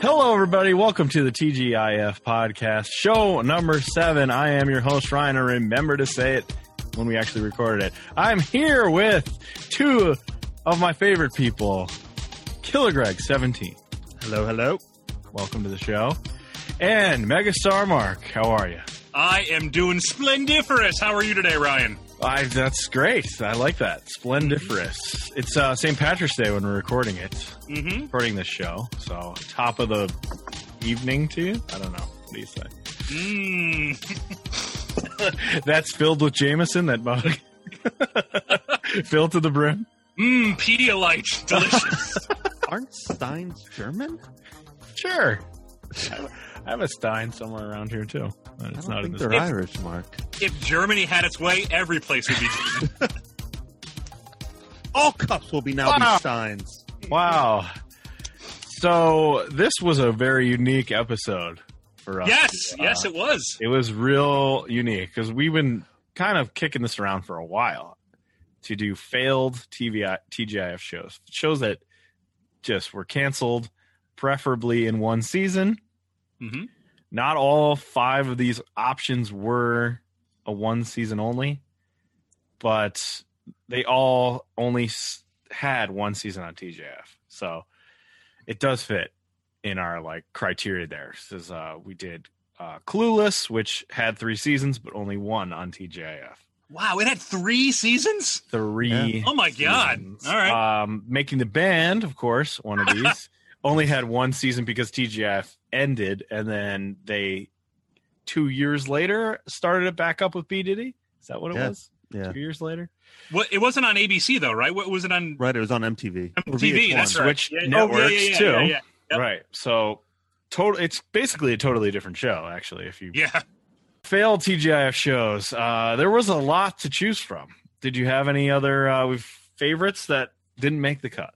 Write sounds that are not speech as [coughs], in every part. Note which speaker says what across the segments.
Speaker 1: Hello, everybody. Welcome to the TGIF podcast, show number seven. I am your host, Ryan. I remember to say it when we actually recorded it. I'm here with two of my favorite people, Kilogreg17.
Speaker 2: Hello, hello.
Speaker 1: Welcome to the show. And Megastar Mark. How are you?
Speaker 3: I am doing splendiferous. How are you today, Ryan?
Speaker 1: I, that's great. I like that. Splendiferous. It's uh, St. Patrick's Day when we're recording it,
Speaker 3: Mm-hmm.
Speaker 1: recording this show. So, top of the evening to you? I don't know. What do you say? [laughs]
Speaker 3: Mm.
Speaker 1: That's filled with Jameson, that mug. [laughs] filled to the brim.
Speaker 3: Mmm,
Speaker 1: [laughs]
Speaker 3: Pedialyte. Delicious.
Speaker 2: Aren't Steins German?
Speaker 1: Sure. I have a Stein somewhere around here, too. But
Speaker 2: I
Speaker 1: It's
Speaker 2: don't
Speaker 1: not in
Speaker 2: think
Speaker 1: this.
Speaker 2: they're
Speaker 3: It's-
Speaker 2: Irish, Mark.
Speaker 3: if Germany had its way, every place would be
Speaker 1: [laughs]
Speaker 3: German.
Speaker 2: All cups will be now
Speaker 1: Wow.
Speaker 2: be Steins.
Speaker 1: Wow. So, this was a very unique episode for us.
Speaker 3: yes, yes,
Speaker 1: Uh,
Speaker 3: it was.
Speaker 1: it was real unique because we've been kind of kicking this around for a while to do failed TVI, TGIF shows, shows that just were canceled, preferably in one season.
Speaker 3: hmm
Speaker 1: not all five of these options were a one season only, but they all only s- had one season on TJF. So it does fit in our like criteria there. Says uh, we did uh, Clueless, which had three seasons but only one on TJF.
Speaker 3: Wow, it had three seasons?
Speaker 1: Three.
Speaker 2: Yeah.
Speaker 3: Oh my God.
Speaker 1: seasons.
Speaker 3: All right.
Speaker 1: Um, making the band, of course, one of
Speaker 3: [laughs]
Speaker 1: these only had one season because TGF ended, and then they two years later started it back up with B Diddy. Is that what it
Speaker 2: Yeah.
Speaker 1: was?
Speaker 2: Yeah.
Speaker 1: Two years later,
Speaker 3: What, it wasn't on ABC, though, right? What was it on
Speaker 2: Right, it was on MTV. Or
Speaker 3: TV?
Speaker 2: VH1.
Speaker 3: That's right.
Speaker 1: Switch
Speaker 3: Yeah,
Speaker 1: networks, too.
Speaker 3: Yeah, yeah. Yep.
Speaker 1: right? So, total. It's basically a totally different show, actually. If you
Speaker 3: yeah. [laughs]
Speaker 1: failed TGIF shows, uh, there was a lot to choose from. Did you have any other uh, favorites that didn't make the cut?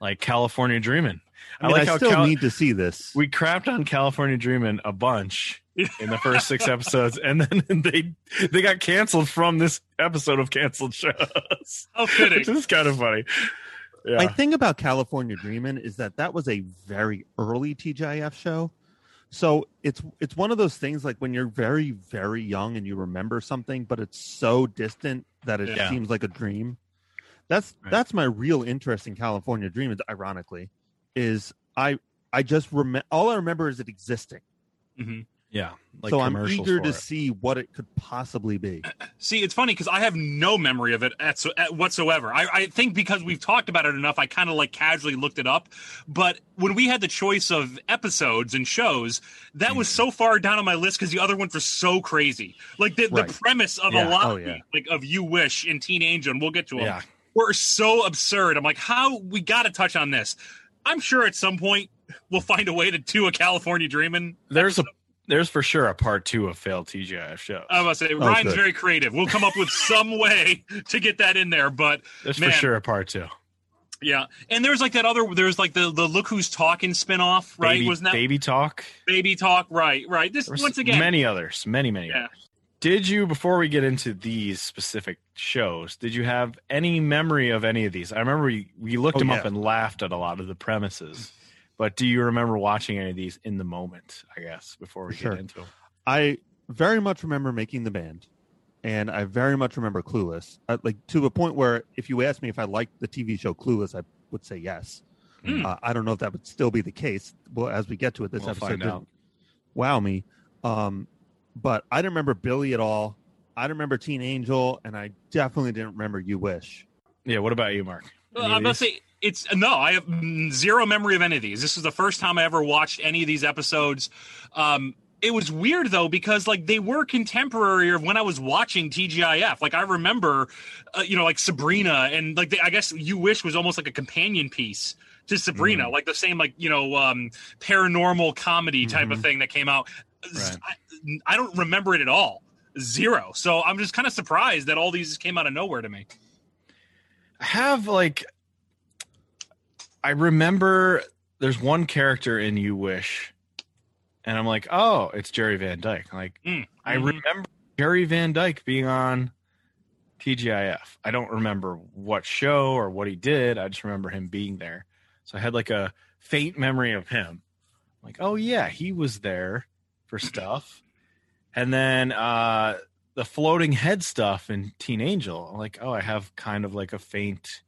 Speaker 1: Like California Dreamin'.
Speaker 2: I mean, I,
Speaker 1: like how
Speaker 2: still
Speaker 1: Cal-
Speaker 2: need to see this.
Speaker 1: we crapped on California Dreamin' a bunch in the first
Speaker 3: [laughs]
Speaker 1: six episodes, and then [laughs] they they got canceled from this episode of canceled shows, [laughs]
Speaker 3: How
Speaker 1: which
Speaker 3: fitting.
Speaker 1: is kind of funny.
Speaker 2: My
Speaker 1: Yeah,
Speaker 2: thing about California Dreamin' is that that was a very early TGIF show. So it's it's one of those things like when you're very very young and you remember something, but it's so distant that it
Speaker 1: Yeah.
Speaker 2: seems like a dream. That's
Speaker 1: Right.
Speaker 2: that's my real interest in California Dreamin'. Ironically, is I I just remember all I remember is it existing.
Speaker 3: hmm
Speaker 1: yeah. Like
Speaker 2: so I'm
Speaker 1: commercials
Speaker 2: eager
Speaker 1: for
Speaker 2: to
Speaker 1: it.
Speaker 2: see what it could possibly be.
Speaker 3: See, it's funny because I have no memory of it at, so, at whatsoever. I, I think because we've talked about it enough, I kind of like casually looked it up. But when we had the choice of episodes and shows, that was
Speaker 2: Mm.
Speaker 3: so far down on my list because the other ones were so crazy. Like the,
Speaker 2: Right.
Speaker 3: the premise of
Speaker 1: Yeah.
Speaker 3: a lot,
Speaker 2: Oh, yeah.
Speaker 3: like of You Wish and Teen Angel, and we'll get to them,
Speaker 1: Yeah,
Speaker 3: were so absurd. I'm like, how we got to touch on this? I'm sure at some point we'll find a way to do a California Dreamin'.
Speaker 1: there's a there's for sure a part two of failed TGIF shows.
Speaker 3: I must say, Ryan's
Speaker 2: good.
Speaker 3: very creative. We'll come up with some way to get that in there, but.
Speaker 1: there's
Speaker 3: man.
Speaker 1: for sure a part two.
Speaker 3: Yeah, and there's like that other there's like the the look who's talking spinoff, right?
Speaker 1: Baby,
Speaker 3: Wasn't that baby,
Speaker 1: baby talk?
Speaker 3: talk? Right, right. This
Speaker 1: There was
Speaker 3: once again,
Speaker 1: many others, many many.
Speaker 3: Yeah.
Speaker 1: Others. Did you before we get into these specific shows? Did you have any memory of any of these? I remember we, we looked
Speaker 2: Oh,
Speaker 1: them
Speaker 2: yeah.
Speaker 1: up and laughed at a lot of the premises, but do you remember watching any of these in the moment? I guess before we
Speaker 2: Sure.
Speaker 1: get into them.
Speaker 2: I very much remember making the band, and I very much remember Clueless. I, like to a point where, if you asked me if I liked the TV show Clueless, I would say yes.
Speaker 3: Hmm.
Speaker 2: Uh, I don't know if that would still be the case. Well, as we get to it, this
Speaker 1: We'll
Speaker 2: episode
Speaker 1: find
Speaker 2: didn't
Speaker 1: out.
Speaker 2: wow me. Um, but I didn't remember Billy at all. I didn't remember Teen Angel, and I definitely didn't remember You Wish.
Speaker 1: Yeah. What about you, Mark?
Speaker 3: Well,
Speaker 1: Any of
Speaker 3: I must
Speaker 1: these?
Speaker 3: say it's no, I have mm, zero memory of any of these. This is the first time I ever watched any of these episodes. Um, it was weird though because like they were contemporary of when I was watching TGIF. Like I remember, uh, you know, like Sabrina and like they, I guess You Wish was almost like a companion piece to Sabrina,
Speaker 1: Mm-hmm.
Speaker 3: like the same like you know um, paranormal comedy type of
Speaker 2: Mhm.
Speaker 3: thing that came out.
Speaker 1: Mm-hmm. Right.
Speaker 3: I, I don't remember it at all. Zero. So I'm just kind of surprised that all these came out of nowhere to me.
Speaker 1: I have like I remember there's one character in You Wish, and I'm like, oh, it's Jerry Van Dyke. Like
Speaker 3: Mm,
Speaker 1: I
Speaker 3: mhm.
Speaker 1: remember Jerry Van Dyke being on TGIF. I don't remember what show or what he did. I just remember him being there. So I had like a faint memory of him. Like, oh yeah, he was there for stuff. And then uh the floating head stuff in Teen Angel. I'm like, oh, I have kind of like a faint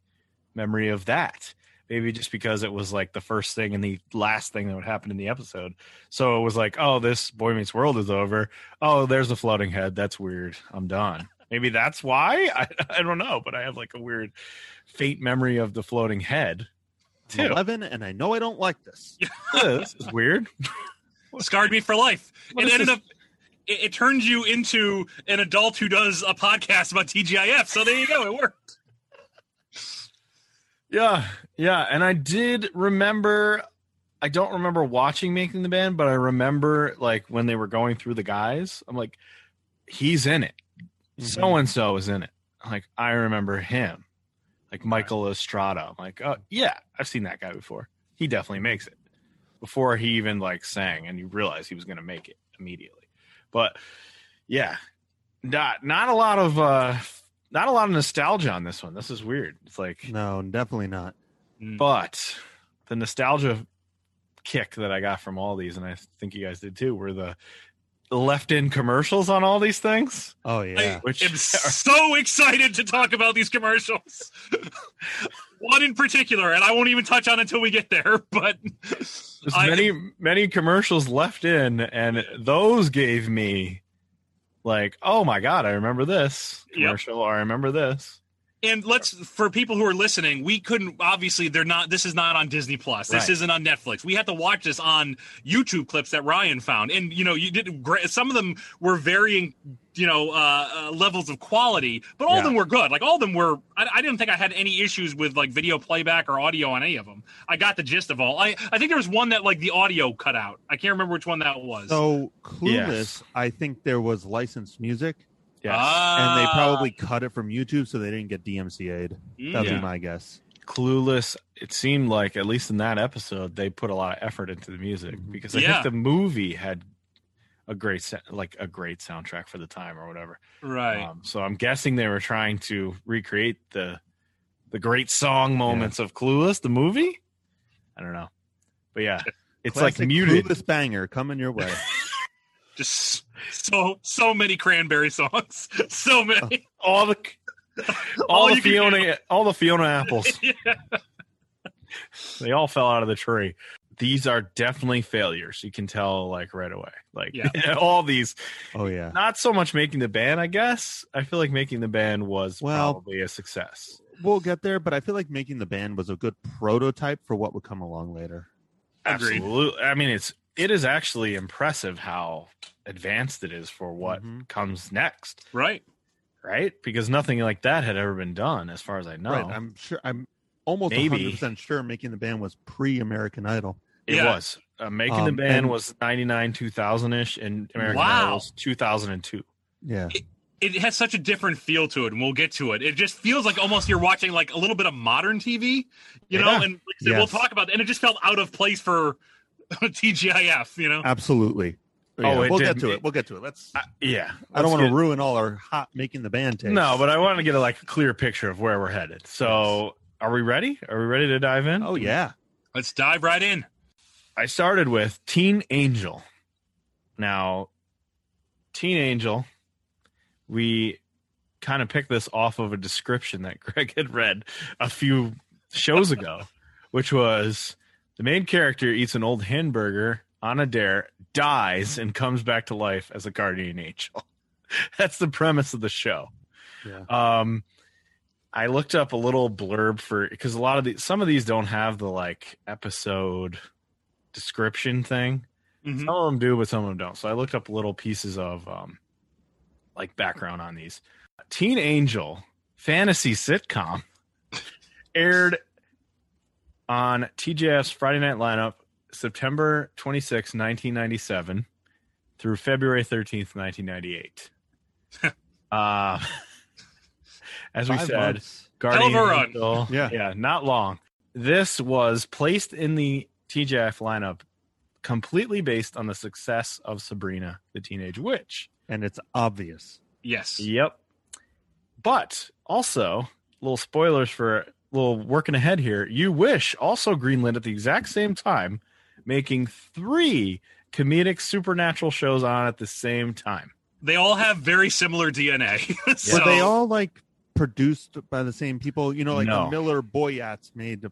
Speaker 1: memory of that. Maybe just because it was like the first thing and the last thing that would happen in the episode. So it was like, oh, this Boy Meets World is over. Oh, there's a floating head. That's weird. I'm done. Maybe that's why. [laughs] I, I don't know, but I have like a weird faint memory of the floating head. [laughs]
Speaker 2: I'm
Speaker 1: Too.
Speaker 2: 11, and I know I don't
Speaker 1: [laughs]
Speaker 2: like this.
Speaker 1: Ugh, this is weird.
Speaker 3: Scarred me for life.
Speaker 1: What
Speaker 3: it
Speaker 1: is
Speaker 3: ended
Speaker 1: this?
Speaker 3: up. It, it turned you into an adult who does a podcast about TGIF. So there you go. It
Speaker 1: [laughs]
Speaker 3: worked.
Speaker 1: Yeah, yeah, and I did remember. I don't remember watching Making the Band, but I remember like when they were going through the guys. I'm like, he's in it. So and so is in it. I'm like I remember him, like Michael Estrada. I'm like, oh yeah, I've seen that guy before. He definitely makes it. Before he even like sang, and you realize he was going to make it immediately. But yeah, not not a lot of uh not a lot of nostalgia on this one. This is weird. It's like
Speaker 2: No, definitely not.
Speaker 1: Mm-hmm. but the nostalgia kick that I got from all these, and I think you guys did too, were the left in commercials on all these things.
Speaker 2: Oh yeah.
Speaker 1: Which [laughs]
Speaker 3: I'm so excited to talk about these commercials. [laughs] One in particular, and I won't even touch on until we get there. [laughs] But
Speaker 1: there's
Speaker 3: I-
Speaker 1: many many commercials left in, and those gave me like, oh my god, I remember this
Speaker 3: Yep.
Speaker 1: commercial, or I remember this.
Speaker 3: and let's for people who are listening we couldn't obviously they're not this is not on disney plus this
Speaker 1: Right.
Speaker 3: isn't on netflix we had to watch this on youtube clips that ryan found and you know you did great some of them were varying you know uh, uh levels of quality but all of
Speaker 1: Yeah.
Speaker 3: them were good like all of them were I, I didn't think i had any issues with like video playback or audio on any of them i got the gist of all i i think there was one that like the audio cut out i can't remember which one that was
Speaker 2: So clueless.
Speaker 1: Yes.
Speaker 2: I think there was licensed music,
Speaker 1: Yes.
Speaker 3: Uh-huh.
Speaker 2: and
Speaker 1: Uh,
Speaker 2: they probably cut it from YouTube, so they didn't get DMCA'd.
Speaker 3: Ah,
Speaker 2: That'd
Speaker 1: Yeah.
Speaker 2: be my guess.
Speaker 1: Clueless. It seemed like at least in that episode they put a lot of effort into the music
Speaker 2: Mhm.
Speaker 1: because I
Speaker 3: Yeah.
Speaker 1: think the movie had a great sa- like a great soundtrack for the time or whatever.
Speaker 3: right
Speaker 1: Um, so I'm guessing they were trying to recreate the the great song moments of Clueless, the movie. I don't know, but yeah, it's like
Speaker 2: Classic
Speaker 1: muted.
Speaker 2: Clueless banger coming your
Speaker 1: [laughs]
Speaker 2: way.
Speaker 3: just so so many cranberry songs [laughs] so many
Speaker 1: All the
Speaker 3: [laughs]
Speaker 1: all,
Speaker 3: All
Speaker 1: the
Speaker 3: you can
Speaker 1: Fiona all the Fiona apples.
Speaker 3: [laughs] Yeah.
Speaker 1: [laughs] They all fell out of the tree. These are definitely failures. You can tell like right away. Like [laughs] all these,
Speaker 2: oh yeah.
Speaker 1: not so much making the band. I guess I feel like making the band was
Speaker 2: Well-
Speaker 1: probably a success.
Speaker 2: We'll get there, but I feel like making the band was a good prototype for what would come along later.
Speaker 3: Agreed.
Speaker 1: Absolutely. I mean, it's it is actually impressive how advanced it is for what
Speaker 2: Mhm.
Speaker 1: comes next,
Speaker 3: right
Speaker 1: right? Because nothing like that had ever been done, as far as I know.
Speaker 2: Right. I'm sure. I'm almost
Speaker 1: Maybe.
Speaker 2: 100 percent sure making the band was pre-American Idol.
Speaker 1: it
Speaker 3: Yeah.
Speaker 1: was uh, making the
Speaker 2: Um,
Speaker 1: band
Speaker 2: and-
Speaker 1: was ninety nine two thousand ish, and American
Speaker 3: Wow.
Speaker 1: Idol was two thousand and two.
Speaker 2: Yeah.
Speaker 3: it has such a different feel to it and we'll get to it it just feels like almost you're watching like a little bit of modern tv you know
Speaker 1: Yeah.
Speaker 3: and like, we'll
Speaker 2: Yes.
Speaker 3: talk about and it just felt out of place for [laughs] tgif you know
Speaker 2: Uh, Absolutely.
Speaker 1: Oh, it
Speaker 2: we'll
Speaker 1: did-
Speaker 2: get to it. We'll get to it. Let's. I,
Speaker 1: Yeah,
Speaker 2: don't want
Speaker 1: to.
Speaker 2: to ruin all our hot making the band takes.
Speaker 1: No, but I want to get a like clear picture of where we're headed. So, are we ready? Are we ready to dive in?
Speaker 2: oh yeah.
Speaker 3: let's dive right in
Speaker 1: I started with Teen Angel. Now, Teen Angel, we kind of picked this off of a description that [laughs] Greg had read a few shows ago, which was the main character eats an old hamburger on a dare, dies, and comes back to life as a guardian angel. [laughs] That's the premise of the show.
Speaker 2: Yeah.
Speaker 1: Um, I looked up a little blurb for because a lot of the some of these don't have the like episode description thing.
Speaker 3: Mhm.
Speaker 1: Some of them do, but some of them don't. So I looked up little pieces of um, like background on these. Teen Angel fantasy sitcom [laughs] aired on TJF's Friday Night Lineup September 26, 1997 through February 13th, 1998. uh, [laughs] as we
Speaker 2: Five
Speaker 1: said,
Speaker 2: months.
Speaker 1: Guardian
Speaker 3: Hell of a run.
Speaker 1: Angel.
Speaker 2: Yeah.
Speaker 1: Yeah, not long. This was placed in the TJF lineup completely based on the success of Sabrina the Teenage Witch.
Speaker 2: and it's obvious.
Speaker 3: yes
Speaker 1: Yep. But also, little spoilers for little working ahead here. You wish also greenlit at the exact same time, making three comedic supernatural shows on at the same time.
Speaker 3: They all have very similar [laughs] DNA. so,
Speaker 2: Were they all like produced by the same people? You know, like
Speaker 1: No.
Speaker 2: the Miller Boyats made the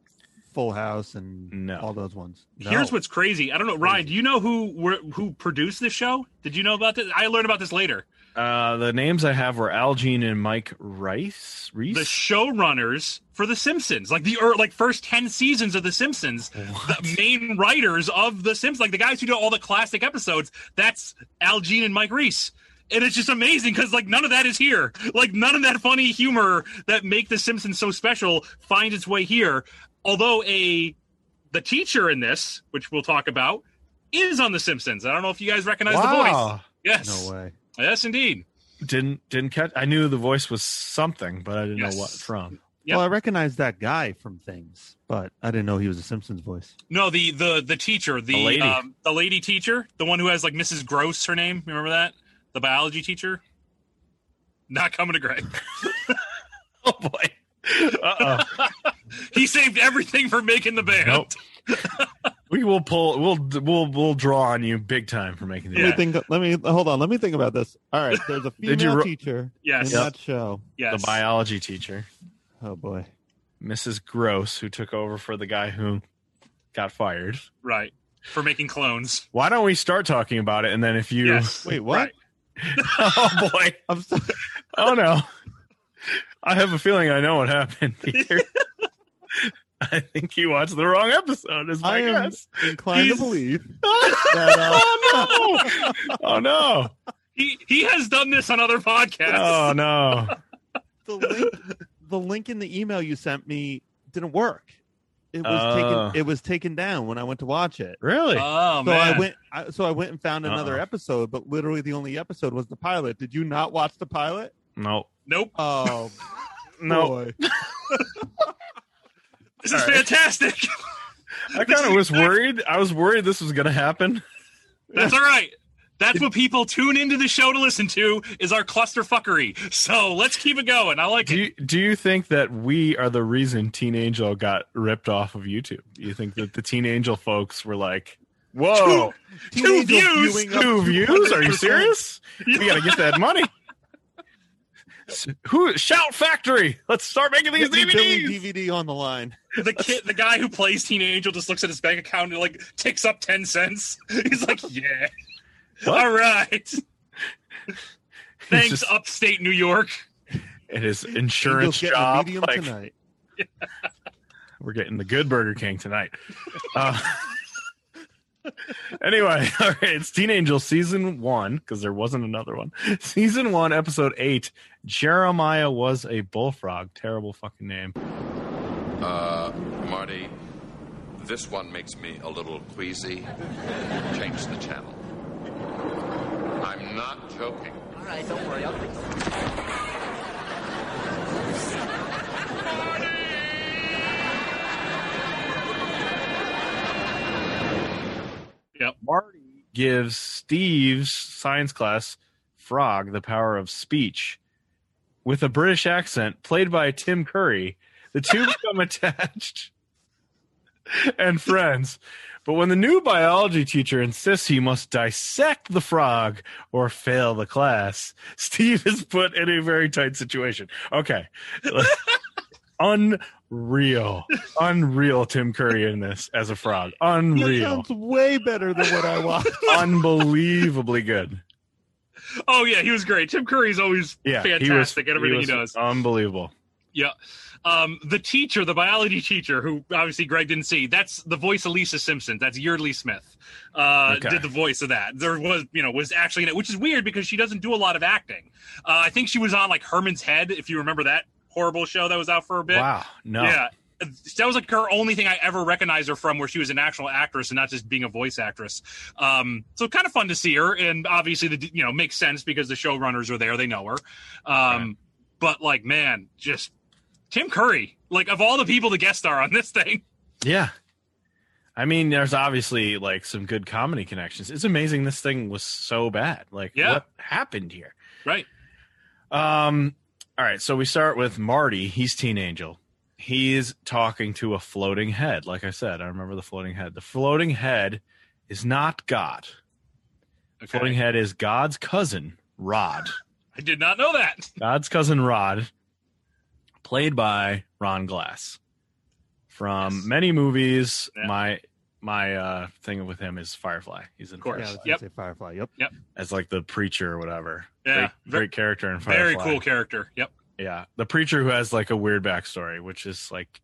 Speaker 2: Full House and
Speaker 1: No.
Speaker 2: all those ones.
Speaker 3: Here's what's crazy. I don't know, Ryan. Do you know who were, who produced this show? Did you know about this? I learned about this later.
Speaker 1: Uh, the names I have were Algene and Mike Rice. Reese.
Speaker 3: The showrunners for The Simpsons, like the or, like first ten seasons of The Simpsons, the main writers of The Simpsons, like the guys who do all the classic episodes. That's Al Jean and Mike Reese. And it's just amazing because like none of that is here. Like none of that funny humor that make The Simpsons so special finds its way here. Although a the teacher in this, which we'll talk about, is on The Simpsons. I don't know if you guys recognize the voice.
Speaker 1: wow.
Speaker 3: Yes.
Speaker 2: No way.
Speaker 3: Yes, indeed.
Speaker 1: Didn't didn't catch. I knew the voice was something, but I didn't
Speaker 3: Yes.
Speaker 1: know what from.
Speaker 3: Yep.
Speaker 2: Well, I recognize that guy from things, but I didn't know he was a Simpsons voice.
Speaker 3: No, the the the teacher, the
Speaker 1: The lady.
Speaker 3: Um, the lady teacher, the one who has like Mrs. Gross, her name. Remember that? The biology teacher. Not coming to Greg. [laughs]
Speaker 1: Oh boy. Uh oh.
Speaker 3: He saved everything for making the band.
Speaker 1: nope. we will pull. We'll we'll we'll draw on you big time for making the.
Speaker 2: Let
Speaker 3: Yeah.
Speaker 2: me think. Let me hold on. Let me think about this. All right,
Speaker 3: [laughs]
Speaker 2: there's a
Speaker 1: Did you
Speaker 2: female
Speaker 1: ro-
Speaker 2: teacher
Speaker 3: Yes.
Speaker 2: in that show.
Speaker 1: the
Speaker 3: Yes.
Speaker 1: biology teacher,
Speaker 2: Oh boy.
Speaker 1: Mrs. Gross, who took over for the guy who got fired.
Speaker 3: right. For making clones.
Speaker 1: Why don't we start talking about it? And then if you,
Speaker 3: Yes.
Speaker 2: Wait, what?
Speaker 3: Right.
Speaker 1: [laughs] oh boy,
Speaker 2: I'm so,
Speaker 1: oh no, I have a feeling I know what happened. Peter. I think you watched the wrong episode. Is my
Speaker 2: I am
Speaker 1: guess. [laughs]
Speaker 3: [laughs]
Speaker 2: inclined
Speaker 3: He's-
Speaker 2: to believe
Speaker 1: oh
Speaker 2: that. Uh,
Speaker 1: no! Oh no!
Speaker 3: He he has done this on other podcasts.
Speaker 1: Oh
Speaker 2: [laughs]
Speaker 1: no!
Speaker 2: the link the link in the email you sent me didn't work. It was
Speaker 3: Uh.
Speaker 1: Oh.
Speaker 2: taken it was taken down when I went to watch it.
Speaker 1: Really?
Speaker 3: Oh,
Speaker 2: so
Speaker 3: man.
Speaker 2: I went I, so I went and found another
Speaker 1: Uh-oh.
Speaker 2: episode, but literally the only episode was the pilot. Did you not watch the pilot?
Speaker 1: no.
Speaker 3: nope.
Speaker 2: Oh
Speaker 1: [laughs] No. [laughs]
Speaker 2: boy.
Speaker 3: This is
Speaker 1: All right.
Speaker 3: fantastic. [laughs]
Speaker 1: I kind of was worried. I was worried this was going to happen.
Speaker 3: That's all right. That's what people tune into the show to listen to is our cluster fuckery. So let's keep it going. I like
Speaker 1: Do
Speaker 3: it.
Speaker 1: you, do you think that we are the reason Teen Angel got ripped off of YouTube? You think that the Teen Angel folks were like, "Whoa,
Speaker 2: Teenage
Speaker 3: views,
Speaker 2: viewing
Speaker 1: two,
Speaker 2: up
Speaker 1: views? Are you
Speaker 2: 200%. [laughs]
Speaker 1: serious? We got to get that money." S- Who Shout Factory? Let's start making these
Speaker 2: Get me Billy
Speaker 1: DVDs.
Speaker 2: DVD on the line.
Speaker 3: The kid, the guy who plays Teen Angel, just looks at his bank account and like ticks up ten cents. [laughs] He's like, "Yeah,
Speaker 1: What? [laughs]
Speaker 3: all right."
Speaker 1: It's
Speaker 3: Thanks,
Speaker 1: just-
Speaker 3: upstate New York.
Speaker 1: it is insurance
Speaker 2: Angel's getting a
Speaker 1: job.
Speaker 2: medium
Speaker 1: Like, [laughs]
Speaker 2: tonight.
Speaker 1: we're getting the good Burger King tonight. [laughs] Uh, anyway, [laughs] all right, it's Teen Angel season one because there wasn't another one. [laughs] Season one, episode eight. Jeremiah was a bullfrog. Terrible fucking name.
Speaker 4: Uh, Marty, this one makes me a little queasy. Change the channel. I'm not joking.
Speaker 5: All right, don't worry. I'll
Speaker 3: Yep.
Speaker 1: Marty gives Steve's science class frog the power of speech with a British accent played by Tim Curry. The two become attached and friends. But when the new biology teacher insists he must dissect the frog or fail the class, Steve is put in a very tight situation. Okay. Unreal. Unreal Tim Curry in this as a frog. Unreal
Speaker 2: That sounds way better than
Speaker 1: [laughs]
Speaker 2: what I watched.
Speaker 1: unbelievably good.
Speaker 3: Oh yeah, he was great. Tim Curry's always
Speaker 1: Yeah,
Speaker 3: fantastic at everything he,
Speaker 1: was
Speaker 3: does.
Speaker 1: Unbelievable.
Speaker 3: Yeah. Um, the teacher, the biology teacher, who obviously Greg didn't see, that's the voice of Lisa Simpson. That's Yeardley Smith. Uh,
Speaker 1: Okay.
Speaker 3: Did the voice of that. There was, you know, was actually in it, which is weird because she doesn't do a lot of acting. Uh, I think she was on like Herman's Head, if you remember that horrible show that was out for a bit.
Speaker 1: Wow. No.
Speaker 3: Yeah. That was like her only thing I ever recognized her from, where she was an actual actress and not just being a voice actress. Um, so kind of fun to see her, and obviously the you know makes sense because the showrunners are there, they know her. Um, But like, man, just Tim Curry, like of all the people to guest star on this thing, [laughs]
Speaker 1: Yeah. I mean, there's obviously like some good comedy connections. It's amazing this thing was so bad. Like,
Speaker 3: Yeah.
Speaker 1: what happened here?
Speaker 3: right?
Speaker 1: Um. All right. So we start with Marty. He's Teen Angel. he's talking to a floating head. Like I said, I remember the floating head. The floating head is not God.
Speaker 3: Okay.
Speaker 1: Floating head is God's cousin, Rod.
Speaker 3: I did not know that. [laughs]
Speaker 1: God's cousin Rod, played by Ron Glass, from
Speaker 3: Yes.
Speaker 1: many movies.
Speaker 3: Yeah.
Speaker 1: My my uh thing with him is Firefly. He's in
Speaker 3: course.
Speaker 2: Yeah, I
Speaker 1: Firefly
Speaker 3: Yep.
Speaker 2: was gonna say Firefly. Yep.
Speaker 1: as like the preacher or whatever.
Speaker 3: Yeah.
Speaker 1: great,
Speaker 3: Ve-
Speaker 1: great character in Firefly.
Speaker 3: Very cool character. Yep.
Speaker 1: Yeah, the preacher who has like a weird backstory, which is like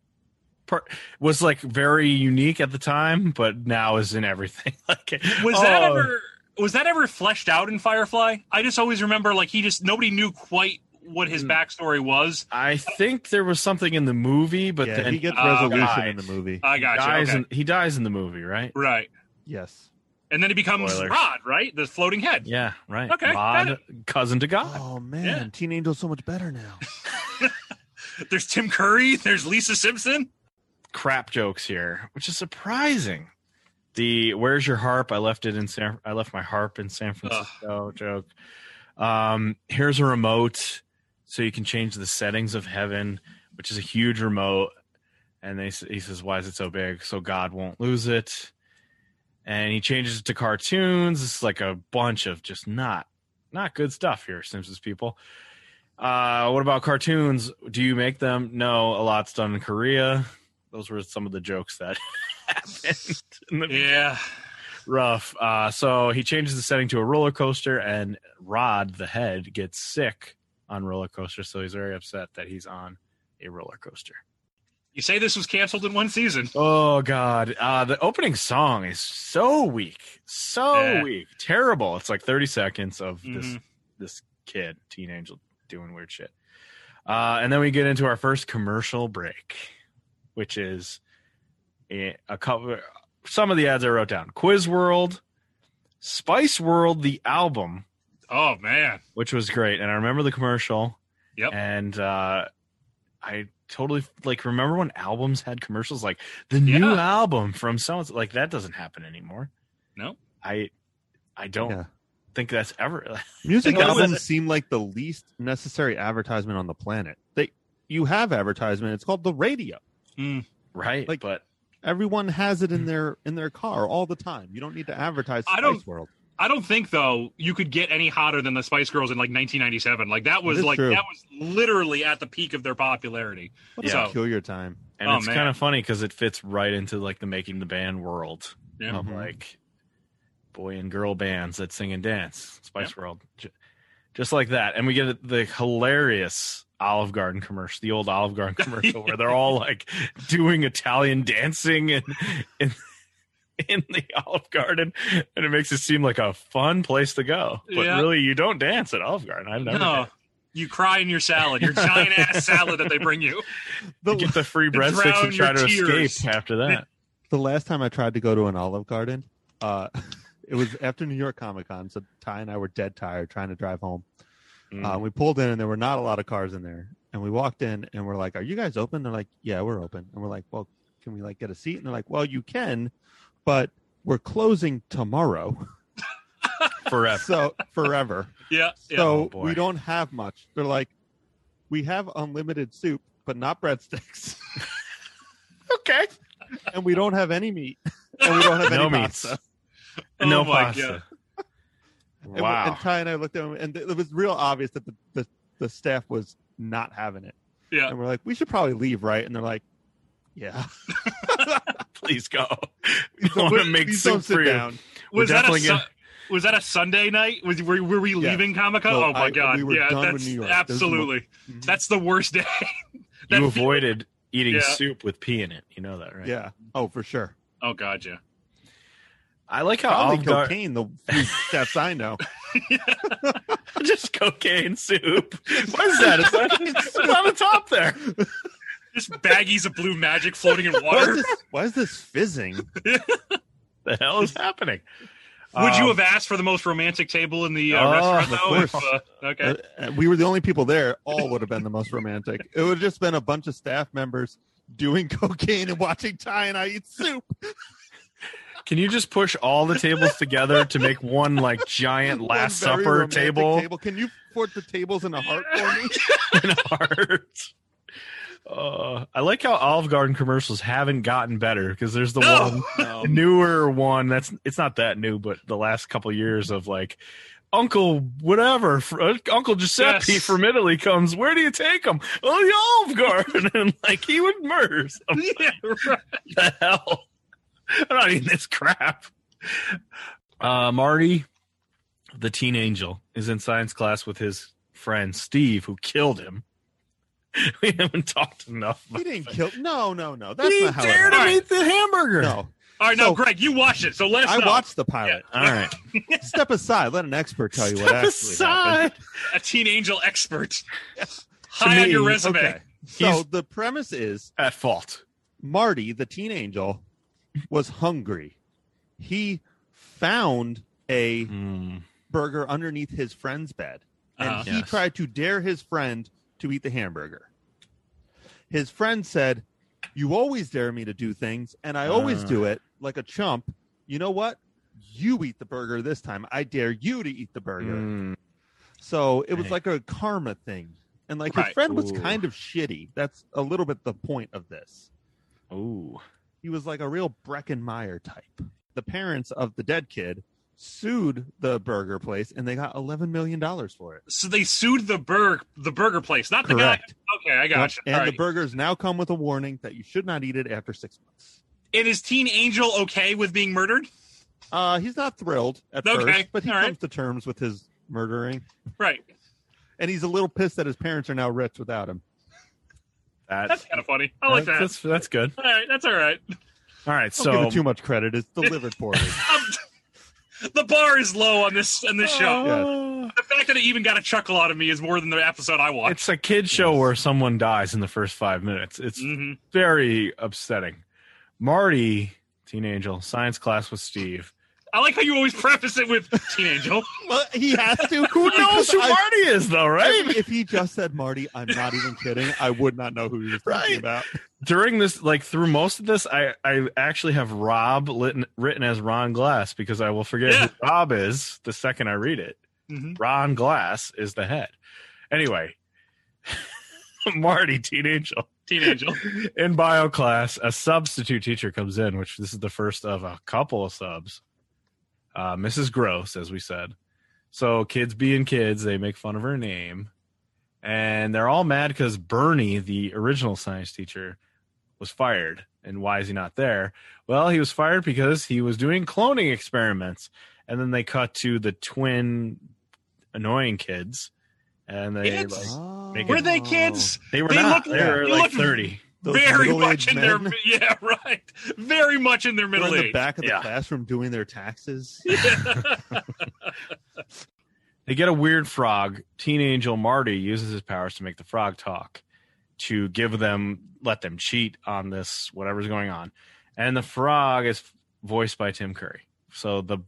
Speaker 1: par- was like very unique at the time, but now is in everything. [laughs] like,
Speaker 3: Was that
Speaker 1: oh,
Speaker 3: ever was that ever fleshed out in Firefly? I just always remember like he just nobody knew quite what his
Speaker 1: Mm.
Speaker 3: backstory was.
Speaker 1: I think there was something in the movie, but
Speaker 2: But yeah,
Speaker 1: then Uh,
Speaker 2: he gets
Speaker 3: uh,
Speaker 2: resolution
Speaker 1: dies.
Speaker 2: in the movie.
Speaker 3: I got you.
Speaker 1: dies.
Speaker 3: Okay.
Speaker 1: In, he dies in the movie, right?
Speaker 3: right.
Speaker 2: yes.
Speaker 3: And then he becomes
Speaker 1: Spoilers.
Speaker 3: Rod, right? The floating head.
Speaker 1: Yeah, right.
Speaker 3: Okay, got
Speaker 1: Rod, cousin to God.
Speaker 2: Oh man, Teen Angel's so much better now.
Speaker 3: There's Tim Curry, there's Lisa Simpson.
Speaker 1: Crap jokes here, which is surprising. The "Where's your harp? I left it in San. I left my harp in San Francisco." Joke. Um, here's a remote, so you can change the settings of heaven, which is a huge remote. And they, s- he says, "Why is it so big? So God won't lose it." And he changes it to cartoons. It's like a bunch of just not not good stuff here, Simpsons people. Uh, what about cartoons? Do you make them? No, a lot's done in Korea. Those were some of the jokes that [laughs] happened in the
Speaker 3: Yeah.
Speaker 1: rough. Uh, so he changes the setting to a roller coaster, and Rod, the head, gets sick on roller coaster. So he's very upset that he's on a roller coaster.
Speaker 3: You say this was canceled in one season.
Speaker 1: Oh God! Uh, the opening song is so weak, so
Speaker 3: Yeah.
Speaker 1: weak, terrible. It's like thirty seconds of this
Speaker 3: Mhm.
Speaker 1: this kid, teen angel, doing weird shit. Uh, and then we get into our first commercial break, which is a, a cover. Some of the ads I wrote down: Quiz World, Spice World, the album,
Speaker 3: Oh man.
Speaker 1: which was great. And I remember the commercial.
Speaker 3: Yep.
Speaker 1: And uh, I totally like remember when albums had commercials like the
Speaker 3: Yeah.
Speaker 1: new album from so like that doesn't happen anymore.
Speaker 3: No.
Speaker 1: I I don't
Speaker 2: Yeah.
Speaker 1: think that's ever [laughs]
Speaker 2: Music
Speaker 3: Well, it was-
Speaker 2: albums seem like the least necessary advertisement on the planet. They you have advertisement. It's called the radio.
Speaker 1: right.
Speaker 2: Like-
Speaker 1: but
Speaker 2: Everyone has it in their in their car all the time. You don't need to advertise
Speaker 3: Mm. I
Speaker 2: Spice
Speaker 3: don't-
Speaker 2: World.
Speaker 3: I don't think though you could get any hotter than the Spice Girls in like 1997. Like that was
Speaker 2: is
Speaker 3: like
Speaker 2: true.
Speaker 3: that was literally at the peak of their popularity.
Speaker 2: What a
Speaker 1: Yeah.
Speaker 2: peculiar time.
Speaker 1: and
Speaker 3: Oh,
Speaker 1: it's
Speaker 3: man.
Speaker 1: kind of funny because it fits right into like the making the band world
Speaker 3: Yeah.
Speaker 1: of
Speaker 2: Mhm.
Speaker 1: like boy and girl bands that sing and dance. Spice World, J- just like that. And we get the hilarious Olive Garden commercial, the old Olive
Speaker 3: [laughs]
Speaker 1: Garden commercial where they're all like doing Italian dancing and in, in the Olive Garden, and it makes it seem like a fun place to go. But
Speaker 3: Yeah.
Speaker 1: really, you don't dance at Olive Garden. I've never.
Speaker 3: No.
Speaker 1: danced.
Speaker 3: You cry in your salad,
Speaker 2: [laughs]
Speaker 3: your giant ass salad that they bring you.
Speaker 1: You get the free breadsticks
Speaker 3: drown
Speaker 1: and try
Speaker 3: your
Speaker 1: to
Speaker 3: tears.
Speaker 1: escape after
Speaker 3: [laughs]
Speaker 1: that.
Speaker 2: the last time I tried to go to an Olive Garden, uh, [laughs] it was after New York Comic Con. So Ty and I were dead tired trying to drive home. Uh,
Speaker 1: Mm.
Speaker 3: Mm.
Speaker 2: we pulled in and there were not a lot of cars in there. And we walked in and we're like, "Are you guys open?" They're like, "Yeah, we're open." And we're like, "Well, can we like get a seat?" And they're like, "Well, you can, but we're closing tomorrow, [laughs]
Speaker 1: Forever.
Speaker 2: so forever.
Speaker 3: Yeah. yeah.
Speaker 1: Oh,
Speaker 2: So
Speaker 1: boy.
Speaker 2: we don't have much." They're like, "We have unlimited soup, but not breadsticks, [laughs]
Speaker 1: okay.
Speaker 2: and we don't have any meat, and we don't have
Speaker 1: [laughs]
Speaker 2: any
Speaker 1: No meats.
Speaker 2: pasta."
Speaker 3: Oh
Speaker 1: no
Speaker 3: my
Speaker 1: pasta.
Speaker 2: And,
Speaker 1: Wow.
Speaker 2: and Ty and I looked at him, and it was real obvious that the, the, the staff was not having it.
Speaker 3: Yeah.
Speaker 2: And we're like, we should probably leave, right? And they're like,
Speaker 1: [laughs]
Speaker 2: yeah. [laughs]
Speaker 1: Please go.
Speaker 2: We
Speaker 1: I want to make soup for you. We're
Speaker 3: Was that a
Speaker 1: definitely
Speaker 3: su-
Speaker 1: gonna-
Speaker 3: was that a Sunday night? Was were, were we
Speaker 2: Yes.
Speaker 3: leaving Comic Con?
Speaker 2: Well,
Speaker 3: oh my
Speaker 2: I-
Speaker 3: god.
Speaker 2: we were
Speaker 3: yeah,
Speaker 2: done with
Speaker 3: that's
Speaker 2: New York. There's no-
Speaker 3: absolutely. That's the worst day. [laughs] That
Speaker 1: You
Speaker 3: fe-
Speaker 1: avoided eating
Speaker 3: Yeah.
Speaker 1: soup with pee in it. You know that, right?
Speaker 2: Yeah. Oh, for sure.
Speaker 3: Oh god, yeah.
Speaker 1: I like how
Speaker 2: Probably
Speaker 1: Olive Garden
Speaker 2: cocaine, the few chefs I know.
Speaker 1: [laughs] just cocaine soup. What is that? Is [laughs] that it's on the top there?
Speaker 3: Just baggies of blue magic floating
Speaker 2: [laughs]
Speaker 3: in
Speaker 2: Why
Speaker 3: water.
Speaker 2: is this, why is this fizzing?
Speaker 1: The hell is happening?
Speaker 3: Would you
Speaker 1: Um,
Speaker 3: have asked for the most romantic table in the uh,
Speaker 1: Oh,
Speaker 3: restaurant?
Speaker 1: of
Speaker 3: Though, if,
Speaker 1: course.
Speaker 3: uh, okay.
Speaker 2: Uh, we were the only people there. All would have been the most romantic. It would have just been a bunch of staff members doing [laughs] cocaine and watching Ty and I eat soup.
Speaker 1: Can you just push all the tables together to make one like giant
Speaker 2: One
Speaker 1: Last
Speaker 2: very
Speaker 1: Supper
Speaker 2: romantic
Speaker 1: table, [laughs]
Speaker 2: table. Can you put the tables in a heart for me?
Speaker 1: in a heart? Uh, I like how Olive Garden commercials haven't gotten better because there's the
Speaker 3: No!
Speaker 1: one
Speaker 5: No.
Speaker 1: the newer one that's it's not that new, but the last couple years of like Uncle whatever fr- uh, Uncle Giuseppe
Speaker 3: Yes.
Speaker 1: from Italy comes. Where do you take him? Oh, the Olive Garden, [laughs] and like he would murder.
Speaker 2: Uh,
Speaker 1: What
Speaker 3: [laughs]
Speaker 2: [laughs]
Speaker 3: yeah, right.
Speaker 1: the hell? [laughs] I'm not eating this crap. Uh, Marty, the teen angel, is in science class with his friend Steve, who killed him. [laughs] We haven't talked enough.
Speaker 2: He
Speaker 1: about
Speaker 2: didn't
Speaker 1: that.
Speaker 2: kill. No, no, no. That's
Speaker 1: he
Speaker 2: not how.
Speaker 1: dared
Speaker 2: it
Speaker 1: him
Speaker 2: happened.
Speaker 1: eat the hamburger.
Speaker 2: No,
Speaker 3: All right, now
Speaker 2: So-
Speaker 3: Greg, you watched it, so let us
Speaker 2: I
Speaker 3: know.
Speaker 2: watched the pilot.
Speaker 1: All right. [laughs]
Speaker 2: Step aside. Let an expert tell you what
Speaker 1: Step
Speaker 2: actually
Speaker 1: aside.
Speaker 2: happened.
Speaker 3: a teen angel expert. High on
Speaker 1: me,
Speaker 3: your resume.
Speaker 2: Okay. [laughs] So
Speaker 1: He's-
Speaker 2: the premise is
Speaker 1: At fault.
Speaker 2: Marty, the teen angel, was hungry. He found a
Speaker 1: Mm.
Speaker 2: burger underneath his friend's bed, and
Speaker 3: Uh-huh.
Speaker 2: he
Speaker 1: Ah. Yes.
Speaker 2: tried to dare his friend to eat the hamburger. His friend said, "You always dare me to do things, and I always
Speaker 1: Ah.
Speaker 2: do it like a chump. You know what? You eat the burger this time. I dare you to eat the burger."
Speaker 1: Mm.
Speaker 2: So it was
Speaker 1: Right.
Speaker 2: like a karma thing. And like
Speaker 3: Right.
Speaker 2: his friend was
Speaker 1: Ooh.
Speaker 2: kind of shitty. That's a little bit the point of this.
Speaker 1: Ooh.
Speaker 2: He was like a real Breckenmeyer type. The parents of the dead kid sued the burger place and they got $11 million for it.
Speaker 3: So they sued the burg the burger place, [laughs] not the
Speaker 2: Correct.
Speaker 3: guy. Okay, I gotcha.
Speaker 2: And
Speaker 3: All right.
Speaker 2: the burgers now come with a warning that you should not eat it after six months.
Speaker 3: and is Teen Angel okay with being murdered?
Speaker 2: Uh, he's not thrilled at
Speaker 3: Okay.
Speaker 2: first, but he
Speaker 3: All right.
Speaker 2: comes to terms with his murdering.
Speaker 3: Right.
Speaker 2: And he's a little pissed that his parents are now rich without him.
Speaker 3: That's
Speaker 1: That's,
Speaker 3: kind of funny. I like that.
Speaker 1: That's, that's good.
Speaker 3: All right, that's all right. [laughs]
Speaker 1: All right.
Speaker 2: Don't give
Speaker 1: so
Speaker 2: it too much credit. It's delivered poorly.
Speaker 3: Um, [laughs] the bar is low on this on
Speaker 2: Oh,
Speaker 3: this show.
Speaker 1: Uh,
Speaker 3: The fact that it even got a chuckle out of me is more than the episode I watched.
Speaker 1: it's a kid show where someone dies in the first five minutes. It's
Speaker 3: hmm
Speaker 1: very upsetting. Marty, teen angel, science class with Steve.
Speaker 3: I like how you always [laughs] preface it with Teen Angel.
Speaker 2: well, he has [laughs] to.
Speaker 1: Who knows who
Speaker 2: I-
Speaker 1: Marty is, though, right?
Speaker 2: If, if he just said Marty, I'm not even kidding. I would not know who he was talking
Speaker 1: Right.
Speaker 2: about.
Speaker 1: During this, like through most of this, I I actually have Rob written, written as Ron Glass because I will forget
Speaker 3: Yeah.
Speaker 1: who Rob is the second I read it.
Speaker 3: Mhm.
Speaker 1: Ron Glass is the head. Anyway, [laughs] Marty, teen angel, [laughs]
Speaker 3: Teen Angel.
Speaker 2: Oh,
Speaker 1: in bio class, a substitute teacher comes in, which this is the first of a couple of subs. Uh, Mrs. Gross, as we said. So kids being kids, they make fun of her name, and they're all mad because Bernie, the original science teacher, was fired. And why is he not there? Well, he was fired because he was doing cloning experiments. And then they cut to the twin annoying kids, and they
Speaker 3: Kids?
Speaker 1: like,
Speaker 2: Oh.
Speaker 1: Make it-
Speaker 3: Were they kids?
Speaker 1: they were
Speaker 3: They
Speaker 1: not.
Speaker 3: look-
Speaker 1: they were
Speaker 3: they
Speaker 1: like
Speaker 3: look
Speaker 1: thirty.
Speaker 2: Those
Speaker 3: very much
Speaker 2: middle-aged
Speaker 3: in their
Speaker 2: men
Speaker 3: [laughs] yeah right very much in their
Speaker 2: were
Speaker 3: middle
Speaker 2: in the
Speaker 3: age
Speaker 2: back of the
Speaker 1: Yeah.
Speaker 2: classroom doing their taxes.
Speaker 3: [laughs]
Speaker 1: [laughs] They get a weird frog. Teen Angel Marty uses his powers to make the frog talk, to give them, let them cheat on this, whatever's going on. And the frog is voiced by Tim Curry. So the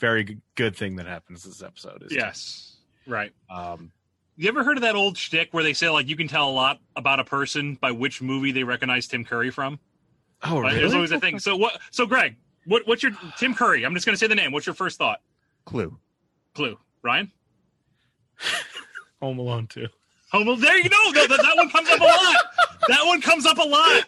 Speaker 1: very g- good thing that happens this episode is
Speaker 3: yes right
Speaker 1: Um,
Speaker 3: you ever heard of that old shtick where they say like you can tell a lot about a person by which movie they recognize Tim Curry from?
Speaker 1: oh,
Speaker 3: Like,
Speaker 1: really?
Speaker 3: There's always a thing. So what? So Greg, what, what's your Tim Curry? I'm just gonna say the name. What's your first thought?
Speaker 2: Clue.
Speaker 3: Clue. Ryan.
Speaker 1: Home Alone too.
Speaker 3: Home. Al- Oh, There you go. No, that, that one comes up a lot. That one comes up a lot.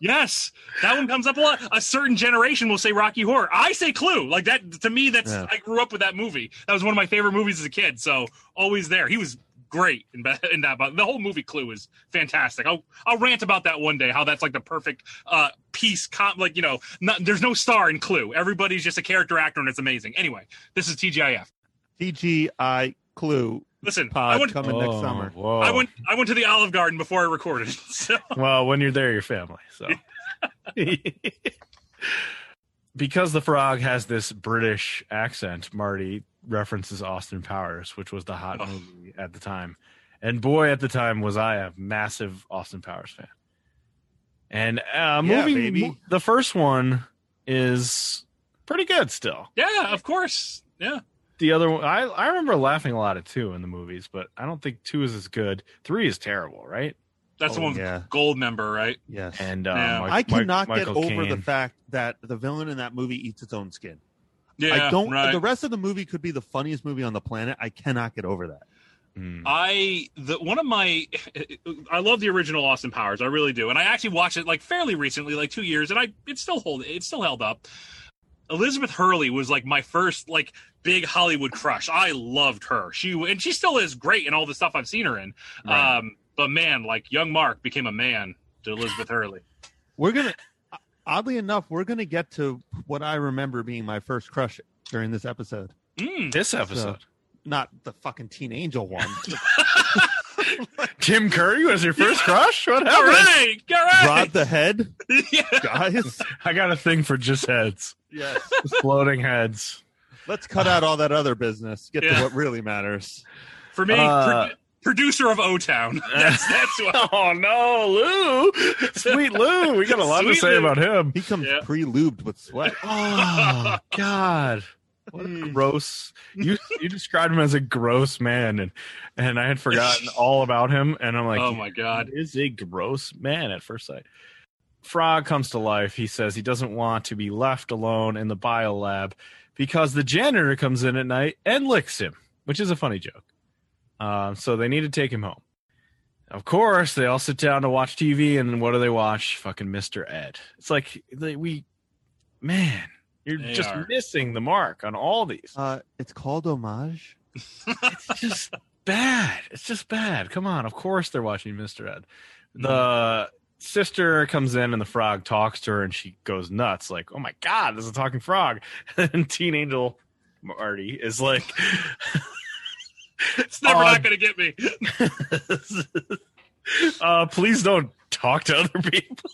Speaker 3: Yes, that one comes up a lot. A certain generation will say Rocky Horror. I say Clue. Like that to me. That's
Speaker 2: Yeah.
Speaker 3: I grew up with that movie. That was one of my favorite movies as a kid. So always there. He was great in, ba- in that. But the whole movie Clue is fantastic. I'll I'll rant about that one day. How that's like the perfect uh piece. Com- like you know, not, there's no star in Clue. Everybody's just a character actor, and it's amazing. Anyway, this is TGIF.
Speaker 2: TGI Clue
Speaker 3: Listen, I
Speaker 2: pod
Speaker 3: went
Speaker 2: coming next summer.
Speaker 1: Oh, Whoa.
Speaker 3: I went I went to the Olive Garden before I recorded. [laughs] So
Speaker 1: well, when you're there, your family. So, [laughs] because the frog has this British accent, Marty references Austin Powers, which was the hot
Speaker 3: Oh.
Speaker 1: movie at the time. And boy, at the time was I a massive Austin Powers fan. And uh,
Speaker 2: Yeah,
Speaker 1: movie
Speaker 2: baby.
Speaker 1: the first one is pretty good still.
Speaker 3: yeah, of course. Yeah.
Speaker 1: The other one, I, I remember laughing a lot at two in the movies, but I don't think two is as good. Three is terrible, right?
Speaker 3: That's the
Speaker 2: Oh,
Speaker 3: one with
Speaker 2: yeah.
Speaker 3: gold member, right?
Speaker 2: Yes.
Speaker 1: And uh,
Speaker 3: Yeah.
Speaker 1: Mike-
Speaker 2: I
Speaker 1: Mike-
Speaker 2: cannot get
Speaker 1: Michael
Speaker 2: over the
Speaker 1: Caine.
Speaker 2: fact that the villain in that movie eats its own skin.
Speaker 3: Yeah.
Speaker 2: I don't.
Speaker 3: Right.
Speaker 2: The rest of the movie could be the funniest movie on the planet. I cannot get over that.
Speaker 1: Mm.
Speaker 3: I the one of my [laughs] I love the original Austin Powers, I really do, and I actually watched it like fairly recently, like two years, and I it still hold it still held up. Elizabeth Hurley was like my first like big Hollywood crush. I loved her. She and she still is great in all the stuff I've seen her in.
Speaker 1: Right.
Speaker 3: Um, but man, like young Mark became a man to Elizabeth Hurley. [laughs]
Speaker 2: We're gonna oddly enough, we're gonna get to what I remember being my first crush during this episode.
Speaker 3: Mm.
Speaker 1: this episode,
Speaker 2: Not the fucking teen
Speaker 3: [laughs]
Speaker 2: angel one.
Speaker 1: Tim Curry was your first crush. What
Speaker 3: All
Speaker 1: happened?
Speaker 3: right, all right.
Speaker 2: Rod the head,
Speaker 3: yeah.
Speaker 2: guys.
Speaker 1: I got a thing for just heads,
Speaker 2: yes.
Speaker 1: just floating
Speaker 3: [laughs]
Speaker 1: heads.
Speaker 2: Let's cut out all that other business. Get
Speaker 3: Yeah.
Speaker 2: to what really matters.
Speaker 3: For me,
Speaker 1: Uh,
Speaker 3: pro- producer of O
Speaker 1: [laughs]
Speaker 3: Town. That's that's what.
Speaker 1: Oh no, Lou! Sweet Lou, we got a lot to
Speaker 3: Sweet
Speaker 1: say
Speaker 3: Lou.
Speaker 1: about him.
Speaker 2: He comes
Speaker 3: Yeah.
Speaker 2: pre-lubed with sweat.
Speaker 1: Oh [laughs] God. What a
Speaker 3: Mm.
Speaker 1: gross you you described him as a gross man and and I had
Speaker 3: [laughs]
Speaker 1: forgotten all about him and I'm like
Speaker 3: oh my god.
Speaker 1: "He is a gross man at first sight. Frog comes to life. He says he doesn't want to be left alone in the bio lab because the janitor comes in at night and licks him, which is a funny joke. Uh, so they need to take him home. Of course, they all sit down to watch TV, and what do they watch? Fucking Mr. Ed. It's like they, we, man, you're
Speaker 3: They
Speaker 1: just
Speaker 3: are.
Speaker 1: missing the mark on all these.
Speaker 2: Uh, it's called homage.
Speaker 1: It's just bad. It's just bad. Come on. Of course they're watching Mr. Ed.
Speaker 3: Mm-hmm.
Speaker 1: The sister comes in and the frog talks to her and she goes nuts, like, oh my God, this is a talking frog. [laughs] And Teen Angel Marty is like, [laughs]
Speaker 3: It's never
Speaker 1: Uh,
Speaker 3: not going to get me.
Speaker 1: uh, please don't talk to other people.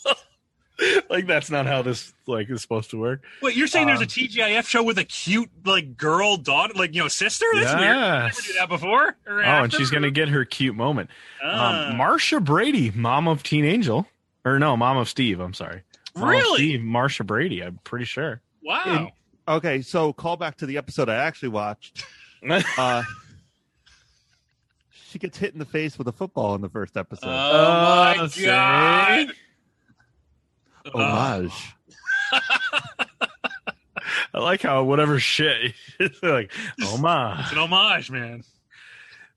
Speaker 1: [laughs] like that's not how this like is supposed to work.
Speaker 3: Wait, you're saying there's
Speaker 1: uh,
Speaker 3: a TGIF show with a cute like girl daughter, like you know sister? That's weird. I never
Speaker 1: Yes.
Speaker 3: knew that before. uh,
Speaker 1: Oh, and she's gonna get her cute moment. Um, Marsha Brady, mom of Teen Angel, or no, mom of Steve. I'm sorry. Mom of
Speaker 3: Really?
Speaker 1: Steve, Marsha Brady. I'm pretty
Speaker 3: [laughs]
Speaker 1: sure.
Speaker 3: wow.
Speaker 2: Okay, so call back to the episode I actually watched. Uh, she gets hit in the face with a football in the first episode.
Speaker 3: oh my
Speaker 1: Uh, see? Oh,
Speaker 3: god. Oh,
Speaker 2: homage.
Speaker 1: I like how whatever shit. [laughs] it's like, oh my.
Speaker 3: It's an homage, man.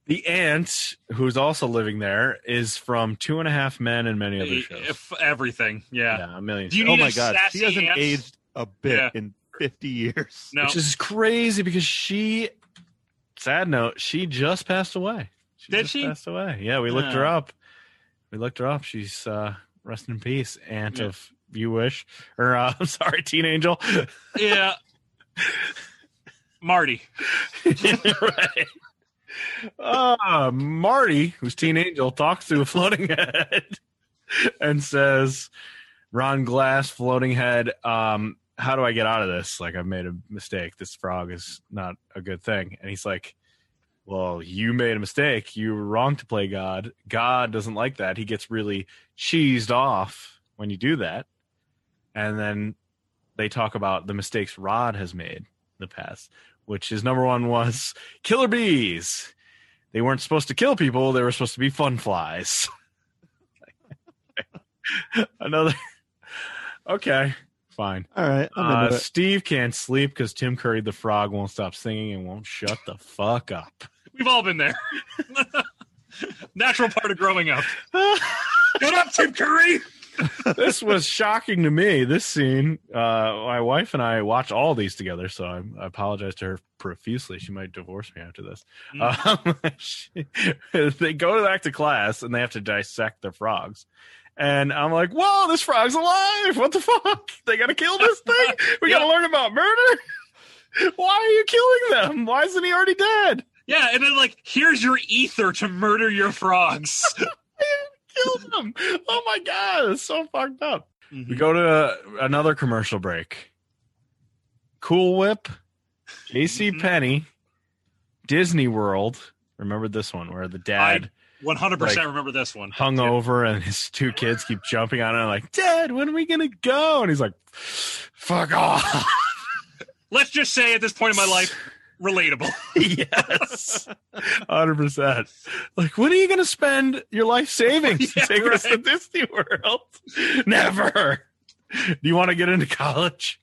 Speaker 1: The aunt, who's also living there, is from Two and a Half Men and many other shows.
Speaker 3: E, If everything, yeah.
Speaker 1: yeah, a million.
Speaker 3: Do you
Speaker 1: shows.
Speaker 2: oh
Speaker 3: need
Speaker 2: my
Speaker 3: a
Speaker 2: god, she
Speaker 3: sassy
Speaker 2: hasn't
Speaker 3: aunt?
Speaker 2: aged a bit
Speaker 3: Yeah.
Speaker 2: in 50 years.
Speaker 3: No,
Speaker 1: Which is crazy because she, sad note, she just passed away. She
Speaker 3: Did
Speaker 1: just
Speaker 3: she?
Speaker 1: passed away? Yeah, we looked her
Speaker 3: Oh.
Speaker 1: up. We looked her up. She's uh, rest in peace, aunt
Speaker 3: Yeah.
Speaker 1: of you wish, or uh, [laughs] I'm sorry, teen angel. [laughs]
Speaker 3: yeah. Marty.
Speaker 1: right. [laughs] Uh, Marty, who's teen angel, talks to a floating head and says, "Ron Glass, floating head. Um, how do I get out of this? Like, I've made a mistake. This frog is not a good thing." And he's like, "Well, you made a mistake. You were wrong to play God. God doesn't like that. He gets really cheesed off when you do that." And then they talk about the mistakes Rod has made in the past which is number one was killer bees. They weren't supposed to kill people; they were supposed to be fun flies. [laughs] Another. Okay, fine.
Speaker 2: All right, I'm
Speaker 1: Uh,
Speaker 2: into it.
Speaker 1: Steve can't sleep because Tim Curry the frog won't stop singing and won't shut the fuck up. [laughs]
Speaker 3: We've all been there. [laughs] Natural part of growing up. Shut up, Tim Curry.
Speaker 1: this was shocking to me. This scene, uh, my wife and I watch all these together, so I, I apologize to her profusely. She might divorce me after this. Um, [laughs] she- they go back to class and they have to dissect the frogs. And I'm like, whoa, this frog's alive. What the fuck? They got to kill this thing? We got to learn about murder? [laughs] Why are you killing them? Why isn't he already dead? [laughs]
Speaker 3: Yeah, and then like, here's your ether to murder your frogs.
Speaker 1: Kill them. Oh my God. It's so fucked up. We go to uh, another commercial break. Cool Whip, J.C.
Speaker 3: Mhm.
Speaker 1: Penny, Disney World. Remember this one where the dad
Speaker 3: One hundred
Speaker 1: Like,
Speaker 3: percent remember this one.
Speaker 1: hung over and his two kids keep jumping on it like, Dad, when are we gonna go? And he's like, Fuck off.
Speaker 3: Let's just say at this point in my life,
Speaker 1: [laughs]
Speaker 3: relatable. [laughs]
Speaker 1: yes, hundred percent. Like, when are you gonna spend your life savings to
Speaker 3: [laughs] Yeah,
Speaker 1: take us to
Speaker 3: right.
Speaker 1: Disney World? Never. Do you want to get into college?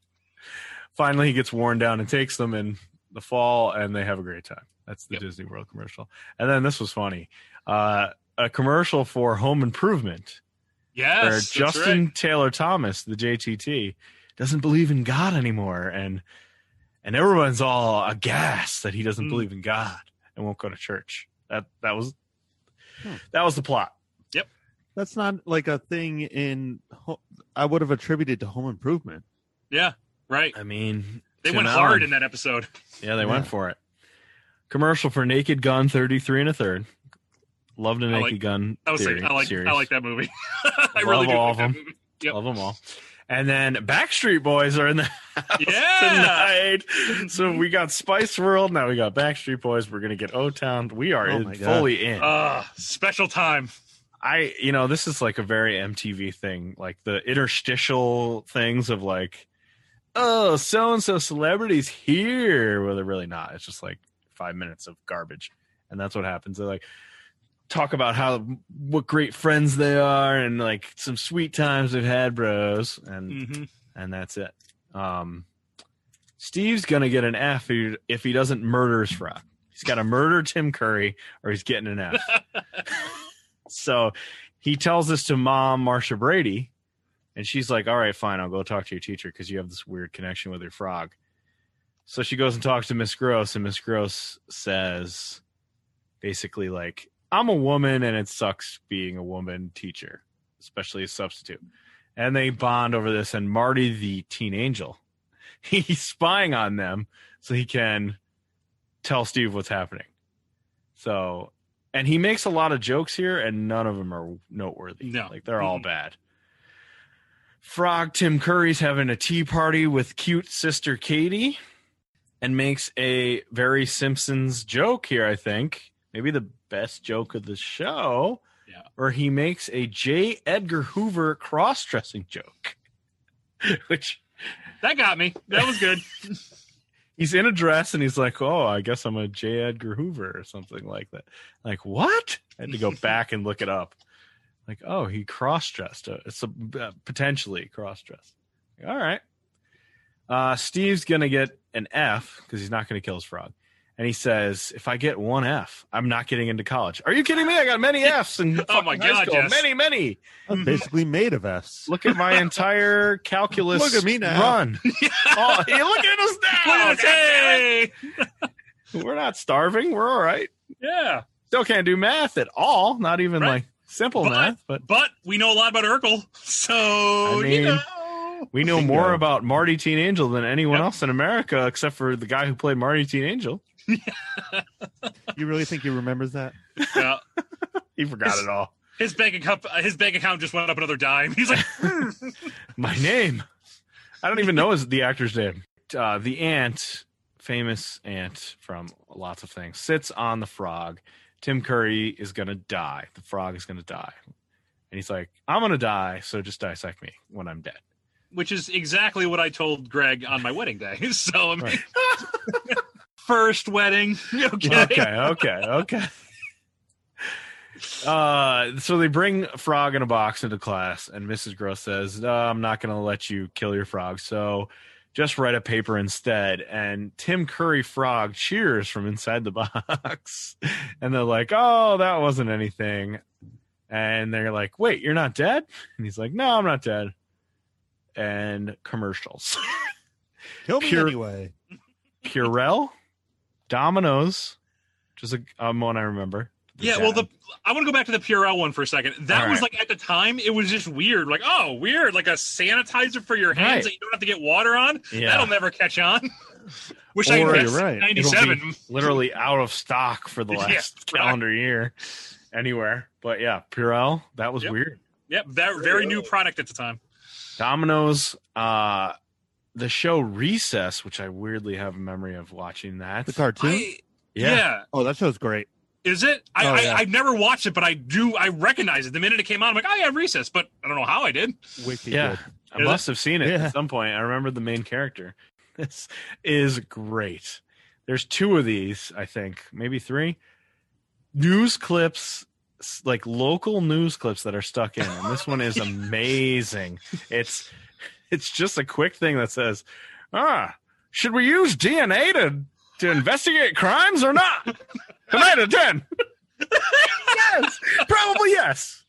Speaker 1: Finally, he gets worn down and takes them in the fall, and they have a great time. That's the
Speaker 3: Yep.
Speaker 1: Disney World commercial. And then this was funny. Uh, a commercial for Home Improvement
Speaker 3: Yes,
Speaker 1: where
Speaker 3: that's
Speaker 1: Justin
Speaker 3: right.
Speaker 1: Taylor Thomas, the JTT, doesn't believe in God anymore, and and everyone's all aghast that he doesn't
Speaker 3: Mm.
Speaker 1: believe in God and won't go to church. That that was
Speaker 2: Hmm.
Speaker 1: that was the plot.
Speaker 2: That's not like a thing in. ho- I would have attributed to Home Improvement.
Speaker 3: Yeah, right.
Speaker 1: I mean,
Speaker 3: They
Speaker 1: Tim
Speaker 3: went
Speaker 1: Allen.
Speaker 3: hard in that episode.
Speaker 1: Yeah, they
Speaker 2: Yeah.
Speaker 1: went for it. Commercial for Naked Gun 33 and a third. Love the
Speaker 3: I
Speaker 1: Naked
Speaker 3: like-
Speaker 1: Gun.
Speaker 3: I was
Speaker 1: theory,
Speaker 3: like, I like,
Speaker 1: series.
Speaker 3: I like that movie. [laughs] I
Speaker 1: Love
Speaker 3: really do
Speaker 1: all
Speaker 3: like that
Speaker 1: of 'em.
Speaker 3: movie. Yep.
Speaker 1: Love them all. And then Backstreet Boys are in the house
Speaker 2: [laughs]
Speaker 3: Yeah.
Speaker 1: tonight. So we got Spice World. Now we got Backstreet Boys. We're gonna get O Town. We are
Speaker 2: Oh
Speaker 1: in,
Speaker 2: my God.
Speaker 1: fully in.
Speaker 3: Uh, special time.
Speaker 1: I, you know, this is like a very MTV thing, like the interstitial things of like, oh, so and so celebrities here. Well, they're really not. It's just like five minutes of garbage, and that's what happens. They like talk about how what great friends they are and like some sweet times they've had, bros, and
Speaker 3: hmm
Speaker 1: and that's it. Um, Steve's gonna get an F if- if he doesn't murder his frat. He's got to murder Tim Curry, or he's getting an F. so he tells this to mom, Marsha Brady, and she's like, "All right, fine, I'll go talk to your teacher because you have this weird connection with your frog." So she goes and talks to Miss Gross, and Miss Gross says, basically, like, "I'm a woman, and it sucks being a woman teacher, especially a substitute." and they bond over this and marty the teen angel [laughs] he's spying on them so he can tell steve what's happening so and he makes a lot of jokes here and none of them are noteworthy
Speaker 3: No.
Speaker 1: like they're all
Speaker 3: Mhm.
Speaker 1: bad frog tim curry's having a tea party with cute sister katie and makes a very simpsons joke here i think maybe the best joke of the show where he makes a J. Edgar Hoover cross dressing joke, [laughs] which
Speaker 3: That got me. That
Speaker 1: [laughs]
Speaker 3: was good.
Speaker 1: he's in a dress and he's like, Oh, I guess I'm a J. Edgar Hoover or something like that. Like, what? I had to [laughs] go back and look it up. Like, oh, he cross dressed. It's a, uh, potentially cross dressed. All right. Uh, Steve's going to get an F because he's not going to kill his frog. And he says, "If I get one F, I'm not getting into college." Are you kidding me? I got [laughs] many Fs in
Speaker 3: Oh my
Speaker 1: fucking high
Speaker 3: God,
Speaker 1: school.
Speaker 3: yes.
Speaker 1: many, many.
Speaker 2: I'm
Speaker 3: Mhm.
Speaker 2: basically made of S.
Speaker 1: Look at my [laughs] entire calculus.
Speaker 2: Look at me now.
Speaker 1: Run. [laughs] oh, hey, [laughs] look at us now.
Speaker 3: Look at us,
Speaker 1: God damn
Speaker 3: hey!
Speaker 1: it. We're not starving. We're all right.
Speaker 3: Yeah,
Speaker 1: Still can't do math at all. Not even
Speaker 3: Right.
Speaker 1: like simple
Speaker 3: But-
Speaker 1: math. But
Speaker 3: but we know a lot about Urkel, so
Speaker 1: mean-
Speaker 3: you know.
Speaker 1: we know
Speaker 2: Bingo.
Speaker 1: more about Marty Teen Angel than anyone
Speaker 3: Yep.
Speaker 1: else in America, except for the guy who played Marty Teen Angel.
Speaker 2: You really think he remembers that?
Speaker 3: Yeah.
Speaker 1: He forgot it all.
Speaker 3: His bank account, his bank account just went up another dime. [laughs] He's like, hmm.
Speaker 1: My name. I don't even know his, the actor's name. Uh, the ant, famous ant from lots of things, sits on the frog. Tim Curry is going to die. The frog is going to die. And he's like, I'm going to die, so just dissect me when I'm dead.
Speaker 3: which is exactly what I told Greg on my wedding day. [laughs] So I mean,
Speaker 2: Right.
Speaker 3: first wedding, [laughs] okay.
Speaker 1: Okay, okay, okay. Uh, so they bring a frog in a box into class, and Mrs. Gross says, no, "I'm not going to let you kill your frog, so just write a paper instead." And Tim Curry frog cheers from inside the [laughs] box, and they're like, "Oh, that wasn't anything." And they're like, "Wait, you're not dead?" And he's like, "No, I'm not dead." And commercials.
Speaker 2: Kill me
Speaker 1: Pure-
Speaker 2: anyway.
Speaker 1: Purell, Domino's, which is a, um, one I remember.
Speaker 3: Yeah, well, the I want to go back to the Purell one for a second. That
Speaker 1: All
Speaker 3: was
Speaker 1: right.
Speaker 3: like at the time, it was just weird. Like, oh, weird, like a sanitizer for your
Speaker 1: Right.
Speaker 3: hands that you don't have to get water on. That'll
Speaker 1: yeah,
Speaker 3: never catch on. [laughs] Wish I
Speaker 1: Or-
Speaker 3: could
Speaker 2: you're right. It'll be-
Speaker 3: ninety-seven.
Speaker 1: literally out of stock for the
Speaker 3: [laughs] Yeah,
Speaker 1: last
Speaker 3: right.
Speaker 1: calendar year anywhere. But yeah, Purell, that was
Speaker 3: Yep.
Speaker 1: weird.
Speaker 3: Yep, that very new product at the time.
Speaker 1: Domino's, uh, the show Recess, which I weirdly have a memory of watching that.
Speaker 2: The cartoon.
Speaker 3: I-
Speaker 1: Yeah.
Speaker 3: yeah.
Speaker 2: Oh, that show's great.
Speaker 3: Is it? I,
Speaker 2: Oh,
Speaker 3: I,
Speaker 2: yeah.
Speaker 3: I've never watched it, but I do. I recognize it the minute it came on. I'm like, oh yeah, recess, but I don't know how I did.
Speaker 2: Wicked.
Speaker 1: Yeah,
Speaker 2: good.
Speaker 1: I
Speaker 3: Is it?
Speaker 1: must have seen it
Speaker 2: Yeah.
Speaker 1: at some point. I remember the main character. [laughs] This is great. There's two of these, I think, maybe three. News clips, s- like local news clips that are stuck in, and this one
Speaker 2: [laughs]
Speaker 1: is amazing. It's it's just a quick thing that says, "Ah, should we use DNA to to investigate crimes or not? Tonight at
Speaker 2: [laughs]
Speaker 1: 10. yes. Probably yes.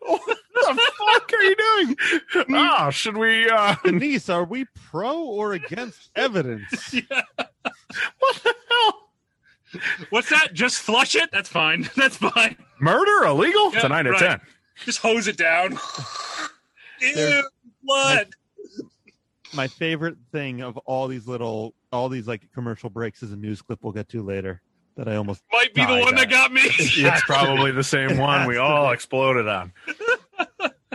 Speaker 1: What the fuck are you doing? [laughs] Ah, should we uh
Speaker 2: Denise, are we pro or against
Speaker 3: [laughs]
Speaker 2: evidence?
Speaker 1: what the hell?
Speaker 3: What's that? Just flush it? That's fine. [laughs] That's fine.
Speaker 1: Murder illegal?
Speaker 3: Yeah,
Speaker 1: Tonight at
Speaker 3: right.
Speaker 1: 10.
Speaker 3: Just hose it
Speaker 1: [laughs]
Speaker 3: down. Ew,
Speaker 2: There's-
Speaker 3: blood.
Speaker 2: My favorite thing of all these little, all these like commercial breaks is a news clip we'll get to later that I almost
Speaker 3: Might be the
Speaker 2: Nah,
Speaker 3: one that
Speaker 2: that-
Speaker 1: [laughs]
Speaker 3: got me.
Speaker 1: It's probably the [laughs] same one we all exploded [laughs] on.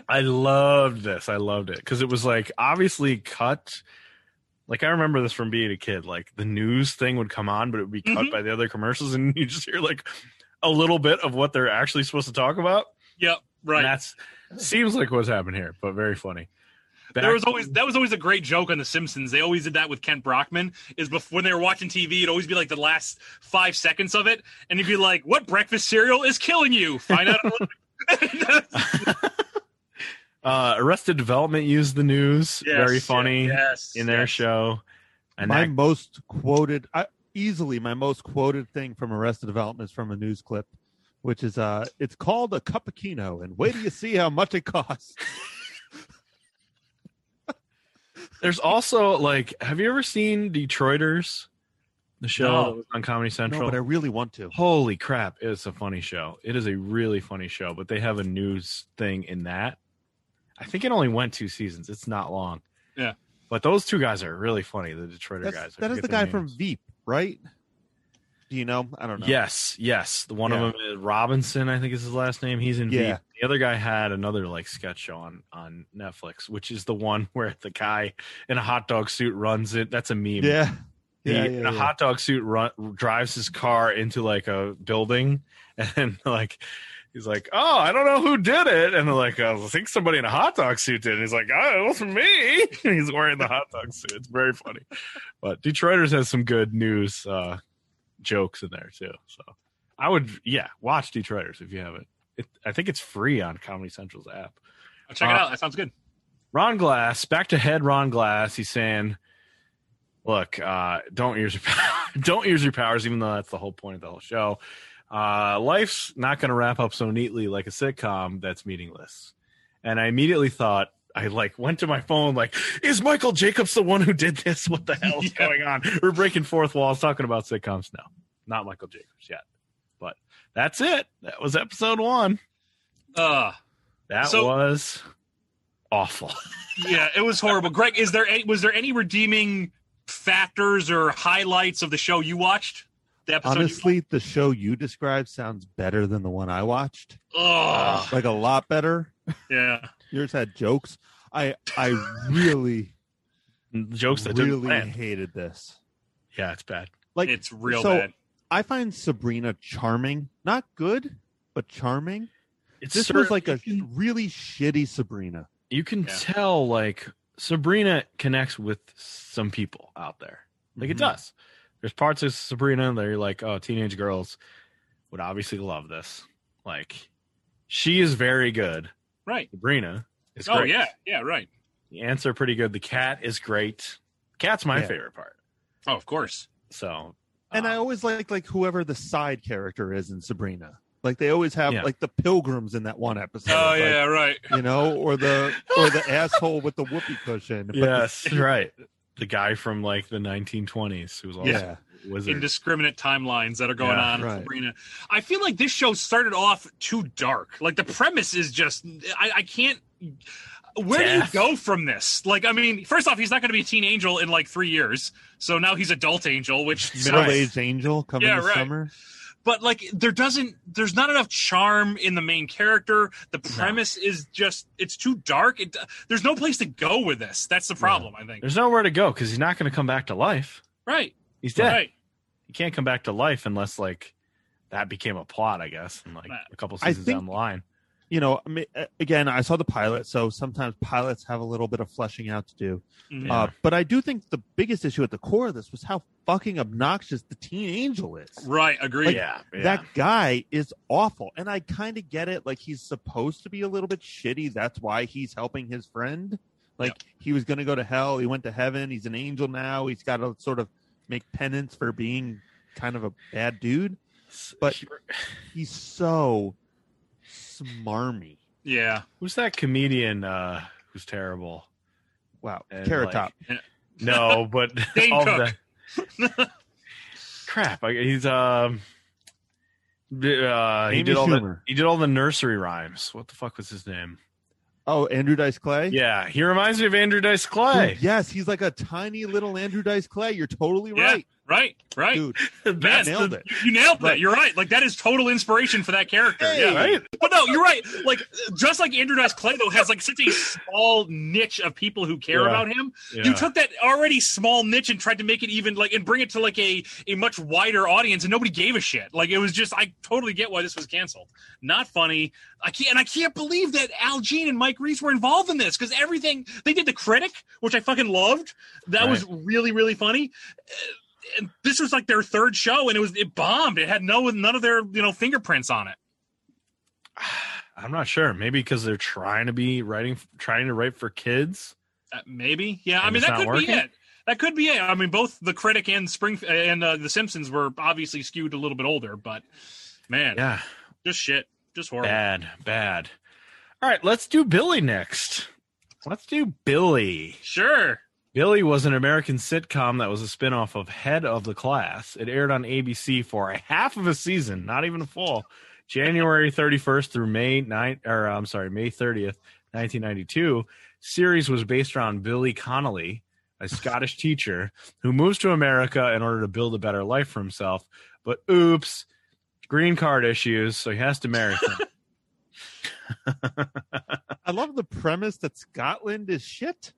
Speaker 1: I loved this. I loved it because it was like obviously cut. Like I remember this from being a kid. Like the news thing would come on, but it would be cut
Speaker 3: Mhm.
Speaker 1: by the other commercials, and [laughs] you just hear like a little bit of what they're actually supposed to talk about.
Speaker 3: Yep, right.
Speaker 1: And that's seems like what's happened here, but very funny.
Speaker 3: there was always that was always a great joke on The Simpsons. They always did that with Kent Brockman. Is before when they were watching TV, it'd always be like the last five seconds of it, and he'd be like, "What breakfast cereal is killing you?" Find
Speaker 1: [laughs]
Speaker 3: out.
Speaker 1: uh, Arrested Development used the news. very
Speaker 3: Yes,
Speaker 1: funny
Speaker 3: Yes,
Speaker 1: in their
Speaker 3: yes.
Speaker 1: show. And
Speaker 2: my
Speaker 1: that
Speaker 2: most quoted I, easily my most quoted thing from arrested development is from a news clip which is uh it's called a cappuccino and wait till you see how much it costs
Speaker 1: There's also like, have you ever seen Detroiters? The show
Speaker 3: No.
Speaker 1: that was on Comedy
Speaker 2: no
Speaker 1: Central.
Speaker 2: but i really want to
Speaker 1: Holy crap! It's a funny show. It is a really funny show, but they have a news thing in that. I think it only went two seasons. It's not long.
Speaker 3: Yeah.
Speaker 1: But those two guys are really funny. The Detroiter
Speaker 2: That's,
Speaker 1: guys. I
Speaker 2: that is
Speaker 1: forget
Speaker 2: the
Speaker 1: their
Speaker 2: guy from
Speaker 1: names.
Speaker 2: veep right do you know i don't know
Speaker 1: Yes, yes. The one
Speaker 2: Yeah.
Speaker 1: of them is Robinson. I think is his last name. He's in.
Speaker 2: Yeah.
Speaker 1: Veep. The other guy had another like sketch show on on Netflix, which is the one [laughs] where the guy in a hot dog suit runs it. That's a meme.
Speaker 2: yeah
Speaker 1: he,
Speaker 2: yeah, yeah,
Speaker 1: in
Speaker 2: yeah.
Speaker 1: a hot dog suit run, drives his car into like a building [laughs] and like he's like oh i don't know who did it and they're like "Oh, i think somebody in a hot dog suit did it he's like oh it wasn't me [laughs] and he's wearing the hot dog suit it's very funny but detroiters has some good news uh jokes in there too so i would yeah watch detroiters if you haven't it, i think it's free on comedy central's app Uh,
Speaker 3: I'll check it out. That sounds good.
Speaker 1: Ron Glass, back to head Ron Glass. He's saying, "Look, uh, don't use your [laughs] don't use your powers, even though that's the whole point of the whole show. Uh, life's not going to wrap up so neatly like a sitcom that's meaningless." And I immediately thought, I like went to my phone, like, "Is Michael Jacobs the one who did this? What the hell is
Speaker 3: [laughs] Yeah.
Speaker 1: going on? We're breaking fourth walls, talking about sitcoms now. Not Michael Jacobs yet, but that's it. That was episode one.
Speaker 3: Uh,
Speaker 1: That
Speaker 3: So-
Speaker 1: was awful." [laughs]
Speaker 3: yeah, it was horrible. Greg, is there any, was there any redeeming factors or highlights of the show you watched? The episode.
Speaker 2: honestly the show you described sounds better than the one i watched
Speaker 3: you, Ugh.
Speaker 2: like a lot better
Speaker 3: yeah.
Speaker 2: yours had jokes i i really
Speaker 1: [laughs] jokes that didn't
Speaker 2: really
Speaker 1: land.
Speaker 2: hated this
Speaker 1: Yeah, it's bad.
Speaker 2: like
Speaker 3: it's real
Speaker 2: so-
Speaker 3: bad.
Speaker 2: I find Sabrina charming, not good, but charming.
Speaker 1: It's
Speaker 2: This was like a sh- really shitty Sabrina.
Speaker 1: you can
Speaker 3: Yeah.
Speaker 1: tell like Sabrina connects with some people out there. Like it
Speaker 3: Mm-hmm.
Speaker 2: Mhm.
Speaker 1: does. There's parts of Sabrina that you're like, oh, teenage girls would obviously love this. Like she is very good.
Speaker 3: Right.
Speaker 1: Sabrina is
Speaker 3: Oh
Speaker 1: great.
Speaker 3: yeah. Yeah. Right.
Speaker 1: The ants are pretty good. The cat is great. Cat's my
Speaker 2: Yeah.
Speaker 1: favorite part.
Speaker 3: Oh, of
Speaker 2: [laughs]
Speaker 3: course.
Speaker 1: So
Speaker 2: And I
Speaker 1: um,
Speaker 2: always like like whoever the side character is in Sabrina. Like they always have
Speaker 1: Yeah.
Speaker 2: like the pilgrims in that one episode.
Speaker 3: Oh
Speaker 2: like,
Speaker 3: yeah. Right.
Speaker 2: You know, or the or the asshole with the whoopee cushion.
Speaker 1: [laughs]
Speaker 2: But
Speaker 1: Yes, right. The guy from like the 1920s who's
Speaker 2: the-
Speaker 1: also
Speaker 2: yeah.
Speaker 1: a wizard.
Speaker 3: Indiscriminate timelines that are going
Speaker 1: Yeah,
Speaker 3: on in
Speaker 2: right.
Speaker 3: Sabrina. I feel like this show started off too dark. Like the premise is just I, I can't where
Speaker 1: Death.
Speaker 3: do you go from this? Like, I mean, first off, he's not going to be a teen angel in like three years, so now he's adult angel, which
Speaker 2: Middle
Speaker 3: sucks.
Speaker 2: aged angel coming
Speaker 3: Yeah,
Speaker 2: this
Speaker 3: right.
Speaker 2: summer.
Speaker 3: But like, there doesn't, there's not enough charm in the main character. The premise is just, it's too dark. It, there's no place to go with this. That's the problem, I think.
Speaker 1: There's nowhere to go because he's not going to come back to life.
Speaker 3: Right,
Speaker 1: He's dead.
Speaker 3: right.
Speaker 1: He can't come back to life unless like that became a plot, I guess, and like
Speaker 3: Right.
Speaker 1: a couple
Speaker 2: I
Speaker 1: seasons
Speaker 2: think-
Speaker 1: down the line.
Speaker 2: You know, I mean, a- again, I saw the pilot, so sometimes pilots have a little bit of fleshing out to do.
Speaker 3: Mhm.
Speaker 1: Yeah.
Speaker 2: Uh, but I do think the biggest issue at the core of this was how fucking obnoxious the teen angel is.
Speaker 3: Right, agree.
Speaker 1: yeah, yeah.
Speaker 2: that guy is awful and i kind of get it like he's supposed to be a little bit shitty that's why he's helping his friend like he was going to go to hell he went to heaven he's an angel now he's got to sort of make penance for being kind of a bad dude. But he's so smarmy.
Speaker 3: Yeah.
Speaker 1: Who's that comedian uh, who's
Speaker 3: [laughs]
Speaker 1: terrible?
Speaker 2: Wow,
Speaker 1: And,
Speaker 2: Carrot
Speaker 1: like,
Speaker 2: Top.
Speaker 1: No, but
Speaker 3: Dane
Speaker 1: all
Speaker 3: Cook. [laughs]
Speaker 1: the- crap. I, he's um, d- uh, he
Speaker 2: Amy
Speaker 1: did all the
Speaker 2: Schumer.
Speaker 1: he did all the nursery rhymes. What the fuck was his name?
Speaker 2: Oh, Andrew Dice Clay.
Speaker 1: Yeah, he reminds me of Andrew Dice [laughs]
Speaker 2: Dude,
Speaker 1: Clay.
Speaker 2: yes, he's like a tiny little Andrew Dice Clay. You're totally
Speaker 3: Yeah.
Speaker 2: right,
Speaker 3: Right. Right.
Speaker 2: dude.
Speaker 3: That's
Speaker 2: nailed
Speaker 3: the-
Speaker 2: it.
Speaker 3: You nailed that.
Speaker 2: Right.
Speaker 3: You're right. Like that is total inspiration for that character.
Speaker 2: Hey.
Speaker 3: Yeah.
Speaker 1: right?
Speaker 3: But no, you're right. Like just like Andrew Dice Clay though has like such a small niche of people who care
Speaker 1: Yeah.
Speaker 3: about him.
Speaker 1: Yeah.
Speaker 3: You took that already small niche and tried to make it even like and bring it to like a a much wider audience, and nobody gave a shit. Like it was just I totally get why this was canceled. Not funny. I can't and I can't believe that Al Jean and Mike Reese were involved in this because everything they did the critic, which I fucking loved. That was really really funny. Uh, And this was like their third show, and it was it bombed. It had no none of their you know fingerprints on it.
Speaker 1: [sighs] I'm not sure. Maybe because they're trying to be writing, trying to write for kids.
Speaker 3: Uh, maybe. Yeah. I
Speaker 1: And
Speaker 3: mean,
Speaker 1: it's
Speaker 3: that
Speaker 1: not
Speaker 3: could be
Speaker 1: working?
Speaker 3: it. That could be it. I mean, both the critic and Spring and uh, the Simpsons were obviously skewed a little bit older, but man,
Speaker 1: Yeah,
Speaker 3: just shit, just horrible.
Speaker 1: bad, bad. All right, let's do Billy next. Let's do Billy.
Speaker 2: [laughs]
Speaker 3: Sure.
Speaker 1: Billy was an American sitcom that was a spinoff of Head of the Class. It aired on ABC for a half of a season, not even a full, January 31st through May 9 or I'm sorry, May 30th, 1992. Series was based around Billy Connolly, a Scottish teacher who moves to America in order to build a better life for himself, but oops, green card issues, so he has to marry. someone.
Speaker 2: I love the premise that Scotland is shit.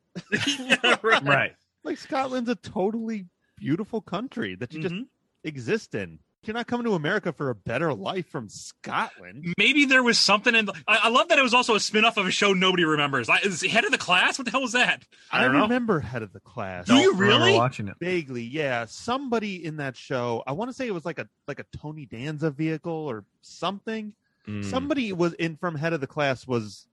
Speaker 3: right.
Speaker 1: right.
Speaker 2: Like Scotland's a totally beautiful country that you just
Speaker 3: Mhm.
Speaker 1: Mm-hmm.
Speaker 2: exist in. You're not coming to America for a better life from
Speaker 1: Mm,
Speaker 2: Scotland.
Speaker 3: Maybe there was something in. The, I, I love that it was also a spinoff of a show nobody remembers. I, is it head of the class? What the hell was that?
Speaker 1: I don't know.
Speaker 2: remember head of the class.
Speaker 3: Do you
Speaker 1: Don't remember
Speaker 3: really?
Speaker 1: watching it?
Speaker 2: Vaguely, yeah. Somebody in that show, I want to say it was like a like a Tony Danza vehicle or something.
Speaker 1: Mm.
Speaker 2: Somebody was in from head of the class was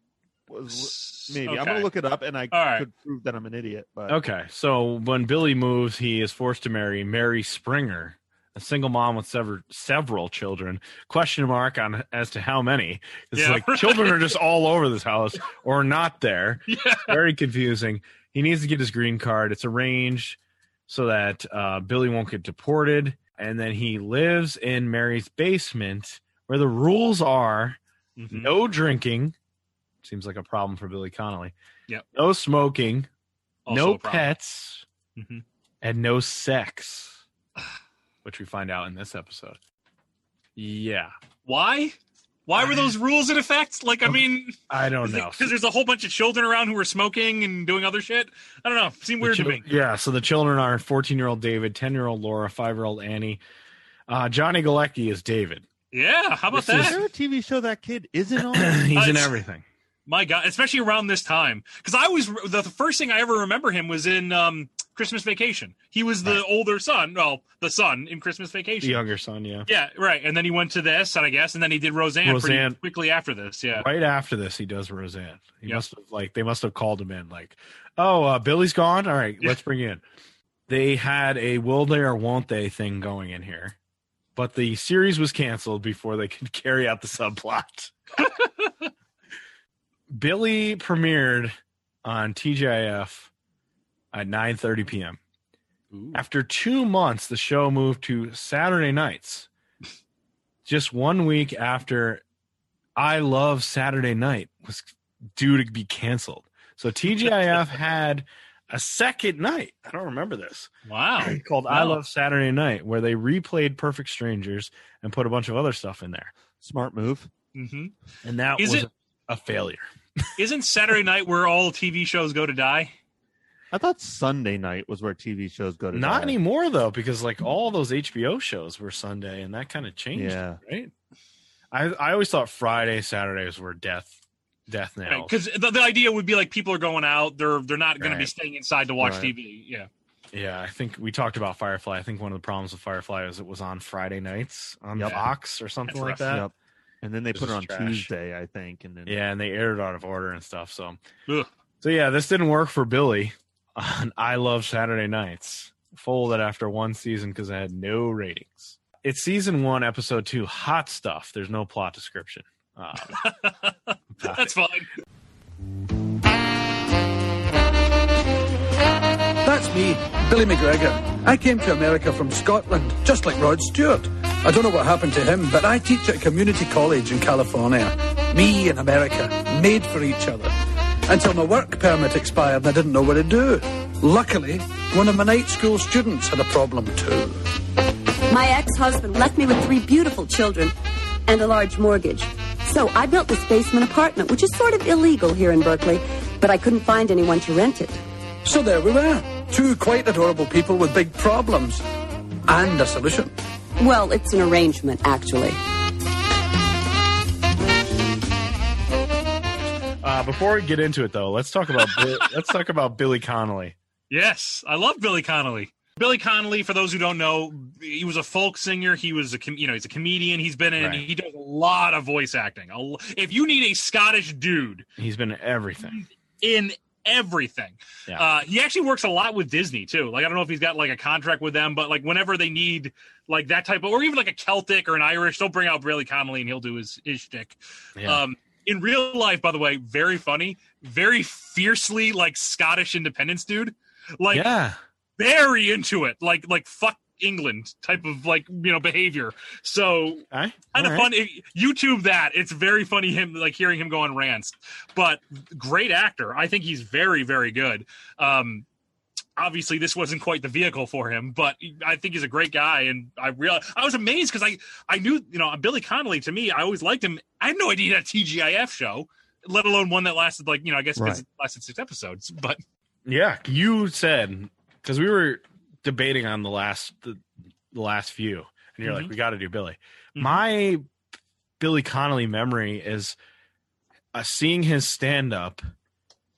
Speaker 2: was maybe. I'm gonna
Speaker 3: Okay.
Speaker 2: look it up and I
Speaker 3: All right.
Speaker 2: could prove that I'm an idiot. But
Speaker 1: Okay, so when Billy moves, he is forced to marry Mary Springer, a single mom with several several children. Question mark on as to how many. It's
Speaker 3: Yeah,
Speaker 1: like
Speaker 3: right.
Speaker 1: children are just all over this house or not there.
Speaker 3: [laughs] Yeah.
Speaker 1: Very confusing. He needs to get his green card. It's arranged so that uh, Billy won't get deported, and then he lives in Mary's basement, where the rules are
Speaker 3: Mhm.
Speaker 1: Mm-hmm. no drinking. Seems like a problem for Billy Connolly.
Speaker 3: Yep.
Speaker 1: No smoking
Speaker 3: Also
Speaker 1: no
Speaker 3: a problem.
Speaker 1: pets
Speaker 3: Mhm.
Speaker 1: and no
Speaker 3: [sighs]
Speaker 1: sex, which we find out in this episode. Yeah,
Speaker 3: Why? Why were those rules in effect? Like,
Speaker 1: Oh.
Speaker 3: I mean,
Speaker 1: I don't know.
Speaker 3: because there's a whole bunch of children around who are smoking and doing other shit. I don't know.
Speaker 1: The
Speaker 3: Seemed weird to
Speaker 1: chil-
Speaker 3: me.
Speaker 1: Yeah, so the children are 14 year old David, 10 year old Laura, 5 year old Annie. Uh, Johnny Galecki is David. [clears throat]
Speaker 3: Yeah, how about
Speaker 1: This
Speaker 3: that?
Speaker 2: is there a TV show that kid
Speaker 3: [coughs]
Speaker 2: isn't on?
Speaker 1: He's in
Speaker 3: Uh,
Speaker 1: everything.
Speaker 3: My God, especially around this time, because I was the, the first thing I ever remember him was in um, Christmas Vacation. He was the older son, well, the son in Christmas
Speaker 1: The
Speaker 3: Vacation.
Speaker 1: younger son, yeah.
Speaker 3: Yeah, right. And then he went to this, and I guess, and then he did Roseanne,
Speaker 1: Roseanne.
Speaker 3: pretty quickly after this. Yeah,
Speaker 1: Right after this, he does Roseanne. He
Speaker 3: Yeah.
Speaker 1: must have like they must have called him in, like, oh, uh, Billy's gone. All right,
Speaker 3: Yeah.
Speaker 1: let's bring you in. They had a will they or won't they thing going in here, but the series was canceled before they [laughs] could carry out the
Speaker 3: [laughs]
Speaker 1: subplot. Billy premiered on TGIF at 9:30 p.m. After two months, the show moved to Saturday nights. Just one week after I Love Saturday Night was due to be canceled. So
Speaker 3: [laughs]
Speaker 1: TGIF had a second night. I don't remember this.
Speaker 3: Wow.
Speaker 1: Called I
Speaker 3: Oh, Wow.
Speaker 1: Love Saturday Night, where they replayed Perfect Strangers and put a bunch of other stuff in there.
Speaker 2: Smart move.
Speaker 3: hmm
Speaker 1: And that
Speaker 3: Is
Speaker 1: was
Speaker 3: it-
Speaker 1: a failure.
Speaker 3: Isn't Saturday night where all TV shows go to die?
Speaker 2: I thought Sunday night was where TV shows go to.
Speaker 1: Not
Speaker 2: die.
Speaker 1: anymore though, because like all those HBO shows were Sunday and that kind of changed.
Speaker 2: Yeah.
Speaker 1: right? I I always thought Friday Saturdays were death death nails.
Speaker 3: Because the, the idea would be like people are going out; they're they're not going to be
Speaker 1: Right.
Speaker 3: staying inside to watch
Speaker 2: Right.
Speaker 3: TV. Yeah.
Speaker 1: yeah, I think we talked about Firefly. I think one of the problems with Firefly is it was on Friday nights on
Speaker 2: Yep.
Speaker 1: Fox or something
Speaker 3: That's
Speaker 1: like
Speaker 3: rough.
Speaker 1: that.
Speaker 2: Yep. And then they
Speaker 1: This
Speaker 2: put it
Speaker 1: is
Speaker 2: on
Speaker 1: trash.
Speaker 2: Tuesday, I think, and then
Speaker 1: Yeah, and they aired it out of order and stuff. So
Speaker 3: Ugh.
Speaker 1: so yeah, this didn't work for Billy on I Love Saturday Nights. folded after one season because it had no ratings. It's season one, episode two, hot stuff. There's no plot description. Um, about
Speaker 3: That's
Speaker 1: it.
Speaker 3: fine.
Speaker 5: That's me, Billy McGregor. I came to America from Scotland, just like Rod Stewart. I don't know what happened to him, but I teach at a community college in California. Me and America, made for each other. Until my work permit expired and I didn't know what to do. Luckily, one of my night school students had a problem too.
Speaker 6: My ex husband left me with three beautiful children and a large mortgage. So I built this basement apartment, which is sort of illegal here in Berkeley, but I couldn't find anyone to rent it.
Speaker 5: So there we were. Two quite adorable people with big problems. And a solution.
Speaker 6: Well, it's an arrangement, actually.
Speaker 1: Uh, before we get into it, though, let's talk about
Speaker 3: [laughs]
Speaker 1: Bill, let's talk about Billy Connolly.
Speaker 3: Yes, I love Billy Connolly. Billy Connolly, for those who don't know, he was a folk singer. He was a com- you know he's a comedian. He's been in
Speaker 1: Right.
Speaker 3: he does a lot of voice acting. A l- If you need a Scottish dude
Speaker 1: He's been in everything.
Speaker 3: in everything,
Speaker 1: Yeah.
Speaker 3: uh, he actually works a lot with Disney too. Like I don't know if he's got like a contract with them, but like whenever they need like that type of or even like a Celtic or an Irish, they'll bring out Billy Connolly and he'll do his his shtick.
Speaker 1: Yeah.
Speaker 3: Um, in real life, by the way, very funny, very fiercely like Scottish independence dude. Like
Speaker 1: yeah.
Speaker 3: very into it, like like fuck England type of like you know behavior. So
Speaker 1: All right.
Speaker 3: kind
Speaker 1: All
Speaker 3: of
Speaker 1: right.
Speaker 3: fun. If- YouTube that. It's very funny him like hearing him go on rants, but great actor. I think he's very very good. Um, obviously this wasn't quite the vehicle for him, but I think he's a great guy, and I real I was amazed because I I knew you know Billy Connolly to me I always liked him. I had no idea he had a TGIF show. Let alone one that lasted like you know I guess 'cause
Speaker 2: Right.
Speaker 3: it lasted six episodes, but
Speaker 1: Yeah, you said because we were debating on the last the, the last few, and you're like,
Speaker 3: Mhm.
Speaker 1: we got to do Billy.
Speaker 3: Mhm.
Speaker 1: My Billy Connolly memory is uh, seeing his stand up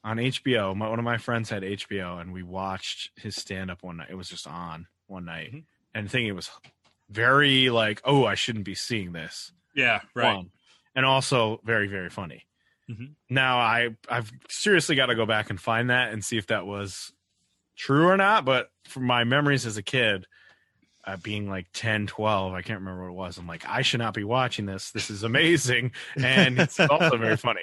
Speaker 1: on HBO. My, one of my friends had HBO, and we watched his stand up one night. It was just on one night,
Speaker 3: Mhm.
Speaker 1: and thinking it was very like, oh, I shouldn't be seeing this
Speaker 3: yeah right
Speaker 1: one, and also very very funny.
Speaker 3: Mhm.
Speaker 1: Now I I've seriously got to go back and find that and see if that was true or not. But from my memories as a kid, uh, being like 10, 12, I can't remember what it was. I'm like, I should not be watching this. This is amazing, and it's also very
Speaker 3: [laughs]
Speaker 1: funny.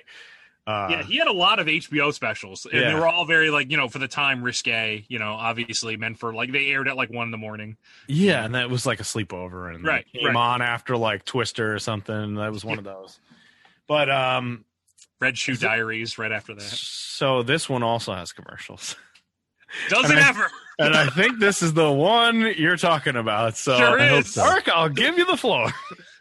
Speaker 1: Uh,
Speaker 3: yeah, he had a lot of HBO specials, and
Speaker 1: Yeah.
Speaker 3: they were all very like you know for the time risque. You know, obviously meant for like they aired at like one in the morning.
Speaker 1: yeah, and that was like a sleepover, and
Speaker 3: Right,
Speaker 1: like, came
Speaker 3: right.
Speaker 1: on after like Twister or something. That was one of those. But um,
Speaker 3: Red Shoe Diaries right after that.
Speaker 1: so this one also has commercials.
Speaker 3: Does
Speaker 1: And
Speaker 3: it
Speaker 1: I-
Speaker 3: ever?
Speaker 1: and I think this is the one you're talking about. So,
Speaker 3: Sure
Speaker 1: I hope
Speaker 3: is.
Speaker 1: so. Mark, I'll give you the floor.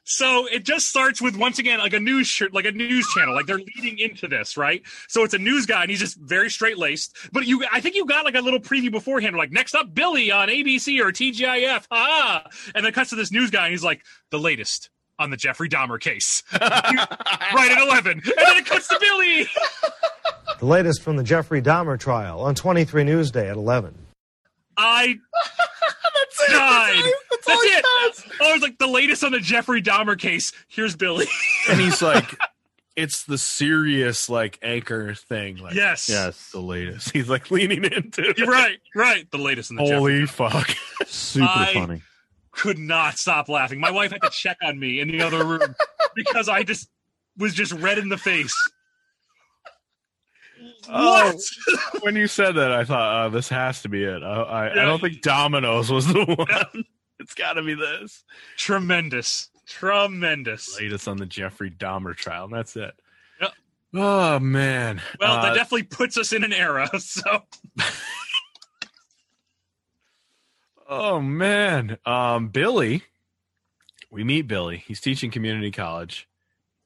Speaker 3: So it just starts with once again like a news shirt, like a news channel, like they're leading into this, right? So it's a news guy, and he's just very straight laced. But you, I think you got like a little preview beforehand, like next up Billy on ABC or TGIF, ah, and then cuts to this news guy, and he's like the latest on the Jeffrey Dahmer case, [laughs] right at eleven, and then it cuts to Billy.
Speaker 7: The latest from the Jeffrey Dahmer trial on 23 Newsday at 11.
Speaker 3: [laughs] I died. That's, it. I was like the latest on the Jeffrey Dahmer case. Here's Billy. [laughs]
Speaker 1: and he's like, it's the serious like anchor thing. Like,
Speaker 3: yes.
Speaker 1: yes, the latest. He's like leaning into. it.
Speaker 3: You're right. Right. The latest in the Jeffrey.
Speaker 1: Holy fuck!
Speaker 2: Super
Speaker 3: I-
Speaker 2: funny.
Speaker 3: Could not stop laughing. My wife had to check on me in the
Speaker 1: [laughs]
Speaker 3: other room because I just was just red in the face.
Speaker 1: Oh.
Speaker 3: What?
Speaker 1: when you said that, I thought uh, this has to be it. I, I, I
Speaker 3: Yeah.
Speaker 1: don't think Domino's was
Speaker 3: [laughs]
Speaker 1: the one. it's got to be this
Speaker 3: Tremendous. Tremendous.
Speaker 1: latest on the Jeffrey Dahmer trial. And that's it.
Speaker 3: Yep.
Speaker 1: Oh man.
Speaker 3: Well,
Speaker 1: Uh,
Speaker 3: that definitely puts us in an era. [laughs] So
Speaker 1: Oh man, um, Billy. We meet Billy. He's teaching community college.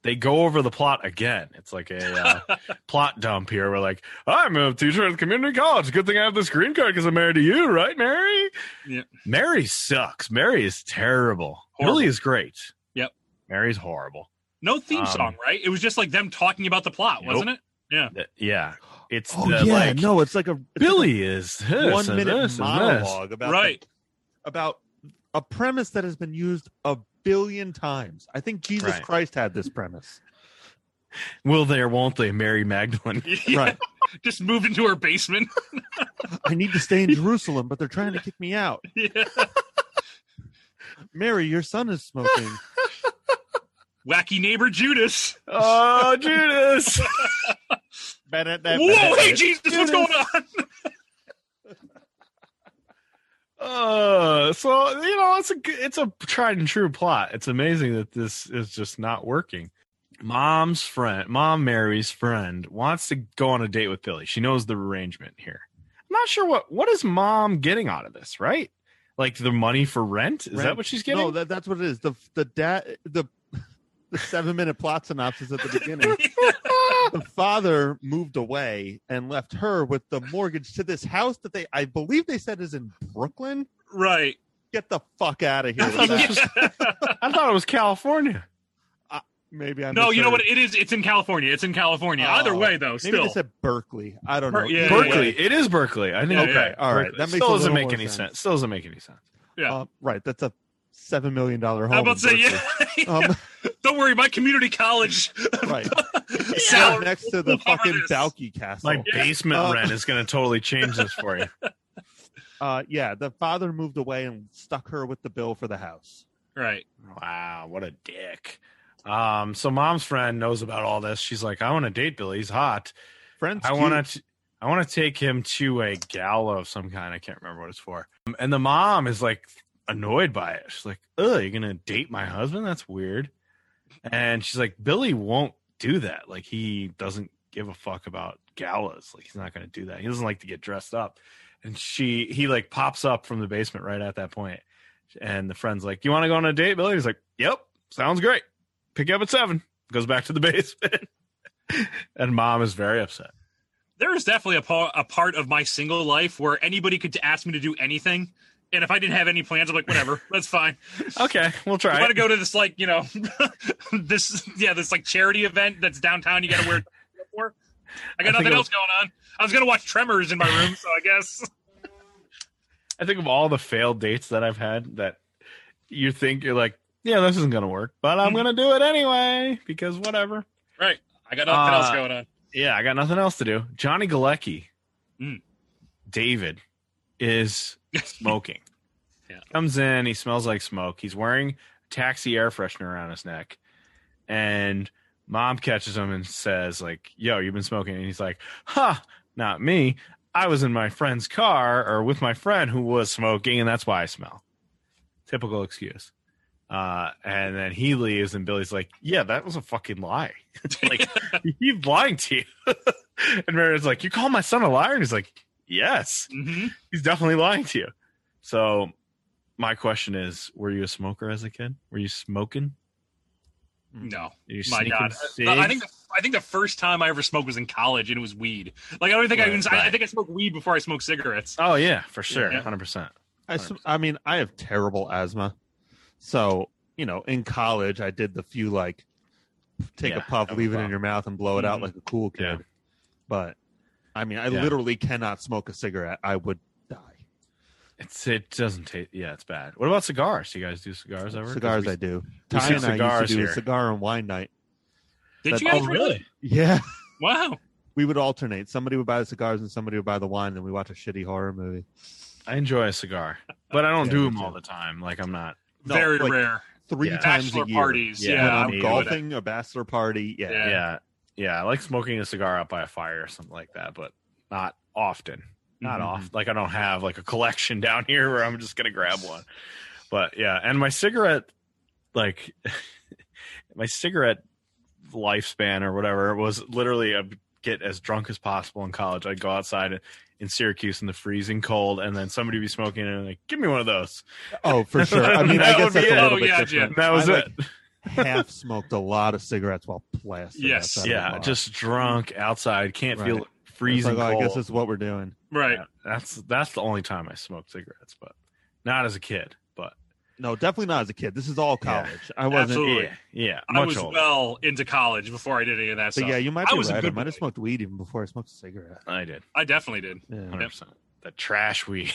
Speaker 1: They go over the plot again. It's like a uh, plot dump here. We're like, I'm a teacher at community college. Good thing I have this green card because I'm married to you, right, Mary?
Speaker 3: Yeah.
Speaker 1: Mary sucks. Mary is terrible.
Speaker 3: Horrible.
Speaker 1: Billy is great.
Speaker 3: Yep.
Speaker 1: Mary's horrible.
Speaker 3: no theme
Speaker 1: Um,
Speaker 3: song, right? It was just like them talking about the plot, wasn't it? [laughs]
Speaker 1: Th- Uh, Yeah. It's
Speaker 2: Oh
Speaker 1: the,
Speaker 2: yeah,
Speaker 1: like
Speaker 2: no, it's like a it's
Speaker 1: Billy is
Speaker 2: like
Speaker 1: this
Speaker 2: a one
Speaker 1: and
Speaker 2: minute
Speaker 1: this and this.
Speaker 2: monologue about
Speaker 3: Right.
Speaker 2: about a premise that has been used a billion times. I think Jesus
Speaker 1: Right.
Speaker 2: Christ had this premise.
Speaker 1: Will there, won't they, Mary Magdalene?
Speaker 3: [laughs] Yeah.
Speaker 2: Right.
Speaker 3: Just moved into her basement. [laughs]
Speaker 2: I need to stay in Jerusalem, but they're trying to kick me out.
Speaker 3: Yeah.
Speaker 2: Mary, your son
Speaker 3: [laughs]
Speaker 2: is smoking.
Speaker 3: Wacky neighbor Judas.
Speaker 1: Oh,
Speaker 3: [laughs]
Speaker 1: Judas.
Speaker 3: Whoa, hey, Jesus, what's going on? [laughs]
Speaker 1: Uh, so you know, it's a g- it's a tried and true plot. It's amazing that this is just not working. Mom's friend, mom Mary's friend, wants to go on a date with Billy. She knows the arrangement here. I'm not sure what what is mom getting out of this, right? Like the money for rent? Is that
Speaker 2: Rent.
Speaker 1: what she's getting?
Speaker 2: No, that, that's what it is. The the dad the [laughs] the seven minute plot synopsis at the
Speaker 3: [laughs]
Speaker 2: beginning. the father moved away and left her with the mortgage to this house that they I believe they said is in Brooklyn.
Speaker 3: Right.
Speaker 2: Get the fuck out of here. with that.
Speaker 3: [laughs]
Speaker 1: I thought it was California.
Speaker 2: Maybe I
Speaker 3: No, you know
Speaker 2: misheard.
Speaker 3: what? It is. It's in California. It's in California.
Speaker 2: Oh,
Speaker 3: Either way, though,
Speaker 2: Maybe
Speaker 3: still.
Speaker 2: they said Berkeley. I don't know.
Speaker 3: Ber- yeah,
Speaker 2: Either way,
Speaker 1: Berkeley. It is Berkeley. I think.
Speaker 3: Yeah,
Speaker 1: okay.
Speaker 3: yeah.
Speaker 2: All right,
Speaker 1: Berkeley.
Speaker 2: that makes
Speaker 1: Still
Speaker 2: a
Speaker 1: doesn't
Speaker 2: little
Speaker 1: make
Speaker 2: more
Speaker 1: any sense.
Speaker 2: sense.
Speaker 1: Still doesn't make any sense.
Speaker 3: yeah.
Speaker 2: uh, right. That's a seven million dollar home.
Speaker 3: I'm about to say,
Speaker 2: in
Speaker 3: yeah.
Speaker 2: Berkeley. Um,
Speaker 3: [laughs] Don't worry, my community college [laughs]
Speaker 2: right.
Speaker 3: salary
Speaker 2: next to
Speaker 3: will
Speaker 2: the
Speaker 3: cover
Speaker 2: fucking
Speaker 3: this.
Speaker 2: Balky Castle.
Speaker 1: Like basement
Speaker 2: Uh,
Speaker 1: rent is going to totally change this for you.
Speaker 2: uh, yeah, the father moved away and stuck her with the bill for the house.
Speaker 3: Right.
Speaker 1: Wow, what a dick. Um, so mom's friend knows about all this. She's like, I want to date Billy. He's hot.
Speaker 2: Friends,
Speaker 1: I want to. I want to take him to a gala of some kind. I can't remember what it's for. Um, And the mom is like annoyed by it. She's like, "Oh, you're gonna date my husband? That's weird." And she's like, "Billy won't do that. Like he doesn't give a fuck about galas. Like he's not gonna do that. He doesn't like to get dressed up." And she, he like pops up from the basement right at that point. And the friend's like, "You want to go on a date, Billy?" He's like, "Yep, sounds great. Pick you up at seven. Goes back to the [laughs] basement. and mom is very upset.
Speaker 3: There is definitely a, pa- a part of my single life where anybody could ask me to do anything. And if I didn't have any plans, I'm like, whatever, that's fine.
Speaker 1: Okay, we'll
Speaker 3: I
Speaker 1: try.
Speaker 3: want
Speaker 1: it.
Speaker 3: to go to this, like, you know, [laughs] this, yeah, this like charity event that's downtown. You got to wear. for. I
Speaker 1: I think
Speaker 3: got nothing
Speaker 1: it
Speaker 3: else going on. I was going to watch Tremors in my room, so I guess.
Speaker 1: I think of all the failed dates that I've had that you think you're like, yeah, this isn't gonna work, but I'm gonna do it anyway because whatever.
Speaker 3: Right. I got nothing
Speaker 1: Uh,
Speaker 3: else going on.
Speaker 1: Yeah, I got nothing else to do. Johnny Galecki, Hmm.
Speaker 3: Mm.
Speaker 1: David, is smoking.
Speaker 3: Yeah.
Speaker 1: Comes in, he smells like smoke. He's wearing a taxi air freshener around his neck, and mom catches him and says, "Like, yo, you've been smoking." And he's like, "Huh, not me. I was in my friend's car or with my friend who was smoking, and that's why I smell." Typical excuse. Uh, and then he leaves, and Billy's like, "Yeah, that was a fucking lie. [laughs] like, he's lying to you." [laughs] and Meredith's like, "You call my son a liar?" And he's like, "Yes,
Speaker 3: Mhm.
Speaker 1: he's definitely lying to you." So, my question is, were you a smoker as a kid? Were you smoking?
Speaker 3: No.
Speaker 1: Were you
Speaker 3: My
Speaker 1: sneaking
Speaker 3: God,
Speaker 1: cigs?
Speaker 3: I think I think the first time I ever smoked was in college, and it was weed. Like I don't think I
Speaker 1: Right,
Speaker 3: even I, I
Speaker 1: right.
Speaker 3: think I smoked weed before I smoked cigarettes.
Speaker 1: Oh yeah, for sure,
Speaker 3: Yeah.
Speaker 1: hundred percent.
Speaker 2: I, sm- I mean, I have terrible asthma. So, you know, in college, I did the few like take
Speaker 1: Yeah,
Speaker 2: a puff,
Speaker 1: have a
Speaker 2: leave it
Speaker 1: puff.
Speaker 2: in your mouth, and blow it out
Speaker 3: Mhm.
Speaker 2: like a cool kid.
Speaker 1: Mm-hmm. Yeah.
Speaker 2: But I mean, I
Speaker 1: Yeah.
Speaker 2: literally cannot smoke a cigarette. I would die.
Speaker 1: It's it doesn't taste. Yeah, it's bad. What about cigars? Do you guys do cigars ever? 'Cause
Speaker 2: Cigars,
Speaker 1: we-
Speaker 2: I do.
Speaker 1: we
Speaker 2: Ty
Speaker 1: see
Speaker 2: and I
Speaker 1: cigars
Speaker 2: used to do
Speaker 1: here.
Speaker 2: a cigar and wine night.
Speaker 3: Did
Speaker 2: That-
Speaker 3: you
Speaker 1: Oh
Speaker 3: guys
Speaker 1: really?
Speaker 2: Yeah.
Speaker 3: Wow.
Speaker 2: We would alternate. Somebody would buy the cigars and somebody would buy the wine, and we watch a shitty horror movie.
Speaker 1: I enjoy a cigar, but I don't
Speaker 2: Yeah,
Speaker 1: do
Speaker 2: me
Speaker 1: them all
Speaker 2: too.
Speaker 1: the time. Like I'm not.
Speaker 2: No,
Speaker 3: Very
Speaker 2: like,
Speaker 3: rare.
Speaker 2: Three
Speaker 1: Yeah.
Speaker 2: times
Speaker 3: Bachelor
Speaker 2: a year.
Speaker 3: parties.
Speaker 1: Yeah,
Speaker 3: Yeah.
Speaker 2: when
Speaker 1: I'm
Speaker 2: I'm
Speaker 1: with
Speaker 2: golfing, a bachelor party. Yeah.
Speaker 3: Yeah.
Speaker 1: Yeah. yeah, I like smoking a cigar out by a fire or something like that, but not often. Not
Speaker 3: Mhm.
Speaker 2: Mm-hmm.
Speaker 1: often. Like I don't have like a collection [laughs] down here where I'm just gonna grab one. But yeah, and my cigarette, like [laughs] my cigarette lifespan or whatever was literally I get as drunk as possible in college. I'd go outside in Syracuse in the freezing cold, and then somebody would be smoking it and like, give me one of those.
Speaker 3: [laughs]
Speaker 2: Oh, for sure. I mean, I
Speaker 1: That
Speaker 2: guess
Speaker 1: would be
Speaker 2: that's a
Speaker 1: it.
Speaker 2: little
Speaker 3: Oh,
Speaker 2: bit
Speaker 3: yeah,
Speaker 2: different.
Speaker 1: That was
Speaker 2: I,
Speaker 1: it.
Speaker 2: like, half smoked a lot of cigarettes while plastic.
Speaker 3: Yes.
Speaker 1: yeah, just drunk outside, can't feel
Speaker 2: Right.
Speaker 1: it, freezing
Speaker 2: "Oh, I
Speaker 1: cold.
Speaker 2: guess that's what we're doing.
Speaker 3: Right.
Speaker 1: Yeah, that's that's the only time I smoked cigarettes, but not as a kid. But
Speaker 2: No, definitely not as a kid. This is all
Speaker 1: Yeah.
Speaker 2: college. I wasn't.
Speaker 3: Absolutely.
Speaker 1: yeah, yeah,
Speaker 3: I
Speaker 1: much
Speaker 3: was
Speaker 1: older.
Speaker 3: well into college before I did any of that
Speaker 2: So
Speaker 3: stuff.
Speaker 2: yeah, you might
Speaker 3: I
Speaker 2: be
Speaker 3: was a
Speaker 2: right. I
Speaker 3: good
Speaker 2: might have
Speaker 3: boy.
Speaker 2: smoked weed even before I smoked a cigarette.
Speaker 1: I did,
Speaker 3: I definitely did.
Speaker 2: Yeah.
Speaker 1: hundred percent. The trash [laughs] weed,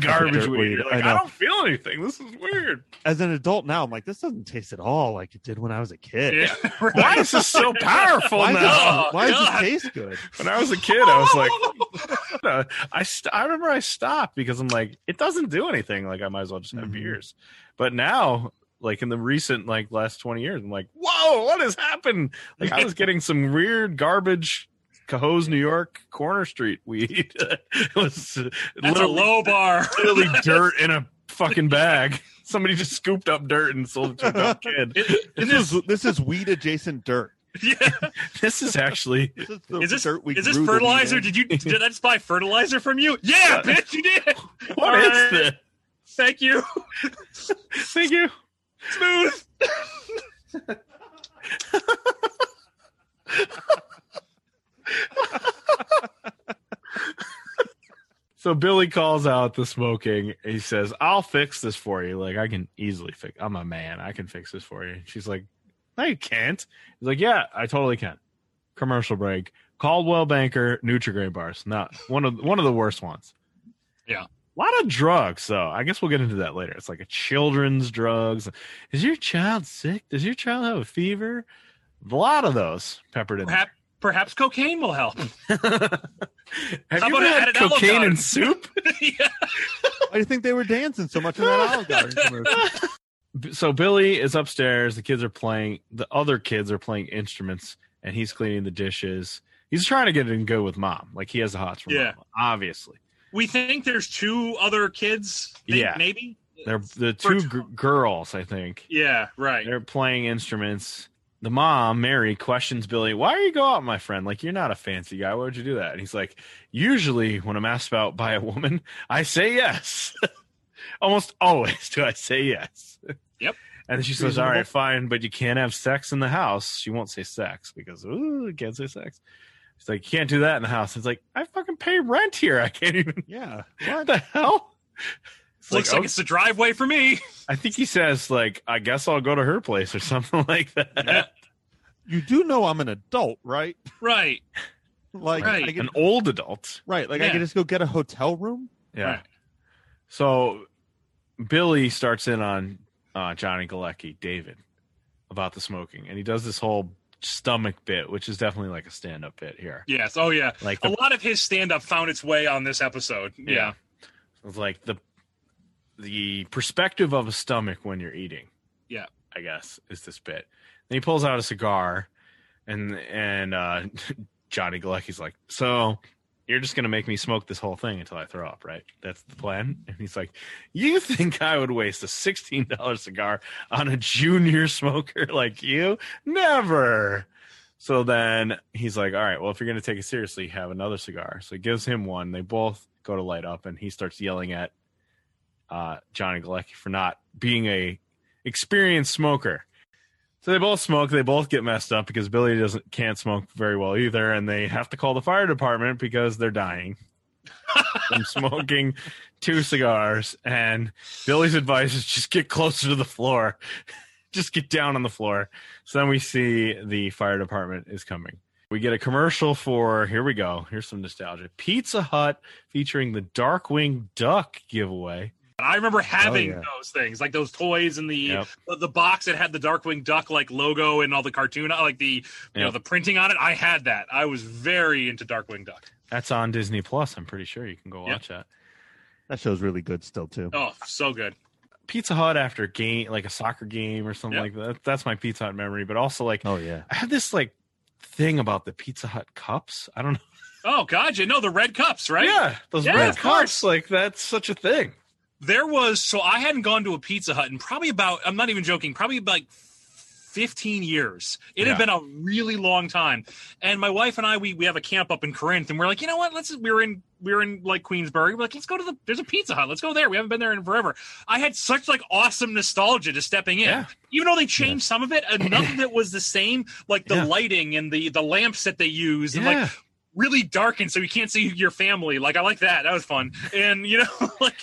Speaker 1: garbage
Speaker 2: Dirt
Speaker 1: weed.
Speaker 2: weed,
Speaker 1: You're like,
Speaker 2: I
Speaker 1: I,
Speaker 2: know.
Speaker 1: don't feel anything. This is weird.
Speaker 2: As an adult now, I'm like, this doesn't taste at all like it did when I was a kid. [laughs]
Speaker 3: Yeah. [laughs]
Speaker 1: [laughs]
Speaker 3: right.
Speaker 1: Why is this so powerful
Speaker 2: Why,
Speaker 1: now?
Speaker 2: does,
Speaker 3: Oh,
Speaker 2: why does
Speaker 3: God.
Speaker 2: it taste good?
Speaker 1: When I was a kid, I was like, [laughs] soda. I st- I remember I stopped because I'm like, it doesn't do anything. Like I might as well just have
Speaker 2: Mhm.
Speaker 1: beers. But now, like in the recent like last 20 years, I'm like, whoa, what has happened? Like [laughs] I was getting some weird garbage. Cahoes, New York, corner street weed. [laughs] it was uh,
Speaker 3: That's a
Speaker 1: literally-
Speaker 3: low bar.
Speaker 1: [laughs] literally dirt in a fucking bag. [laughs] Somebody just scooped up dirt and sold it to a dumb kid. [laughs]
Speaker 2: This is this is weed adjacent dirt.
Speaker 3: yeah.
Speaker 1: This is actually
Speaker 2: This is, the
Speaker 3: Is this
Speaker 2: dirt we
Speaker 3: is this
Speaker 2: grew the weed
Speaker 3: fertilizer?
Speaker 2: in.
Speaker 3: Did you did I just buy fertilizer from you? Yeah, bitch, you did.
Speaker 1: what is
Speaker 3: Alright.
Speaker 1: this?
Speaker 3: Thank you.
Speaker 1: Thank you.
Speaker 3: Smooth.
Speaker 1: So Billy calls out the smoking. He says, "I'll fix this for you. Like I can easily fix. I'm a man. I can fix this for you." She's like, "No, you can't." He's like, "Yeah, I totally can." Commercial break. Caldwell Banker Nutrigrain bars. Not one of one of the worst ones.
Speaker 3: Yeah.
Speaker 1: A lot of drugs, though. I guess we'll get into that later. It's like a children's drugs. Is your child sick? Does your child have a fever? A lot of those peppered in. there.
Speaker 3: Perhaps, perhaps cocaine will help.
Speaker 1: [laughs] Have
Speaker 3: How
Speaker 1: you
Speaker 3: about
Speaker 1: ever
Speaker 3: I
Speaker 1: had
Speaker 3: added elbow
Speaker 1: cocaine
Speaker 3: guard?
Speaker 1: and soup?
Speaker 3: yeah.
Speaker 2: Why do you think they were dancing so much in that
Speaker 3: [laughs]
Speaker 2: Olive Garden commercial?
Speaker 1: so Billy is upstairs. The kids are playing. The other kids are playing instruments, and he's cleaning the dishes. He's trying to get it in good with mom. Like he has the hots for
Speaker 3: Yeah.
Speaker 1: mom, obviously.
Speaker 3: We think there's two other kids. think,
Speaker 1: Yeah.
Speaker 3: Maybe.
Speaker 1: They're the
Speaker 3: For
Speaker 1: two g- girls, I think.
Speaker 3: Yeah. Right.
Speaker 1: They're playing instruments. The mom, Mary, questions Billy, "Why are you go out, my friend? Like you're not a fancy guy. Why would you do that?" And he's like, "Usually, when I'm asked about by a woman, [laughs] I say yes. [laughs] Almost always do I say yes."
Speaker 3: Yep.
Speaker 1: And she says,
Speaker 2: Reasonable.
Speaker 1: "All right, fine, but you can't have sex in the house." She won't say sex because ooh, you can't say sex. She's like, "You can't do that in the house." It's like, "I fucking pay rent here. I can't even." [laughs]
Speaker 2: yeah.
Speaker 1: What the hell? It's
Speaker 3: Looks like,
Speaker 1: "Oh,
Speaker 3: it's the driveway for me. [laughs]
Speaker 1: I think he says like, "I guess I'll go to her place" or [laughs] something like that.
Speaker 3: Yeah.
Speaker 2: You do know I'm an adult, right? [laughs]
Speaker 3: Right.
Speaker 2: Like
Speaker 3: Right.
Speaker 2: I get,
Speaker 1: an old adult.
Speaker 2: right. Like I
Speaker 3: Yeah.
Speaker 2: can just go get a hotel room.
Speaker 1: Yeah.
Speaker 3: Right.
Speaker 1: So Billy starts in on uh, Johnny Galecki, David, about the smoking, and he does this whole stomach bit, which is definitely like a stand-up bit here.
Speaker 3: Yes. Oh yeah.
Speaker 1: Like
Speaker 3: A
Speaker 1: the,
Speaker 3: lot of his stand up found its way on this episode. Yeah.
Speaker 1: Yeah. it's like the the perspective of a stomach when you're eating.
Speaker 3: Yeah.
Speaker 1: I guess is this bit. Then he pulls out a cigar, and and uh, [laughs] Johnny Galecki's like, "So you're just gonna make me smoke this whole thing until I throw up, right? That's the plan." And he's like, "You think I would waste a sixteen dollar cigar on a junior [laughs] smoker like you? Never." So then he's like, "All right, well, if you're gonna take it seriously, have another cigar." So he gives him one. They both go to light up, and he starts yelling at uh, Johnny Galecki for not being a experienced smoker. So they both smoke. They both get messed up because Billy doesn't can't smoke very well either, and they have to call the fire department because they're dying from smoking two cigars. And Billy's advice is just get closer to the floor, [laughs] just get down on the floor. So then we see the fire department is coming. We get a commercial for here we go. Here's some nostalgia. Pizza Hut featuring the Darkwing Duck giveaway.
Speaker 3: And I remember having
Speaker 2: yeah.
Speaker 3: those things, like those toys and the,
Speaker 1: Oh, Yep.
Speaker 3: the the box that had the Darkwing Duck like logo and all the cartoon, uh, like the you know
Speaker 1: Yep.
Speaker 3: the printing on it. I had that. I was very into Darkwing Duck.
Speaker 1: That's on Disney Plus. I'm pretty sure you can go
Speaker 3: Yep.
Speaker 1: watch that.
Speaker 2: That show's really good still too.
Speaker 3: Oh, so good.
Speaker 1: Pizza Hut after a game, like a soccer game or something
Speaker 3: Yeah.
Speaker 1: like that. That's my Pizza Hut memory. But also, like,
Speaker 2: Oh yeah.
Speaker 1: I had this like thing about the Pizza Hut cups. I don't know.
Speaker 3: Oh God, you know the red cups, right?
Speaker 1: Yeah, [laughs] those
Speaker 3: Yeah,
Speaker 1: red
Speaker 3: of course.
Speaker 1: cups. Like that's such a thing.
Speaker 3: There was so I hadn't gone to a Pizza Hut in probably about I'm not even joking, probably about, like 15 years. It had
Speaker 1: Yeah.
Speaker 3: been a really long time. And my wife and I we we have a camp up in Corinth and we're like, "You know what? Let's we were in we were in like Queensbury. We're like, "Let's go to the there's a Pizza Hut. Let's go there. We haven't been there in forever." I had such like awesome nostalgia to stepping in.
Speaker 1: Yeah.
Speaker 3: Even though they changed some of it, enough
Speaker 1: [clears throat]
Speaker 3: of it was the same, like the
Speaker 1: Yeah.
Speaker 3: lighting and the the lamps that they used and like
Speaker 1: Yeah.
Speaker 3: really darkened so you can't see your family. Like I like that. That was fun. And you know, [laughs] like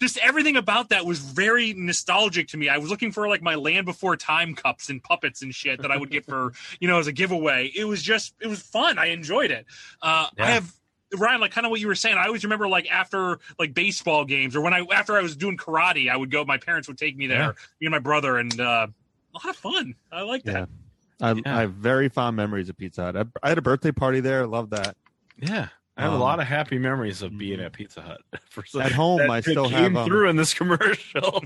Speaker 3: just everything about that was very nostalgic to me. I was looking for like my Land Before Time cups and puppets and shit that I would
Speaker 1: [laughs]
Speaker 3: get for you know as a giveaway. It was just it was fun. I enjoyed it. Uh, I
Speaker 1: Yeah.
Speaker 3: have. Ryan, like kind of what you were saying, I always remember like after like baseball games or when I after I was doing karate, I would go. My parents would take me there, me and my brother, and uh, a lot of fun. I like that.
Speaker 2: I,
Speaker 1: Yeah.
Speaker 2: I have very fond memories of Pizza Hut. I, I had a birthday party there. I love that.
Speaker 1: Yeah. I have
Speaker 2: Um,
Speaker 1: a lot of happy memories of being mm-hmm. at Pizza Hut. [laughs] For some-
Speaker 2: At home,
Speaker 1: that-
Speaker 2: I
Speaker 1: that
Speaker 2: still
Speaker 1: came
Speaker 2: have, um,
Speaker 1: through in this [laughs] commercial.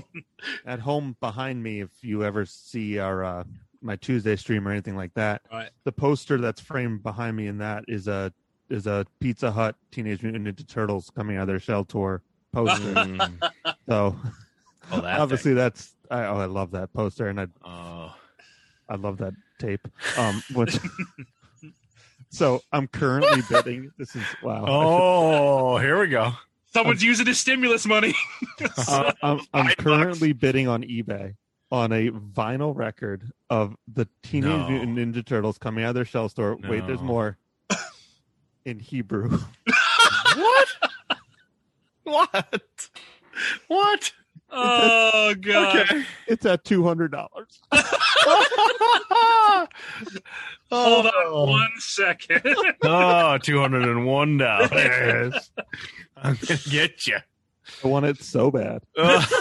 Speaker 2: at home behind me if you ever see our uh my tuesday stream or anything like that
Speaker 3: Right.
Speaker 2: the poster that's framed behind me in that is a is a pizza hut teenage mutant ninja turtles coming out of their shell tour poster
Speaker 3: [laughs]
Speaker 1: Mm.
Speaker 2: so
Speaker 1: oh, that
Speaker 2: obviously that's I, oh, I love that poster and I
Speaker 1: thing. [laughs] Oh.
Speaker 2: I love that tape. Um, which,
Speaker 1: [laughs]
Speaker 2: so I'm currently bidding. This is wow.
Speaker 1: [laughs] oh, here we go.
Speaker 3: Someone's using his stimulus money. [laughs]
Speaker 1: uh,
Speaker 2: I'm, Uh, I'm, I'm
Speaker 3: Five bucks.
Speaker 2: currently bidding on eBay on a vinyl record of the Teenage
Speaker 1: No.
Speaker 2: Mutant Ninja Turtles coming out of their shell store. Wait, there's
Speaker 1: No. [laughs]
Speaker 2: more. In Hebrew,
Speaker 1: What? what? What? [laughs]
Speaker 3: oh god.
Speaker 1: okay.
Speaker 2: it's at two hundred dollars.
Speaker 3: Hold on
Speaker 1: [laughs]
Speaker 3: one second.
Speaker 1: Oh, $201. [laughs] I'm going to get [laughs] you.
Speaker 2: I want it so bad.
Speaker 1: Uh, [laughs]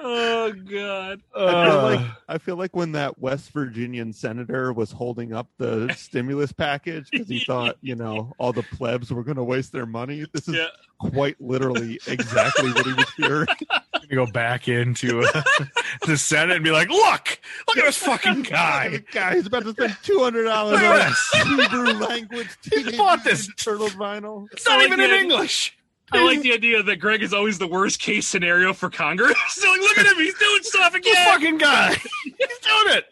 Speaker 3: oh god.
Speaker 2: I feel
Speaker 1: uh.
Speaker 2: like I feel like when that West Virginian senator was holding up the stimulus package because he thought, you know, all the plebs were going to waste their money. This is
Speaker 3: Yeah.
Speaker 2: quite literally exactly what he was hearing.
Speaker 1: to go back into uh, [laughs] the Senate and be like, look, look at this [laughs] fucking
Speaker 2: The
Speaker 1: guy.
Speaker 2: guy is about to spend [laughs] two hundred dollars
Speaker 1: Look
Speaker 2: on
Speaker 1: at
Speaker 2: a Hebrew language
Speaker 1: He
Speaker 2: teenage
Speaker 1: bought
Speaker 2: Mutant
Speaker 1: this.
Speaker 2: turtle vinyl.
Speaker 1: It's not even in English.
Speaker 3: I like the idea that Greg is always the worst case scenario for Congress. [laughs] so like, look at him, he's
Speaker 1: [laughs]
Speaker 3: doing stuff
Speaker 1: This
Speaker 3: again.
Speaker 1: fucking guy. [laughs] He's doing it.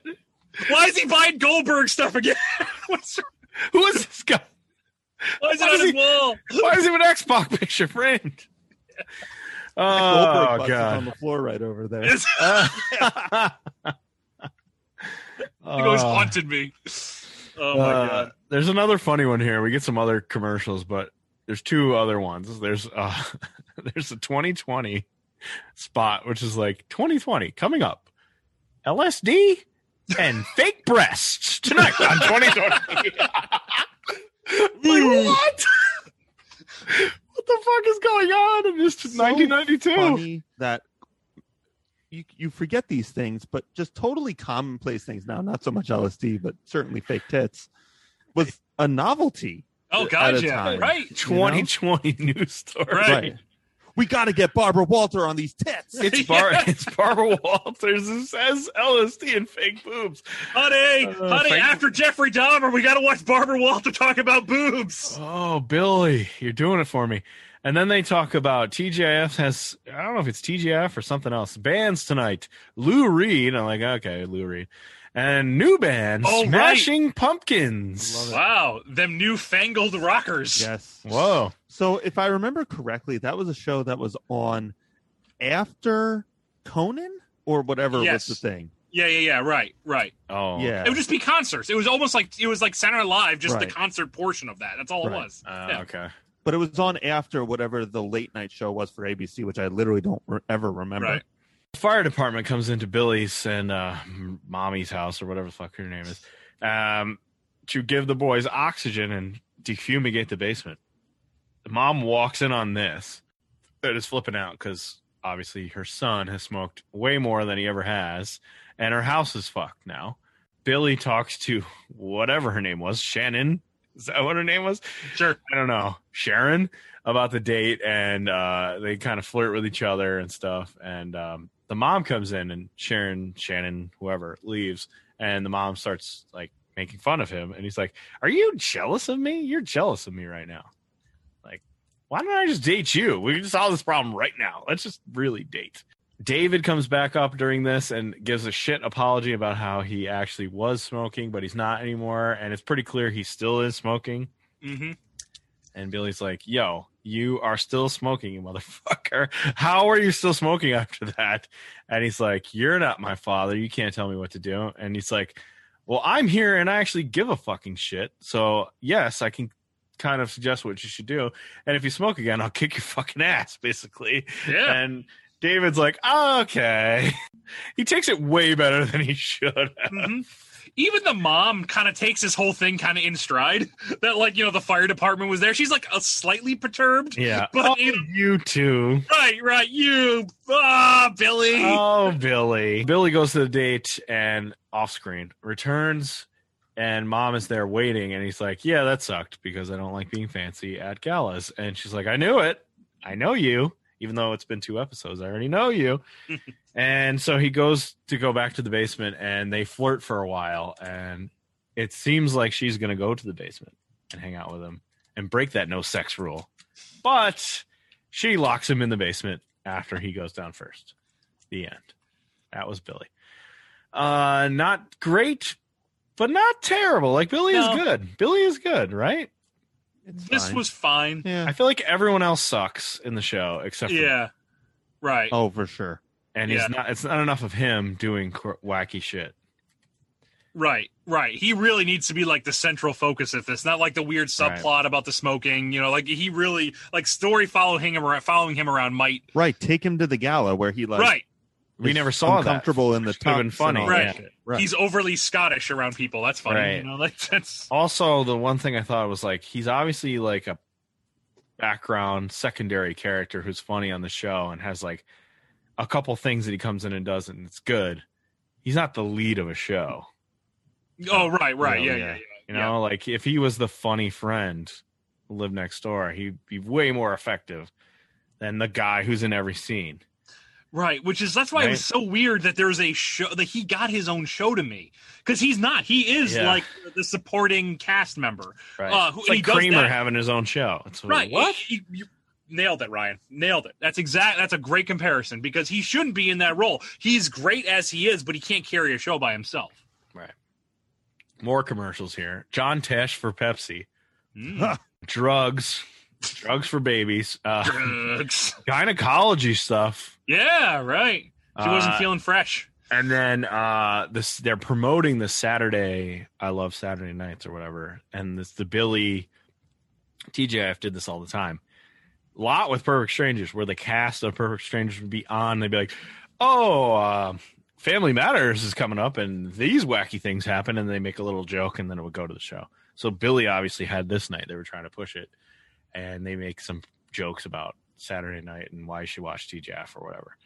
Speaker 3: Why is he buying Goldberg stuff again? [laughs] What's,
Speaker 1: Who is this guy?
Speaker 3: why is it
Speaker 1: Why
Speaker 3: on
Speaker 1: is
Speaker 3: his
Speaker 1: he-
Speaker 3: wall?
Speaker 1: Why is he an Xbox [laughs] picture framed?
Speaker 2: Goldberg
Speaker 1: Oh,
Speaker 2: busts on
Speaker 1: God.
Speaker 2: the floor right over there.
Speaker 1: [laughs]
Speaker 3: It's, it always haunted me. Oh my
Speaker 1: Uh,
Speaker 3: god.
Speaker 1: There's another funny one here. We get some other commercials, but there's two other ones. There's uh [laughs] there's a 2020 spot which is like 2020 coming up. LSD and
Speaker 3: [laughs]
Speaker 1: fake breasts tonight on 2020.
Speaker 3: Hmm.
Speaker 1: like, what? what the fuck is going on in this
Speaker 2: So
Speaker 1: 1992?
Speaker 2: funny that you you forget these things, but just totally commonplace things now. Not so much LSD, but certainly fake tits was a novelty.
Speaker 3: Oh
Speaker 2: at
Speaker 3: god,
Speaker 2: a
Speaker 3: yeah.
Speaker 2: time.
Speaker 3: Right.
Speaker 1: 2020 news story.
Speaker 3: Right.
Speaker 2: We got to get Barbara Walter on these tits.
Speaker 1: It's,
Speaker 3: [laughs]
Speaker 1: Bar- it's Barbara Walters who says LSD and fake boobs.
Speaker 3: Honey,
Speaker 1: Uh,
Speaker 3: honey,
Speaker 1: thank-
Speaker 3: after Jeffrey Dahmer, we gotta watch Barbara Walter talk about boobs.
Speaker 1: Oh, Billy, you're doing it for me. And then they talk about TGIF has I don't know if it's TGIF or something else. Bands tonight. Lou Reed. I'm like, okay, Lou Reed. And new band,
Speaker 3: Oh, right.
Speaker 1: Smashing Pumpkins.
Speaker 3: Wow, them newfangled rockers.
Speaker 2: yes.
Speaker 1: Whoa.
Speaker 2: So if I remember correctly, that was a show that was on after Conan or whatever
Speaker 3: Yes.
Speaker 2: was the thing.
Speaker 3: Yeah, yeah, yeah. Right, right.
Speaker 1: Oh.
Speaker 2: Yeah.
Speaker 3: It would just be concerts. It was almost like it was like Center Live, just the
Speaker 2: Right.
Speaker 3: concert portion of that. That's all it
Speaker 2: Right.
Speaker 3: was.
Speaker 1: Uh,
Speaker 3: Yeah.
Speaker 1: Okay.
Speaker 2: But it was on after whatever the late night show was for ABC, which I literally don't re- ever remember.
Speaker 3: Right.
Speaker 1: fire department comes into Billy's and uh, mommy's house or whatever the fuck her name is um, to give the boys oxygen and defumigate the basement. The mom walks in on this and is flipping out because obviously her son has smoked way more than he ever has, and her house is fucked now. Billy talks to whatever her name was, Shannon. Is that what her name was?
Speaker 3: Sure.
Speaker 1: I don't know, Sharon about the date and uh, they kind of flirt with each other and stuff. And um, the mom comes in and Sharon, Shannon, whoever leaves. And the mom starts like making fun of him. And he's like, Are you jealous of me? You're jealous of me right now. Like, why don't I just date you? We can solve this problem right now. Let's just really date. David comes back up during this and gives a shit apology about how he actually was smoking, but he's not anymore. And it's pretty clear he still is smoking.
Speaker 3: hmm
Speaker 1: And Billy's like, yo, you are still smoking, you motherfucker. [laughs] How are you still smoking after that? And he's like, you're not my father. You can't tell me what to do. And he's like, well, I'm here and I actually give a fucking shit. So, yes, I can kind of suggest what you should do. And if you smoke again, I'll kick your fucking ass, basically.
Speaker 3: Yeah.
Speaker 1: And David's like, okay. [laughs] He takes it way better than he should. have.
Speaker 3: Mm-hmm. Even the mom kind of takes this whole thing kind of in stride. [laughs] That like you know the fire department was there. She's like a slightly perturbed.
Speaker 1: Yeah.
Speaker 3: But
Speaker 1: oh,
Speaker 3: in-
Speaker 1: you too.
Speaker 3: Right, right. You, ah, Billy.
Speaker 1: Oh, Billy. Billy goes to the date and off screen returns, and mom is there waiting. And he's like, Yeah, that sucked because I don't like being fancy at galas. And she's like, I knew it. I know you. Even though it's been two episodes, I already know you. and so he goes to go back to the basement and they flirt for a while. And it seems like she's going to go to the basement and hang out with him and break that no sex rule. But she locks him in the basement after he goes down first the end. That was Billy. Uh, not great, but not terrible. Like Billy
Speaker 3: No.
Speaker 1: is good. Billy is good, right?
Speaker 3: this was fine.
Speaker 1: I
Speaker 2: yeah.
Speaker 1: feel like everyone else sucks in the show except for
Speaker 3: Yeah. Right.
Speaker 2: Oh, for sure.
Speaker 1: and
Speaker 3: Yeah.
Speaker 1: he's not. It's not enough of him doing qu- wacky shit.
Speaker 3: Right, right. He really needs to be like the central focus of this, not like the weird
Speaker 1: Right.
Speaker 3: subplot about the smoking. You know, like he really like story following him around, following him around might.
Speaker 2: Right. Take him to the gala where he like
Speaker 3: right,
Speaker 1: We
Speaker 2: is
Speaker 1: never saw that.
Speaker 2: uncomfortable in the
Speaker 1: Should've been
Speaker 2: tux and
Speaker 1: funny,
Speaker 2: all
Speaker 3: right.
Speaker 2: that shit. Right.
Speaker 3: He's overly Scottish around people. That's funny. You
Speaker 1: Right.
Speaker 3: know, [laughs] like that's
Speaker 1: Also, the one thing I thought was like he's obviously like a background secondary character who's funny on the show and has like a couple things that he comes in and does and it's good. He's not the lead of a show.
Speaker 3: oh right, right,
Speaker 1: Yeah,
Speaker 3: yeah, yeah, yeah.
Speaker 1: You know, like if he was the funny friend who lived next door, he'd be way more effective than the guy who's in every scene.
Speaker 3: Right, which is that's why it was so weird that there's a show that he got his own show to me because he's not. He is
Speaker 1: Yeah.
Speaker 3: like the supporting cast member.
Speaker 1: Right.
Speaker 3: Uh, who-
Speaker 1: it's like
Speaker 3: and he does
Speaker 1: Kramer
Speaker 3: that-
Speaker 1: having his own show. It's like,
Speaker 3: Right.
Speaker 1: What?
Speaker 3: You, you- you nailed it, Ryan. Nailed it. That's exact. That's a great comparison because he shouldn't be in that role. He's great as he is, but he can't carry a show by himself.
Speaker 1: More commercials here. John Tesh for Pepsi. [laughs]
Speaker 3: Mm.
Speaker 1: Drugs. Drugs for babies. Uh,
Speaker 3: Drugs.
Speaker 1: gynecology stuff.
Speaker 3: yeah, right. She wasn't
Speaker 1: Uh,
Speaker 3: feeling fresh.
Speaker 1: And then uh this they're promoting the Saturday I love Saturday nights or whatever. And it's the Billy TJF did this all the time. A lot with Perfect Strangers, where the cast of Perfect Strangers would be on, they'd be like, Oh, uh, Family Matters is coming up and these wacky things happen and they make a little joke and then it would go to the show. So Billy obviously had this night. They were trying to push it and they make some jokes about Saturday night and why she watched TJF or whatever.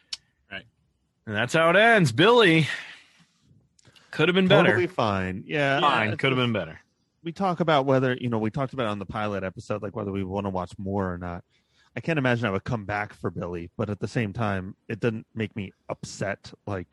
Speaker 3: Right.
Speaker 1: And that's how it ends. Billy could have been better.
Speaker 2: Totally fine. Yeah.
Speaker 1: Fine,
Speaker 2: it's
Speaker 1: could have been better.
Speaker 2: we talk about whether you know we talked about it on the pilot episode like whether we want to watch more or not i can't imagine i would come back for billy but at the same time it doesn't make me upset like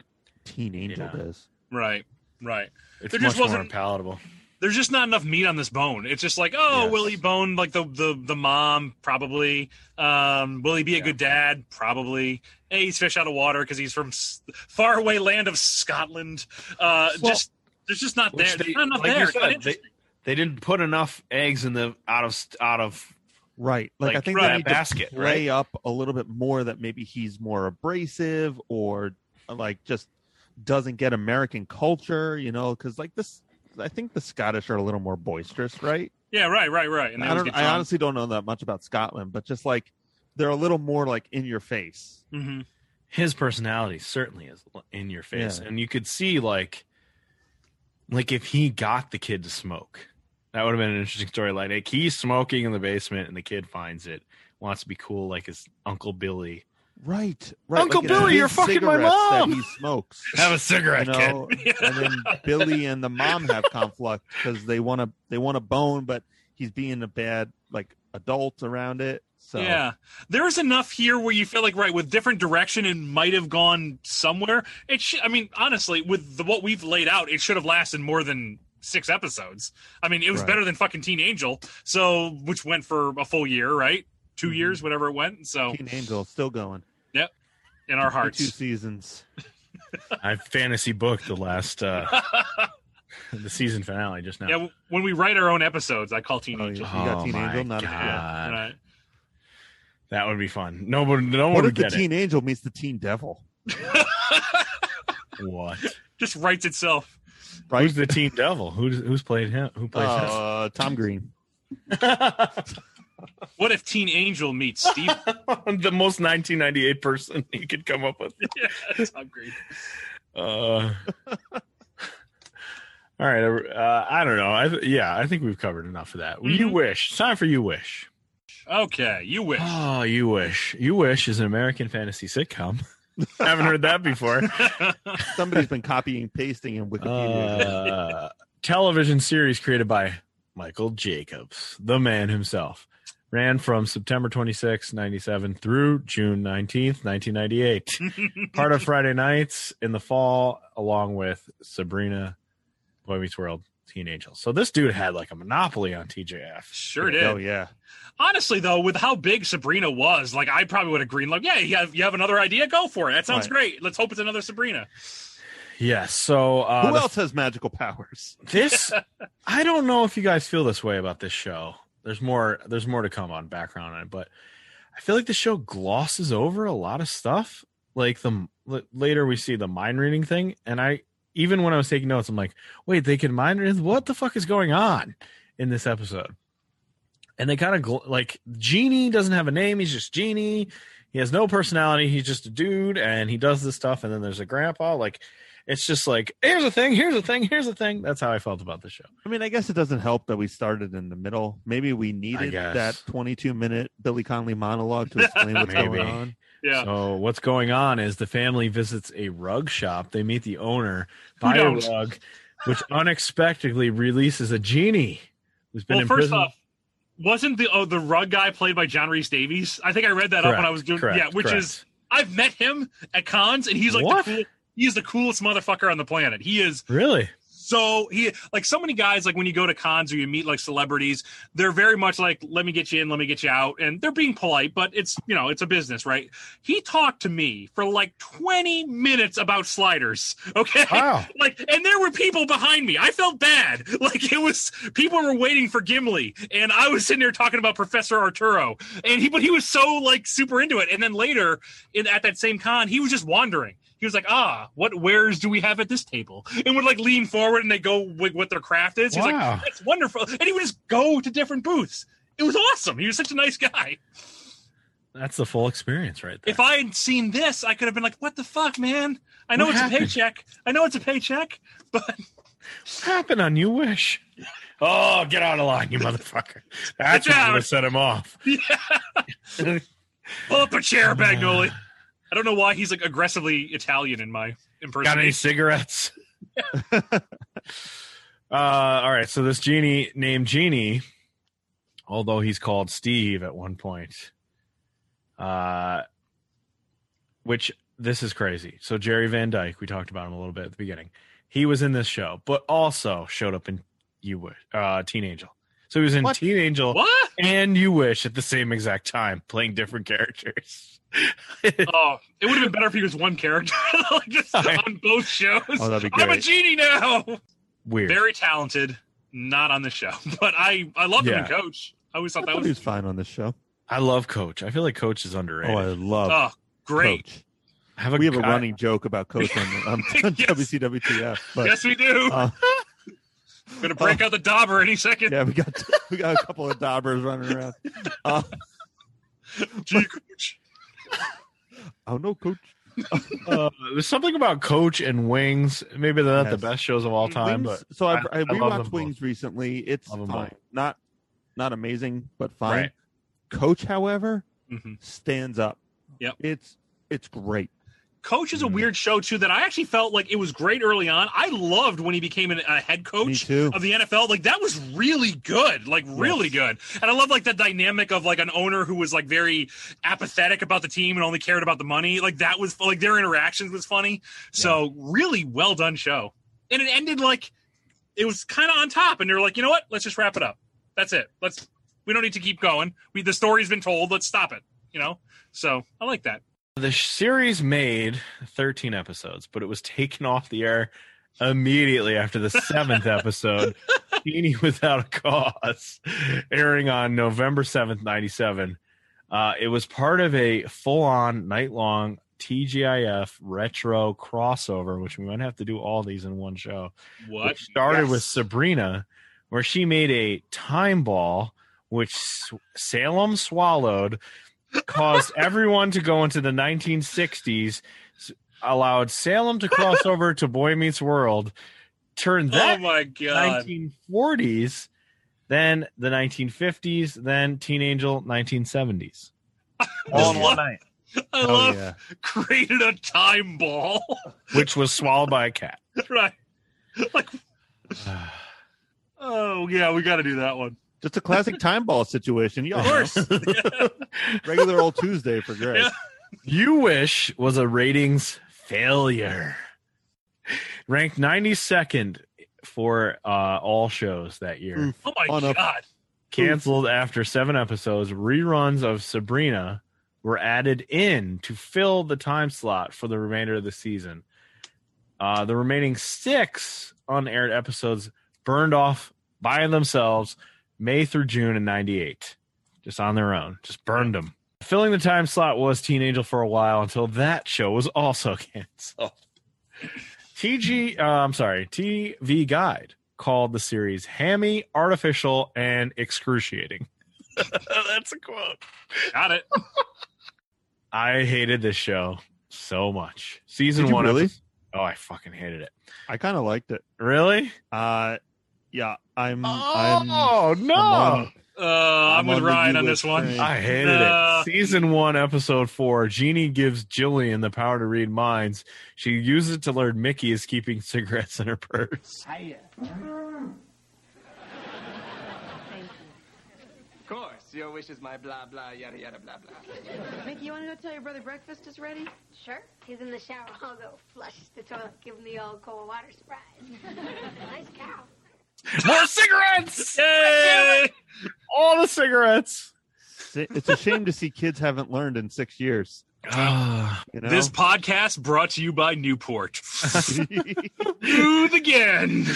Speaker 2: teen angel
Speaker 1: Yeah.
Speaker 2: does
Speaker 3: Right. Right.
Speaker 1: It's
Speaker 3: There
Speaker 1: much
Speaker 3: just
Speaker 1: more
Speaker 3: wasn't-
Speaker 1: palatable.
Speaker 3: There's just not enough meat on this bone. It's just like, oh,
Speaker 1: Yes.
Speaker 3: will he bone like the the the mom? Probably. Um, will he be a good dad? Probably. Hey, he's fish out of water because he's from s- faraway land of Scotland. Uh,
Speaker 1: Well,
Speaker 3: just there's just not there.
Speaker 1: Which
Speaker 3: there's not enough
Speaker 1: like you
Speaker 3: there. It's
Speaker 1: said,
Speaker 3: not
Speaker 1: they,
Speaker 3: interesting.
Speaker 1: they didn't put enough eggs in the out of out of
Speaker 2: right like, i
Speaker 1: Like,
Speaker 2: think
Speaker 1: right,
Speaker 2: they need
Speaker 1: basket,
Speaker 2: to play up a little bit more that maybe he's more abrasive or like just doesn't get american culture you know because like this i think the scottish are a little more boisterous right
Speaker 3: Yeah, right, right, right. And they
Speaker 2: I,
Speaker 3: always
Speaker 2: don't,
Speaker 3: get
Speaker 2: I
Speaker 3: drunk.
Speaker 2: honestly don't know that much about Scotland, but just like they're a little more like in your face.
Speaker 3: Mhm.
Speaker 1: his personality certainly is in your face
Speaker 2: Yeah.
Speaker 1: and you could see like like if he got the kid to smoke that would have been an interesting story like, like he's smoking in the basement and the kid finds it wants to be cool like his uncle billy
Speaker 2: Right, right.
Speaker 1: Uncle
Speaker 2: it's
Speaker 1: Billy,
Speaker 2: his
Speaker 1: you're fucking my
Speaker 2: cigarettes
Speaker 1: mom.
Speaker 2: That he smokes.
Speaker 1: have a cigarette
Speaker 2: you
Speaker 1: kid [laughs]
Speaker 2: know, and then Billy and the mom have conflict because they want to they want to bone, but he's being a bad like adult around it. So
Speaker 3: Yeah, there's enough here where you feel like right with different direction and might have gone somewhere. It, sh- I mean, honestly, with the, what we've laid out, it should have lasted more than six episodes. I mean, it was
Speaker 2: Right.
Speaker 3: better than fucking Teen Angel, so which went for a full year, right? 2 years, whatever it went. So
Speaker 2: Mm-hmm. Teen Angel still going.
Speaker 3: in our
Speaker 2: Two
Speaker 3: hearts,
Speaker 2: seasons.
Speaker 1: I fantasy booked the last uh the season finale just now.
Speaker 3: yeah. w- When we write our own episodes, I call Teen
Speaker 2: Oh,
Speaker 3: Angel.
Speaker 2: yeah. You got Teen Angel, not a- yeah.
Speaker 1: God.
Speaker 3: Right.
Speaker 1: That would be fun. No one, no
Speaker 2: What
Speaker 1: one
Speaker 2: if
Speaker 1: would
Speaker 2: the
Speaker 1: get
Speaker 2: Teen Angel meets the Teen Devil?
Speaker 1: it. What?
Speaker 3: Just writes itself.
Speaker 1: Who's the teen devil? Who's who's played him? Who plays
Speaker 2: Uh, Tom Green.
Speaker 1: him?
Speaker 3: What if Teen Angel meets
Speaker 2: [laughs]
Speaker 3: Steve?
Speaker 1: [laughs] the most 1998 person [laughs] you could come up
Speaker 3: [laughs]
Speaker 1: with.
Speaker 3: That's how great.
Speaker 1: Uh, [laughs] all right. Uh, I don't know. I th- yeah, I think we've covered enough of that. You
Speaker 3: Mhm.
Speaker 1: wish. It's time for you wish.
Speaker 3: Okay,
Speaker 1: [sighs]
Speaker 3: you wish.
Speaker 1: Oh, you wish. You wish is an American fantasy sitcom. [laughs] Haven't heard that before.
Speaker 2: Somebody's been copying and pasting in Wikipedia.
Speaker 1: Uh, television series created by Michael Jacobs, the man himself. Ran from September 26, 97 through June 19th,
Speaker 2: [laughs]
Speaker 1: 1998. Part of Friday nights in the fall, along with Sabrina, Boy Meets World, Teen Angels. So this dude had like a monopoly on TJF.
Speaker 3: Sure did.
Speaker 2: oh yeah.
Speaker 3: Honestly, though, with how big Sabrina was, like I probably would have green like, yeah, you have, you have another idea, go for it. That sounds great. Let's hope it's another Sabrina.
Speaker 1: Yes. so uh,
Speaker 2: Who
Speaker 1: the
Speaker 2: else has magical powers?
Speaker 1: this i don't know if you guys feel this way about this show there's more there's more to come on background on it but i feel like the show glosses over a lot of stuff like the l- later we see the mind reading thing and i even when i was taking notes i'm like wait they can mind read what the fuck is going on in this episode and they kind of gl- like genie doesn't have a name he's just genie he has no personality he's just a dude and he does this stuff and then there's a grandpa like it's just like here's a thing here's a thing here's a thing that's how i felt about the show
Speaker 2: I mean, I guess it doesn't help that we started in the middle. Maybe we needed
Speaker 1: guess.
Speaker 2: that 22 minute Billy Conley monologue to
Speaker 1: [laughs]
Speaker 2: explain what's
Speaker 1: Maybe.
Speaker 2: going on.
Speaker 3: Yeah.
Speaker 1: so what's going on is the family visits a rug shop they meet the owner
Speaker 3: Who
Speaker 1: buy a
Speaker 3: don't?
Speaker 1: rug which unexpectedly releases a genie who's been
Speaker 3: well,
Speaker 1: in
Speaker 3: first
Speaker 1: prison
Speaker 3: off, wasn't the oh the rug guy played by John Reese Davies? I think I read that up when I was doing
Speaker 1: Correct,
Speaker 3: yeah, which
Speaker 1: correct.
Speaker 3: is I've met him at cons and he's like
Speaker 1: What?
Speaker 3: the cool, he's the coolest motherfucker on the planet. He is
Speaker 1: really
Speaker 3: so he like so many guys like when you go to cons or you meet like celebrities they're very much like let me get you in let me get you out and they're being polite but it's you know it's a business right he talked to me for like 20 minutes about sliders [laughs] okay
Speaker 1: Wow.
Speaker 3: like and there were people behind me i felt bad [laughs] like it was people were waiting for gimli and i was sitting there talking about professor arturo and he but he was so like super into it and then later in at that same con he was just wandering he was like ah what wares do we have at this table and would like lean forward and they go with what their craft is he's
Speaker 1: Wow.
Speaker 3: like that's wonderful and he would just go to different booths it was awesome he was such a nice guy
Speaker 1: that's the full experience right there
Speaker 3: if i had seen this i could have been like what the fuck man i know
Speaker 1: What
Speaker 3: it's
Speaker 1: happened?
Speaker 3: a paycheck i know it's a paycheck [laughs] but
Speaker 1: happen on you
Speaker 3: [laughs]
Speaker 1: wish oh get out of line you motherfucker that's
Speaker 3: Get
Speaker 1: what
Speaker 3: out.
Speaker 1: would have set him off
Speaker 3: Pull up a
Speaker 2: [sighs]
Speaker 3: chair, Bagnoli. I don't know why he's like aggressively Italian in my
Speaker 1: Got any
Speaker 3: impersonation.
Speaker 1: cigarettes? [laughs] uh, all right. So this genie named Genie, although he's called Steve at one point, uh, which this is crazy. So Jerry Van Dyke, we talked about him a little bit at the beginning. He was in this show, but also showed up in You Wish, uh, Teen Angel. So he was in
Speaker 2: What?
Speaker 1: Teen Angel
Speaker 3: What?
Speaker 1: and You Wish at the same exact time, playing different characters.
Speaker 3: Oh, it would have been better if he was one character, [laughs] like just on both shows.
Speaker 2: Oh, that'd be
Speaker 3: I'm a
Speaker 2: great.
Speaker 3: genie now.
Speaker 1: Weird.
Speaker 3: Very talented, not on the show, [laughs] but I I love him in
Speaker 1: Yeah.
Speaker 3: Coach. I always thought
Speaker 2: I
Speaker 3: Oh, that
Speaker 2: thought he was
Speaker 3: was
Speaker 2: fine on this show.
Speaker 1: I love Coach. I feel like Coach is
Speaker 2: Oh,
Speaker 1: underrated.
Speaker 2: I love
Speaker 3: oh great.
Speaker 2: Coach.
Speaker 1: have a
Speaker 2: We have a
Speaker 1: guy-
Speaker 2: running joke about
Speaker 3: [laughs]
Speaker 2: Coach on, on, on [laughs]
Speaker 3: Yes.
Speaker 2: WCWTF, but
Speaker 3: yes, we do.
Speaker 2: uh,
Speaker 3: [laughs] Gonna break out the dauber any second.
Speaker 2: yeah, we got we got a couple of daubers running around. Uh,
Speaker 3: [laughs] Gee, Coach.
Speaker 2: oh no, Coach!
Speaker 1: Uh, there's something about Coach and Wings. Maybe they're not the
Speaker 2: Yes.
Speaker 1: best shows of all time,
Speaker 2: Wings-
Speaker 1: but
Speaker 2: so I,
Speaker 1: I-
Speaker 2: I,
Speaker 1: I love them
Speaker 2: rewatched
Speaker 1: both.
Speaker 2: Wings recently. It's
Speaker 1: Love them
Speaker 2: fine,
Speaker 1: both.
Speaker 2: not not amazing, but fine.
Speaker 1: Right.
Speaker 2: Coach, however,
Speaker 3: Mhm.
Speaker 2: stands up.
Speaker 3: Yep.
Speaker 2: It's it's great.
Speaker 3: Coach is a
Speaker 1: Mm.
Speaker 3: weird show too that I actually felt like it was great early on. I loved when he became an, a head coach
Speaker 2: Me too.
Speaker 3: of the NFL. Like that was really good, like really good. And I love like the dynamic of like an owner who was like very apathetic about the team and only cared about the money. Like that was like their interactions was funny. So really well done show. And it ended like it was kind of on top. And they were like, you know what? Let's just wrap it up. That's it. Let's. We don't need to keep going. We the story's been told. Let's stop it. You know. So I like that.
Speaker 1: the series made 13 episodes, but it was taken off the air immediately after the seventh episode, Genie Without a Cause, airing on November 7th, 97. Uh, it was part of a full on night long TGIF retro crossover, which we might have to do all these in one show.
Speaker 3: What
Speaker 1: It started
Speaker 3: Yes.
Speaker 1: with Sabrina, where she made a time ball which S- Salem swallowed,
Speaker 3: [laughs]
Speaker 1: caused everyone to go into the 1960s, s- allowed Salem to
Speaker 3: [laughs]
Speaker 1: cross over to Boy Meets World, turned that
Speaker 3: oh my god!
Speaker 1: 1940s, then the 1950s, then Teen Angel
Speaker 3: [laughs]
Speaker 1: 1970s.
Speaker 3: Oh,
Speaker 1: All in one night,
Speaker 3: I
Speaker 2: Oh,
Speaker 3: love
Speaker 2: yeah.
Speaker 3: [laughs] created a time ball, [laughs]
Speaker 1: which was swallowed by a cat. [sighs]
Speaker 3: right? Like, oh yeah, we got to do that one.
Speaker 2: Just
Speaker 3: [laughs]
Speaker 2: a classic time ball situation. Yeah,
Speaker 3: Of course, [laughs]
Speaker 2: regular old Tuesday for Greg.
Speaker 3: Yeah.
Speaker 1: You Wish was a ratings failure. Ranked 92nd for uh, all shows that year.
Speaker 2: Mm.
Speaker 3: oh my
Speaker 2: On a-
Speaker 3: god!
Speaker 1: Canceled after seven episodes, reruns of Sabrina were added in to fill the time slot for the remainder of the season. Uh, the remaining six unaired episodes burned off by themselves May through June in 98, just on their own, just burned them. Filling the time slot was Teen Angel for a while until that show was also [laughs] canceled. TG, uh, I'm sorry, TV Guide called the series hammy, artificial, and excruciating. That's a quote.
Speaker 3: Got it.
Speaker 1: I hated this show so much.
Speaker 2: Did
Speaker 1: Season
Speaker 2: you
Speaker 1: one.
Speaker 2: really?
Speaker 1: epi- oh, I fucking hated it.
Speaker 2: I kind of liked it.
Speaker 1: Really?
Speaker 2: Uh, yeah, I'm. I'm
Speaker 1: oh no!
Speaker 2: on-
Speaker 3: Uh, I'm,
Speaker 2: on
Speaker 3: with
Speaker 2: the
Speaker 3: Ryan on
Speaker 2: Google
Speaker 3: this one.
Speaker 2: train.
Speaker 1: I hated
Speaker 3: No.
Speaker 1: it. Season one, episode four. Jeannie gives Jillian the power to read minds. She uses it to learn Mickey is keeping [laughs] cigarettes in her purse.
Speaker 8: Of course, your wish is my blah blah yada yada blah blah.
Speaker 9: Mickey, you want to go tell your brother breakfast is ready?
Speaker 10: Sure. He's in the shower. [laughs] I'll go flush the toilet, give him the old cold water surprise. [laughs] nice cow.
Speaker 1: More cigarettes!
Speaker 3: Yay!
Speaker 1: All the cigarettes.
Speaker 2: It's a shame to see kids haven't learned in six years. You know, [laughs]
Speaker 3: This podcast brought to you by Newport. Youth again.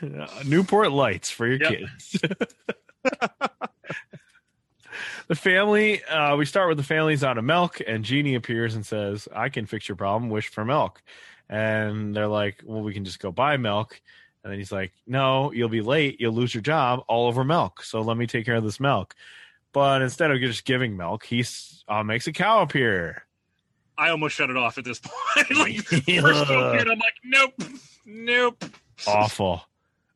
Speaker 1: Uh, Newport Lights for your
Speaker 3: Yep.
Speaker 1: kids. [laughs] the family, uh, we start with the family's out of milk, and Jeannie appears and says, I can fix your problem. Wish for milk. And they're like, Well, we can just go buy milk. And then he's like, No, you'll be late. You'll lose your job all over milk. So let me take care of this milk. But instead of just giving milk, he s- uh, makes a cow
Speaker 2: [laughs]
Speaker 1: appear.
Speaker 3: I almost shut it off at this point. [laughs] like first little kid, I'm like, nope, nope.
Speaker 1: Awful.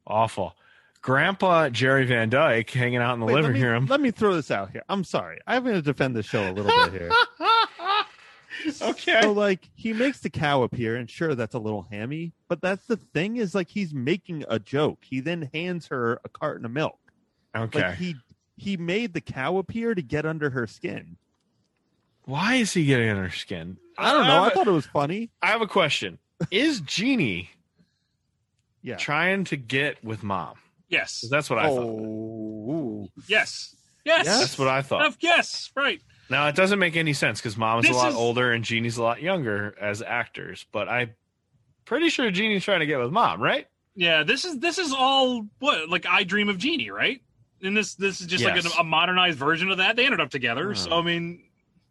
Speaker 1: Awful. Grandpa Jerry Van Dyke hanging out in the
Speaker 2: Wait,
Speaker 1: living
Speaker 2: let, me,
Speaker 1: room.
Speaker 2: let me throw this out here. I'm sorry. I'm going to defend the show a little bit
Speaker 1: [laughs]
Speaker 2: here.
Speaker 1: okay.
Speaker 2: So, like, he makes the cow appear, and sure, that's a little hammy, but that's the thing is, like, he's making a joke. He then hands her a carton of milk.
Speaker 1: Okay.
Speaker 2: Like, he he made the cow appear to get under her skin.
Speaker 1: Why is he getting under her skin?
Speaker 2: I don't know.
Speaker 1: have
Speaker 2: I
Speaker 1: a-
Speaker 2: thought it was funny.
Speaker 1: I have a question. Is Jeannie
Speaker 2: Yeah.
Speaker 1: trying to get with mom?
Speaker 3: Yes,
Speaker 1: 'Cause that's what I thought.
Speaker 2: Oh,
Speaker 3: yes, yes.
Speaker 1: That's what I thought.
Speaker 3: Of- yes, right.
Speaker 1: Now it doesn't make any sense because mom is a
Speaker 3: This
Speaker 1: lot
Speaker 3: is-
Speaker 1: older and Jeannie's a lot younger as actors, but I pretty sure Jeannie's trying to get with mom, right?
Speaker 3: Yeah, this is this is all what like I Dream of Genie, right? And this this is just
Speaker 1: Yes.
Speaker 3: like a, a modernized version of that. They ended up together, so I mean,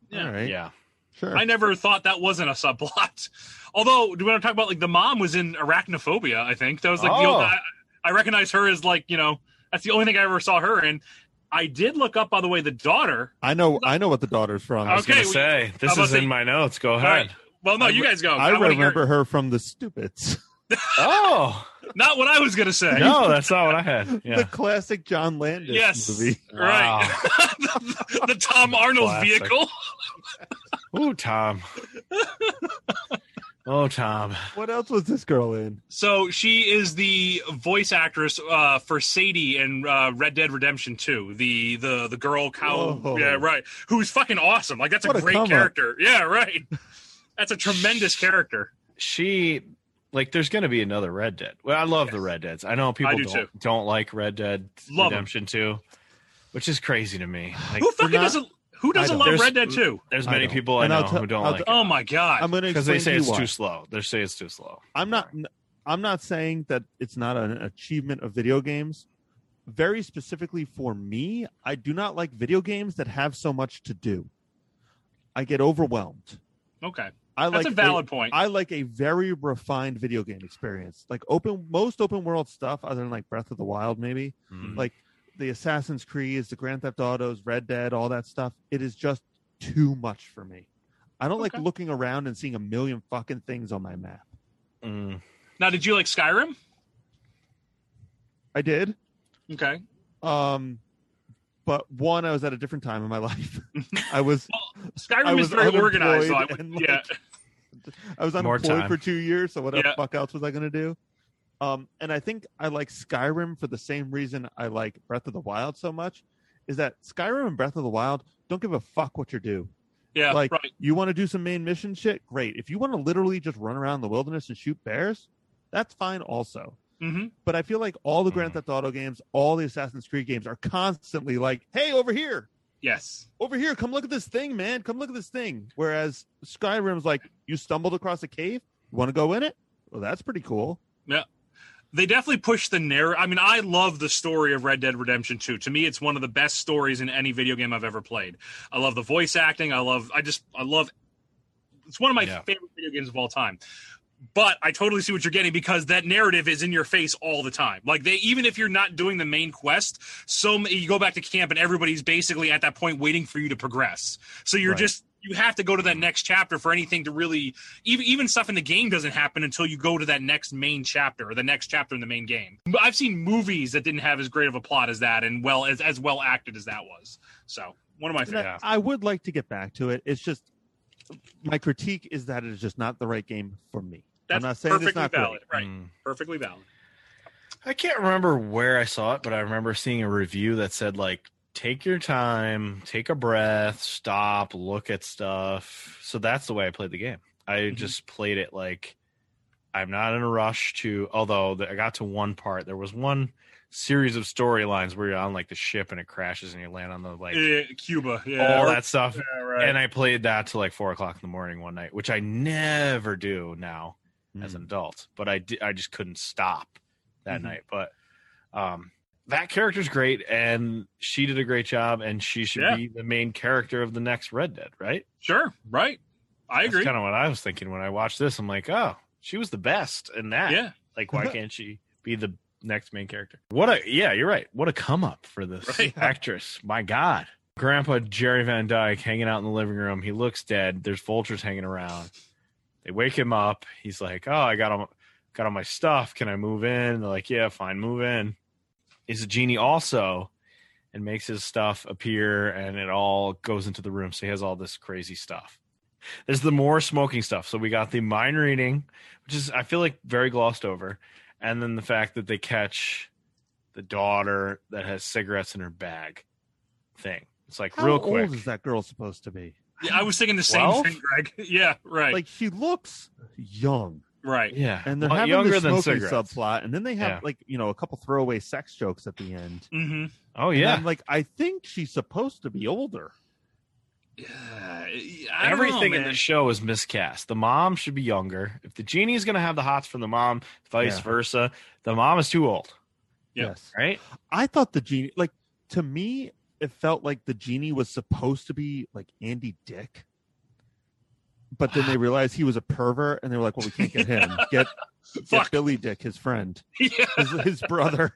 Speaker 3: yeah.
Speaker 2: all right.
Speaker 1: Yeah.
Speaker 2: Sure.
Speaker 3: I never thought that wasn't a subplot. [laughs] Although, do you want to talk about like the mom was in Arachnophobia? I think that was like the
Speaker 1: Oh.
Speaker 3: old, I, I recognize her as like you know that's the only thing I ever saw her in. I did look up by the way the daughter.
Speaker 2: I know. I know what the daughter's from.
Speaker 1: I was
Speaker 3: Okay,
Speaker 1: gonna
Speaker 3: we-
Speaker 1: say this
Speaker 3: how
Speaker 1: is
Speaker 3: about
Speaker 1: in
Speaker 3: the-
Speaker 1: my notes. Go
Speaker 3: All right.
Speaker 1: ahead.
Speaker 3: Well, no, you guys go.
Speaker 2: I,
Speaker 3: wanna hear-
Speaker 2: remember her from The Stupids, [laughs]
Speaker 1: Oh
Speaker 3: not what I was gonna say.
Speaker 1: no, that's not what I had.
Speaker 2: [laughs] the
Speaker 1: Yeah.
Speaker 2: classic John Landis
Speaker 3: Yes.
Speaker 2: movie.
Speaker 3: Right. the, [laughs] the Tom Arnold
Speaker 1: Classic.
Speaker 3: vehicle.
Speaker 1: Ooh,
Speaker 2: [laughs]
Speaker 1: Tom. Oh, Tom.
Speaker 2: What else was this girl in?
Speaker 3: So she is the voice actress uh, for Sadie in uh, Red Dead Redemption 2, the the the girl cow.
Speaker 2: Whoa.
Speaker 3: Yeah, right. Who's fucking awesome. Like that's a
Speaker 2: What a
Speaker 3: great
Speaker 2: come up.
Speaker 3: character. Yeah, right. That's a tremendous character.
Speaker 1: she like there's going to be another Red Dead. Well, I love the Red Deads. I know people
Speaker 3: do
Speaker 1: not
Speaker 3: too.
Speaker 1: don't like Red Dead
Speaker 3: Love 'em.
Speaker 1: Redemption 2, which is crazy to
Speaker 2: [gasps]
Speaker 1: me. Like
Speaker 3: Who fucking
Speaker 2: not-
Speaker 3: doesn't who doesn't
Speaker 2: don't.
Speaker 3: love
Speaker 1: There's-
Speaker 3: Red Dead 2?
Speaker 1: there's
Speaker 2: I
Speaker 1: many
Speaker 2: don't.
Speaker 1: people I
Speaker 2: And I'll
Speaker 1: know
Speaker 2: tell-
Speaker 1: who don't
Speaker 2: I'll
Speaker 1: like
Speaker 2: tell-
Speaker 1: it
Speaker 3: Oh my god.
Speaker 2: I'm going to
Speaker 1: because
Speaker 2: explain
Speaker 1: they say
Speaker 2: to you
Speaker 1: it's
Speaker 2: why.
Speaker 1: too slow. They say it's too slow.
Speaker 2: I'm not. I'm not saying that it's not an achievement of video games. Very specifically for me, I do not like video games that have so much to do. I get overwhelmed.
Speaker 3: Okay.
Speaker 2: I
Speaker 3: That's
Speaker 2: like
Speaker 3: a valid point.
Speaker 2: I like a very refined video game experience. Like open most open world stuff, other than like Breath of the Wild, maybe.
Speaker 1: Mhm.
Speaker 2: Like the Assassin's Creed, the Grand Theft Autos, Red Dead, all that stuff. It is just too much for me. I don't like looking around and seeing a million fucking things on my map.
Speaker 1: Mm.
Speaker 3: Now, did you like Skyrim?
Speaker 2: I did.
Speaker 3: Okay.
Speaker 2: Um but one, I was at a different time in my [laughs] life. I was I
Speaker 3: Skyrim
Speaker 2: was
Speaker 3: is very organized. So I,
Speaker 2: unemployed
Speaker 3: would-
Speaker 2: and,
Speaker 3: yeah.
Speaker 2: like, I was
Speaker 1: More
Speaker 2: unemployed
Speaker 1: time.
Speaker 2: for two years, so what the
Speaker 3: Yeah.
Speaker 2: fuck else was I gonna do? Um, and I think I like Skyrim for the same reason I like Breath of the Wild so much, is that Skyrim and Breath of the Wild don't give a fuck what you do.
Speaker 3: Yeah.
Speaker 2: like
Speaker 3: right.
Speaker 2: you want to do some main mission shit, great. If you want to literally just run around the wilderness and shoot bears, that's fine also
Speaker 3: hmm
Speaker 2: but I feel like all the
Speaker 3: Mm.
Speaker 2: Grand Theft Auto games, all the Assassin's Creed games are constantly like, "Hey, over here,
Speaker 3: Yes.
Speaker 2: over here, come look at this thing, man, come look at this thing." Whereas Skyrim's like, "You stumbled across a cave, you want to go in it? Well, that's pretty cool."
Speaker 3: They definitely push the narrative. I mean, I love the story of Red Dead Redemption 2. To me, it's one of the best stories in any video game I've ever played. I love the voice acting. I love, I just, I love, it's one of my
Speaker 1: Yeah.
Speaker 3: favorite video games of all time. But I totally see what you're getting because that narrative is in your face all the time. Like they, even if you're not doing the main quest, so ma- you go back to camp and everybody's basically at that point waiting for you to progress. So you're
Speaker 2: Right.
Speaker 3: just you have to go to that next chapter for anything to really even even stuff in the game doesn't happen until you go to that next main chapter or the next chapter in the main game. But I've seen movies that didn't have as great of a plot as that and well as as well acted as that was. So one of my
Speaker 2: And I-
Speaker 3: favorite.
Speaker 2: I would like to get back to it. It's just my critique is that it is just not the right game for me.
Speaker 3: That's
Speaker 2: I'm not saying
Speaker 3: perfectly
Speaker 2: it's not
Speaker 3: valid,
Speaker 2: great.
Speaker 3: right?
Speaker 1: Mm.
Speaker 3: Perfectly valid.
Speaker 1: I can't remember where I saw it, but I remember seeing a review that said like take your time, take a breath, stop, look at stuff. So that's the way I played the game. I
Speaker 3: Mhm.
Speaker 1: just played it like I'm not in a rush to although the, I got to one part. There was one series of storylines where you're on like the ship and it crashes and you land on the like
Speaker 3: Yeah, Eh, Cuba, yeah,
Speaker 1: all that stuff.
Speaker 3: Yeah, right.
Speaker 1: And I played that till like four o'clock in the morning one night, which I never do now as an
Speaker 3: Hmm.
Speaker 2: Mm.
Speaker 1: adult, but I di- I just couldn't stop that
Speaker 2: Mhm.
Speaker 3: Mm-hmm.
Speaker 1: night. But um, that character's great, and she did a great job, and she should
Speaker 3: Yeah.
Speaker 1: be the main character of the next Red Dead, right?
Speaker 3: sure, right? I agree.
Speaker 1: Kind of what I was thinking when I watched this. I'm like, oh, she was the best in that.
Speaker 3: yeah,
Speaker 1: Like, why can't she be the next main character? What a yeah, you're right. What a come up for this [laughs]
Speaker 3: Right.
Speaker 1: actress. My God. Grandpa Jerry Van Dyke hanging out in the living room. He looks dead. There's vultures hanging around. They wake him up. He's like, "Oh, I got all, got all my stuff. Can I move in?" They're like, "Yeah, fine, move in." Is a genie also, and makes his stuff appear, and it all goes into the room. So he has all this crazy stuff. There's the more smoking stuff. So we got the mind reading, which is I feel like very glossed over, and then the fact that they catch the daughter that has cigarettes in her bag thing. It's like
Speaker 2: How
Speaker 1: real
Speaker 2: old
Speaker 1: quick.
Speaker 2: is that girl supposed to be?
Speaker 3: Yeah, I was thinking the same
Speaker 1: 12?
Speaker 3: thing, Greg. [laughs] Yeah, right,
Speaker 2: Like she looks young.
Speaker 3: right.
Speaker 1: Yeah,
Speaker 2: and they're
Speaker 1: Lot
Speaker 2: having
Speaker 1: younger
Speaker 2: this
Speaker 1: than
Speaker 2: smoking
Speaker 1: cigarettes.
Speaker 2: subplot, and then they have
Speaker 1: Yeah.
Speaker 2: like you know a couple throwaway sex jokes at the end.
Speaker 3: Mm-hmm.
Speaker 1: Oh
Speaker 2: And
Speaker 1: yeah,
Speaker 2: I'm like, I think she's supposed to be older.
Speaker 3: Yeah, I don't know,
Speaker 1: everything in
Speaker 3: man. [laughs]
Speaker 1: this show is miscast. The mom should be younger. If the genie is going to have the hots for the mom, vice
Speaker 2: Yeah.
Speaker 1: versa, the mom is too old,
Speaker 3: Yeah.
Speaker 2: Yes,
Speaker 1: right?
Speaker 2: I thought the genie, like to me, it felt like the genie was supposed to be like Andy Dick, but then
Speaker 1: [sighs]
Speaker 2: they realized he was a pervert, and they were like, well, we can't
Speaker 1: [laughs]
Speaker 2: get him. Get,
Speaker 3: Fuck.
Speaker 2: get Billy Dick, his friend,
Speaker 3: yeah.
Speaker 2: his, his brother.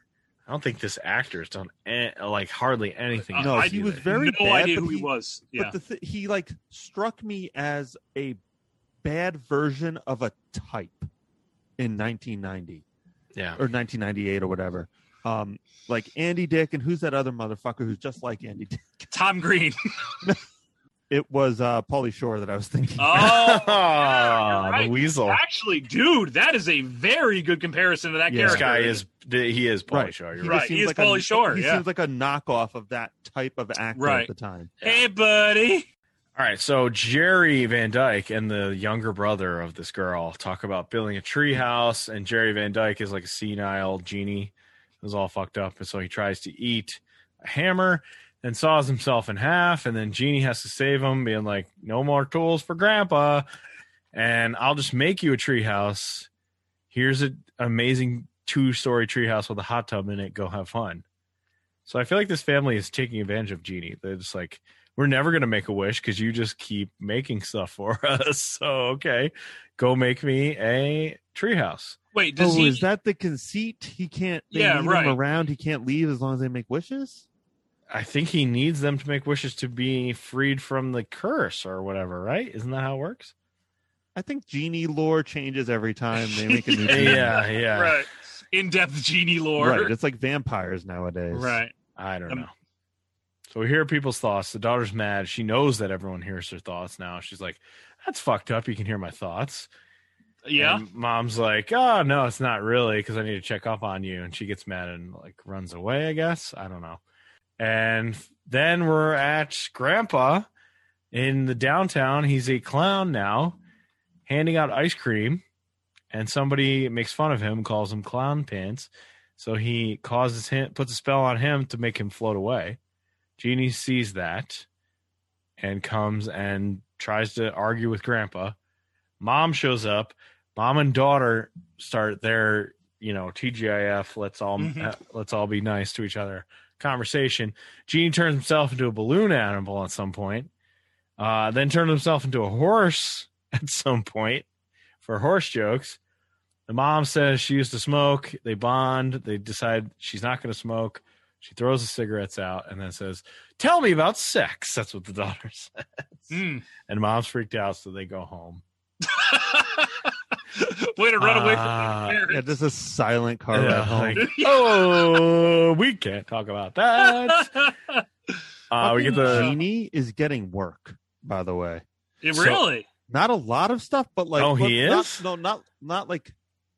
Speaker 1: I don't think this actor has done eh, like hardly anything.
Speaker 3: Uh,
Speaker 1: else
Speaker 2: No,
Speaker 3: I-
Speaker 2: he was
Speaker 1: either.
Speaker 2: very
Speaker 3: no
Speaker 2: bad,
Speaker 3: idea
Speaker 2: but
Speaker 3: who he,
Speaker 2: he-
Speaker 3: was. Yeah,
Speaker 2: But the th- he like struck me as a bad version of a type in 1990 [laughs]
Speaker 1: yeah.
Speaker 2: or 1998 or whatever. Um, like Andy Dick and who's that other motherfucker who's just like Andy Dick? [laughs]
Speaker 3: [laughs] Tom Green.
Speaker 2: It was uh, Paulie Shore that I was thinking.
Speaker 3: Oh, yeah,
Speaker 1: Ah,
Speaker 3: you're right.
Speaker 1: the weasel.
Speaker 3: actually, dude, that is yeah. This guy is- yeah. Right. He is Pauly Shore, yeah. very good comparison to that
Speaker 1: This
Speaker 2: Yeah.
Speaker 3: character.
Speaker 1: guy is he is Pauly Shore. You're
Speaker 2: just
Speaker 1: right.
Speaker 3: right. He
Speaker 2: seems
Speaker 3: is
Speaker 2: a-
Speaker 3: Pauly Shore,
Speaker 2: He
Speaker 3: yeah.
Speaker 2: seems like a knockoff of that type of actor
Speaker 3: Right.
Speaker 2: at the time.
Speaker 3: Hey, buddy.
Speaker 1: All right, so Jerry Van Dyke and the younger brother of this girl talk about building a treehouse, and Jerry Van Dyke is like a senile genie who's all fucked up, and so he tries to eat a hammer and saws himself in half, and then Genie has to save him, being like, "No more tools for Grandpa, and I'll just make you a treehouse. Here's an amazing two-story treehouse with a hot tub in it. Go have fun." So I feel like this family is taking advantage of Genie. They're just like, we're never going to make a wish because you just keep making stuff for [laughs] us. So, okay, go make me a treehouse.
Speaker 3: Wait, does
Speaker 2: Oh,
Speaker 3: he?
Speaker 2: is that the conceit? He can't. They
Speaker 3: Yeah,
Speaker 2: leave
Speaker 3: right.
Speaker 2: him around. He can't leave as long as they make wishes.
Speaker 1: I think he needs them to make wishes to be freed from the curse or whatever, right? Isn't that how it
Speaker 3: [laughs]
Speaker 1: works?
Speaker 2: I think genie lore changes every time they make a new.
Speaker 1: [laughs]
Speaker 2: genie.
Speaker 1: yeah, yeah.
Speaker 3: Right. In-depth genie lore.
Speaker 2: right. It's like vampires nowadays.
Speaker 3: Right.
Speaker 1: I don't
Speaker 3: Um,
Speaker 1: know. So we hear people's thoughts. The daughter's mad. She knows that everyone hears her thoughts now. She's like, "That's fucked up. You can hear my thoughts."
Speaker 3: Yeah.
Speaker 1: And mom's like, "Oh no, it's not really because I need to check up on you." And she gets mad and like runs away. I guess I don't know. And then we're at Grandpa in the downtown. He's a clown now, handing out ice cream, and somebody makes fun of him, calls him clown pants. So he causes him, puts a spell on him to make him float away. Genie sees that and comes and tries to argue with Grandpa. Mom shows up. Mom and daughter start their, you know, TGIF. Let's all
Speaker 3: Mhm.
Speaker 1: uh, let's all be nice to each other. Conversation. Genie turns himself into a balloon animal at some point. Uh, then turns himself into a horse [laughs] at some point for horse jokes. The mom says she used to smoke. They bond. They decide she's not going to smoke. She throws the cigarettes out and then says, Tell me about sex. That's what the [laughs] daughter says.
Speaker 3: Hmm. [laughs]
Speaker 1: And mom's freaked out, so they go home.
Speaker 3: Way to run away from
Speaker 1: Ah,
Speaker 3: the
Speaker 2: Yeah,
Speaker 3: parents.
Speaker 2: this is silent car
Speaker 1: Yeah,
Speaker 3: [laughs]
Speaker 2: ride home.
Speaker 1: like, oh, we can't talk about
Speaker 3: [laughs]
Speaker 1: that. Uh, we get
Speaker 2: Fucking
Speaker 1: the.
Speaker 2: genie is getting work. By the way,
Speaker 3: It
Speaker 1: So-
Speaker 3: really?
Speaker 2: not a lot of stuff, but like
Speaker 1: Oh,
Speaker 2: but
Speaker 1: he
Speaker 2: not-
Speaker 1: is?
Speaker 2: no, not not like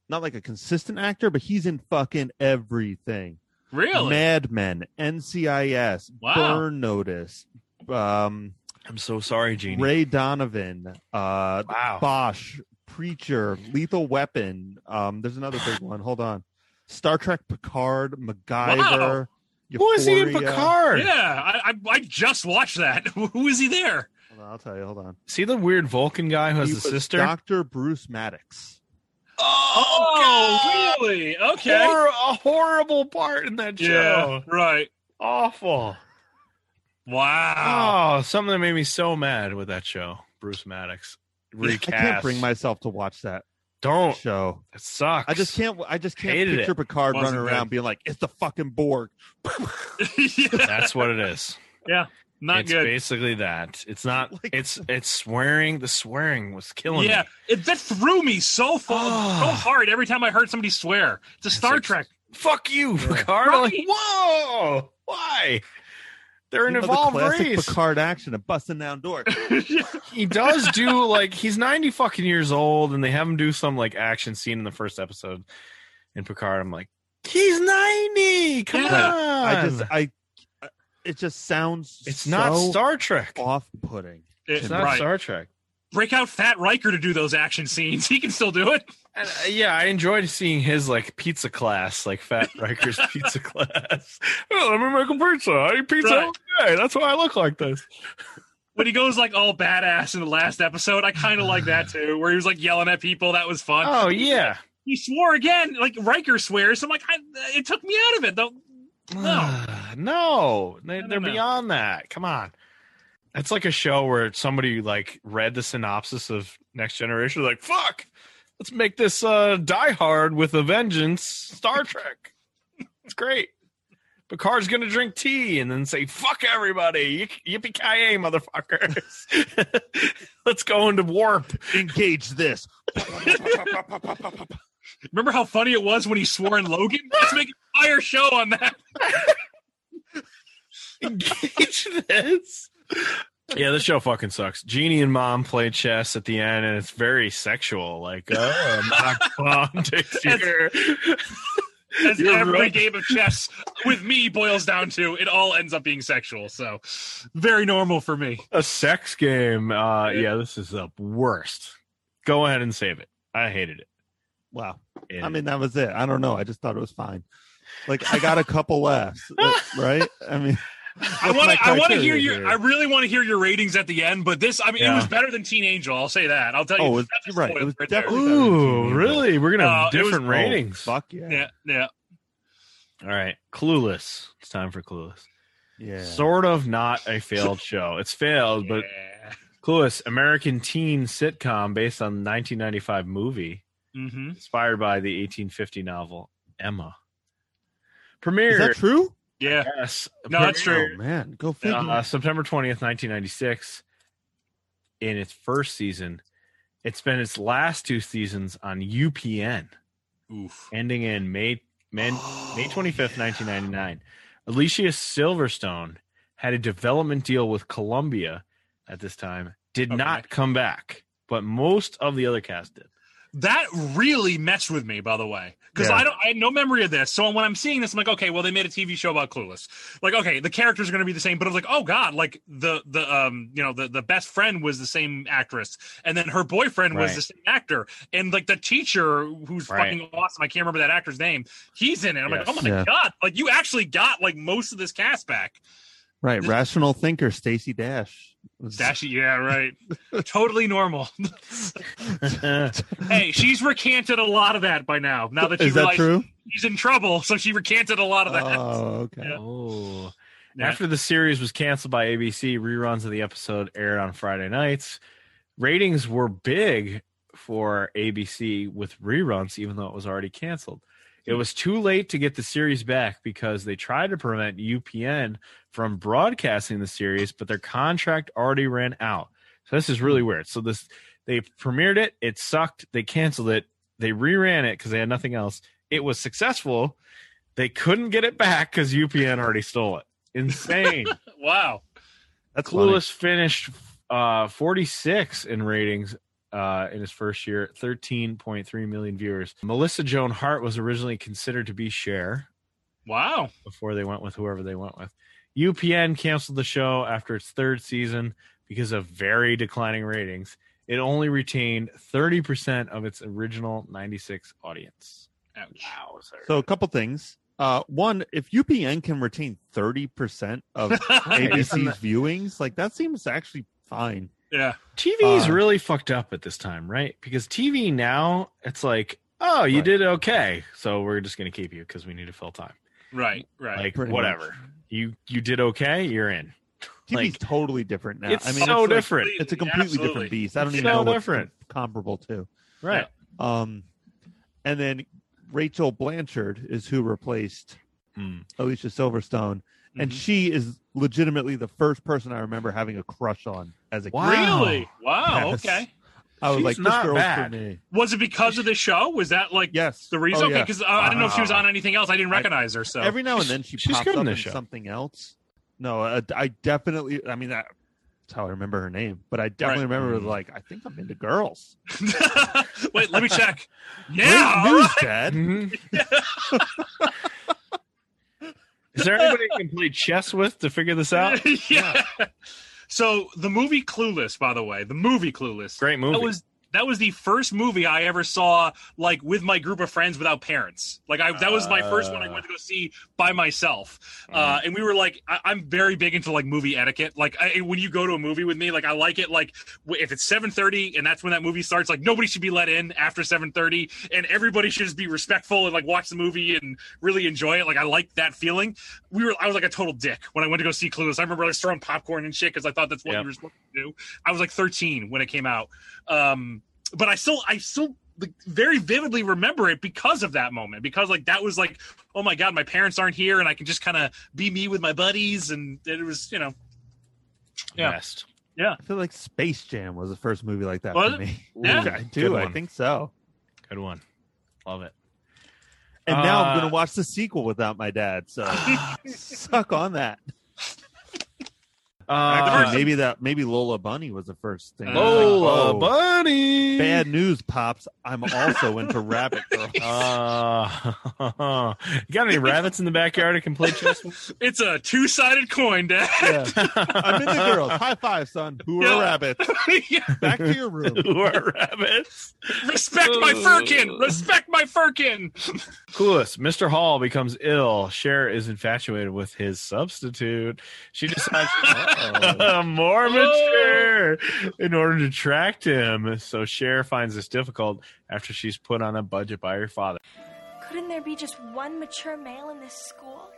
Speaker 2: not like a consistent actor, but he's in fucking everything.
Speaker 3: really?
Speaker 2: Mad Men, NCIS,
Speaker 3: Wow.
Speaker 2: Burn Notice, um,
Speaker 1: I'm so sorry, Genie.
Speaker 2: Ray Donovan, uh,
Speaker 1: Wow.
Speaker 2: Bosch, Preacher, Lethal Weapon. Um, there's another big one. Hold on. Star Trek, Picard, MacGyver.
Speaker 1: Who is he in
Speaker 2: Euphoria.
Speaker 1: Picard?
Speaker 3: Yeah, I, I I just watched that. [laughs] Who is he there?
Speaker 2: Hold on, I'll tell you. Hold on.
Speaker 1: See the weird Vulcan guy who has
Speaker 2: He
Speaker 1: a
Speaker 2: was
Speaker 1: sister?
Speaker 2: Dr. Bruce Maddox.
Speaker 3: Oh, really? Okay.
Speaker 1: Hor- a horrible part in that
Speaker 3: Yeah.
Speaker 1: show.
Speaker 3: Right.
Speaker 1: Awful.
Speaker 3: Wow.
Speaker 1: Oh, something that made me so mad with that show, Bruce Maddox. Recast.
Speaker 2: I can't bring myself to watch that
Speaker 1: Don't.
Speaker 2: show.
Speaker 1: It sucks.
Speaker 2: I just can't. I just can't
Speaker 1: Hated it.
Speaker 2: picture Picard
Speaker 3: Wasn't
Speaker 2: running
Speaker 3: good.
Speaker 2: around being like, "It's the fucking Borg."
Speaker 3: [laughs] yeah,
Speaker 1: That's what it is.
Speaker 3: not
Speaker 1: Oh. it's
Speaker 3: good.
Speaker 1: Basically, that. It's
Speaker 3: [laughs]
Speaker 1: not.
Speaker 2: Like-
Speaker 1: it's it's swearing. The swearing was killing
Speaker 3: Yeah,
Speaker 1: me.
Speaker 3: it, that threw me so far, so
Speaker 1: Ah.
Speaker 3: hard every time I heard somebody swear. It's a Star
Speaker 1: like-
Speaker 3: Trek.
Speaker 1: Fuck you, Picard.
Speaker 3: Right.
Speaker 1: Like, whoa, why? They're an
Speaker 2: You know, the
Speaker 1: evolved
Speaker 2: classic
Speaker 1: race.
Speaker 2: Picard action of busting down doors.
Speaker 1: he does do [laughs] like he's 90 fucking years old and they have him do some like action scene in the first episode in Picard. I'm like, he's 90. Come
Speaker 3: Yeah.
Speaker 1: on.
Speaker 2: I just, I, it just sounds.
Speaker 1: it's not
Speaker 2: so
Speaker 1: Star Trek.
Speaker 2: off-putting.
Speaker 1: It's
Speaker 3: It-
Speaker 1: not
Speaker 3: right.
Speaker 1: Star Trek.
Speaker 3: Break out Fat Riker to do those action scenes. [laughs] He can still do it.
Speaker 1: And, uh, yeah, I enjoyed seeing his like pizza class, like Fat [laughs] Riker's pizza class. [laughs] Oh, let me make a pizza. I eat pizza
Speaker 3: Right.
Speaker 1: every day. That's why I look like this.
Speaker 3: When he goes like all badass in the last episode, I kind of like that too, where he was like yelling at people. That was fun.
Speaker 1: Oh yeah.
Speaker 3: He swore again, like Riker swears. I'm like, I, it took me out of it though. No.
Speaker 1: [sighs] no, they,
Speaker 3: No, no,
Speaker 1: they're
Speaker 3: no.
Speaker 1: beyond that. Come on. It's like a show where somebody like read the synopsis of Next Generation, like fuck, let's make this uh, Die Hard with a Vengeance Star Trek. [laughs] it's great. Picard's gonna drink tea and then say "fuck everybody, yippee ki motherfuckers." [laughs] let's go into warp.
Speaker 2: Engage this.
Speaker 3: Remember how funny it was when he swore in Logan? Let's make an entire show on that.
Speaker 1: engage this. Yeah, this show fucking sucks. Genie and mom play chess at the end, and it's very sexual. Like, oh, knock mom takes
Speaker 3: That's-
Speaker 1: your.
Speaker 3: As
Speaker 1: You're
Speaker 3: every
Speaker 1: right.
Speaker 3: game of chess with me boils down to, it all ends up being sexual. So very normal for me.
Speaker 1: a sex game. Uh, yeah, this is the worst. Go ahead and save it. I hated it.
Speaker 2: Wow.
Speaker 1: Hated
Speaker 2: I mean, that was it. I don't know. I just thought it was fine. Like I
Speaker 1: [laughs]
Speaker 2: got a couple laughs, right? I mean,
Speaker 3: I
Speaker 2: That's
Speaker 3: want
Speaker 2: my
Speaker 3: to. I want to
Speaker 2: criteria
Speaker 3: hear your.
Speaker 2: here.
Speaker 3: I really want to hear your ratings at the end. But this, I mean, it
Speaker 1: Yeah.
Speaker 3: was better than Teen Angel. I'll say that. I'll tell you.
Speaker 2: Oh, it-
Speaker 3: that's a
Speaker 2: you're right. It
Speaker 3: spoiler
Speaker 2: was
Speaker 3: there.
Speaker 1: it.
Speaker 2: definitely-
Speaker 1: Ooh, really? We're gonna have
Speaker 3: Uh, it was-
Speaker 1: different
Speaker 2: oh,
Speaker 1: ratings.
Speaker 2: fuck yeah.
Speaker 3: Yeah, yeah.
Speaker 1: All right, Clueless. It's time for Clueless.
Speaker 2: Yeah.
Speaker 1: sort of not a failed show. It's failed, but Clueless, American teen sitcom based on 1995 movie
Speaker 3: Mm-hmm.
Speaker 1: inspired by the 1850 novel Emma.
Speaker 2: Is
Speaker 1: Premiere.
Speaker 2: that true?
Speaker 3: Yeah.
Speaker 1: Yes.
Speaker 3: No, that's true.
Speaker 2: Oh man, go figure.
Speaker 1: Uh, September 20th, 1996, in its first season. It spent its last two seasons on UPN,
Speaker 3: Oof.
Speaker 1: ending in May May,
Speaker 2: Oh,
Speaker 1: May 25th, 1999. Alicia Silverstone had a development deal with Columbia at this time, did
Speaker 3: Okay.
Speaker 1: not come back, but most of the other cast
Speaker 2: [laughs]
Speaker 1: did. [laughs]
Speaker 3: That really messed with me, by the way, because
Speaker 2: Yeah.
Speaker 3: I don't, I had no memory of this. So when I'm seeing this, I'm like, okay, well, they made a TV show about Clueless. Like, okay, the characters are going to be the same, but I was like, oh god, like the the um, you know, the the best friend was the same actress, and then her boyfriend was
Speaker 1: Right.
Speaker 3: the same actor, and like the teacher who's
Speaker 1: Right.
Speaker 3: fucking awesome, I can't remember that actor's name. He's in it. I'm
Speaker 1: Yes.
Speaker 3: like, oh my
Speaker 2: Yeah.
Speaker 3: god, like you actually got like most of this cast back.
Speaker 2: right, rational thinker Stacy Dash. was-
Speaker 3: Dashi, yeah, right. totally normal. [laughs] hey, she's recanted a lot of that by now. Now that she
Speaker 2: Is that
Speaker 3: realized
Speaker 2: true?
Speaker 3: she's in trouble, so she recanted a lot of that.
Speaker 2: Oh, okay.
Speaker 3: Yeah.
Speaker 1: oh.
Speaker 3: Yeah.
Speaker 1: After the series was canceled by ABC, reruns of the episode aired on Friday nights. Ratings were big for ABC with reruns, even though it was already canceled. It was too late to get the series back because they tried to prevent UPN from broadcasting the series, but their contract already ran out. So this is really weird. So this they premiered it, it sucked, they canceled it, they reran it because they had nothing else. It was successful. They couldn't get it back because UPN already stole it. Insane.
Speaker 3: wow.
Speaker 2: That's funny.
Speaker 1: Clueless finished uh, 46 in ratings uh, in his first year, 13.3 million viewers. Melissa Joan Hart was originally considered to be Cher
Speaker 3: Wow. [laughs]
Speaker 1: before they went with whoever they went with. UPN canceled the show after its third season because of very declining ratings. It only retained 30% of its original 96 audience.
Speaker 3: Ouch.
Speaker 1: Wow, sir.
Speaker 2: So a couple things. Uh, one, if UPN can retain thirty percent
Speaker 1: [laughs]
Speaker 2: of ABC's viewings, like that seems actually fine.
Speaker 3: Yeah.
Speaker 1: TV is
Speaker 2: Uh,
Speaker 1: really fucked up at this time, right? Because TV now, it's like, oh, you
Speaker 2: Right.
Speaker 1: did okay, so we're just gonna keep you because we need to fill time.
Speaker 3: Right. Right.
Speaker 1: Like
Speaker 2: Pretty
Speaker 1: whatever, you you did okay, you're in.
Speaker 2: TV's
Speaker 1: Like,
Speaker 2: totally different now.
Speaker 1: it's
Speaker 2: I mean,
Speaker 1: so
Speaker 2: it's like-
Speaker 1: different,
Speaker 2: it's a completely
Speaker 3: Absolutely.
Speaker 2: different beast. I don't
Speaker 1: It's
Speaker 2: even
Speaker 1: so
Speaker 2: know
Speaker 1: different.
Speaker 2: what's comparable to.
Speaker 1: right?
Speaker 2: Um, and then Rachel Blanchard is who replaced
Speaker 1: Mm.
Speaker 2: [laughs] Alicia Silverstone, and
Speaker 1: Mm-hmm.
Speaker 3: Mhm.
Speaker 2: she is legitimately the first person I remember having a crush on as a
Speaker 1: Wow.
Speaker 2: kid.
Speaker 3: Really? Wow.
Speaker 2: Yes.
Speaker 3: Okay.
Speaker 2: I was
Speaker 1: She's
Speaker 2: like, this
Speaker 1: not
Speaker 2: girl's
Speaker 1: bad.
Speaker 2: for me.
Speaker 3: Was it because of the show? Was that like
Speaker 2: Yes,
Speaker 3: the reason?
Speaker 2: Oh,
Speaker 3: okay,
Speaker 2: yeah.
Speaker 3: because I didn't know if she was
Speaker 1: Wow.
Speaker 3: on anything else. I didn't recognize her. So
Speaker 2: every now and then she
Speaker 1: she's
Speaker 2: pops
Speaker 1: good in
Speaker 2: up
Speaker 1: this
Speaker 2: in
Speaker 1: show.
Speaker 2: something else. No, I, I definitely. I mean, that, that's how I remember her name. But I definitely remember
Speaker 1: Mhm.
Speaker 2: like I think I'm into girls.
Speaker 3: [laughs] wait, let me
Speaker 2: [laughs]
Speaker 3: check.
Speaker 2: Great
Speaker 3: Yeah.
Speaker 2: news, Dad.
Speaker 1: Mhm. [laughs] is there anybody you can play chess with to figure this out?
Speaker 3: [laughs] yeah. So the movie Clueless, by the way, the movie Clueless.
Speaker 1: Great movie.
Speaker 3: That was that was the first movie I ever saw like with my group of friends without parents. Like I that was my first one I went to go see by myself. Uh, and we were like, I, I'm very big into like movie etiquette. Like I, when you go to a movie with me, like I like it. Like w- if it's 7:30 and that's when that movie starts, like nobody should be let in after 7:30, and everybody should just be respectful and like watch the movie and really enjoy it. Like I like that feeling. We were I was like a total dick when I went to go see Clueless. I remember like throwing popcorn and shit because I thought that's what
Speaker 1: Yep.
Speaker 3: you were supposed to do. I was like 13 when it came out. Um, but I still I still like, very vividly remember it because of that moment because like that was like oh my god my parents aren't here and I can just kind of be me with my buddies and it was you know Yeah.
Speaker 1: Best.
Speaker 2: I feel like Space Jam was the first movie like that
Speaker 3: Was
Speaker 2: for
Speaker 3: it?
Speaker 2: me.
Speaker 3: Yeah.
Speaker 2: [laughs] I
Speaker 1: Good
Speaker 2: do. I
Speaker 1: one.
Speaker 2: think so.
Speaker 1: Good one. Love it.
Speaker 2: And now
Speaker 1: Uh,
Speaker 2: I'm going to watch the sequel without my dad.
Speaker 1: [laughs]
Speaker 2: So suck on that. Actually,
Speaker 1: Uh,
Speaker 2: maybe that maybe Lola Bunny was the first thing. I was like,
Speaker 1: Lola
Speaker 2: whoa,
Speaker 1: Oh, uh, Bunny.
Speaker 2: Bad news, pops. I'm also into Rabbit Girl.
Speaker 1: Uh, [laughs] you got any rabbits in the backyard to complete chess? with?
Speaker 3: it's a two sided coin dad
Speaker 2: Yeah. I'm into girls. High five, son. Who are
Speaker 3: Yeah.
Speaker 2: rabbits?
Speaker 3: Yeah.
Speaker 2: Back to your room.
Speaker 1: [laughs] Who are rabbits?
Speaker 3: [laughs] respect my furkin respect my furkin
Speaker 1: Clueless. Mr. Hall becomes ill. Cher is infatuated with his substitute. She decides [laughs] more mature in order to attract him. So Cher finds this difficult after she's put on a budget by her father.
Speaker 9: Couldn't there be just one mature male in this school?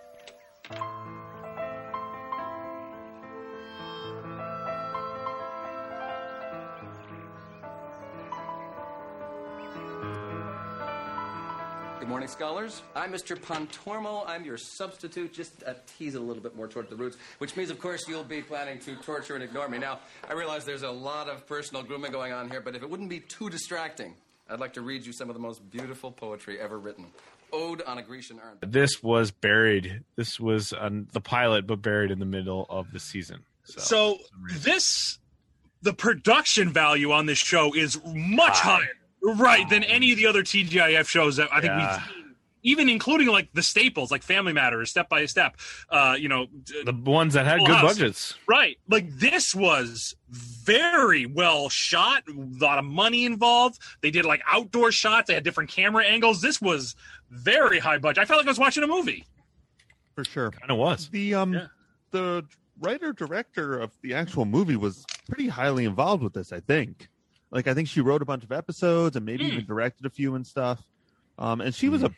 Speaker 8: Good morning, scholars. I'm Mr. Pontormo. I'm your substitute. Just uh, tease it a little bit more toward the roots, which means, of course, you'll be planning to torture and ignore me. Now, I realize there's a lot of personal grooming going on here, but if it wouldn't be too distracting, I'd like to read you some of the most beautiful poetry ever written. Ode on a Grecian urn.
Speaker 1: This was buried. This was um, the pilot, but buried in the middle of the season. So,
Speaker 3: So this, the production value on this show is much higher, right, than any of the other TGIF shows that I think
Speaker 1: Yeah.
Speaker 3: we've seen, even including like the staples, like Family Matters, Step by Step, uh, you know, d-
Speaker 1: the ones that had
Speaker 3: Full
Speaker 1: good
Speaker 3: House.
Speaker 1: budgets.
Speaker 3: right. Like this was very well shot, a lot of money involved. They did like outdoor shots, they had different camera angles. This was very high budget. I felt like I was watching a movie.
Speaker 2: for sure.
Speaker 1: Kind of was.
Speaker 2: The um
Speaker 3: Yeah.
Speaker 2: the writer director of the actual movie was pretty highly involved with this, I think. Like I think she wrote a bunch of episodes and maybe
Speaker 1: Hmm.
Speaker 2: even directed a few and stuff. Um and she was a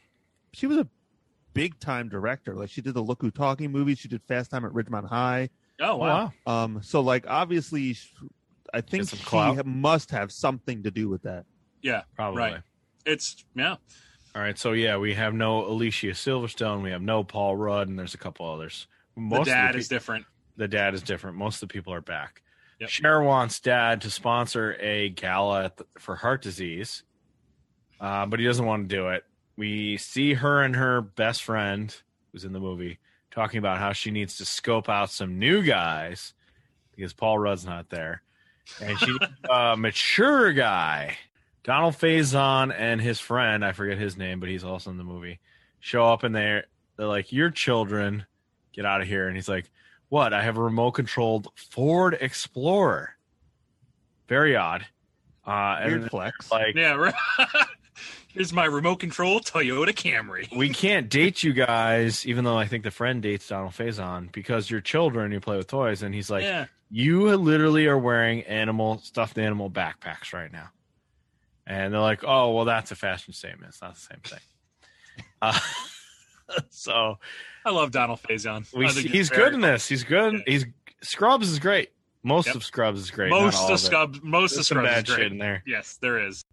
Speaker 2: she was a big time director. Like she did the Look Who Talking movie, she did Fast Time at Ridgemont High.
Speaker 3: Oh
Speaker 1: Oh,
Speaker 3: wow.
Speaker 1: wow.
Speaker 2: Um so like obviously sh- I think
Speaker 1: some
Speaker 2: she
Speaker 1: clout.
Speaker 2: ha- must have something to do with that.
Speaker 3: Yeah.
Speaker 1: Probably.
Speaker 3: Right. It's yeah.
Speaker 1: All right. So yeah, we have no Alicia Silverstone. We have no Paul Rudd, and there's a couple others.
Speaker 3: The
Speaker 1: Most
Speaker 3: dad
Speaker 1: of the,
Speaker 3: is
Speaker 1: different.
Speaker 3: different.
Speaker 1: the dad is different. Most of the people are back.
Speaker 3: Yep.
Speaker 1: Cher wants dad to sponsor a gala at the- for heart disease, uh, but he doesn't want to do it. We see her and her best friend, who's in the movie, talking about how she needs to scope out some new guys because Paul Rudd's not there, and she needs a mature guy. Donald Faison and his friend, I forget his name, but he's also in the movie, show up and they're, they're like, Your children, get out of here. And he's like, What? I have a remote controlled Ford Explorer. Very odd. Uh, and
Speaker 2: Weird
Speaker 1: then,
Speaker 2: flex.
Speaker 1: like,
Speaker 3: Yeah. Right. [laughs] Here's my remote control Toyota Camry.
Speaker 1: we can't date you guys, even though I think the friend dates Donald Faison because you're children, you play with toys. And he's like,
Speaker 3: yeah.
Speaker 1: you literally are wearing animal stuffed animal backpacks right now and they're like oh well that's a fashion statement it's not the same thing [laughs] uh, so
Speaker 3: I love Donald Faison.
Speaker 1: we
Speaker 3: I think
Speaker 1: see, he's
Speaker 3: very-
Speaker 1: good in this he's good
Speaker 3: Yeah.
Speaker 1: he's scrubs is great most
Speaker 3: Yep.
Speaker 1: of scrubs is great not
Speaker 3: Most
Speaker 1: all
Speaker 3: of
Speaker 1: it.
Speaker 3: Scrubs, most of
Speaker 1: There's some
Speaker 3: Scrubs is
Speaker 1: bad shit
Speaker 3: great.
Speaker 1: in there
Speaker 3: Yes, there is.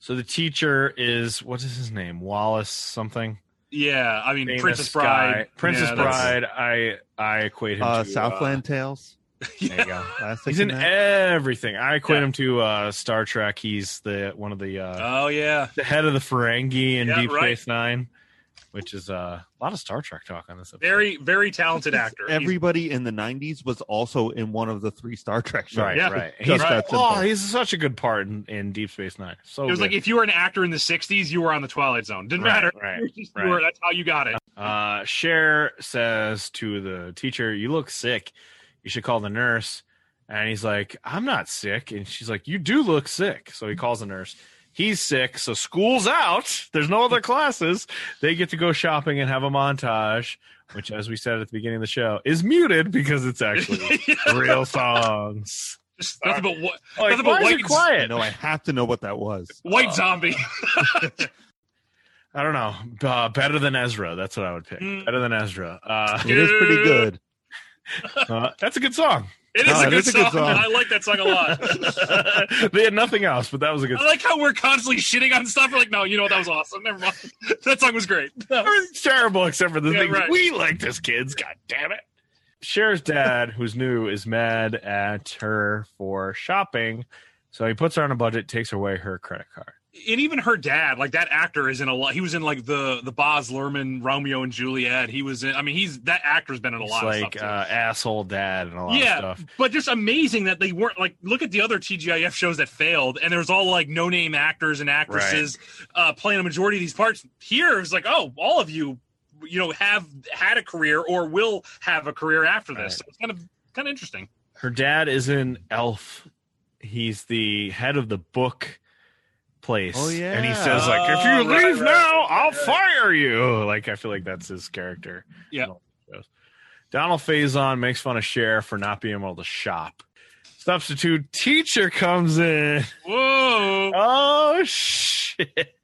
Speaker 1: so the teacher is what is his name wallace something
Speaker 3: Yeah, I mean
Speaker 1: Famous
Speaker 3: Princess
Speaker 1: guy.
Speaker 3: Bride.
Speaker 1: princess
Speaker 3: Yeah, that's- [laughs]
Speaker 1: bride i i equate him
Speaker 2: uh
Speaker 1: to
Speaker 2: Southland Tales.
Speaker 1: uh, there you
Speaker 2: [laughs]
Speaker 1: go
Speaker 2: Classic
Speaker 1: He's in
Speaker 2: in that.
Speaker 1: everything. I equate
Speaker 3: Yeah.
Speaker 1: him to uh, Star Trek. He's the one of the uh,
Speaker 3: Oh yeah,
Speaker 1: the head of the Ferengi in
Speaker 3: Yeah,
Speaker 1: Deep
Speaker 3: right.
Speaker 1: Space Nine, which is uh, a lot of Star Trek talk on this episode.
Speaker 3: very very talented actor. He's-
Speaker 2: Everybody in the '90s was also in one of the three Star Trek shows.
Speaker 1: right,
Speaker 3: Yeah.
Speaker 1: right. And He's,
Speaker 2: Just
Speaker 3: Right.
Speaker 2: that simple.
Speaker 1: oh, he's such a good part in, in Deep Space Nine. So
Speaker 3: it was like
Speaker 1: good.
Speaker 3: if you were an actor in the '60s, you were on the Twilight Zone. Didn't
Speaker 1: Right,
Speaker 3: matter.
Speaker 1: right,
Speaker 3: [laughs] You were just- you
Speaker 1: right.
Speaker 3: were- that's how you got it.
Speaker 1: Uh, Cher says to the teacher, "You look sick. You should call the nurse." And he's like, "I'm not sick." And she's like, "You do look sick." So he calls the nurse. He's sick, so school's out. There's no other classes. They get to go shopping and have a montage, which, as we said at the beginning of the show, is muted because it's
Speaker 3: [laughs]
Speaker 1: actually real songs.
Speaker 3: Just nothing but what.
Speaker 1: Like,
Speaker 3: nothing
Speaker 1: why is
Speaker 3: but white,
Speaker 1: it quiet?
Speaker 2: I know. I have to know what that was.
Speaker 1: Uh,
Speaker 3: white zombie. [laughs]
Speaker 1: I don't know. Uh, better than Ezra. That's what I would pick.
Speaker 3: Mm.
Speaker 1: Better than Ezra.
Speaker 3: [laughs]
Speaker 1: Uh,
Speaker 2: It is pretty good.
Speaker 1: uh, that's a good song.
Speaker 3: It is
Speaker 2: No,
Speaker 3: a,
Speaker 2: it
Speaker 3: good
Speaker 2: is a good
Speaker 3: song.
Speaker 2: song.
Speaker 3: I like that song a
Speaker 2: [laughs]
Speaker 1: [laughs]
Speaker 3: lot.
Speaker 1: they had nothing else, but that was a good.
Speaker 3: I like how we're constantly shitting on stuff. We're like, no, you know what? That was awesome. Never mind. [laughs] That song was great.
Speaker 1: [laughs] Everything's terrible except for the
Speaker 3: Yeah,
Speaker 1: things
Speaker 3: right.
Speaker 1: we like as kids. God damn it! Cher's dad, who's new, is mad at her for shopping, so he puts her on a budget, takes away her credit card.
Speaker 3: and even her dad, like that actor, is in a lot. He was in like the the Boz Lerman Romeo and Juliet. He was in. I mean, he's that actor's been in a
Speaker 1: It's
Speaker 3: lot of
Speaker 1: like uh,
Speaker 3: stuff. too.
Speaker 1: asshole dad and a lot
Speaker 3: yeah,
Speaker 1: of stuff.
Speaker 3: but just amazing that they weren't like. Look at the other TGIF shows that failed, and there's all like no name actors and actresses uh, playing a majority of these parts. Here it's like, oh, all of you, you know, have had a career or will have a career after this.
Speaker 1: Right.
Speaker 3: So it's kind of kind of interesting.
Speaker 1: Her dad is an elf. He's the head of the book place.
Speaker 2: Oh, yeah.
Speaker 1: and he says like, "If
Speaker 3: Oh,
Speaker 1: you
Speaker 3: right,
Speaker 1: leave
Speaker 3: right,
Speaker 1: now,
Speaker 3: right,
Speaker 1: I'll
Speaker 3: right.
Speaker 1: fire you." Like I feel like that's his character.
Speaker 3: Yeah.
Speaker 1: in all the shows. Donald Faison makes fun of Cher for not being able to shop. Substitute teacher comes in.
Speaker 3: Whoa.
Speaker 1: Oh shit!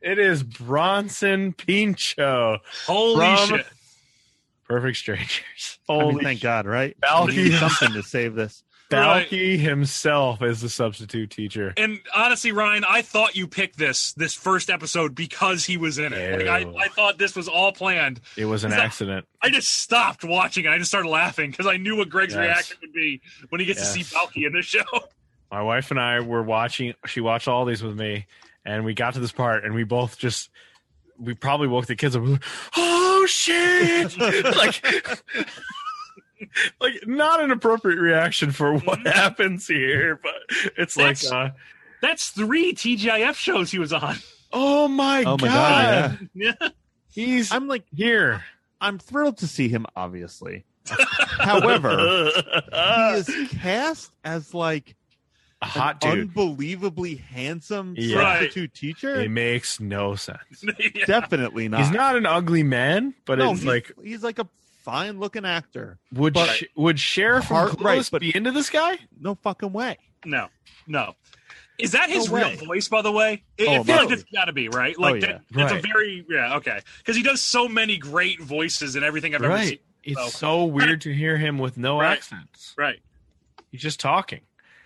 Speaker 1: It is Bronson Pinchot,
Speaker 3: Holy
Speaker 1: From-
Speaker 3: shit.
Speaker 1: Perfect Strangers.
Speaker 2: I
Speaker 1: Holy
Speaker 2: mean, thank God, right?
Speaker 1: Balky.
Speaker 2: We need something to save this.
Speaker 1: Balky himself is the substitute teacher.
Speaker 3: And honestly, Ryan, I thought you picked this this first episode because he was in it. Like,
Speaker 1: Ew.
Speaker 3: I, I thought this was all planned.
Speaker 1: It was an
Speaker 3: Is that-
Speaker 1: accident.
Speaker 3: I just stopped watching and I just started laughing because I knew what Greg's
Speaker 1: Yes.
Speaker 3: reaction would be when he gets to
Speaker 1: Yes.
Speaker 3: see Balky in this show. [laughs]
Speaker 1: My wife and I were watching. She watched all these with me, and we got to this part, and we both just we probably woke the kids up. Oh shit!
Speaker 3: [laughs]
Speaker 1: like, like not an appropriate reaction for what happens here, but it's
Speaker 3: Mm-hmm. That's-
Speaker 1: like, uh,
Speaker 3: That's three TGIF shows he was on. [laughs]
Speaker 1: oh my
Speaker 2: Oh
Speaker 1: god,
Speaker 2: my god! yeah.
Speaker 3: Yeah.
Speaker 1: he's
Speaker 2: I'm like,
Speaker 1: here.
Speaker 2: I'm thrilled to see him. Obviously,
Speaker 3: [laughs]
Speaker 1: [laughs]
Speaker 2: however,
Speaker 3: Uh.
Speaker 2: he
Speaker 1: a
Speaker 2: is cast as like an
Speaker 1: hot dude.
Speaker 2: unbelievably handsome
Speaker 1: Yeah.
Speaker 3: Right.
Speaker 2: substitute teacher.
Speaker 3: [laughs]
Speaker 1: it makes no sense.
Speaker 3: Yeah.
Speaker 2: Definitely not.
Speaker 1: He's not an ugly man, but
Speaker 2: No,
Speaker 1: it's
Speaker 2: he's
Speaker 1: like
Speaker 2: he's like a fine looking actor.
Speaker 1: would
Speaker 2: but-
Speaker 1: Sh- would Cher from
Speaker 2: Right,
Speaker 1: Clueless
Speaker 2: but-
Speaker 1: be into this guy?
Speaker 2: No fucking way.
Speaker 3: No, no. Is that his
Speaker 2: No
Speaker 3: real
Speaker 2: way.
Speaker 3: voice, by the way? It,
Speaker 2: Oh,
Speaker 3: I feel like
Speaker 2: no.
Speaker 3: that's got to be right. Like
Speaker 2: yeah.
Speaker 3: that, that's
Speaker 1: Right.
Speaker 3: a very yeah okay because he does so many great voices and everything I've ever seen.
Speaker 1: Right. It's
Speaker 3: so-
Speaker 1: so weird to hear him with no
Speaker 3: Right.
Speaker 1: accents.
Speaker 3: Right.
Speaker 1: He's just talking.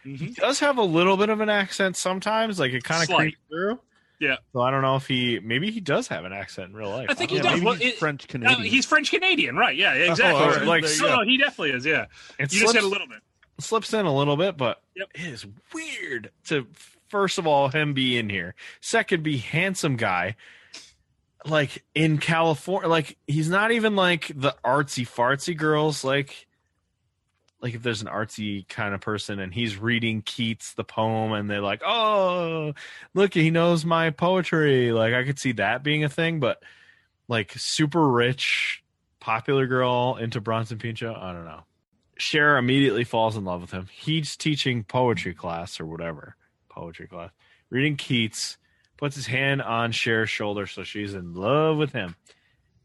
Speaker 3: Mhm.
Speaker 1: He does have a little bit of an accent sometimes, like it kind of
Speaker 3: Slight.
Speaker 1: creeps through.
Speaker 3: Yeah.
Speaker 1: So I don't know if he maybe he does have an accent in real life.
Speaker 3: I think
Speaker 1: don't
Speaker 3: he
Speaker 2: yeah,
Speaker 1: know.
Speaker 3: does.
Speaker 2: maybe
Speaker 3: Well,
Speaker 2: he's
Speaker 3: it-
Speaker 2: French
Speaker 3: No,
Speaker 2: Canadian.
Speaker 3: he's French Canadian, right? Yeah, yeah, exactly.
Speaker 2: all
Speaker 1: right.
Speaker 3: Like,
Speaker 1: There you
Speaker 3: no,
Speaker 1: go.
Speaker 3: no, he definitely is. Yeah,
Speaker 1: It
Speaker 3: you just said
Speaker 1: slips-
Speaker 3: a little bit.
Speaker 1: slips in a little bit, but
Speaker 3: Yep.
Speaker 1: it is weird to first of all him be in here. Second, be handsome guy. Like in California, like he's not even like the artsy fartsy girls. Like, like if there's an artsy kind of person and he's reading Keats the poem, and they're like, "Oh, look, he knows my poetry." Like I could see that being a thing, but like super rich, popular girl into Bronson Pinchot. I don't know. Cher immediately falls in love with him. He's teaching poetry class or whatever, poetry class, reading Keats, puts his hand on Cher's shoulder, so she's in love with him.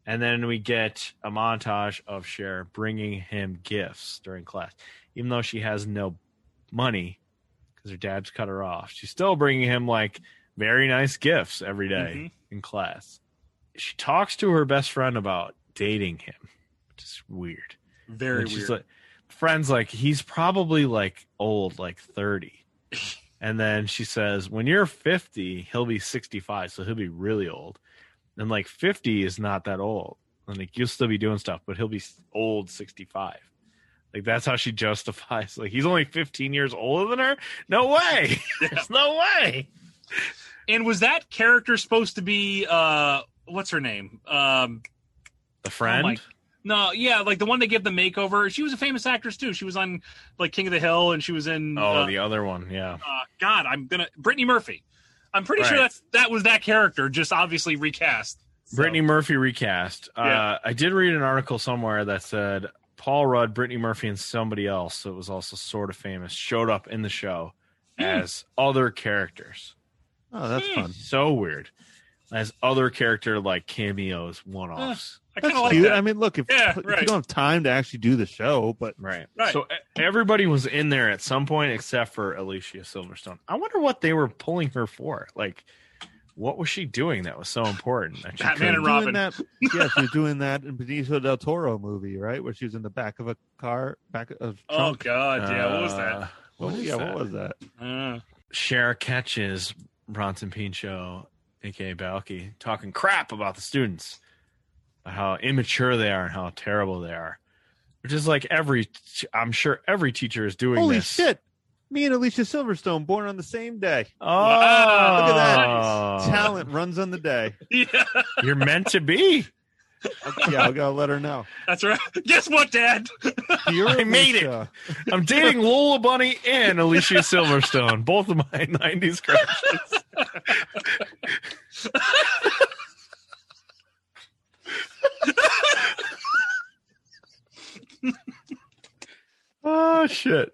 Speaker 1: And then we get a montage of Cher bringing him gifts during class, even though she has no money because her dad's cut her off. She's still bringing him like very nice gifts every day in class. She talks to her best friend about dating him, which is weird.
Speaker 3: Very
Speaker 1: And she's
Speaker 3: weird.
Speaker 1: like, friends, like he's probably like old, like thirty.
Speaker 3: [laughs]
Speaker 1: and then she says, when you're fifty, he'll be sixty-five, so he'll be really old. And like fifty is not that old. And like you'll still be doing stuff, but he'll be s- old sixty-five. Like that's how she [laughs] justifies. Like he's only fifteen years older than her. No way. [laughs] There's no
Speaker 3: Oh
Speaker 1: way.
Speaker 3: and was that character supposed to be uh what's her name? Um
Speaker 1: The friend.
Speaker 3: my- no, yeah, like the one they give the makeover. She was a famous actress too. She was on like King of the Hill and she was in
Speaker 1: oh,
Speaker 3: uh,
Speaker 1: the other one. Yeah.
Speaker 3: uh, God, I'm gonna Brittany Murphy. I'm pretty sure
Speaker 1: Right.
Speaker 3: that's that was that character, just obviously recast. So-
Speaker 1: Brittany Murphy recast. Uh,
Speaker 3: Yeah.
Speaker 1: I did read an article somewhere that said Paul Rudd, Brittany Murphy, and somebody else that was also sort of famous showed up in the show
Speaker 3: Hmm.
Speaker 1: as other characters.
Speaker 2: oh, that's fun.
Speaker 1: So weird. As other character like cameos, one offs.
Speaker 3: I
Speaker 2: That's
Speaker 3: kinda like
Speaker 2: cute.
Speaker 3: that.
Speaker 2: I mean, look, if,
Speaker 3: Yeah,
Speaker 2: if you
Speaker 3: right.
Speaker 2: don't have time to actually do the show, but
Speaker 1: Right.
Speaker 3: Right.
Speaker 1: So e- everybody was in there at some point except for Alicia Silverstone. I wonder what they were pulling her for. Like, what was she doing that was so important? That she
Speaker 3: Batman and
Speaker 1: couldn't-
Speaker 2: Doing
Speaker 3: Robin.
Speaker 2: That, yeah, she was doing that in Benicio del Toro movie, right? Where she was in the back of a car, back of a
Speaker 3: Oh
Speaker 2: trunk.
Speaker 3: God, yeah, what was that?
Speaker 1: Uh,
Speaker 2: What was-
Speaker 1: is
Speaker 2: yeah,
Speaker 1: that?
Speaker 2: what was that?
Speaker 3: Uh, [laughs]
Speaker 1: Cher catches Bronson Pinchot, aka Balky, talking crap about the students, about how immature they are and how terrible they are. Which is like every, I'm sure every teacher is doing
Speaker 2: Holy
Speaker 1: this.
Speaker 2: shit! Me and Alicia Silverstone born on the same day.
Speaker 1: Oh,
Speaker 3: Wow,
Speaker 2: look at
Speaker 1: Uh,
Speaker 2: that. Talent runs on the day.
Speaker 3: yeah,
Speaker 1: You're meant to be.
Speaker 2: Yeah, I gotta let her know.
Speaker 3: that's right. [laughs] Guess what, Dad? [laughs]
Speaker 2: Dear
Speaker 1: I made it.
Speaker 2: Alicia,
Speaker 1: I'm dating Lola Bunny and Alicia Silverstone, both of my [laughs] 90s crushes. [laughs] oh, shit.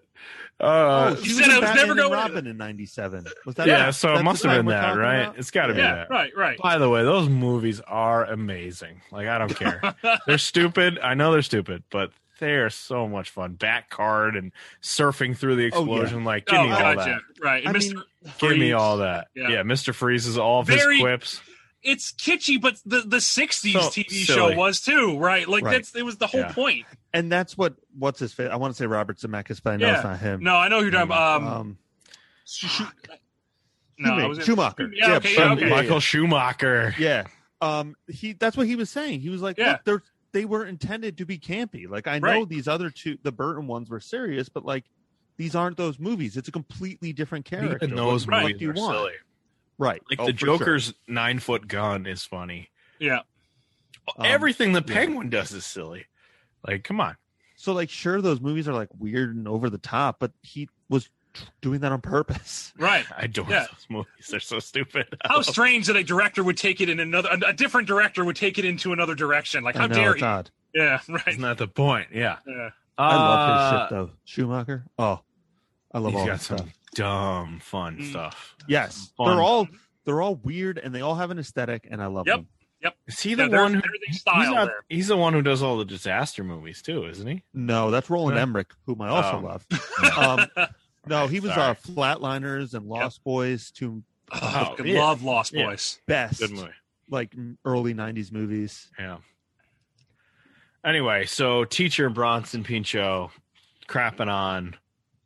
Speaker 1: Uh,
Speaker 2: Oh, she
Speaker 3: You
Speaker 2: was
Speaker 3: said
Speaker 2: in
Speaker 3: I was
Speaker 2: Batman
Speaker 3: never
Speaker 2: and
Speaker 3: going-
Speaker 2: Robin in '97. Was that?
Speaker 1: yeah,
Speaker 2: it?
Speaker 1: so
Speaker 2: That's
Speaker 1: it
Speaker 2: the
Speaker 1: must have
Speaker 2: time
Speaker 1: been
Speaker 2: we're
Speaker 1: that,
Speaker 2: talking
Speaker 1: right?
Speaker 2: about?
Speaker 1: It's got to be
Speaker 3: yeah,
Speaker 1: that.
Speaker 3: right, right.
Speaker 1: By the way, those movies are amazing. Like, I don't [laughs] care. they're stupid. I know they're stupid, but they are so much fun. Bat card and surfing through the
Speaker 2: Oh, yeah.
Speaker 1: explosion. Like, give
Speaker 3: Oh,
Speaker 1: me all that.
Speaker 3: gotcha. Right.
Speaker 2: I
Speaker 3: And Mr.
Speaker 2: mean,
Speaker 1: Give me
Speaker 3: Freeze.
Speaker 1: all that. Yeah.
Speaker 3: Yeah.
Speaker 1: Mr. Freeze is all of
Speaker 3: Very-
Speaker 1: his quips.
Speaker 3: It's kitschy, but the, the 60s
Speaker 1: So
Speaker 3: TV
Speaker 1: silly.
Speaker 3: show was too, right? Like,
Speaker 2: Right.
Speaker 3: that's it was the whole
Speaker 1: Yeah.
Speaker 3: point.
Speaker 2: and that's what what's his face. I want to say Robert Zemeckis, but I know it's not him.
Speaker 3: No, I know who you're talking about. Um,
Speaker 2: Um,
Speaker 3: Sh- Sh- no, I
Speaker 2: Schumi-
Speaker 3: was-
Speaker 2: Schumacher.
Speaker 3: Yeah,
Speaker 2: Yeah,
Speaker 3: okay, yeah,
Speaker 2: Schumi-
Speaker 3: okay.
Speaker 1: Michael Schumacher.
Speaker 2: yeah. Um, he that's what he was saying. He was like,
Speaker 3: Yeah.
Speaker 2: look, they're they were intended to be campy. Like I know
Speaker 3: Right.
Speaker 2: these other two, the Burton ones, were serious, but like these aren't those movies. It's a completely different character.
Speaker 1: Even those
Speaker 2: What- what
Speaker 1: movies
Speaker 2: do you
Speaker 1: are
Speaker 2: want?
Speaker 1: silly.
Speaker 2: Right,
Speaker 1: Like
Speaker 2: Oh,
Speaker 1: the
Speaker 2: for sure.
Speaker 1: Joker's nine foot gun is funny.
Speaker 3: Yeah.
Speaker 2: Um,
Speaker 1: Everything the
Speaker 2: yeah.
Speaker 1: Penguin does is silly. Like, come on.
Speaker 2: So like, sure, those movies are like weird and over the top, but he was tr- doing that on purpose.
Speaker 3: Right.
Speaker 1: I adore [laughs]
Speaker 3: Yeah.
Speaker 1: those movies. They're so stupid. [laughs]
Speaker 3: How strange that a director would take it in another, a a different director would take it into another direction. Like,
Speaker 2: I
Speaker 3: [laughs] how
Speaker 2: know,
Speaker 3: dare
Speaker 2: it's
Speaker 3: he?
Speaker 2: odd.
Speaker 3: Yeah, right.
Speaker 1: Isn't that the point? Yeah. Uh,
Speaker 3: Yeah.
Speaker 2: I love his
Speaker 3: Uh,
Speaker 2: shit though. Schumacher. Oh, I love all
Speaker 1: He's got
Speaker 2: that
Speaker 1: some
Speaker 2: stuff.
Speaker 1: dumb, fun
Speaker 3: Mm.
Speaker 1: stuff.
Speaker 2: Yes,
Speaker 1: fun.
Speaker 2: they're all they're all weird and they all have an aesthetic, and I love
Speaker 3: Yep.
Speaker 2: them.
Speaker 1: Is he
Speaker 3: Yeah,
Speaker 1: the
Speaker 3: there's,
Speaker 1: one who?
Speaker 3: there's a
Speaker 1: He's,
Speaker 3: style
Speaker 1: not-
Speaker 3: there.
Speaker 1: he's the one who does all the disaster movies too, isn't [laughs] he?
Speaker 2: No, that's Roland
Speaker 1: Yeah.
Speaker 2: Emmerich, whom I also
Speaker 1: Oh.
Speaker 2: love.
Speaker 1: [laughs]
Speaker 2: Um, no, he was
Speaker 1: Sorry.
Speaker 2: uh, Flatliners and Lost Boys, two
Speaker 3: Oh,
Speaker 1: Oh,
Speaker 3: fucking
Speaker 1: yeah.
Speaker 3: love Lost
Speaker 1: Yeah.
Speaker 3: Boys.
Speaker 2: best
Speaker 1: Good movie.
Speaker 2: like m- early '90s movies.
Speaker 1: Yeah. Anyway, so teacher Bronson Pinchot crapping on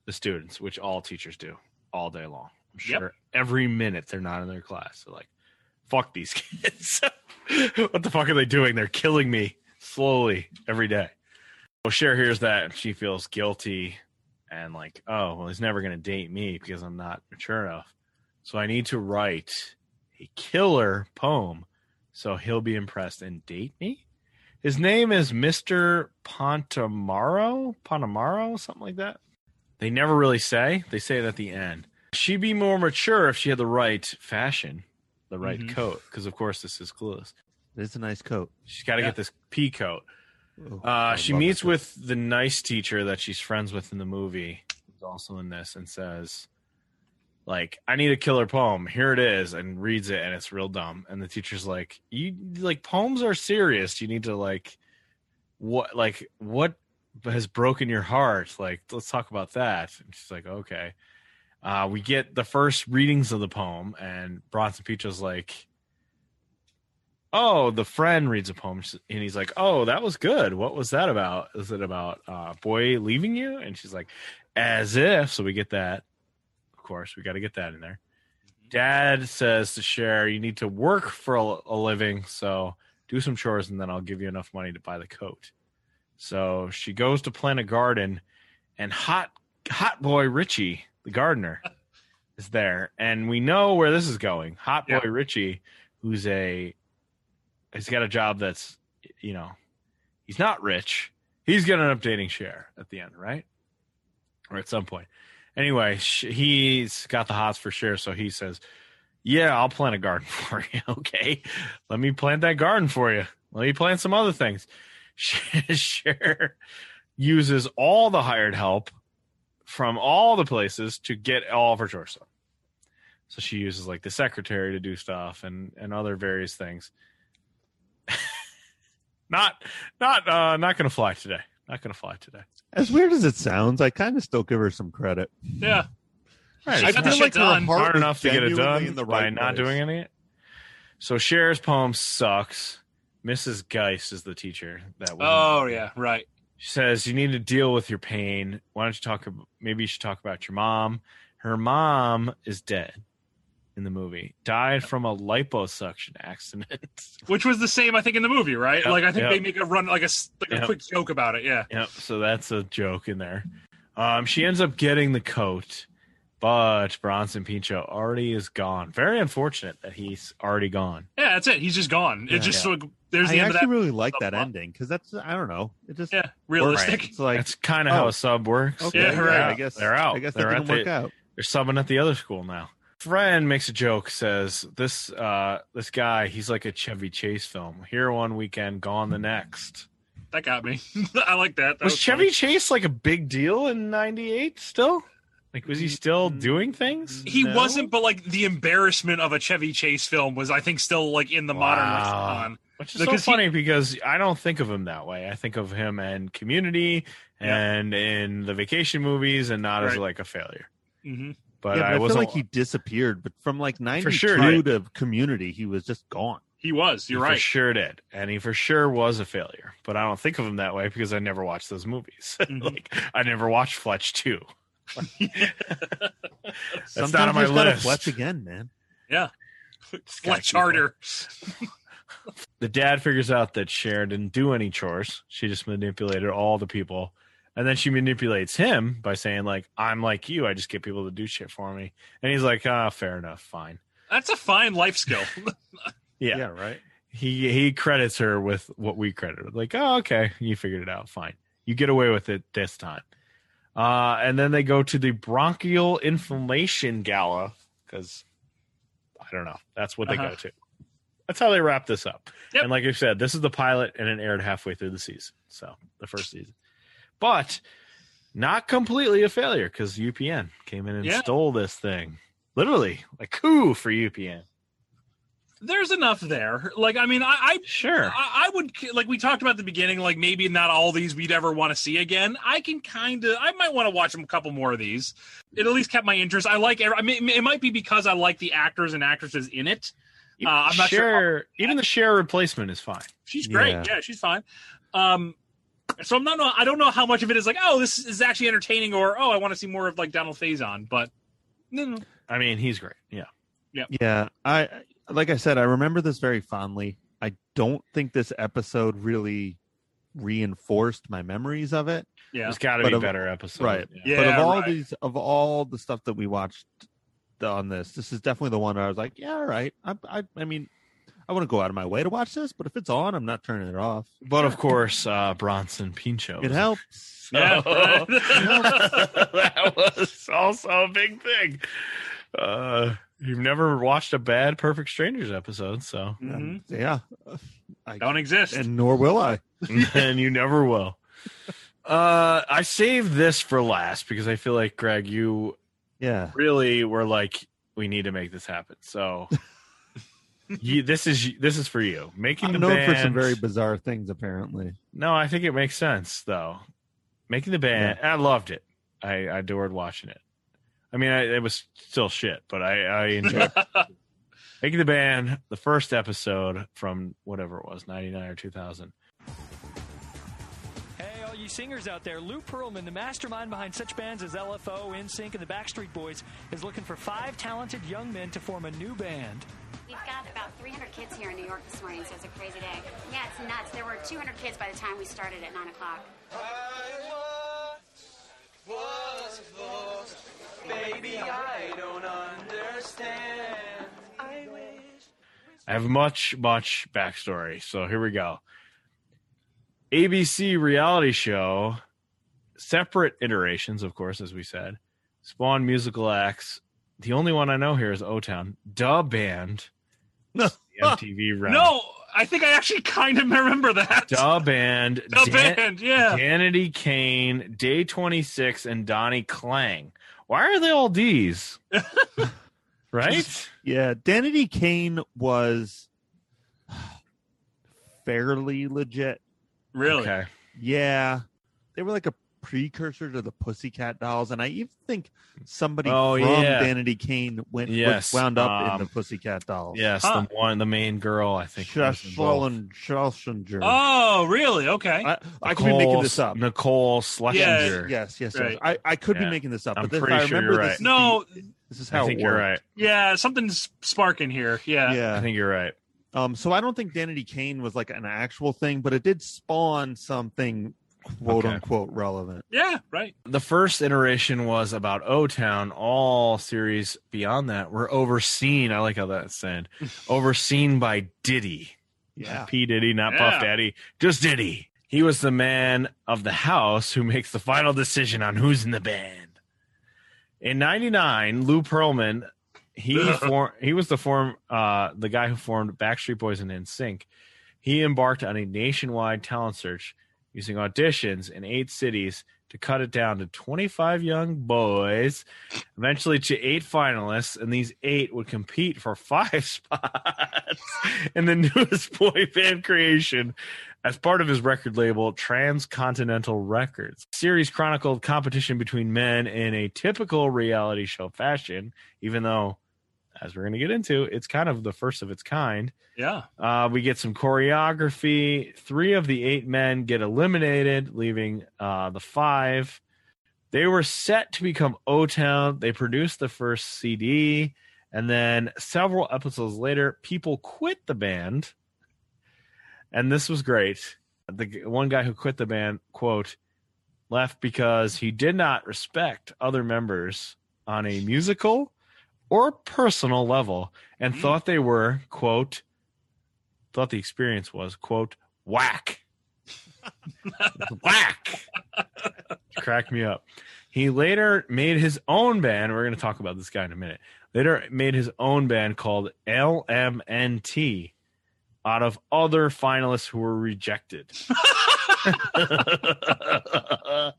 Speaker 1: the students, which all teachers do all day long. I'm
Speaker 3: Yep.
Speaker 1: sure every minute they're not in their class. They're like, fuck these [laughs] kids. [laughs] what the fuck are they doing? They're killing me slowly every day. Well, Cher hears that and she feels guilty and like, oh, well, he's never going to date me because I'm not mature enough. So I need to write a killer poem so he'll be impressed and date me. His name is Mr. Pontamaro, Pontamaro, something like that. They never really say. They say it at the end. She'd be more mature if she had the right fashion, the right
Speaker 3: Mhm.
Speaker 1: coat, because of course this is clueless.
Speaker 2: It's a nice coat.
Speaker 1: She's got to
Speaker 3: Yeah.
Speaker 1: get this pea coat.
Speaker 2: Oh, I
Speaker 1: Uh, she
Speaker 2: love
Speaker 1: meets
Speaker 2: that coat.
Speaker 1: with the nice teacher that she's friends with in the movie, who's also in this, and says, "Like, I need a killer poem. Here it is," and reads it, and it's real dumb. And the teacher's like, "You like poems are serious. You need to like, what like what has broken your heart? Like, let's talk about that." And she's like, "Okay." Uh, we get the first readings of the poem, and Bronson Pinchot's like, oh the friend reads a poem and he's like oh that was good what was that about is it about uh boy leaving you and she's like as if so we get that of course we got to get that in there dad says to share you need to work for a, a living so do some chores and then i'll give you enough money to buy the coat so she goes to plant a garden and hot hot boy richie the gardener is there and we know where this is going hot boy
Speaker 3: Yeah.
Speaker 1: richie who's a he's got a job that's you know he's not rich he's gonna end up dating Cher at the end right or at some point anyway sh- he's got the hots for Cher so he says yeah I'll plant a garden [laughs] for you okay let me plant that garden for you let me plant some other things [laughs] Cher uses all the hired help from all the places to get all of her chores done so she uses like the secretary to do stuff and and other various things not not uh not gonna fly today not gonna fly today
Speaker 2: As weird as it sounds, I kind of still give her some credit.
Speaker 3: Yeah.
Speaker 2: Right,
Speaker 3: I
Speaker 2: it's
Speaker 3: got
Speaker 2: not
Speaker 3: the shit done.
Speaker 2: heart
Speaker 1: hard
Speaker 2: is
Speaker 1: enough to get it
Speaker 2: genuinely
Speaker 1: done
Speaker 2: in the
Speaker 1: by
Speaker 2: right
Speaker 1: not
Speaker 2: place.
Speaker 1: doing any of it so Cher's poem sucks mrs geist is the teacher that was
Speaker 3: Oh, yeah. Right.
Speaker 1: she says you need to deal with your pain why don't you talk ab- maybe you should talk about your mom her mom is dead in the movie died from a liposuction accident
Speaker 3: Which was the same, I think, in the movie, right?
Speaker 1: Yep,
Speaker 3: Like, I think
Speaker 1: yep.
Speaker 3: they make a run, like a, s- like
Speaker 1: Yep.
Speaker 3: a quick joke about it. Yeah.
Speaker 1: Yep. So that's a joke in there. Um, she ends up getting the coat, but Bronson Pinchot already is gone. Very unfortunate that he's already gone.
Speaker 3: Yeah, that's it. He's just gone. It
Speaker 2: Yeah.
Speaker 3: just like there's the
Speaker 2: I
Speaker 3: end
Speaker 2: actually
Speaker 3: of that.
Speaker 2: really like
Speaker 3: sub
Speaker 2: that
Speaker 3: plot.
Speaker 2: ending because that's I don't know. It just
Speaker 3: yeah, realistic.
Speaker 2: It's like
Speaker 1: That's kind of how
Speaker 2: Oh.
Speaker 1: a sub works.
Speaker 2: okay,
Speaker 3: Yeah,
Speaker 2: yeah,
Speaker 3: right.
Speaker 2: I guess
Speaker 1: they're out.
Speaker 2: I guess
Speaker 1: they're
Speaker 2: that
Speaker 1: at
Speaker 2: didn't work
Speaker 1: the,
Speaker 2: out.
Speaker 1: They're subbing at the other school now. Friend makes a joke. Says this uh, this guy. He's like a Chevy Chase film. Here one weekend, gone the next.
Speaker 3: [laughs] That got me. [laughs] I like that. that
Speaker 1: was, Chevy
Speaker 3: funny.
Speaker 1: Chase like a big deal in '98? Still, like was he still
Speaker 2: Mm,
Speaker 1: doing things?
Speaker 3: He
Speaker 2: No?
Speaker 3: wasn't, but like the embarrassment of a Chevy Chase film was, I think, still like in the modern
Speaker 1: Wow.
Speaker 3: lexicon.
Speaker 1: Which is
Speaker 3: Because
Speaker 1: so
Speaker 3: he-
Speaker 1: funny because I don't think of him that way. I think of him in Community
Speaker 3: Yeah.
Speaker 1: and in the vacation movies, and not as
Speaker 3: Right.
Speaker 1: like a failure.
Speaker 3: hmm
Speaker 1: But,
Speaker 2: yeah, but I,
Speaker 1: I,
Speaker 2: feel
Speaker 1: wasn't.
Speaker 2: like he disappeared. But from like ninety two
Speaker 1: sure,
Speaker 2: to Community, he was just gone.
Speaker 3: He was. You're
Speaker 1: he
Speaker 3: right.
Speaker 1: For sure did, and he for sure was a failure. but I don't think of him that way because I never watched those movies. [laughs]
Speaker 2: Mm-hmm.
Speaker 1: like I never watched Fletch
Speaker 2: [laughs]
Speaker 1: two. That's not on
Speaker 2: Sometimes
Speaker 1: my
Speaker 2: you just gotta
Speaker 1: list. [laughs]
Speaker 2: Fletch again, man.
Speaker 3: Yeah. Fletch
Speaker 1: people.
Speaker 3: harder.
Speaker 1: the dad figures out that Sharon didn't do any chores. She just manipulated all the people. And then she manipulates him by saying, like, I'm like you. I just get people to do shit for me. And he's like, ah, fair enough. Fine.
Speaker 3: That's a fine
Speaker 1: [laughs]
Speaker 3: life skill.
Speaker 1: Yeah.
Speaker 2: right.
Speaker 1: He he credits her with what we credited. Like, oh, okay. You figured it out. Fine. You get away with it this time. Uh, and then they go to the bronchial inflammation gala because I don't know. That's what they
Speaker 3: Uh-huh.
Speaker 1: go to. That's how they wrap this up.
Speaker 3: Yep.
Speaker 1: And like I said, this is the pilot, and it aired halfway through the season, so the first season. But not completely a failure because UPN came in and
Speaker 3: Yeah.
Speaker 1: stole this thing. Literally, like coup for UPN.
Speaker 3: There's enough there. Like, I mean, I, I
Speaker 1: Sure.
Speaker 3: I, I would like we talked about at the beginning. Like maybe not all these we'd ever want to see again. I can kind of I might want to watch a couple more of these. It at least kept my interest. I like. every- I mean, it might be because I like the actors and actresses in it. Uh, I'm not sure-
Speaker 1: Cher- Even the share replacement is fine.
Speaker 3: She's great.
Speaker 2: Yeah.
Speaker 3: Yeah, she's fine. Um, so I'm not. I don't know how much of it is like, oh, this is actually entertaining, or oh, I want to see more of like Donald Faison. But mm,
Speaker 1: I mean, he's great. Yeah.
Speaker 2: Yeah, I like I said, I remember this very fondly. I don't think this episode really reinforced my memories of it.
Speaker 3: yeah,
Speaker 1: There's got to
Speaker 2: But
Speaker 1: be
Speaker 2: of-
Speaker 1: better episodes.
Speaker 2: right.
Speaker 1: Yeah.
Speaker 3: yeah.
Speaker 2: but of all
Speaker 3: right.
Speaker 2: these, of all the stuff that we watched on this, this is definitely the one where I was like, yeah, all right. I, I, I mean, I wouldn't go out of my way to watch this, but if it's on, I'm not turning it off.
Speaker 1: But of course, uh, Bronson Pinchot.
Speaker 2: It
Speaker 1: was-
Speaker 2: helps.
Speaker 3: Yeah.
Speaker 1: [laughs] that was also a big thing. Uh, you've never watched a bad Perfect Strangers episode,
Speaker 3: [laughs]
Speaker 1: so [laughs]
Speaker 3: Mhm.
Speaker 2: And, yeah,
Speaker 3: don't exist.
Speaker 2: um, and nor will I.
Speaker 1: and you never will. Uh, I saved this for last because I feel like Greg, you
Speaker 2: Yeah,
Speaker 1: really were like, we need to make this happen.
Speaker 2: [laughs]
Speaker 1: So, you, this is this is for you. Making the
Speaker 2: I'm known
Speaker 1: band
Speaker 2: for some very bizarre things, apparently.
Speaker 1: No, I think it makes sense though. Making the band, I loved it. I, I adored watching it. I mean, I, it was still shit, but I, I
Speaker 2: [laughs]
Speaker 1: enjoyed it. making the band. The first episode from whatever it was, ninety nine or two thousand.
Speaker 11: Hey, all you singers out there, Lou Pearlman, the mastermind behind such bands as LFO, NSYNC, and the Backstreet Boys, is looking for five talented young men to form a new band.
Speaker 10: We've got about 300 kids here in New York this morning, so it's a crazy day. Yeah, it's nuts. There were 200 kids by the time we started at 9 o'clock.
Speaker 1: I have much, much backstory. So here we go. ABC reality show, separate iterations, of course, as we said, spawn musical acts. The only one I know here is O Town, Da Band, the
Speaker 3: [laughs]
Speaker 1: MTV round.
Speaker 3: No, I think I actually kind of [laughs] remember that.
Speaker 1: Da Band,
Speaker 3: The
Speaker 1: Dan-
Speaker 3: band, yeah.
Speaker 1: Danity Kane, Day 26, and Donnie Klang. Why are they all
Speaker 3: [laughs]
Speaker 1: D's? right?
Speaker 2: Yeah, Danity Kane was fairly legit.
Speaker 3: Really?
Speaker 1: Okay.
Speaker 2: Yeah, they were like a precursor to the Pussycat Dolls, and I even think somebody
Speaker 1: Oh,
Speaker 2: from
Speaker 1: yeah.
Speaker 2: Danity Kane went was
Speaker 1: Yes,
Speaker 2: wound up
Speaker 1: um,
Speaker 2: in the Pussycat Dolls.
Speaker 1: Yes,
Speaker 3: Huh.
Speaker 1: the one, the main girl, I think. was involved.
Speaker 2: Schleswin- Schlesinger.
Speaker 3: Oh, really? Okay.
Speaker 2: I, I could be making this up.
Speaker 1: Nicole Schlesinger.
Speaker 2: Yes, yes, yes.
Speaker 3: Right.
Speaker 2: I, I could
Speaker 1: Yeah.
Speaker 2: be making this up,
Speaker 1: I'm
Speaker 2: but this,
Speaker 1: pretty
Speaker 2: I
Speaker 1: sure
Speaker 2: remember
Speaker 1: you're right.
Speaker 2: this. is the-
Speaker 3: no,
Speaker 2: this is how
Speaker 1: I think
Speaker 2: it
Speaker 1: you're
Speaker 2: worked.
Speaker 1: right.
Speaker 3: yeah, something's sparking here. Yeah.
Speaker 1: I
Speaker 2: Yeah.
Speaker 1: think you're right.
Speaker 2: Um, so I don't think Danity Kane was like an actual thing, but it did spawn something quote
Speaker 1: Okay.
Speaker 2: unquote relevant.
Speaker 3: Yeah, right.
Speaker 1: The first iteration was about O Town. All series beyond that were overseen. I like how that's
Speaker 2: [laughs]
Speaker 1: said. overseen by Diddy.
Speaker 2: Yeah.
Speaker 1: P. Diddy, not
Speaker 3: Yeah.
Speaker 1: Puff Daddy, just Diddy. He was the man of the house who makes the final decision on who's in the band. In '99, Lou Pearlman, he for, he was the form uh, the guy who formed Backstreet Boys and NSYNC. He embarked on a nationwide talent search using auditions in eight cities to cut it down to 25 young boys, eventually to eight finalists, and these eight would compete for five [laughs] spots in the [laughs] newest boy band creation as part of his record label, Transcontinental Records. Series chronicled competition between men in a typical reality show fashion, even though as we're going to get into, it's kind of the first of its kind.
Speaker 3: Yeah.
Speaker 1: Uh, we get some choreography. Three of the eight men get eliminated, leaving uh, the five. They were set to become O Town. They produced the first CD. And then several episodes later, people quit the band. And this was great. The g- one guy who quit the band, quote, left because he did not respect other members on a musical or personal level and thought they were, quote, thought the experience was, quote, whack. whack. Crack me up. He later made his own band. We're going to talk about this guy in a minute. Later made his own band called LMNT out of other finalists who were rejected. [laughs] oh,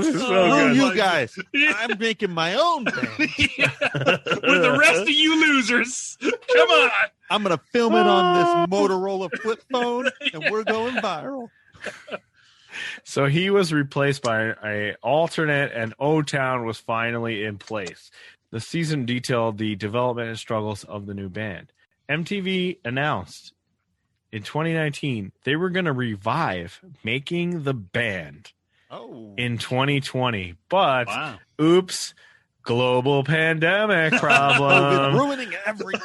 Speaker 1: this is so
Speaker 2: Screw
Speaker 1: good.
Speaker 2: you guys. I'm making my
Speaker 3: [laughs]
Speaker 2: own band.
Speaker 3: With the rest of you losers, come on.
Speaker 2: I'm gonna film it on this Motorola flip phone, and we're going viral.
Speaker 1: So he was replaced by a alternate, and O Town was finally in place. The season detailed the development and struggles of the new band. MTV announced in 2019 they were going to revive Making the Band
Speaker 2: Oh,
Speaker 1: in 2020, but
Speaker 3: Wow.
Speaker 1: oops, global pandemic problem.
Speaker 2: [laughs] it's ruining everything.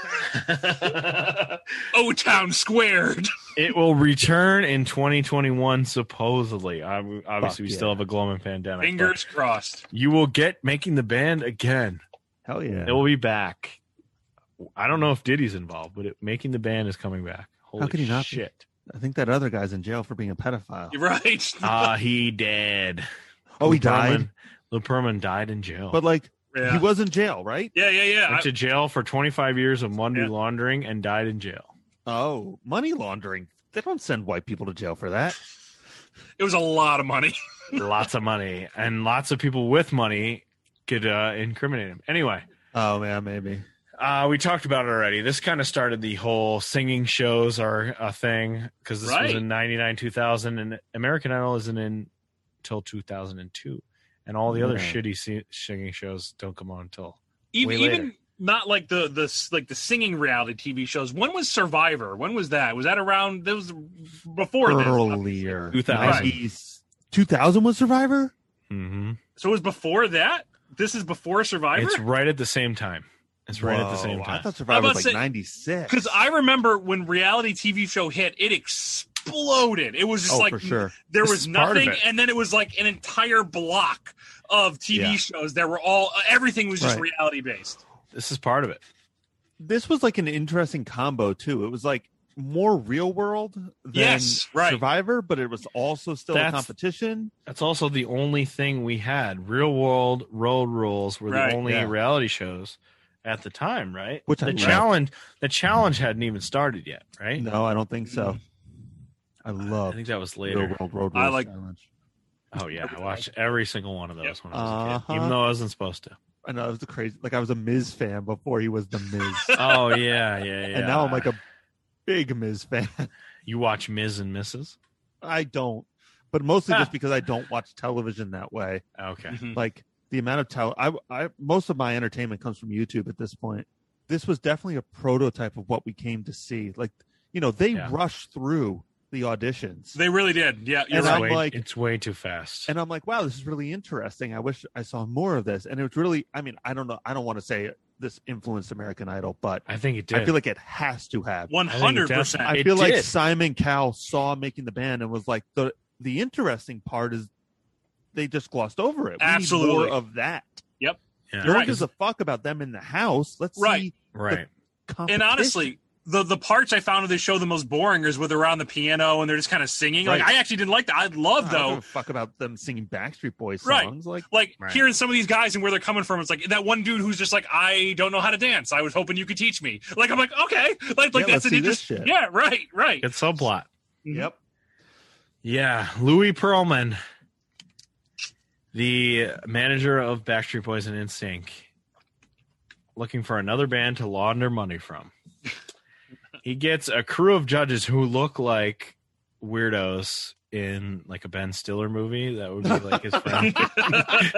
Speaker 3: O Town
Speaker 1: [laughs]
Speaker 3: squared.
Speaker 1: it will return in 2021, supposedly. Ob- Obviously, we
Speaker 2: yeah.
Speaker 1: still have a global pandemic. but
Speaker 3: Fingers
Speaker 1: [laughs]
Speaker 3: crossed.
Speaker 1: You will get making the band again.
Speaker 2: Hell yeah!
Speaker 1: It will be back. I don't know if Diddy's involved, but it, making the band is coming back. Holy
Speaker 2: could he not be?
Speaker 1: Shit.
Speaker 2: I think that other guy's in jail for being a pedophile.
Speaker 3: You're right.
Speaker 1: Ah, he dead.
Speaker 2: Oh, he
Speaker 1: Lou
Speaker 2: died.
Speaker 1: Pearlman- Lou Pearlman died in jail.
Speaker 2: But like,
Speaker 3: yeah.
Speaker 2: he was in jail, right?
Speaker 3: yeah, yeah, yeah.
Speaker 1: went to jail for 25 years of money
Speaker 3: Yeah.
Speaker 1: laundering and died in jail.
Speaker 2: Oh, money laundering. They don't send white people to jail for that.
Speaker 3: it was a lot of
Speaker 1: [laughs]
Speaker 3: money.
Speaker 1: lots of money and lots of people with money could uh, incriminate him. Anyway,
Speaker 2: Oh man, maybe.
Speaker 1: Uh, we talked about it already. This kind of started the whole singing shows are a thing because this was
Speaker 3: Right.
Speaker 1: in 99, 2000, and American Idol isn't in till 2002. And all the other
Speaker 2: Yeah.
Speaker 1: shitty si- singing shows don't come on until.
Speaker 3: Even
Speaker 1: Way later.
Speaker 3: even not like the the s- like the singing reality TV shows. When was Survivor? When was that? Was that around? That was before this.
Speaker 2: Earlier,
Speaker 1: 2000.
Speaker 2: 90s. 2000 was Survivor.
Speaker 1: Mm-hmm.
Speaker 3: So it was before that. This is before Survivor.
Speaker 1: It's right at the same time. It's right at the
Speaker 2: Whoa,
Speaker 1: same
Speaker 2: I
Speaker 1: time.
Speaker 2: thought Survivor
Speaker 3: I
Speaker 2: was
Speaker 3: was
Speaker 2: like
Speaker 3: about to say-
Speaker 2: 96.
Speaker 3: Because I remember when reality TV show hit, it exploded. It was just
Speaker 2: oh
Speaker 3: like
Speaker 2: for sure.
Speaker 3: there
Speaker 1: This
Speaker 3: was
Speaker 1: is part of
Speaker 3: nothing,
Speaker 1: it.
Speaker 3: and then it was like an entire block of TV
Speaker 1: Yeah.
Speaker 3: shows that were all everything was just
Speaker 2: Right.
Speaker 3: reality based.
Speaker 1: This is part of it.
Speaker 2: This was like an interesting combo too. It was like more real world than
Speaker 3: Yes, right.
Speaker 2: Survivor, but it was also still
Speaker 1: That's-
Speaker 2: a competition.
Speaker 1: That's also the only thing we had. Real World Road Rules were
Speaker 3: Right,
Speaker 1: the only
Speaker 2: yeah.
Speaker 1: reality shows at the time, right?
Speaker 2: Which I
Speaker 1: the
Speaker 2: love.
Speaker 1: challenge, the challenge hadn't even started yet, right?
Speaker 2: No, I don't think so. I
Speaker 1: Mm. I
Speaker 2: love
Speaker 1: think that was later.
Speaker 2: real world road
Speaker 3: I
Speaker 2: rules
Speaker 3: like-
Speaker 2: challenge.
Speaker 1: Oh yeah, I watched every single one of those
Speaker 3: Yep.
Speaker 1: when I was a kid,
Speaker 2: Uh-huh.
Speaker 1: even though I wasn't supposed [laughs] to.
Speaker 2: I know it was the crazy. Like I was a Miz fan before he was
Speaker 1: [laughs]
Speaker 2: the Miz,
Speaker 1: Oh yeah, yeah, yeah.
Speaker 2: and now I'm like a big Miz fan. [laughs]
Speaker 1: you watch Ms. and Mrs.
Speaker 2: I don't, but mostly
Speaker 3: [laughs]
Speaker 2: just because I don't watch television that way.
Speaker 1: Okay,
Speaker 3: Mhm.
Speaker 2: Like the amount of tele, I, I most of my entertainment comes from YouTube at this point. This was definitely a prototype of what we came to see. Like you know, they
Speaker 1: Yeah.
Speaker 2: rushed through the auditions,
Speaker 3: They really did. Yeah, you're
Speaker 2: And
Speaker 1: it's,
Speaker 2: I'm
Speaker 3: right.
Speaker 1: way,
Speaker 2: like-
Speaker 1: it's way too fast.
Speaker 2: and I'm like, wow, this is really interesting. I wish I saw more of this. And it was really, I mean, I don't know, I don't want to say this influenced American Idol, but
Speaker 1: I think it did.
Speaker 2: I feel like it has to have.
Speaker 3: One
Speaker 1: I think it
Speaker 3: hundred percent.
Speaker 2: I
Speaker 1: It
Speaker 2: feel like
Speaker 1: did.
Speaker 2: Simon Cowell saw making the band and was like the the interesting part is they just glossed over it. We need
Speaker 3: Absolutely.
Speaker 2: more of that.
Speaker 1: Yeah.
Speaker 2: No one
Speaker 3: Right.
Speaker 2: gives a fuck about them in the house. Let's
Speaker 3: Right.
Speaker 2: see.
Speaker 1: right.
Speaker 2: competition.
Speaker 3: And honestly, the the parts I found of this show the most boring is where they're on the piano and they're just kind of singing. Like
Speaker 1: Right.
Speaker 3: I actually didn't like that. I
Speaker 2: I
Speaker 3: love
Speaker 2: don't
Speaker 3: though.
Speaker 2: give a fuck about them singing Backstreet Boys
Speaker 3: Right.
Speaker 2: songs. Like
Speaker 3: like
Speaker 1: Right.
Speaker 3: hearing some of these guys and where they're coming from it's like that one dude who's just like i don't know how to dance i was hoping you could teach me like i'm like okay like like
Speaker 2: Yeah, let's
Speaker 3: that's an
Speaker 2: see this
Speaker 3: interesting
Speaker 2: shit.
Speaker 3: yeah right right
Speaker 1: Good subplot.
Speaker 2: Yep.
Speaker 1: Yeah, Louis Pearlman, the manager of Backstreet Boys and NSYNC, looking for another band to launder money from. he gets a crew of judges who look like weirdos in like a Ben Stiller movie, that would be like his friend. [laughs]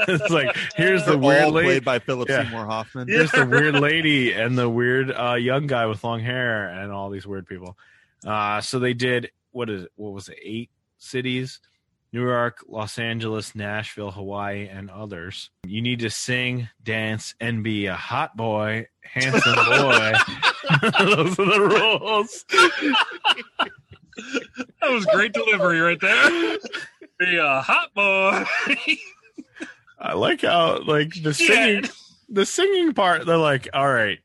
Speaker 1: it's like here's the
Speaker 2: They're
Speaker 1: weird
Speaker 2: all
Speaker 1: lady
Speaker 2: played by Philip
Speaker 1: Yeah.
Speaker 2: Seymour Hoffman.
Speaker 1: Here's the weird lady and the weird uh, young guy with long hair and all these weird people. Uh, so they did what is it? What was it? Eight cities: New York, Los Angeles, Nashville, Hawaii, and others. You need to sing, dance, and be a hot boy, handsome boy. Those are the rules.
Speaker 3: That was great delivery right
Speaker 2: [laughs]
Speaker 3: there. Be a hot boy.
Speaker 1: I like how like the singing the singing part, they're like, all right,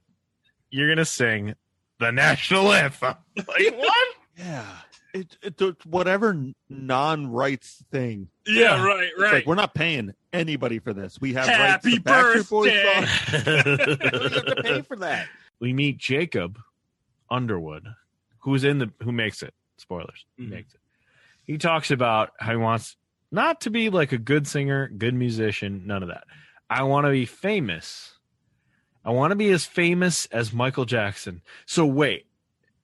Speaker 1: you're gonna sing the national anthem. Like what?
Speaker 2: Yeah. It, it, it's whatever non rights thing.
Speaker 3: Yeah, right,
Speaker 2: It's
Speaker 3: right.
Speaker 2: like we're not paying anybody for this. We have
Speaker 3: Happy
Speaker 2: rights to Backstreet Boys
Speaker 3: birthday.
Speaker 2: songs. [laughs] we have to pay for that.
Speaker 1: we meet Jacob Underwood, who's in the who makes it. Spoilers. He
Speaker 3: Mhm.
Speaker 1: Makes it. He talks about how he wants not to be like a good singer, good musician, none of that. I want to be famous. I want to be as famous as Michael Jackson. So wait,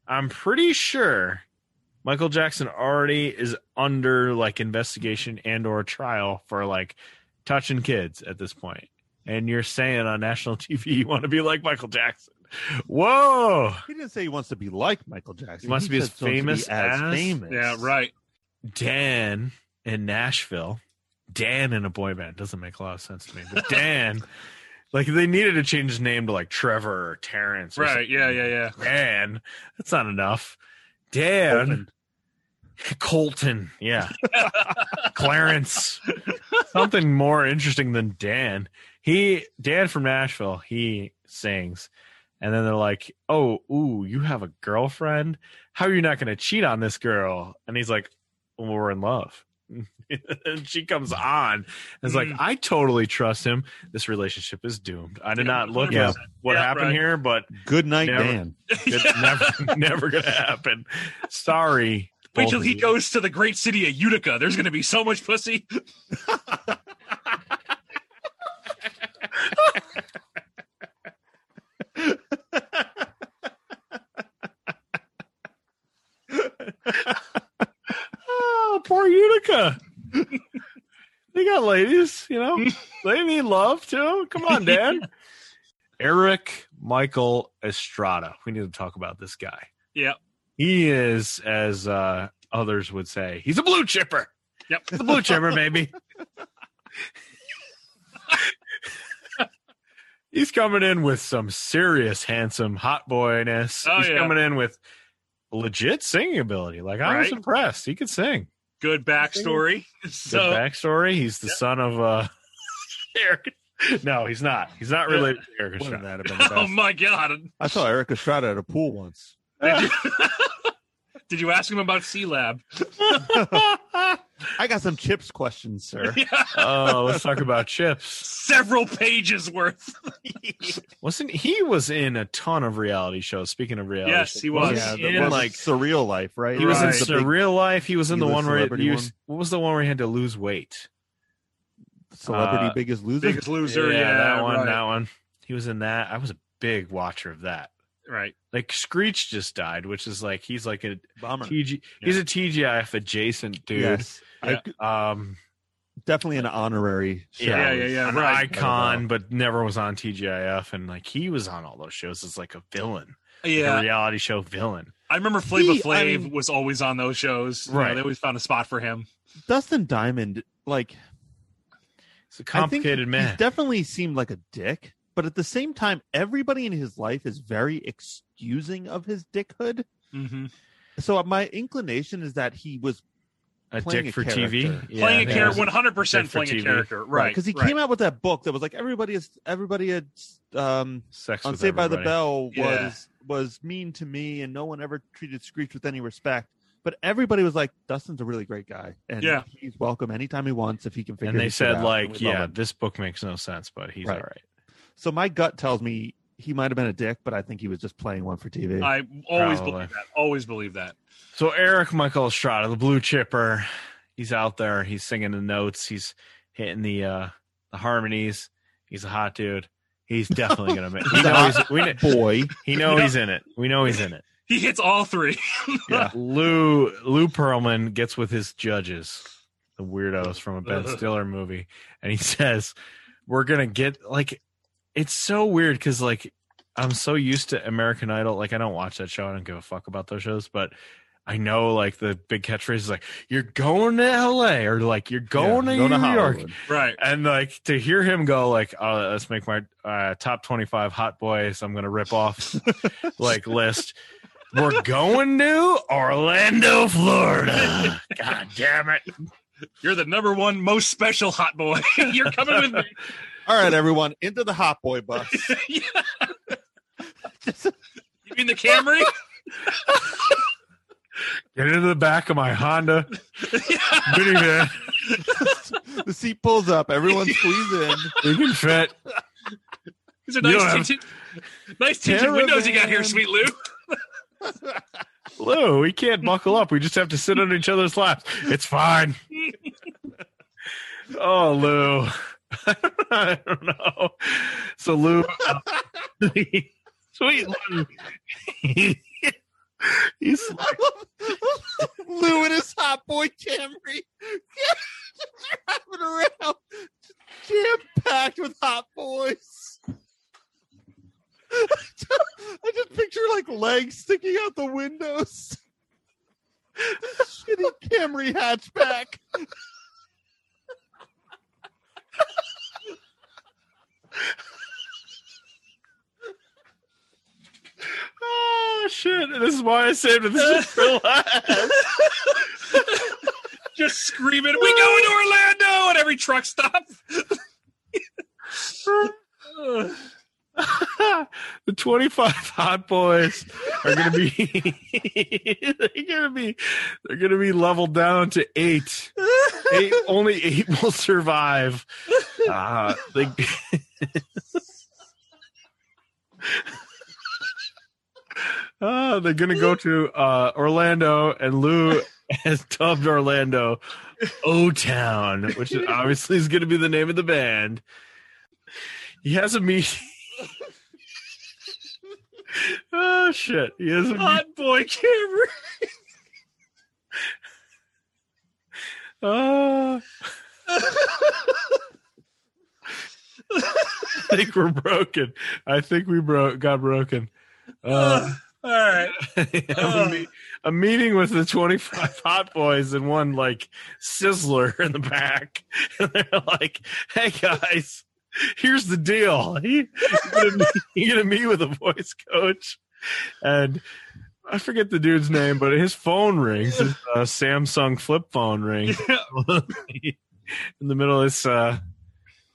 Speaker 1: I'm pretty sure Michael Jackson already is under like investigation and or trial for like touching kids at this point. And you're saying on national [laughs] TV you want to be like Michael Jackson. Whoa.
Speaker 2: He didn't say he wants to be like Michael
Speaker 1: He
Speaker 2: Jackson.
Speaker 1: wants to be
Speaker 2: just
Speaker 1: as
Speaker 2: wants to
Speaker 1: famous as-
Speaker 2: famous.
Speaker 3: yeah, right.
Speaker 1: Dan in Nashville. Dan in a boy band doesn't make a lot of sense to me. But Dan, like they needed to change his name to like Trevor or Terrence. Or
Speaker 3: Right. Yeah, yeah, yeah.
Speaker 1: something. Dan, that's not enough. Dan
Speaker 2: Colton.
Speaker 1: Colton
Speaker 3: [laughs]
Speaker 1: yeah. Clarence. Something more interesting than Dan. He Dan from Nashville, he sings. And then they're like, "Oh, ooh, you have a girlfriend? How are you not going to cheat on this girl?" And he's like, well, "We're in love." [laughs] and she comes on. It's like,
Speaker 3: Mm.
Speaker 1: "I totally trust him. This relationship is doomed. I did
Speaker 3: Yeah,
Speaker 1: not look
Speaker 3: 100%.
Speaker 1: up what
Speaker 3: Yeah,
Speaker 1: happened
Speaker 3: right.
Speaker 1: here, but
Speaker 2: Good night,
Speaker 1: Never.
Speaker 2: Dan.
Speaker 1: it's never [laughs] never going to happen. Sorry."
Speaker 3: Wait
Speaker 1: both
Speaker 3: till
Speaker 1: of
Speaker 3: he
Speaker 1: you.
Speaker 3: goes to the great city of Utica. There's going to be so much pussy.
Speaker 1: Oh, poor Utica. [laughs] they got ladies, you [laughs] know. they need love too. Come on, Dan. [laughs] Eric Michael Estrada. We need to talk about this guy.
Speaker 3: Yep.
Speaker 1: He is, as uh, others would say, he's a blue chipper.
Speaker 3: Yep.
Speaker 1: He's a blue
Speaker 3: [laughs]
Speaker 1: chipper, baby. he's coming in with some serious handsome hot boyness.
Speaker 3: Oh,
Speaker 1: he's
Speaker 3: yeah.
Speaker 1: coming in with legit singing ability. Like I was
Speaker 3: Right.
Speaker 1: impressed. He could sing
Speaker 3: Good backstory.
Speaker 1: the
Speaker 3: [laughs] So
Speaker 1: backstory. He's the son of
Speaker 3: [laughs]
Speaker 1: uh Eric. No, he's not. He's not related to Eric Estrada.
Speaker 2: Wouldn't that have been the
Speaker 3: [laughs] Oh
Speaker 2: best?
Speaker 3: my god.
Speaker 2: I saw Eric Estrada at a pool once. [laughs]
Speaker 3: [laughs] Did you ask him about C [laughs] Lab?
Speaker 2: I got some chips
Speaker 3: [laughs]
Speaker 2: questions, sir.
Speaker 1: Oh, let's talk about chips.
Speaker 3: Several pages worth.
Speaker 1: Wasn't he was in a ton of reality shows? Speaking of reality,
Speaker 3: Yes,
Speaker 1: shows.
Speaker 3: he was.
Speaker 1: Wasn't
Speaker 2: yeah,
Speaker 1: he
Speaker 2: the
Speaker 1: in,
Speaker 2: one
Speaker 1: like
Speaker 2: like surreal life, right? Uh,
Speaker 1: he was in
Speaker 3: Right.
Speaker 2: The big
Speaker 1: Surreal Life. He was in
Speaker 2: he
Speaker 1: the
Speaker 2: was
Speaker 1: one where
Speaker 2: celebrity
Speaker 1: you,
Speaker 2: one.
Speaker 1: what was the one where he had to lose weight?
Speaker 2: celebrity
Speaker 1: uh,
Speaker 2: biggest
Speaker 1: [laughs]
Speaker 2: loser.
Speaker 3: Biggest loser. Yeah,
Speaker 1: that one.
Speaker 3: right.
Speaker 1: That one. He was in that. I was a big watcher of that.
Speaker 3: right.
Speaker 1: Like Screech just died, which is like he's like a
Speaker 2: Bummer.
Speaker 1: TG. He's a TGIF adjacent dude.
Speaker 2: Yes. I-
Speaker 1: Um,
Speaker 2: definitely an honorary. show.
Speaker 3: Yeah, yeah, yeah.
Speaker 1: an
Speaker 3: right.
Speaker 1: icon, but never was on TGIF, and like he was on all those shows as like a villain, like, a
Speaker 3: Yeah,
Speaker 1: reality show villain.
Speaker 3: I remember Flavor
Speaker 2: He- I
Speaker 3: Flav
Speaker 2: mean-
Speaker 3: was always on those shows. You know,
Speaker 1: Right.
Speaker 3: they always found a spot for him.
Speaker 2: Dustin Diamond, like
Speaker 1: It's a
Speaker 2: I think
Speaker 1: complicated
Speaker 2: He
Speaker 1: man.
Speaker 2: definitely seemed like a dick, but at the same time, everybody in his life is very excusing of his dickhood.
Speaker 3: hmm
Speaker 2: So my inclination is that he was
Speaker 1: a
Speaker 2: playing
Speaker 1: dick
Speaker 2: a
Speaker 1: for TV,
Speaker 2: character.
Speaker 1: Yeah, I
Speaker 3: playing
Speaker 1: think
Speaker 3: a
Speaker 1: it was
Speaker 3: character, one hundred percent
Speaker 1: Dick for
Speaker 3: playing
Speaker 1: TV.
Speaker 3: a character, right?
Speaker 2: because he
Speaker 3: right.
Speaker 2: came out with that book that was like everybody is everybody had um
Speaker 1: Sex
Speaker 2: on
Speaker 1: with
Speaker 2: Saved by the
Speaker 1: Everybody.
Speaker 2: Bell
Speaker 3: Yeah.
Speaker 2: was was mean to me, and no one ever treated Screech with any respect. But everybody was like, "Dustin's a really great guy, and
Speaker 3: Yeah.
Speaker 2: he's welcome anytime he wants if he can figure."
Speaker 1: and they
Speaker 2: his shit out,
Speaker 1: said
Speaker 2: and
Speaker 1: like,
Speaker 2: we love
Speaker 1: yeah,
Speaker 2: him."
Speaker 1: this book makes no sense, but he's
Speaker 2: Right.
Speaker 1: all right.
Speaker 2: So my gut tells me he might have been a dick, but I think he was just playing one for TV.
Speaker 3: I always
Speaker 1: Probably.
Speaker 3: believe that. Always believe that.
Speaker 1: So Eric Michael Estrada, the blue chipper, he's out there. He's singing the notes. He's hitting the uh the harmonies. He's a
Speaker 2: [laughs]
Speaker 1: hot dude. He's definitely gonna make. We
Speaker 2: He's a
Speaker 1: know
Speaker 2: hot
Speaker 1: [laughs] he's, we, kn-
Speaker 2: Boy,
Speaker 1: he know he's in it. We know he's in it.
Speaker 3: He hits all three. [laughs]
Speaker 1: yeah. [laughs] Lou Lou Pearlman gets with his judges, the weirdos from a
Speaker 2: [laughs]
Speaker 1: Ben Stiller movie, and he says, "We're gonna get like." It's so weird because like I'm so used to American Idol. Like I don't watch that show. I don't give a fuck about those shows, but. I know, like the big catchphrase is like "You're going to L.A." or like "You're going
Speaker 2: Yeah,
Speaker 1: to
Speaker 2: go to
Speaker 1: New York,"
Speaker 2: Hollywood.
Speaker 3: right?
Speaker 1: And like to hear him go, like, "Oh, let's make my uh, top twenty-five hot boys." I'm gonna rip off like list. We're going to Orlando, Florida. God damn it.
Speaker 3: You're the number one most special hot boy. [laughs] You're coming with me.
Speaker 2: All right, everyone, into the hot boy bus.
Speaker 3: You mean
Speaker 1: [laughs]
Speaker 3: the Camry?
Speaker 1: Get into the back of my Honda minivan.
Speaker 2: the seat pulls up. Everyone squeeze in.
Speaker 1: You can fit.
Speaker 3: These are
Speaker 1: You
Speaker 3: nice,
Speaker 1: don't
Speaker 3: tinted, nice tinted windows you got here,
Speaker 2: Caravan.
Speaker 3: sweet Lou.
Speaker 1: Lou, we can't buckle up. We just have to sit on each other's laps. It's [laughs] fine. Oh, Lou. I don't know. So Lou, sweet [laughs] Lou, he's
Speaker 2: Lou and his hot boy Camry driving around, jam packed with hot boys. I just picture like legs sticking out the windows. This shitty Camry hatchback.
Speaker 1: oh shit. This is why I saved it. This is for last.
Speaker 3: Just screaming, "We going to Orlando!" at every truck stop. [laughs]
Speaker 1: [laughs] the 25 hot boys are gonna be [laughs] they're gonna be they're gonna be leveled down to eight eight only eight will survive uh, they, [laughs] Uh, they're gonna go to uh, Orlando and Lou [laughs] has dubbed Orlando O Town, which is obviously is gonna be the name of the band. He has a meet oh shit. He has a
Speaker 3: Hot boy Camry. [laughs]
Speaker 1: Uh, I think we're broken. I think we broke got broken. Uh,
Speaker 3: All right.
Speaker 1: [laughs] he has a, me- a meeting with the 25 hot boys and one like sizzler in the back. [laughs] And they're like, hey guys, here's the deal. He- You're gonna meet, you're gonna meet with a voice coach. And I forget the dude's name, but his phone rings. His uh, Samsung flip phone rings in the middle of this uh,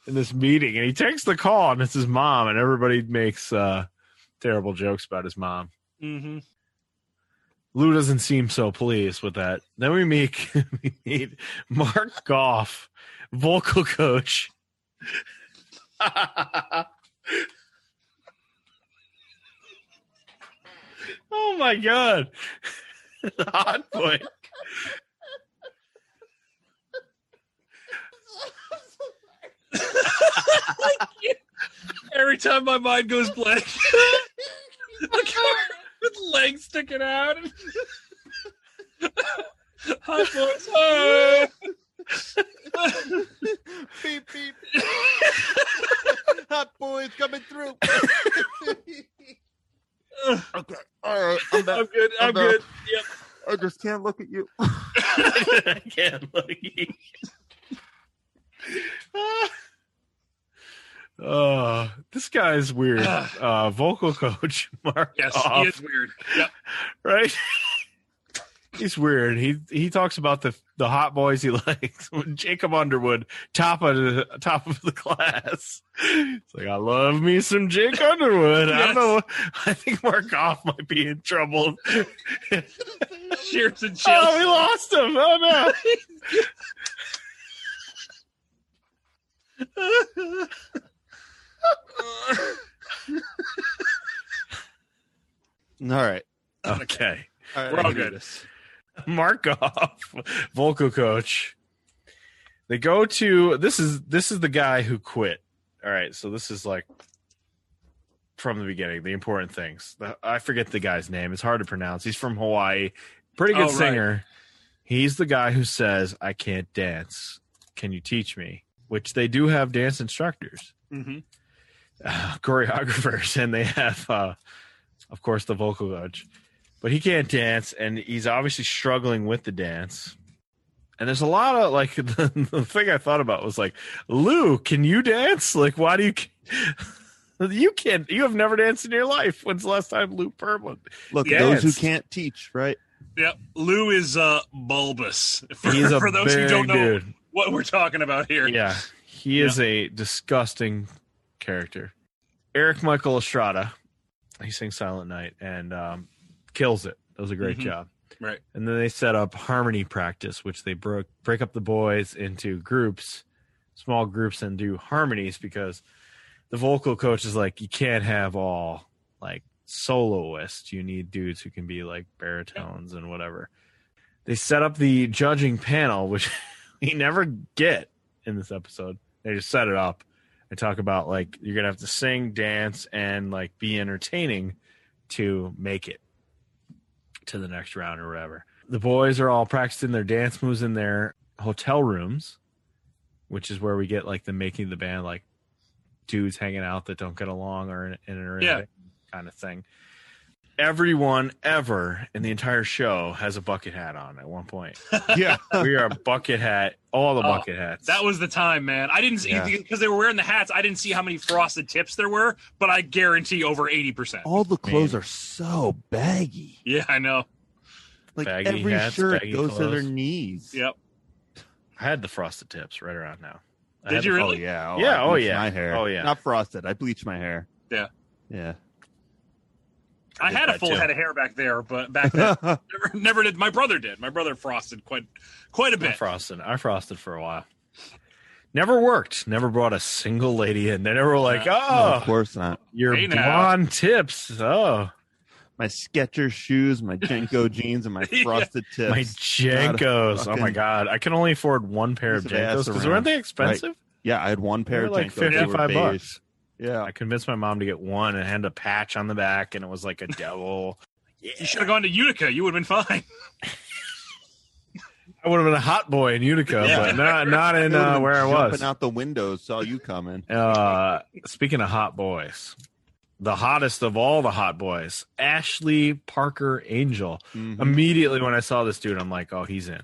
Speaker 1: in this meeting, and he takes the call, and it's his mom, and everybody makes uh, terrible jokes about his mom.
Speaker 3: hmm
Speaker 1: Lou doesn't seem so pleased with that. Then we meet, [laughs] we meet Mark Goff, vocal coach. oh my god. [laughs] The Hot boy.
Speaker 3: Every time my mind goes blank, [laughs] Look at him with legs sticking out. [laughs] Hot boys. Oh.
Speaker 2: beep beep. Hot boys coming through. okay, all right, I'm back.
Speaker 3: I'm good. I'm,
Speaker 2: I'm
Speaker 3: good.
Speaker 2: I just can't look at you.
Speaker 1: I can't look. Uh, this guy's weird. Uh, vocal [laughs] coach Mark
Speaker 3: Yes,
Speaker 1: Goff.
Speaker 3: he is weird. Yep.
Speaker 1: right? [laughs] He's weird. He he talks about the the hot boys he [laughs] likes. Jacob Underwood, top of the top of the [laughs] class. It's like I love me some Jake Underwood. I don't
Speaker 3: Yes.
Speaker 1: know. [laughs] I think Mark Goff might be in trouble.
Speaker 3: Cheers and chills.
Speaker 1: oh, we lost him. Oh no.
Speaker 2: All right,
Speaker 3: [laughs]
Speaker 1: Okay.
Speaker 2: all right
Speaker 3: We're
Speaker 2: I
Speaker 3: all
Speaker 2: can do
Speaker 3: good.
Speaker 2: this.
Speaker 1: [laughs] Markov, vocal coach. They go to this is this is the guy who quit. All right, so this is like from the beginning, the important things. The- I forget the guy's name. It's hard to pronounce. He's from Hawaii. Pretty good
Speaker 3: Oh, right.
Speaker 1: singer. He's the guy who says, I can't dance. Can you teach me? Which they do have dance instructors,
Speaker 3: Mm-hmm.
Speaker 1: uh, choreographers, and they have, uh, of course, the vocal coach. But he can't dance, and he's obviously struggling with the dance. And there's a lot of like [laughs] the, the thing I thought about was like, Lou, can you dance? Like, why do you? [laughs] You can't. You have never danced in your life. When's the last time Lou [laughs] Pearl?
Speaker 2: Look, those who can't teach, right?
Speaker 3: Yep. Lou is uh, bulbous. For,
Speaker 1: He's a
Speaker 3: for those who
Speaker 1: big
Speaker 3: don't know
Speaker 1: dude.
Speaker 3: what we're talking about here.
Speaker 1: Yeah, he is a disgusting character. Eric Michael Estrada, he sings Silent Night and um, kills it. That was a great
Speaker 3: Mhm.
Speaker 1: job.
Speaker 3: Right.
Speaker 1: And then they set up harmony practice, which they broke break up the boys into groups, small groups, and do harmonies because the vocal coach is like, you can't have all like soloists. You need dudes who can be like baritones and whatever. They set up the judging panel, which [laughs] we never get in this episode. They just set it up and talk about like you're gonna have to sing, dance, and like be entertaining to make it to the next round or whatever. The boys are all practicing their dance moves in their hotel rooms, which is where we get like the making of the band, like dudes hanging out that don't get along or in, in or
Speaker 3: Yeah.
Speaker 1: kind of thing. Everyone ever in the entire show has a bucket hat on at one
Speaker 3: [laughs]
Speaker 1: point.
Speaker 2: [laughs] Yeah,
Speaker 1: we are bucket hat, all the
Speaker 3: Oh,
Speaker 1: bucket hats.
Speaker 3: That was the time, man. I didn't see
Speaker 1: Yeah.
Speaker 3: because they were wearing the hats. I didn't see how many frosted tips there were, but I guarantee over eighty percent.
Speaker 2: All the clothes are so baggy.
Speaker 3: Yeah, I know.
Speaker 2: Like
Speaker 1: Baggy
Speaker 2: every
Speaker 1: hats,
Speaker 2: shirt
Speaker 1: baggy
Speaker 2: goes to their
Speaker 1: clothes.
Speaker 2: knees.
Speaker 3: Yep.
Speaker 1: I had the frosted tips right around now. I
Speaker 3: Did
Speaker 1: had
Speaker 3: you
Speaker 1: the-
Speaker 3: really?
Speaker 2: Oh yeah.
Speaker 1: Yeah,
Speaker 2: I
Speaker 1: oh,
Speaker 2: bleached
Speaker 1: yeah.
Speaker 2: My hair.
Speaker 1: Oh, yeah.
Speaker 2: Not frosted. I bleached my hair.
Speaker 3: Yeah.
Speaker 2: Yeah.
Speaker 3: I had a
Speaker 1: that
Speaker 3: full
Speaker 1: too.
Speaker 3: head of hair back there, but back
Speaker 2: [laughs]
Speaker 3: then never, never did. My brother did. My brother frosted quite quite a
Speaker 1: I
Speaker 3: bit.
Speaker 1: frosted. I frosted for a while. Never worked. Never brought a single lady in. They never were like,
Speaker 3: Yeah.
Speaker 2: No, of
Speaker 1: oh,
Speaker 2: course not.
Speaker 1: your
Speaker 3: Hey, now.
Speaker 1: blonde tips. Oh,
Speaker 2: My Skechers shoes, my Jenko jeans, [laughs] and my
Speaker 3: Yeah.
Speaker 2: frosted tips.
Speaker 1: my Jankos. Oh my
Speaker 2: fucking-
Speaker 1: God. I can only afford one pair of
Speaker 2: Piece of ass
Speaker 1: Jankos because
Speaker 2: around.
Speaker 1: weren't they expensive?
Speaker 2: yeah, I had one
Speaker 1: They
Speaker 2: pair
Speaker 1: were
Speaker 2: of
Speaker 1: like
Speaker 2: Jenkos. They were
Speaker 1: 55
Speaker 2: beige.
Speaker 1: bucks.
Speaker 2: Yeah.
Speaker 1: I convinced my mom to get one and it had a patch on the back and it was like a [laughs] devil.
Speaker 3: You should have gone to Utica. You would have been fine.
Speaker 1: I would have been a hot boy in Utica,
Speaker 3: Yeah.
Speaker 1: but not not in
Speaker 2: They would've
Speaker 1: uh,
Speaker 2: been
Speaker 1: where I was.
Speaker 2: Jumping out the windows, saw
Speaker 1: [laughs]
Speaker 2: you coming.
Speaker 1: Uh, speaking of hot boys, the hottest of all the hot boys, Ashley Parker Angel.
Speaker 2: Mhm.
Speaker 1: Immediately when I saw this dude, I'm like, oh, he's in.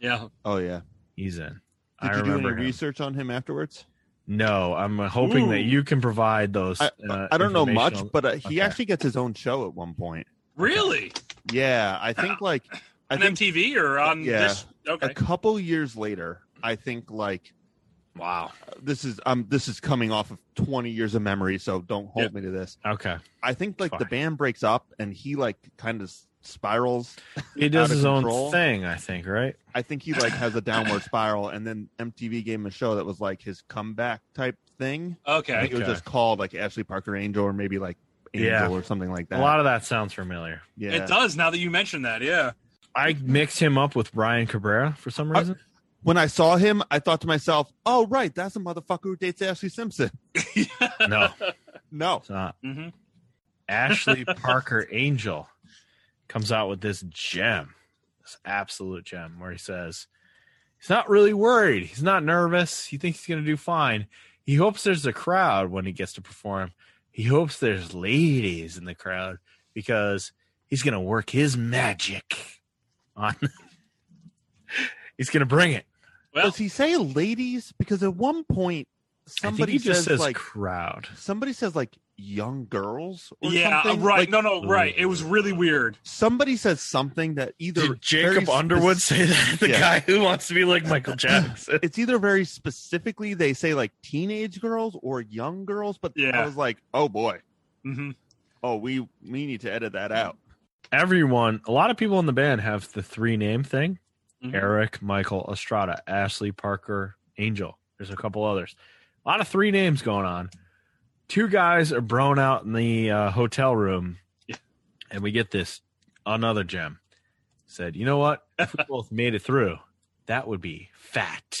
Speaker 3: Yeah.
Speaker 2: Oh yeah.
Speaker 1: He's in.
Speaker 2: Did
Speaker 1: I
Speaker 2: you do any
Speaker 1: remember him.
Speaker 2: research on him afterwards?
Speaker 1: No, I'm hoping
Speaker 3: Ooh.
Speaker 1: that you can provide those.
Speaker 2: I,
Speaker 1: uh,
Speaker 2: I don't know much,
Speaker 1: informational-
Speaker 2: but uh, he
Speaker 1: Okay.
Speaker 2: actually gets his own show at one point.
Speaker 3: Really?
Speaker 2: Yeah, I
Speaker 1: [clears throat]
Speaker 2: think like I
Speaker 3: on
Speaker 2: think
Speaker 3: MTV or on
Speaker 2: Yeah.
Speaker 3: this? Okay.
Speaker 2: a couple years later, I think like
Speaker 1: Wow.
Speaker 2: this is um this is coming off of 20 years of memory, so don't hold
Speaker 3: Yeah.
Speaker 2: me to this.
Speaker 1: Okay.
Speaker 2: I think like the
Speaker 1: Fine.
Speaker 2: band breaks up and he like kind of spirals.
Speaker 1: He does
Speaker 2: of
Speaker 1: his
Speaker 2: control.
Speaker 1: own thing, I think, right?
Speaker 2: I think he
Speaker 1: [clears throat]
Speaker 2: like has a downward spiral, and then MTV gave him a show that was like his comeback type thing. I think
Speaker 3: Okay.
Speaker 2: it was
Speaker 1: Okay.
Speaker 2: just called like Ashley Parker Angel or maybe like Angel
Speaker 1: Yeah.
Speaker 2: or something like that.
Speaker 1: A lot of that sounds familiar.
Speaker 2: yeah.
Speaker 3: It does now that you mention that. Yeah.
Speaker 1: I mixed him up with Brian Cabrera for some
Speaker 2: I-
Speaker 1: reason.
Speaker 2: When I saw him, I thought to myself, "Oh right, that's a motherfucker who dates Ashley Simpson."
Speaker 1: no,
Speaker 2: No,
Speaker 1: it's not.
Speaker 3: hmm
Speaker 2: [laughs]
Speaker 1: Ashley Parker Angel comes out with this gem, this absolute gem, where he says he's not really worried. He's not nervous. He thinks he's going to do fine. He hopes there's a crowd when he gets to perform. He hopes there's ladies in the crowd because he's going to work his magic on. [laughs] he's going to bring it.
Speaker 3: Well,
Speaker 2: does he say ladies? Because at one point, somebody
Speaker 1: I think he just
Speaker 2: says,
Speaker 1: says
Speaker 2: like
Speaker 1: crowd.
Speaker 2: somebody says like young girls. Or
Speaker 3: yeah. uh,
Speaker 2: something.
Speaker 3: Right.
Speaker 2: Like,
Speaker 3: no. No. Right. It was really weird.
Speaker 2: somebody says something that either
Speaker 1: Did Jacob
Speaker 2: very
Speaker 1: Underwood say that? The
Speaker 2: Yeah.
Speaker 1: guy who wants to be like
Speaker 2: [laughs]
Speaker 1: Michael Jackson.
Speaker 2: it's either very specifically they say like teenage girls or young girls, but I
Speaker 3: Yeah.
Speaker 2: was like, oh boy,
Speaker 3: hmm
Speaker 2: oh we we need to edit that out.
Speaker 1: everyone, a lot of people in the band have the three name thing
Speaker 3: Mhm.
Speaker 1: Eric, Michael, Estrada, Ashley, Parker, Angel. There's a couple others. A lot of three names going on. Two guys are blown out in the uh, hotel room,
Speaker 3: Yeah.
Speaker 1: and we get this another gem. Said, you know what? If we both made it through, that would be fat.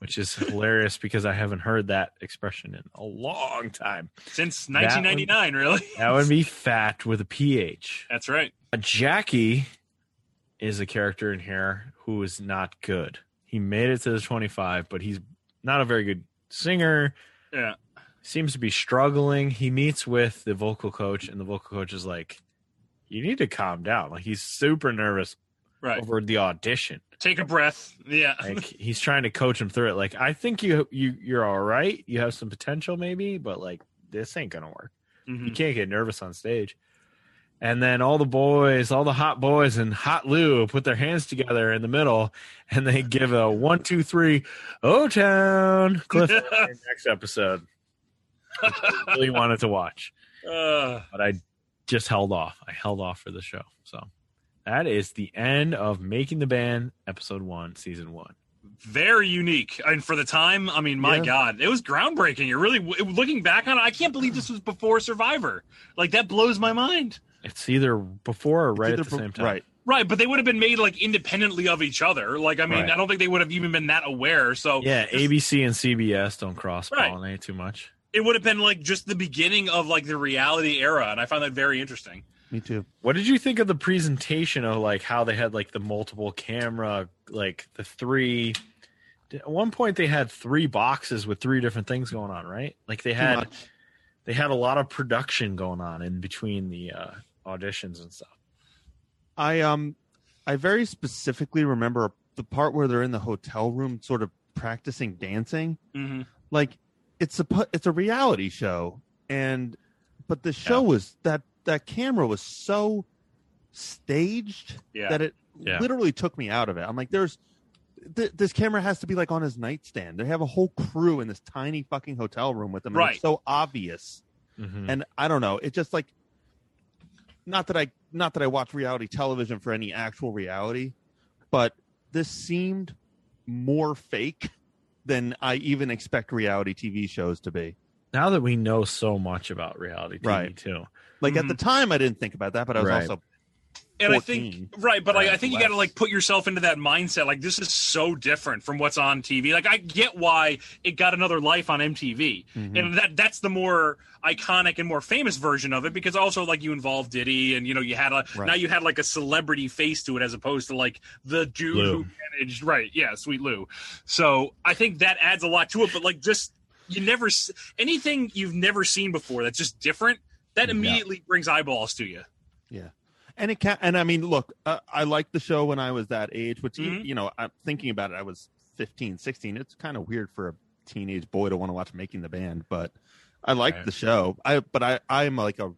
Speaker 1: which is hilarious because I haven't heard that expression in a long time.
Speaker 3: Since
Speaker 1: That one-
Speaker 3: 1999, really. [laughs]
Speaker 1: That would be fat with a ph.
Speaker 3: That's right.
Speaker 1: Uh, Jackie is a character in here who is not good. He made it to the 25, but he's not a very good singer.
Speaker 3: Yeah.
Speaker 1: Seems to be struggling. He meets with the vocal coach, and the vocal coach is like, You need to calm down. Like, he's super nervous
Speaker 3: Right.
Speaker 1: over the audition.
Speaker 3: Take a breath. Yeah. [laughs]
Speaker 1: Like, he's trying to coach him through it. Like, I think you, you, you're all right. You have some potential, maybe, but like, this ain't going to work. You
Speaker 3: Mhm.
Speaker 1: can't get nervous on stage. And then all the boys, all the hot boys and hot Lou put their hands together in the middle and they give a one, two, three, O Town
Speaker 3: [laughs]
Speaker 1: cliffhanger next episode. Which I really wanted to watch,
Speaker 3: Uh,
Speaker 1: but I just held off. I held off for the show. So that is the end of Making the Band, episode one, season one.
Speaker 3: very unique, and for the time, I mean, my
Speaker 1: Yeah.
Speaker 3: God, it was groundbreaking. It really, it- looking back on it, I can't believe this was before Survivor. Like that blows my mind.
Speaker 1: It's either before or right at the
Speaker 3: either bef-
Speaker 1: same time.
Speaker 2: right.
Speaker 3: Right, but they would have been made like independently of each other. Like, I mean,
Speaker 1: Right.
Speaker 3: I don't think they would have even been that aware. So
Speaker 1: Yeah,
Speaker 3: Oh, this-
Speaker 1: ABC and CBS don't cross
Speaker 3: Right.
Speaker 1: pollinate too much.
Speaker 3: it would have been like just the beginning of like the reality era, and I found that very interesting.
Speaker 2: Me too.
Speaker 1: What did you think of the presentation of like how they had like the multiple camera, like the three? At one point, they had three boxes with three different things going on, right? Like they
Speaker 2: Too
Speaker 1: had
Speaker 2: much.
Speaker 1: they had a lot of production going on in between the uh, auditions and stuff.
Speaker 2: I um I very specifically remember the part where they're in the hotel room sort of practicing dancing.
Speaker 3: Mm-hmm.
Speaker 2: Like it's a pu- it's a reality show and but the show was that that camera was so staged
Speaker 3: Yeah.
Speaker 2: that it
Speaker 1: Yeah.
Speaker 2: literally took me out of it. I'm like there's th- this camera has to be like on his nightstand. They have a whole crew in this tiny fucking hotel room with them. and
Speaker 3: Right.
Speaker 2: It's so obvious
Speaker 1: Mhm.
Speaker 2: and i don't know it just like not that i not that i watch reality television for any actual reality but this seemed more fake than i even expect reality tv shows to be
Speaker 1: now that we know so much about reality TV
Speaker 2: Right.
Speaker 1: too,
Speaker 2: like at
Speaker 3: Mhm.
Speaker 2: the time i didn't think about that but i was
Speaker 1: Right.
Speaker 2: also
Speaker 3: and I
Speaker 2: 14.
Speaker 3: think right, but like, I think you got to
Speaker 1: less.
Speaker 3: like put yourself into that mindset. Like this is so different from what's on TV. Like I get why it got another life on MTV,
Speaker 1: Mm-hmm.
Speaker 3: and that that's the more iconic and more famous version of it because also like you involved Diddy, and you know you had a
Speaker 2: Right.
Speaker 3: now you had like a celebrity face to it as opposed to like the dude who
Speaker 1: Lou.
Speaker 3: managed right, yeah, Sweet Lou. So I think that adds a lot to it. But like just you never s- anything you've never seen before that's just different. That
Speaker 1: Yeah.
Speaker 3: immediately brings eyeballs to you.
Speaker 2: yeah and it can and i mean look uh, i liked the show when i was that age which you-
Speaker 1: Mm-hmm.
Speaker 3: Mhm.
Speaker 2: you know i'm thinking about it i was 15 16 it's kind of weird for a teenage boy to want to watch making the band but i liked
Speaker 1: Right.
Speaker 2: the show i but i i'm like a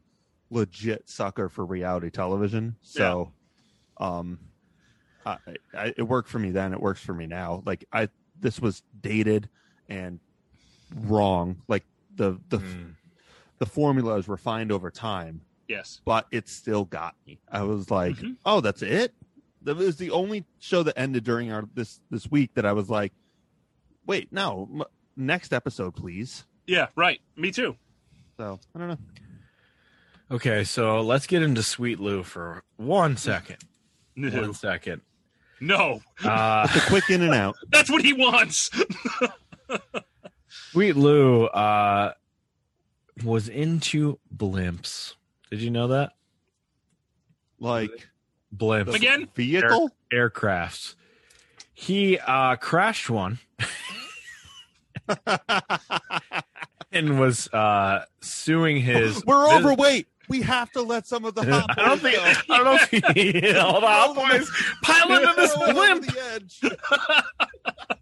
Speaker 2: legit sucker for reality television so um I, I it worked for me then it works for me now like i this was dated and wrong like the the
Speaker 1: Mm.
Speaker 2: the formula is refined over time
Speaker 3: Yes.
Speaker 2: but it still got me. I was like,
Speaker 1: Mm-hmm.
Speaker 3: Mhm.
Speaker 2: "Oh, that's it." That was the only show that ended during our this this week that I was like, "Wait, no, m- next episode, please."
Speaker 3: Yeah. Right. Me too. [laughs]
Speaker 2: So I don't know.
Speaker 1: okay, so let's get into Sweet Lou for one second.
Speaker 3: No.
Speaker 1: One second.
Speaker 3: No.
Speaker 1: Uh, [laughs]
Speaker 2: The quick in and out.
Speaker 3: That's what he wants.
Speaker 1: Sweet Lou uh, was into blimps. Did you know that?
Speaker 2: Like
Speaker 1: Blimps.
Speaker 2: the
Speaker 3: Again?
Speaker 2: vehicle.
Speaker 1: aircrafts. He uh, crashed one [laughs] and was uh, suing his.
Speaker 2: We're
Speaker 1: bus-
Speaker 2: overweight. We have to let some of the hot
Speaker 1: [laughs] I don't
Speaker 2: boys
Speaker 1: think.
Speaker 2: go.
Speaker 1: I don't know if he. Yeah, All the hot boys piling into this
Speaker 2: Throw it over
Speaker 1: blimp.
Speaker 2: the edge.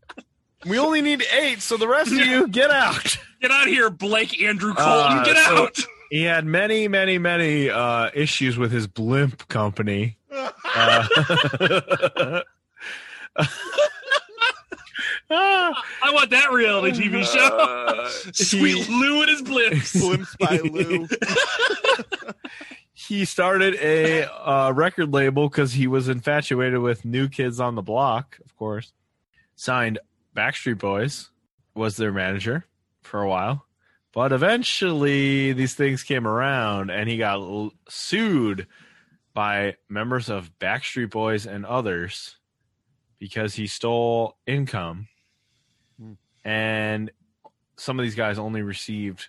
Speaker 1: We only need eight, so the rest of you get out.
Speaker 3: Get out of here, Blake Andrew Colton.
Speaker 1: Uh,
Speaker 3: Get
Speaker 1: so-
Speaker 3: out.
Speaker 1: He had many, many, many uh, issues with his blimp company. [laughs] Uh, Ah.
Speaker 3: I want that reality
Speaker 1: Uh,
Speaker 3: TV show.
Speaker 1: [laughs]
Speaker 3: Sweet Lou and his blips.
Speaker 2: Blimps by Lou.
Speaker 1: he started a uh, record label because he was infatuated with New Kids on the Block, of course. Signed Backstreet Boys, was their manager for a while. But eventually, these things came around and he got l- sued by members of Backstreet Boys and others because he stole income and some of these guys only received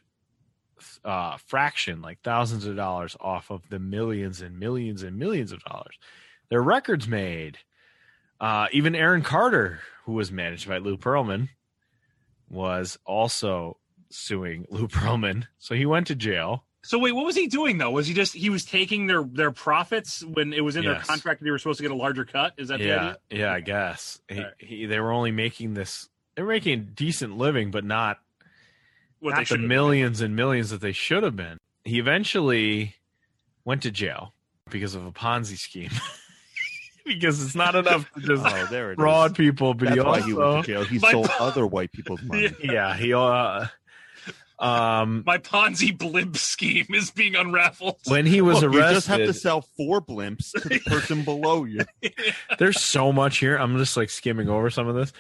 Speaker 1: uh fraction like thousands of dollars off of the millions and millions and millions of dollars their records made uh even aaron carter who was managed by lou pearlman was also suing [laughs] lou pearlman so he went to jail
Speaker 3: So wait, what was he doing though? Was he just he was taking their their profits when it was in their
Speaker 1: Yes.
Speaker 3: contract that they were supposed to get a larger cut? Is that the
Speaker 1: yeah,
Speaker 3: idea?
Speaker 1: yeah, I guess he, he, they were only making this. They were making a decent living, but not
Speaker 3: What they
Speaker 1: not the
Speaker 3: should have been. [laughs]
Speaker 1: millions and millions that they should have been. He eventually went to jail because of a Ponzi scheme. [laughs] because it's not enough to just
Speaker 2: [laughs] Oh, there it is.
Speaker 1: fraud people, but
Speaker 2: That's
Speaker 1: he
Speaker 2: why he went
Speaker 1: also-
Speaker 2: to jail. He
Speaker 1: My-
Speaker 2: sold other white people's money.
Speaker 1: [laughs] yeah, he uh,
Speaker 2: [laughs]
Speaker 1: um
Speaker 3: My Ponzi blimp scheme is being unraveled.
Speaker 1: when he was
Speaker 2: Look,
Speaker 1: arrested.
Speaker 2: You just have to sell four blimps to
Speaker 1: [laughs]
Speaker 2: the person below you.
Speaker 1: There's so much here. I'm just like skimming over some of this.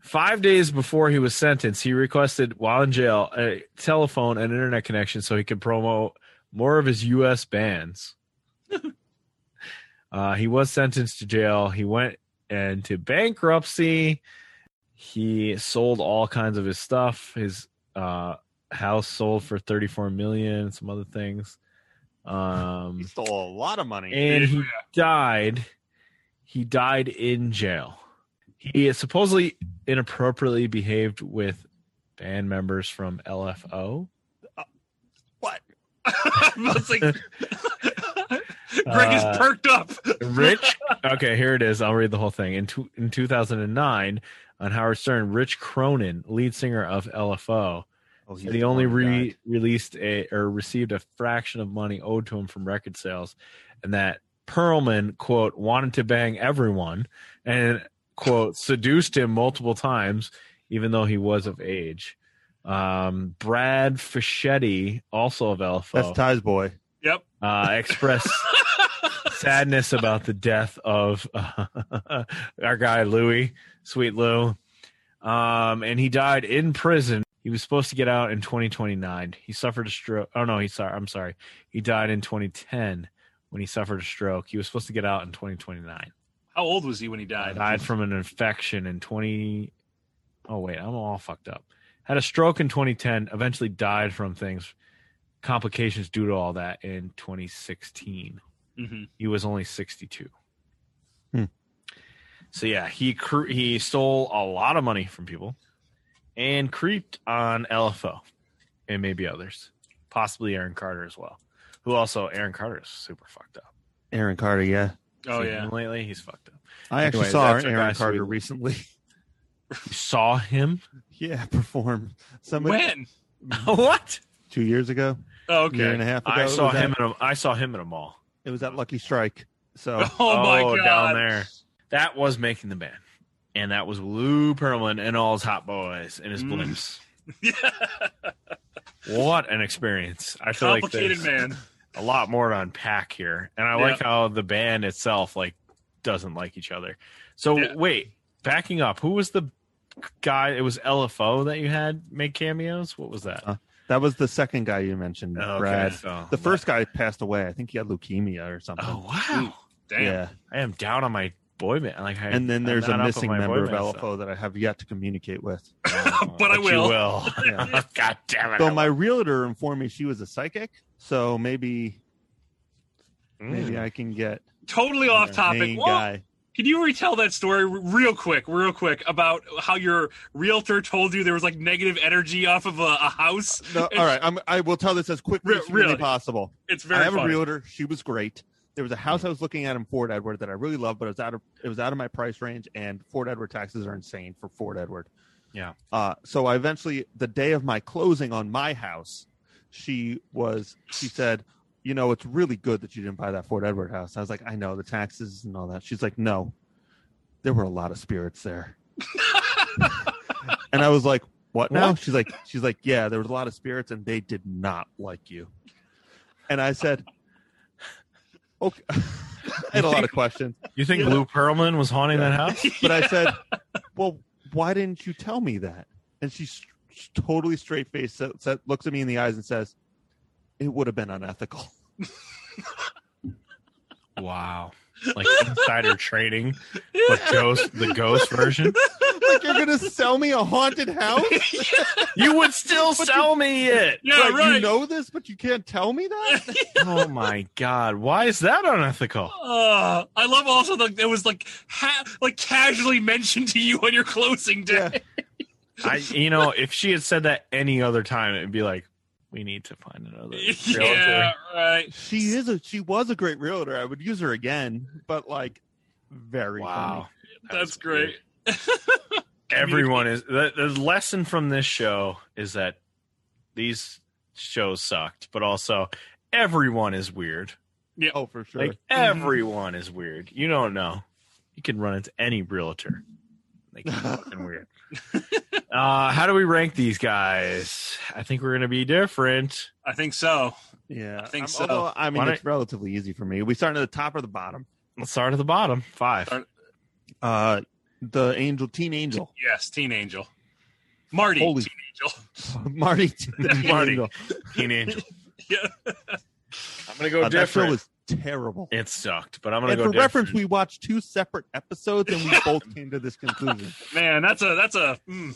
Speaker 1: Five days before he was sentenced, he requested while in jail a telephone and internet connection so he could promote more of his U.S. bands. uh, he was sentenced to jail. He went into bankruptcy. He sold all kinds of his stuff. His uh, house sold for 34 million. Some other things. Um,
Speaker 2: He stole a lot of money.
Speaker 1: and he died. He died in jail. He supposedly inappropriately behaved with band members from LFO.
Speaker 2: what?
Speaker 3: [laughs] I was like, [laughs] Greg is
Speaker 1: Uh,
Speaker 3: perked up.
Speaker 1: Rich. Okay, here it is. I'll read the whole thing. In two, in 2009, on Howard Stern, Rich Cronin, lead singer of LFO,
Speaker 2: Oh,
Speaker 1: said he only re- released a or received a fraction of money owed to him from record sales, and that Perlman quote wanted to bang everyone and quote seduced him multiple times, even though he was of age. Um, Brad Fischetti, also of LFO,
Speaker 2: That's Ty's boy.
Speaker 3: Yep.
Speaker 1: uh, expressed sadness about the death of [laughs] uh, our guy Louis, Sweet Lou, um, and he died in prison. He was supposed to get out in 2029. He suffered a stroke. Oh no, he's sorry. I'm sorry. He died in 2010 when he suffered a stroke. He was supposed to get out in 2029.
Speaker 3: How old was he when he died?
Speaker 1: Died from an infection in 20. Oh wait, I'm all fucked up. Had a stroke in 2010. Eventually died from things, complications due to all that in 2016
Speaker 3: hmm
Speaker 1: he was only 62
Speaker 2: Hmm.
Speaker 1: so yeah he cre- he stole a lot of money from people and creeped on lfo and maybe others possibly aaron carter as well who also aaron carter is super fucked up
Speaker 2: Aaron Carter, yeah.
Speaker 3: Oh
Speaker 1: Seen
Speaker 3: yeah.
Speaker 1: him lately he's fucked up
Speaker 2: I actually
Speaker 1: Anyway,
Speaker 2: saw
Speaker 1: that's our guy,
Speaker 2: Aaron
Speaker 1: Sweet
Speaker 2: Carter
Speaker 1: Lou.
Speaker 2: recently. [laughs]
Speaker 1: you saw
Speaker 3: [laughs]
Speaker 1: him
Speaker 2: yeah, perform. Somebody
Speaker 3: When?
Speaker 1: what
Speaker 2: two years ago,
Speaker 3: Oh,
Speaker 2: a year and
Speaker 3: [laughs] okay.
Speaker 2: a half ago.
Speaker 1: i
Speaker 2: it
Speaker 1: saw
Speaker 2: was
Speaker 1: him
Speaker 2: At,
Speaker 1: at a, i saw him at a mall
Speaker 2: it was at Lucky Strike.
Speaker 1: [laughs]
Speaker 2: So
Speaker 3: Oh, my god.
Speaker 1: down there that was making the band and that was lou pearlman and all his hot boys and his
Speaker 3: Mm.
Speaker 1: blimps
Speaker 3: [laughs] Yeah.
Speaker 1: what an experience i feel like
Speaker 3: Complicated
Speaker 1: there's-
Speaker 3: man.
Speaker 1: a lot more to unpack here. And I
Speaker 3: Yeah.
Speaker 1: like how the band itself like doesn't like each other. So
Speaker 3: Yeah.
Speaker 1: wait, backing up, who was the guy? It was LFO that you had make cameos. What was that? Oh,
Speaker 2: Uh, that was the second guy you mentioned,
Speaker 1: Okay,
Speaker 2: Brad.
Speaker 1: so-
Speaker 2: The first guy passed away. I think he had leukemia or something.
Speaker 1: Oh wow,
Speaker 3: Damn.
Speaker 2: Yeah.
Speaker 1: I am down on my boy band. Like, I,
Speaker 2: And then
Speaker 1: I'm
Speaker 2: there's a
Speaker 1: not up on
Speaker 2: missing
Speaker 1: my
Speaker 2: member of
Speaker 1: boy band stuff.
Speaker 2: LFO that I have yet to communicate with.
Speaker 1: [laughs]
Speaker 3: [laughs] But I
Speaker 1: you
Speaker 3: will.
Speaker 2: [laughs] Yeah.
Speaker 1: [laughs] God damn it!
Speaker 2: Though my realtor informed me she was a psychic, so maybe
Speaker 1: Hmm. Mm.
Speaker 2: maybe I can get
Speaker 3: Totally off topic.
Speaker 2: main
Speaker 3: Well,
Speaker 2: guy.
Speaker 3: Can you retell that story r- real quick, real quick about how your realtor told you there was like negative energy off of a, a house?
Speaker 2: No, all right, I'm, I will tell this as quickly
Speaker 3: Re-
Speaker 2: as humanly
Speaker 3: really.
Speaker 2: possible.
Speaker 3: It's
Speaker 2: I
Speaker 3: very
Speaker 2: have a
Speaker 3: funny.
Speaker 2: realtor. She was great. There was a house I was looking at in Fort Edward that I really loved, but it was out of it was out of my price range, and Fort Edward taxes are insane for Fort Edward.
Speaker 1: Yeah.
Speaker 2: Uh, so I eventually, the day of my closing on my house, she was she said, "You know, it's really good that you didn't buy that Fort Edward house." I was like, "I know the taxes and all that." She's like, "No, there were a lot of spirits there,"
Speaker 3: [laughs]
Speaker 2: and I was like, "What now?" She's like, "She's like, yeah, there was a lot of spirits, and they did not like you." And I said, "Okay." [laughs] I had a lot of questions,
Speaker 1: you think
Speaker 2: Yeah.
Speaker 1: Lou Pearlman was haunting that
Speaker 2: [laughs]
Speaker 1: house?
Speaker 2: but I
Speaker 3: [laughs]
Speaker 2: said, "Well, why didn't you tell me that?" And she s- s- totally straight faced sa- sa- looks at me in the eyes and says, [laughs] "It would have been unethical."
Speaker 1: Wow. like insider trading,
Speaker 3: [laughs]
Speaker 1: but ghost the ghost version.
Speaker 2: like you're gonna sell me a
Speaker 3: [laughs]
Speaker 2: haunted house?
Speaker 1: you would still sell me it.
Speaker 3: Yeah,
Speaker 2: You
Speaker 3: right.
Speaker 2: know this, but you can't tell
Speaker 3: [laughs]
Speaker 2: me that.
Speaker 1: Oh my god, why is that unethical?
Speaker 3: Uh, I love also that it was like ha- like casually mentioned to you on your closing day.
Speaker 1: I you know, if she had said that any other time, it'd be like, we need to find another.
Speaker 3: [laughs]
Speaker 1: realtor."
Speaker 3: yeah right.
Speaker 2: she is a she was a great realtor. I would use her again, but like very
Speaker 1: Wow.
Speaker 3: That's great.
Speaker 1: Everyone is the, the lesson from this show is that these shows sucked, but also everyone is weird.
Speaker 3: Yeah.
Speaker 2: funny. Oh, for sure.
Speaker 1: Like everyone is weird. You don't know. You can run into any realtor. They
Speaker 2: [laughs]
Speaker 1: keep fucking weird. Uh, how do we rank these guys? I think we're gonna be different.
Speaker 3: I think so.
Speaker 2: yeah,
Speaker 3: I think
Speaker 2: I'm-
Speaker 3: so.
Speaker 2: although, I mean,
Speaker 1: Why
Speaker 2: it's relatively easy for me. We start at the top or the bottom.
Speaker 1: Let's start at the bottom. Five.
Speaker 3: Start-
Speaker 2: Uh, the angel, teen angel, [laughs]
Speaker 3: Yes, Teen Angel. Marty,
Speaker 2: Holy-
Speaker 3: Teen Angel.
Speaker 1: [laughs]
Speaker 2: Marty, teen
Speaker 1: Marty.
Speaker 2: angel.
Speaker 1: Teen Angel.
Speaker 3: Yeah.
Speaker 1: I'm gonna go
Speaker 2: Uh, that show
Speaker 1: different.
Speaker 2: was terrible.
Speaker 1: it sucked, but I'm gonna
Speaker 2: And for
Speaker 1: go different.
Speaker 2: reference, we watched two separate episodes, and
Speaker 1: [laughs]
Speaker 2: we both came to this conclusion.
Speaker 3: Man, that's a that's a mm,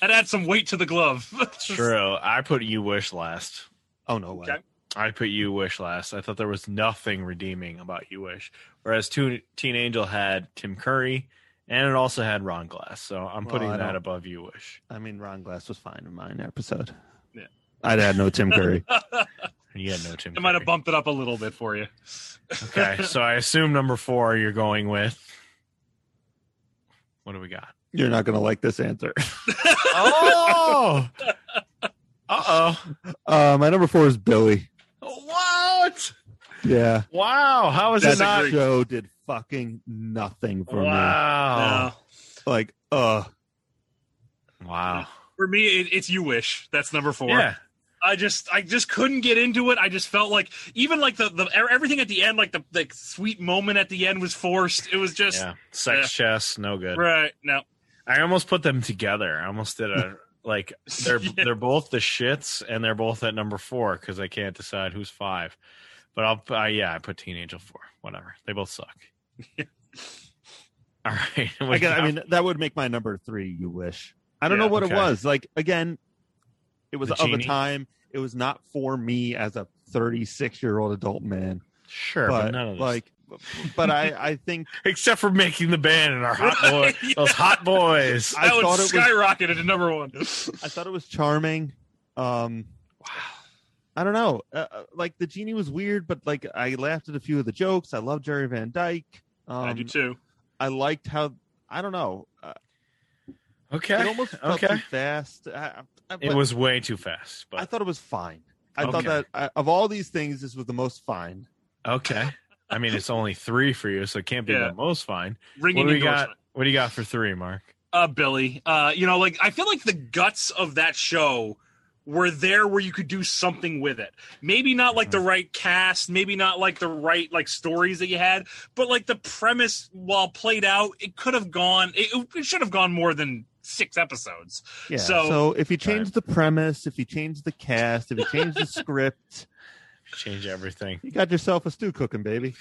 Speaker 3: that adds some weight to the glove. [laughs]
Speaker 1: True. I put you wish last.
Speaker 2: Oh no way!
Speaker 3: Okay.
Speaker 1: I put you wish last. I thought there was nothing redeeming about you wish. Whereas Teen Teen Angel had Tim Curry, and it also had Ron Glass. So I'm
Speaker 2: Well,
Speaker 1: putting
Speaker 2: I
Speaker 1: that
Speaker 2: don't-
Speaker 1: above you wish.
Speaker 2: I mean, Ron Glass was fine in mine episode.
Speaker 3: Yeah.
Speaker 2: I'd had no
Speaker 1: [laughs]
Speaker 2: Tim Curry.
Speaker 1: And You had no Tim.
Speaker 3: I might have
Speaker 1: Curry.
Speaker 3: bumped it up a little bit for you.
Speaker 1: Okay, so I assume number four you're going with. What do we got?
Speaker 2: You're not gonna like this answer.
Speaker 1: [laughs] Oh. Uh
Speaker 2: Uh, my number four is Billy.
Speaker 1: oh. What?
Speaker 2: Yeah,
Speaker 1: Wow. How is
Speaker 3: That's
Speaker 1: it not?
Speaker 2: that show did fucking nothing for
Speaker 1: Wow.
Speaker 3: No.
Speaker 2: me. Like, uh,
Speaker 1: Wow.
Speaker 3: For me, it, it's you wish. That's number four.
Speaker 1: Yeah.
Speaker 3: I just I just couldn't get into it. I just felt like even like the, the everything at the end, like the the sweet moment at the end was forced. It was just
Speaker 1: Yeah. Sex chess, no good.
Speaker 3: right. No.
Speaker 1: I almost put them together. I almost did a like they're
Speaker 3: Yeah.
Speaker 1: they're both the shits and they're both at number four because I can't decide who's five. But I'll uh, yeah, I put Teen Angel four. Whatever. They both suck. All right. [laughs]
Speaker 2: I, guess, I mean, that would make my number three. You wish. I don't
Speaker 1: Yeah,
Speaker 2: know what
Speaker 1: okay.
Speaker 2: it was. Like again, it was
Speaker 1: The
Speaker 2: of a
Speaker 1: genie?
Speaker 2: time. It was not for me as a 36 year old adult man.
Speaker 1: sure, but,
Speaker 2: but
Speaker 1: none of this.
Speaker 2: like, but I I think
Speaker 1: [laughs] except for making the band and our [laughs] hot boy
Speaker 3: Right, yeah.
Speaker 1: those hot [laughs] boys.
Speaker 2: I
Speaker 3: that one
Speaker 2: thought it was-
Speaker 3: skyrocketed to number
Speaker 1: [laughs]
Speaker 3: one.
Speaker 2: I thought it was charming. Um, I don't know. Uh, uh, like the genie was weird, but like I laughed at a few of the jokes. I love Jerry Van Dyke. Um,
Speaker 3: I do too.
Speaker 2: I liked how I don't know. Uh, It
Speaker 1: Okay.
Speaker 2: almost felt
Speaker 1: Okay.
Speaker 2: too fast. I, I,
Speaker 1: It
Speaker 2: but
Speaker 1: was way too fast.
Speaker 2: I
Speaker 1: But
Speaker 2: thought it was fine. I thought
Speaker 1: Okay.
Speaker 2: that I, of all these things, this was the most fine.
Speaker 1: okay. [laughs] I mean it's only three for you, so it can't be
Speaker 3: Yeah.
Speaker 1: the most fine. What
Speaker 3: Ringing
Speaker 1: do we
Speaker 3: endorsement.
Speaker 1: got? What do you got for three, Mark?
Speaker 3: uh billy uh you know like i feel like the guts of that show were there where you could do something with it maybe not like the
Speaker 2: Mm-hmm.
Speaker 3: right cast maybe not like the right like stories that you had but like the premise while played out it could have gone it, it should have gone more than six
Speaker 2: [laughs]
Speaker 3: episodes
Speaker 2: Yeah.
Speaker 3: So-
Speaker 2: So, if you change the premise, if you change the cast, if you change the script, [laughs]
Speaker 1: Change everything.
Speaker 2: you got yourself a stew cooking, baby.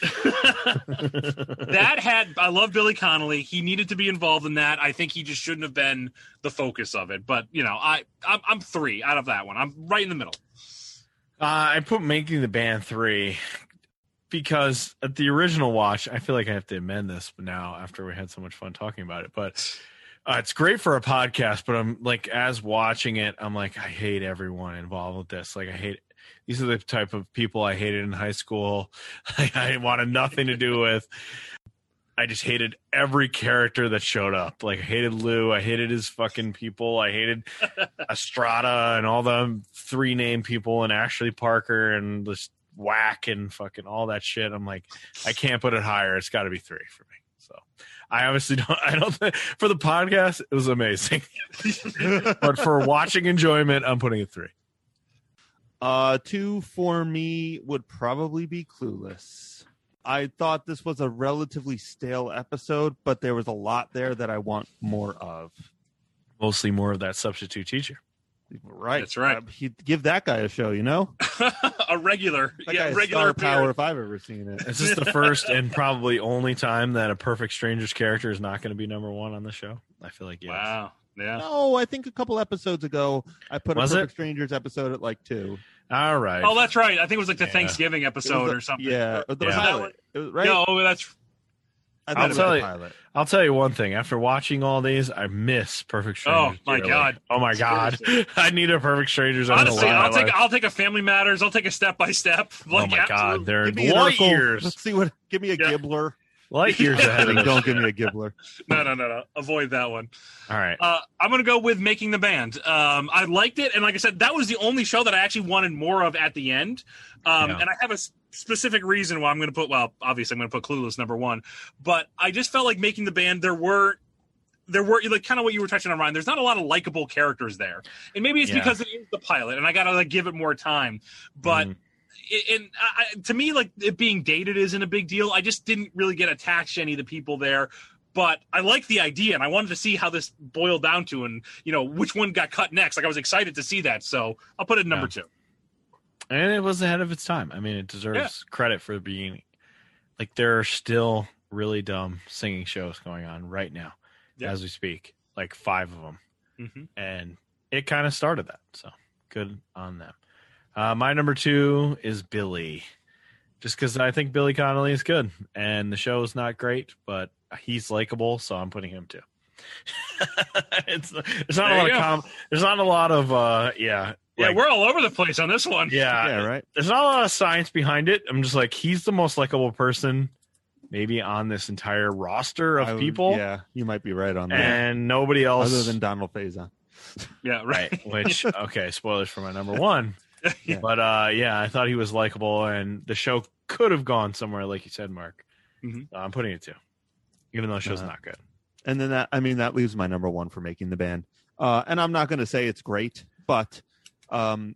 Speaker 3: that had i love billy connolly he needed to be involved in that i think he just shouldn't have been the focus of it but you know i i'm, I'm three out of that one i'm right in the middle [laughs]
Speaker 1: Uh, I put Making the Band 3 because at the original watch, I feel like I have to amend this now after we had so much fun talking about it. But uh, it's great for a podcast, but I'm like, as watching it, I'm like, I hate everyone involved with this. Like, I hate these are the type of people I hated in high school. [laughs] I wanted nothing to do with. I just hated every character that showed up. Like I hated Lou, I hated his fucking people, I hated Estrada and all the three name people and Ashley Parker and this whack and fucking all that shit. I'm like, I can't put it higher. It's got to be three for me. So I obviously [laughs] don't. I don't. Think, for the podcast, it was amazing, [laughs] but for watching enjoyment, I'm putting it three.
Speaker 2: Uh, two for me would probably be Clueless. I thought this was a relatively stale episode, but there was a lot there that I want more of.
Speaker 1: Mostly more of that substitute teacher.
Speaker 2: Right.
Speaker 3: That's right.
Speaker 2: Uh, he'd give that guy a show, you know?
Speaker 3: a regular,
Speaker 2: That guy
Speaker 3: yeah,
Speaker 2: is
Speaker 3: regular
Speaker 2: star power
Speaker 3: power.
Speaker 2: if I've ever seen it.
Speaker 1: Is this the first and probably only time that a Perfect Stranger's character is not going to be number one on the show? I feel like yes.
Speaker 3: Wow. Yeah.
Speaker 2: No, I think a couple episodes ago I put
Speaker 1: Was it?
Speaker 2: a Perfect Strangers episode at like two.
Speaker 1: All right.
Speaker 3: Oh, that's right. I think it was like the
Speaker 1: Yeah.
Speaker 3: Thanksgiving episode
Speaker 2: the-
Speaker 3: or something.
Speaker 2: yeah, the
Speaker 3: Was that
Speaker 2: pilot,
Speaker 3: one?
Speaker 2: It was- right?
Speaker 3: No, that's
Speaker 2: I
Speaker 1: I'll
Speaker 2: thought it was the
Speaker 1: tell you.
Speaker 2: pilot.
Speaker 1: I'll tell you one thing. After watching all these, I miss Perfect
Speaker 3: Oh,
Speaker 1: Strangers.
Speaker 3: my
Speaker 1: dearly.
Speaker 3: God.
Speaker 1: Oh my god! [laughs] I need a Perfect Strangers. I don't know
Speaker 3: honestly.
Speaker 1: why,
Speaker 3: I'll
Speaker 1: like-
Speaker 3: take I'll take a Family Matters. I'll take a step by step.
Speaker 1: Oh
Speaker 3: Like,
Speaker 1: my god!
Speaker 3: absolutely.
Speaker 1: They're
Speaker 2: Give me an
Speaker 1: light
Speaker 2: Urkel.
Speaker 1: years,
Speaker 2: Let's [laughs] see what give me a
Speaker 3: Yeah.
Speaker 2: Gibbler.
Speaker 3: [laughs]
Speaker 1: light [laughs] years ahead of
Speaker 2: Don't
Speaker 1: us.
Speaker 2: give me a Gibbler.
Speaker 3: No, no, no, no. Avoid that one.
Speaker 1: All right.
Speaker 3: Uh, I'm gonna go with making the band. Um, I liked it, and like I said, that was the only show that I actually wanted more of at the end. Um,
Speaker 1: Yeah.
Speaker 3: And I have a s- specific reason why I'm gonna put. Well, obviously, I'm gonna put Clueless number one, but I just felt like making the band. There were there were like kind of what you were touching on, Ryan. There's not a lot of likable characters there, and maybe it's
Speaker 1: Yeah.
Speaker 3: because it is the pilot, and I gotta like give it more time. But it- and I, I- to me, like it being dated isn't a big deal. I just didn't really get attached to any of the people there. But I like the idea, and I wanted to see how this boiled down to, and you know which one got cut next. Like I was excited to see that, so I'll put it in number two.
Speaker 1: and it was ahead of its time. I mean, it deserves credit for being like there are still really dumb singing shows going on right now
Speaker 3: Yeah.
Speaker 1: as we speak, like five of them,
Speaker 3: Mhm.
Speaker 1: and it kind of started that. So good on them. Uh, my number two is Billy, just because I think Billy Connolly is good, and the show is not great, but he's likable, so I'm putting him too. [laughs] it's there's not
Speaker 3: There
Speaker 1: a lot
Speaker 3: you
Speaker 1: of
Speaker 3: go.
Speaker 1: com- there's not a lot of uh yeah
Speaker 3: Yeah,
Speaker 1: like-
Speaker 3: we're all over the place on this one.
Speaker 1: yeah
Speaker 2: [laughs] yeah, right.
Speaker 1: there's not a lot of science behind it. I'm just like, he's the most likable person maybe on this entire roster of
Speaker 2: I would-
Speaker 1: people.
Speaker 2: Yeah, you might be right on that.
Speaker 1: And nobody else
Speaker 2: Other than Donald Faison.
Speaker 3: yeah, right.
Speaker 1: right. [laughs] Which okay, spoilers for my number one.
Speaker 2: Yeah.
Speaker 1: But uh yeah, I thought he was likable and the show could have gone somewhere, like you said, Mark.
Speaker 3: Mhm.
Speaker 1: So I'm putting it too. Even though the show's
Speaker 2: Uh,
Speaker 1: not good.
Speaker 2: And then that I mean that leaves my number one for making the band. Uh, and I'm not going to say it's great, but um,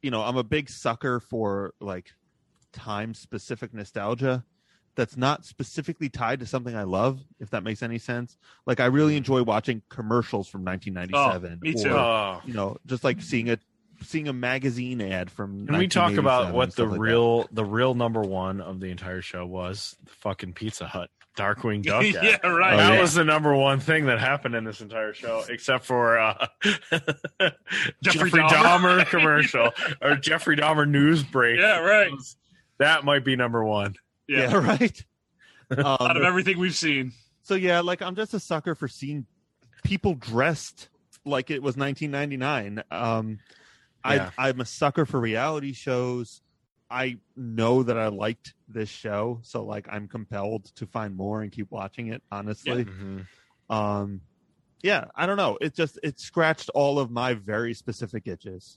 Speaker 2: you know I'm a big sucker for like time specific nostalgia that's not specifically tied to something I love. If that makes any sense, like I really enjoy watching commercials from 1997.
Speaker 3: Oh, me too.
Speaker 2: or,
Speaker 1: Mm. Oh.
Speaker 2: you know, just like seeing a seeing a magazine ad from.
Speaker 1: Can we talk about
Speaker 2: 1987
Speaker 1: what
Speaker 2: and
Speaker 1: the
Speaker 2: stuff like that.
Speaker 1: real the real number one of the entire show was? The fucking Pizza Hut, Darkwing Duck. ad.
Speaker 3: [laughs] yeah, right.
Speaker 2: Oh,
Speaker 1: that
Speaker 2: yeah.
Speaker 1: was the number one thing that happened in this entire show, except for uh, [laughs] Jeffrey Dahmer,
Speaker 3: Dahmer.
Speaker 1: commercial or Jeffrey Dahmer news break.
Speaker 3: Yeah, right.
Speaker 1: That might be number one.
Speaker 3: Yeah.
Speaker 2: [laughs] yeah,
Speaker 1: [laughs]
Speaker 2: right.
Speaker 3: Out of
Speaker 2: Um,
Speaker 3: everything we've seen,
Speaker 2: so yeah, like I'm just a sucker for seeing people dressed like it was 1999. Um,
Speaker 1: Yeah.
Speaker 2: I I'm a sucker for reality shows. I know that I liked this show, so like I'm compelled to find more and keep watching it. Honestly, um, yeah, I don't know. It just it scratched all of my very specific itches.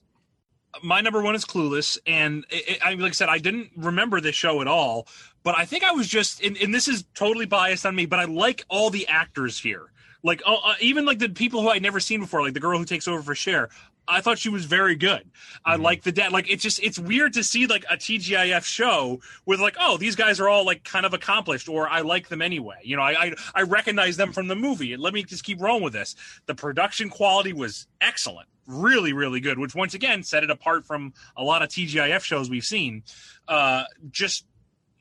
Speaker 3: my number one is Clueless, and it, it, I like I said, I didn't remember this show at all, but I think I was just, and, and this is totally biased on me, but I like all the actors here, like oh, uh, even like the people who I'd never seen before, like the girl who takes over for Cher. I thought she was very good. I like the dad. Like it's just it's weird to see like a TGIF show with like oh these guys are all like kind of accomplished or I like them anyway. You know I I, I recognize them from the movie. and Let me just keep rolling with this. The production quality was excellent, really really good, which once again set it apart from a lot of TGIF shows we've seen. Uh, just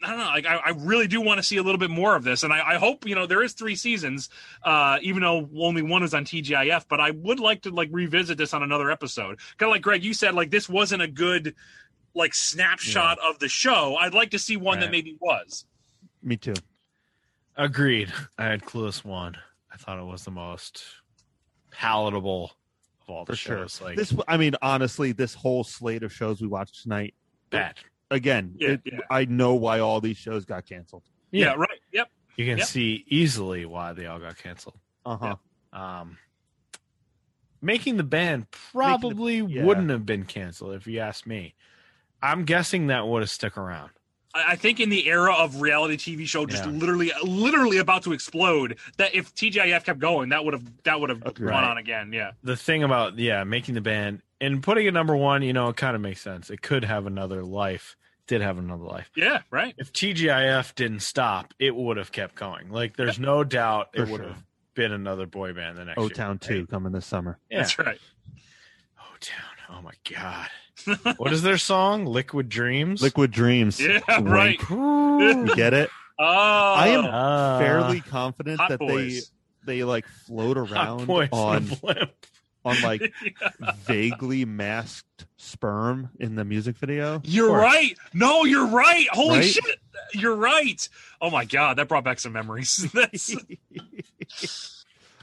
Speaker 3: I don't know. Like I, I really do want to see a little bit more of this, and I, I hope you know there is three seasons, uh, even though only one is on TGIF. But I would like to like revisit this on another episode, kind of like Greg, you said. Like this wasn't a good like snapshot of the show. I'd like to see one that
Speaker 1: Right.
Speaker 3: maybe was.
Speaker 2: Me too.
Speaker 1: Agreed. I had Clueless one. I thought it was the most palatable of all the
Speaker 2: For sure.
Speaker 1: shows. Like
Speaker 2: This, I mean, honestly, this whole slate of shows we watched tonight.
Speaker 1: bad.
Speaker 2: Again,
Speaker 3: Yeah,
Speaker 2: it,
Speaker 3: yeah.
Speaker 2: I know why all these shows got canceled.
Speaker 3: Yeah. right. Yep.
Speaker 1: You can
Speaker 3: Yep.
Speaker 1: see easily why they all got canceled.
Speaker 2: Uh huh.
Speaker 1: Um, making the band probably
Speaker 2: yeah.
Speaker 1: wouldn't have been canceled if you ask me. I'm guessing that would have stuck around.
Speaker 3: I, I think in the era of reality TV show, just
Speaker 1: Yeah.
Speaker 3: literally, literally about to explode, that if TGIF kept going, that would have that would have
Speaker 2: Agreed.
Speaker 3: gone
Speaker 1: Right.
Speaker 3: on again. Yeah.
Speaker 1: The thing about yeah, making the band and putting it number one, you know, it kind of makes sense. It could have another life. Did have another life.
Speaker 3: Yeah. Right.
Speaker 1: If TGIF didn't stop, it would have kept going. Like there's no doubt it
Speaker 2: For
Speaker 1: would
Speaker 2: sure.
Speaker 1: have been another boy band the next
Speaker 2: O
Speaker 1: year,
Speaker 2: Town
Speaker 1: right?
Speaker 2: Two coming this summer.
Speaker 1: Yeah.
Speaker 3: That's right.
Speaker 1: O Oh my god. what is their song? Liquid Dreams.
Speaker 2: Liquid Dreams.
Speaker 3: Yeah, right.
Speaker 2: Wink. [laughs] You get it?
Speaker 3: Oh,
Speaker 2: I am
Speaker 1: Ah.
Speaker 2: fairly confident
Speaker 3: Hot
Speaker 2: that
Speaker 3: boys.
Speaker 2: they they like float around
Speaker 1: boys
Speaker 2: on
Speaker 1: on a [laughs] blimp.
Speaker 2: on like vaguely masked sperm in the music video.
Speaker 3: You're right. No, you're right. Holy
Speaker 2: Right?
Speaker 3: shit. You're right. Oh my god, that brought back some memories. [laughs] That's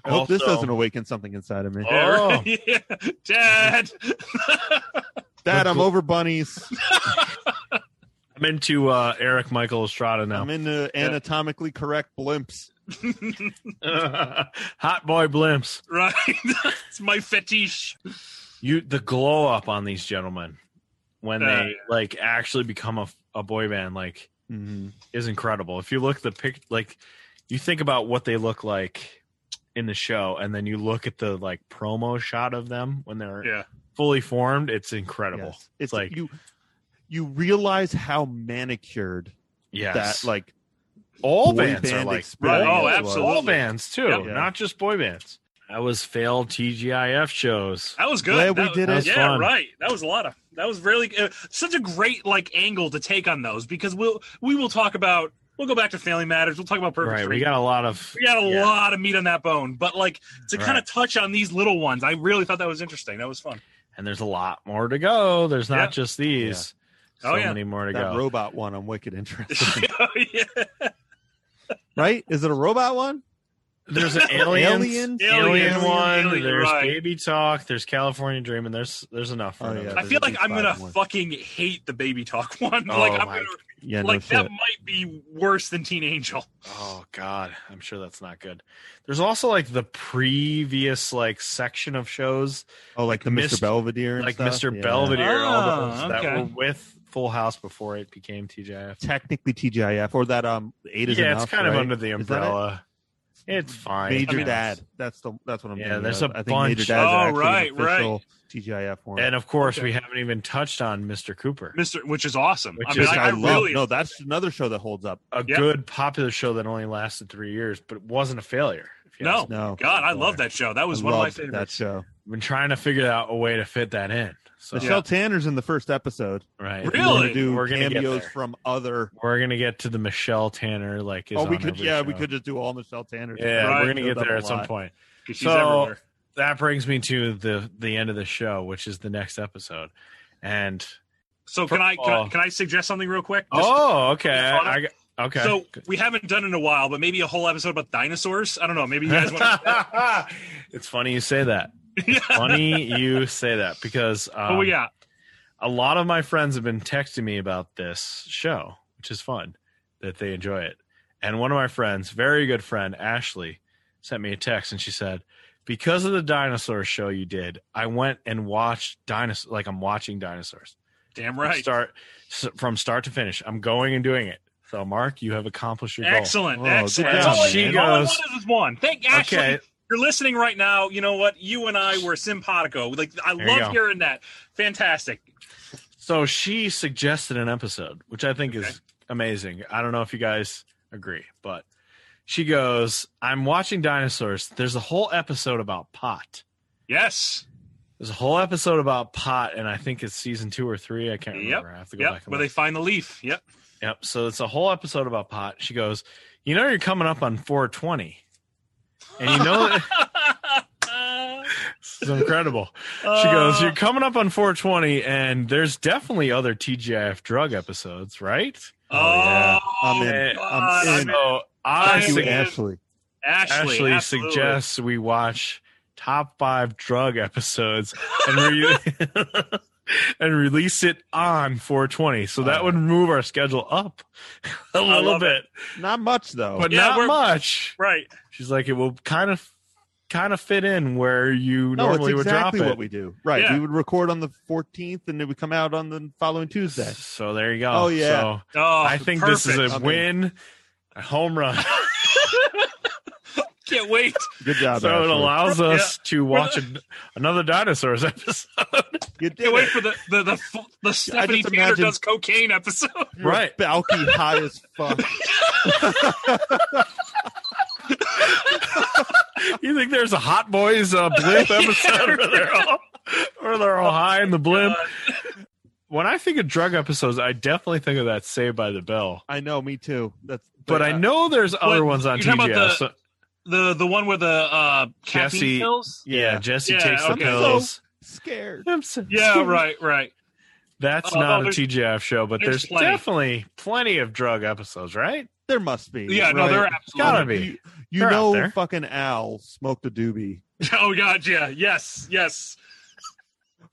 Speaker 2: I hope this
Speaker 1: Also-
Speaker 2: doesn't awaken something inside of me.
Speaker 1: Oh.
Speaker 3: [laughs] yeah. Dad.
Speaker 2: Dad, I'm over bunnies.
Speaker 1: I'm into uh, Eric Michael Estrada now.
Speaker 2: I'm into anatomically correct blimps.
Speaker 1: [laughs] Hot boy blimps.
Speaker 3: Right. [laughs] That's my fetish.
Speaker 1: You the glow up on these gentlemen when
Speaker 3: Uh,
Speaker 1: they like actually become a, a boy band like
Speaker 2: Mhm.
Speaker 1: is incredible. If you look the pic like you think about what they look like in the show and then you look at the like promo shot of them when they're
Speaker 3: Yeah.
Speaker 1: fully formed, it's incredible.
Speaker 2: Yes.
Speaker 1: It's,
Speaker 2: It's
Speaker 1: like
Speaker 2: you you realize how manicured
Speaker 1: yes.
Speaker 2: that like
Speaker 1: all
Speaker 2: boy
Speaker 1: bands are
Speaker 2: band
Speaker 1: like
Speaker 2: experience
Speaker 3: Right. Oh,
Speaker 2: was.
Speaker 3: absolutely.
Speaker 1: all bands too,
Speaker 3: Yep.
Speaker 2: Yeah.
Speaker 1: not just boy bands. I was failed TGIF shows.
Speaker 3: That was good.
Speaker 2: Glad we
Speaker 3: That-
Speaker 2: did it. That was
Speaker 3: Yeah,
Speaker 1: fun.
Speaker 3: right. That was a lot of. That was really uh, such a great like angle to take on those because we'll we will talk about we'll go back to Family Matters. We'll talk about Perfect.
Speaker 1: Right, we
Speaker 3: Strangers.
Speaker 1: got a lot of
Speaker 3: we got a
Speaker 1: yeah.
Speaker 3: lot of meat on that bone, but like to kind
Speaker 1: Right.
Speaker 3: of touch on these little ones, I really thought that was interesting. That was
Speaker 2: [laughs]
Speaker 3: fun. [laughs]
Speaker 1: and there's a lot more to go. There's not
Speaker 3: Yeah.
Speaker 1: just these.
Speaker 3: Oh,
Speaker 1: so
Speaker 3: yeah.
Speaker 1: many more to
Speaker 2: That
Speaker 1: go.
Speaker 2: robot one, I'm wicked interested. in.
Speaker 3: Oh, yeah.
Speaker 2: [laughs] right? Is it a robot one?
Speaker 1: there's
Speaker 2: [laughs]
Speaker 1: an aliens,
Speaker 2: Aliens?
Speaker 1: alien
Speaker 3: Aliens,
Speaker 1: one.
Speaker 3: alien,
Speaker 1: there's
Speaker 3: right.
Speaker 1: baby talk. There's California dream, and there's there's enough. For
Speaker 2: Oh,
Speaker 1: another-
Speaker 2: yeah,
Speaker 3: I
Speaker 2: there's
Speaker 3: feel
Speaker 2: at
Speaker 3: like
Speaker 2: least
Speaker 3: I'm gonna
Speaker 2: five more.
Speaker 3: fucking hate the baby talk [laughs] one.
Speaker 1: Oh,
Speaker 3: like I'm
Speaker 1: my-
Speaker 3: gonna,
Speaker 2: Yeah,
Speaker 3: like
Speaker 2: no
Speaker 3: that
Speaker 2: shit.
Speaker 3: might be worse than Teen Angel. [laughs]
Speaker 1: Oh god, I'm sure that's not good. There's also like the previous like section of shows,
Speaker 2: Oh, like, the
Speaker 1: like
Speaker 2: Mr.
Speaker 1: Mr.
Speaker 2: Belvedere, and
Speaker 1: like
Speaker 2: stuff?
Speaker 1: Mr.
Speaker 2: Yeah.
Speaker 1: Belvedere, and all those
Speaker 3: Oh,
Speaker 1: that
Speaker 3: okay.
Speaker 1: were with Full House before it became TJF.
Speaker 2: Technically TGIF or that um eight is
Speaker 1: yeah,
Speaker 2: enough,
Speaker 1: it's kind of
Speaker 2: right?
Speaker 1: under the
Speaker 2: Is that it? Mm-hmm.
Speaker 1: umbrella. It's fine.
Speaker 2: Major
Speaker 1: I mean,
Speaker 2: Dad. That's the that's what I'm.
Speaker 1: Yeah,
Speaker 2: thinking
Speaker 1: there's
Speaker 2: of.
Speaker 1: a
Speaker 2: I think Major
Speaker 1: bunch.
Speaker 2: Dad's
Speaker 3: Oh,
Speaker 2: actually
Speaker 3: right,
Speaker 2: an
Speaker 3: right.
Speaker 2: official TGIF one.
Speaker 1: And of course,
Speaker 3: Okay.
Speaker 1: we haven't even touched on Mr. Cooper.
Speaker 3: Mister, which is awesome.
Speaker 1: Which
Speaker 3: I mean,
Speaker 2: Which
Speaker 1: is-
Speaker 3: I, I really
Speaker 2: No, that's another show that holds up.
Speaker 1: a
Speaker 3: Yep.
Speaker 1: good popular show that only lasted three years, but it wasn't a failure. if you
Speaker 3: no,
Speaker 1: ask me.
Speaker 2: No.
Speaker 3: God, I love that show. That was
Speaker 2: I
Speaker 3: one of my
Speaker 2: loved
Speaker 3: favorites.
Speaker 2: That show.
Speaker 1: I've been trying to figure out a way to fit that in. So
Speaker 2: Michelle Tanner's in the first episode.
Speaker 1: right,
Speaker 2: We're gonna
Speaker 3: Really?
Speaker 2: do
Speaker 1: We're gonna get
Speaker 2: cameos
Speaker 1: there.
Speaker 2: from other.
Speaker 1: we're gonna get to the Michelle Tanner like. Is
Speaker 2: Oh, we
Speaker 1: on
Speaker 2: could.
Speaker 1: every
Speaker 2: Yeah, we
Speaker 1: show.
Speaker 2: could just do all Michelle Tanner.
Speaker 1: Yeah,
Speaker 3: Right.
Speaker 1: we're gonna get
Speaker 2: Shows up
Speaker 1: there
Speaker 2: a
Speaker 1: at some
Speaker 2: lot.
Speaker 1: point.
Speaker 3: 'Cause she's
Speaker 1: So-
Speaker 3: everywhere.
Speaker 1: That brings me to the the end of the show, which is the next episode. And
Speaker 3: So
Speaker 1: First
Speaker 3: can I,
Speaker 1: of
Speaker 3: can I
Speaker 1: all-
Speaker 3: can I suggest something real quick? Just-
Speaker 1: oh, okay,
Speaker 3: Just-
Speaker 1: I, I- okay. [laughs]
Speaker 3: So we haven't done it in a while, but maybe a whole episode about dinosaurs. I don't know. Maybe you guys
Speaker 1: [laughs]
Speaker 3: want. to...
Speaker 1: it's funny you say that.
Speaker 3: yeah.
Speaker 1: Funny you say that
Speaker 2: [laughs]
Speaker 1: because um,
Speaker 3: What we got?
Speaker 1: a lot of my friends have been texting me about this show, which is fun that they enjoy it. And one of my friends, very good friend, Ashley, sent me a text and she said, Because of the dinosaur show you did, I went and watched dinosaurs, like I'm watching dinosaurs.
Speaker 3: Damn
Speaker 1: From
Speaker 3: right.
Speaker 1: Start s- from start to finish. I'm going and doing it. So, Mark, you have accomplished your
Speaker 3: Excellent.
Speaker 2: Oh,
Speaker 3: excellent.
Speaker 2: good
Speaker 3: That's all,
Speaker 2: job,
Speaker 3: I
Speaker 1: man.
Speaker 3: need. all I
Speaker 1: She goes-
Speaker 3: wanted was one. Thank
Speaker 1: goal.
Speaker 3: Ashley. You're listening right now. You know what? You and I were simpatico. Like I
Speaker 1: There you
Speaker 3: love
Speaker 1: go.
Speaker 3: hearing that. Fantastic.
Speaker 1: So she suggested an episode, which I think
Speaker 3: Okay.
Speaker 1: is amazing. I don't know if you guys agree, but she goes, I'm watching dinosaurs. There's a whole episode about pot.
Speaker 3: Yes.
Speaker 1: There's a whole episode about pot, and I think it's season two or three. I can't remember. I have to go
Speaker 3: Yep.
Speaker 1: back and
Speaker 3: Where they
Speaker 1: look.
Speaker 3: find the leaf. Yep. [laughs]
Speaker 1: Yep. So it's a whole episode about pot. She goes, You know, you're coming up on 420. And you know,
Speaker 3: [laughs]
Speaker 1: that- [laughs] It's incredible. She
Speaker 3: Uh.
Speaker 1: goes, You're coming up on 420, and there's definitely other TGIF drug episodes, right?
Speaker 3: Oh,
Speaker 2: yeah. I'm in.
Speaker 1: man.
Speaker 3: God,
Speaker 2: I'm in.
Speaker 3: in.
Speaker 1: So I
Speaker 2: Thank you,
Speaker 1: sug-
Speaker 2: Ashley.
Speaker 3: Ashley,
Speaker 1: Ashley
Speaker 3: absolutely.
Speaker 1: suggests we watch top five drug episodes and, re- [laughs] and release it on 420. So that would move our schedule up [laughs] a little
Speaker 3: love it.
Speaker 1: bit,
Speaker 2: Not much though.
Speaker 1: but
Speaker 3: Yeah,
Speaker 1: not
Speaker 3: we're-
Speaker 1: much.
Speaker 3: Right.
Speaker 1: She's like, it will kind of kind of fit in where you
Speaker 2: no, it's
Speaker 1: normally
Speaker 2: exactly
Speaker 1: would drop
Speaker 2: what we do. Right.
Speaker 3: Yeah.
Speaker 2: We would record on the 14th, and it would come out on the following
Speaker 1: it.
Speaker 2: Tuesday.
Speaker 1: So there you go.
Speaker 2: Oh, yeah.
Speaker 1: So
Speaker 3: Oh,
Speaker 1: I think this
Speaker 3: perfect.
Speaker 1: is a
Speaker 2: I'm in.
Speaker 1: win, a home run. [laughs]
Speaker 3: Can't wait.
Speaker 2: Good job.
Speaker 1: so it
Speaker 2: Ashley.
Speaker 1: allows
Speaker 3: Yeah.
Speaker 1: us to watch an, another dinosaurs [laughs] episode.
Speaker 2: You did
Speaker 3: Can't wait
Speaker 2: it.
Speaker 3: for the the the, f- the Stephanie Tanner
Speaker 2: imagine-
Speaker 3: does cocaine episode.
Speaker 1: right. [laughs]
Speaker 2: Balky high as fuck.
Speaker 3: [laughs]
Speaker 1: You think there's a Hot Boys uh, blimp episode where they're all, where where they're all high
Speaker 3: Oh
Speaker 1: in the blimp. When I think of drug episodes, I definitely think of that Saved by the Bell.
Speaker 2: I know, me too. That's
Speaker 1: but I know there's
Speaker 3: But
Speaker 1: other ones on
Speaker 3: you're
Speaker 1: TGS.
Speaker 3: talking about
Speaker 1: so-
Speaker 3: [laughs] The the one where the uh, caffeine
Speaker 1: Jesse, [laughs]
Speaker 3: pills.
Speaker 1: yeah, Jesse
Speaker 3: Yeah,
Speaker 1: takes the
Speaker 3: okay.
Speaker 1: pills.
Speaker 2: scared.
Speaker 1: [laughs]
Speaker 3: Yeah, right, right.
Speaker 1: That's
Speaker 3: Oh, no,
Speaker 1: not a
Speaker 3: there's-
Speaker 1: TGF show, but
Speaker 3: there's
Speaker 1: there's,
Speaker 3: plenty.
Speaker 1: definitely plenty of drug episodes, right?
Speaker 2: There must be.
Speaker 3: Yeah, no, there
Speaker 2: right?
Speaker 3: absolutely.
Speaker 1: Gotta be.
Speaker 2: You, you
Speaker 1: They're out
Speaker 2: know,
Speaker 1: there.
Speaker 2: fucking Al smoked a doobie,
Speaker 3: [laughs] Oh god, yeah, yes, yes.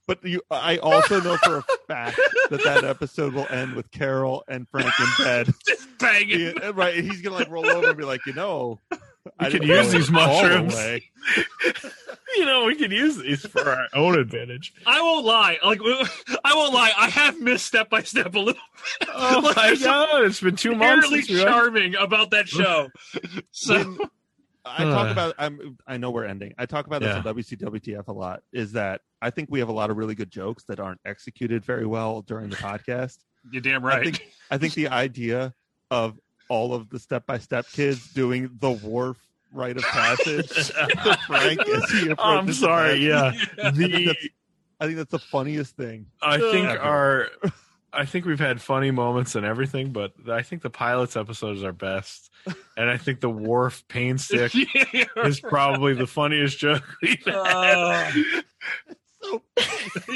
Speaker 2: but you, I also know for a fact that that episode will end with Carol and Frank in bed.
Speaker 3: Just bang it.
Speaker 1: [laughs]
Speaker 2: Yeah, right, and he's gonna like roll over and be like, you know, I
Speaker 1: could
Speaker 2: didn't
Speaker 1: use
Speaker 2: know
Speaker 1: these
Speaker 2: it all the
Speaker 1: mushrooms.
Speaker 2: way."
Speaker 1: You know, we could use these for
Speaker 3: [laughs]
Speaker 1: our own advantage.
Speaker 3: I won't lie. Like [laughs] I won't lie. I have missed step by step a little. [laughs] bit.
Speaker 1: Oh [laughs]
Speaker 3: Like,
Speaker 1: my
Speaker 3: there's
Speaker 1: god, it's been two
Speaker 3: something
Speaker 1: months
Speaker 3: eerily
Speaker 1: since we watched-
Speaker 3: charming about that show. So
Speaker 2: When I talk
Speaker 1: Ugh.
Speaker 2: about I'm I know we're ending. I talk about this
Speaker 1: Yeah.
Speaker 2: on WCWTF a lot. Is that I think we have a lot of really good jokes that aren't executed very well during the podcast.
Speaker 3: [laughs] you're damn
Speaker 2: I
Speaker 3: right.
Speaker 2: think I think the idea of all of the step by step kids doing the wharf rite of
Speaker 1: [laughs]
Speaker 2: passage to Frank as he approaches.
Speaker 1: Oh, I'm
Speaker 3: [laughs]
Speaker 2: the
Speaker 1: sorry,
Speaker 2: bed,
Speaker 1: yeah. The
Speaker 2: I think that's the funniest thing.
Speaker 1: I think
Speaker 2: Ever.
Speaker 1: our I think we've had funny moments and everything, but I think the pilots episode is our best. And I think the wharf pain [laughs] stick
Speaker 3: Yeah,
Speaker 1: is probably the funniest joke we've had.
Speaker 3: uh,
Speaker 2: So
Speaker 1: [laughs]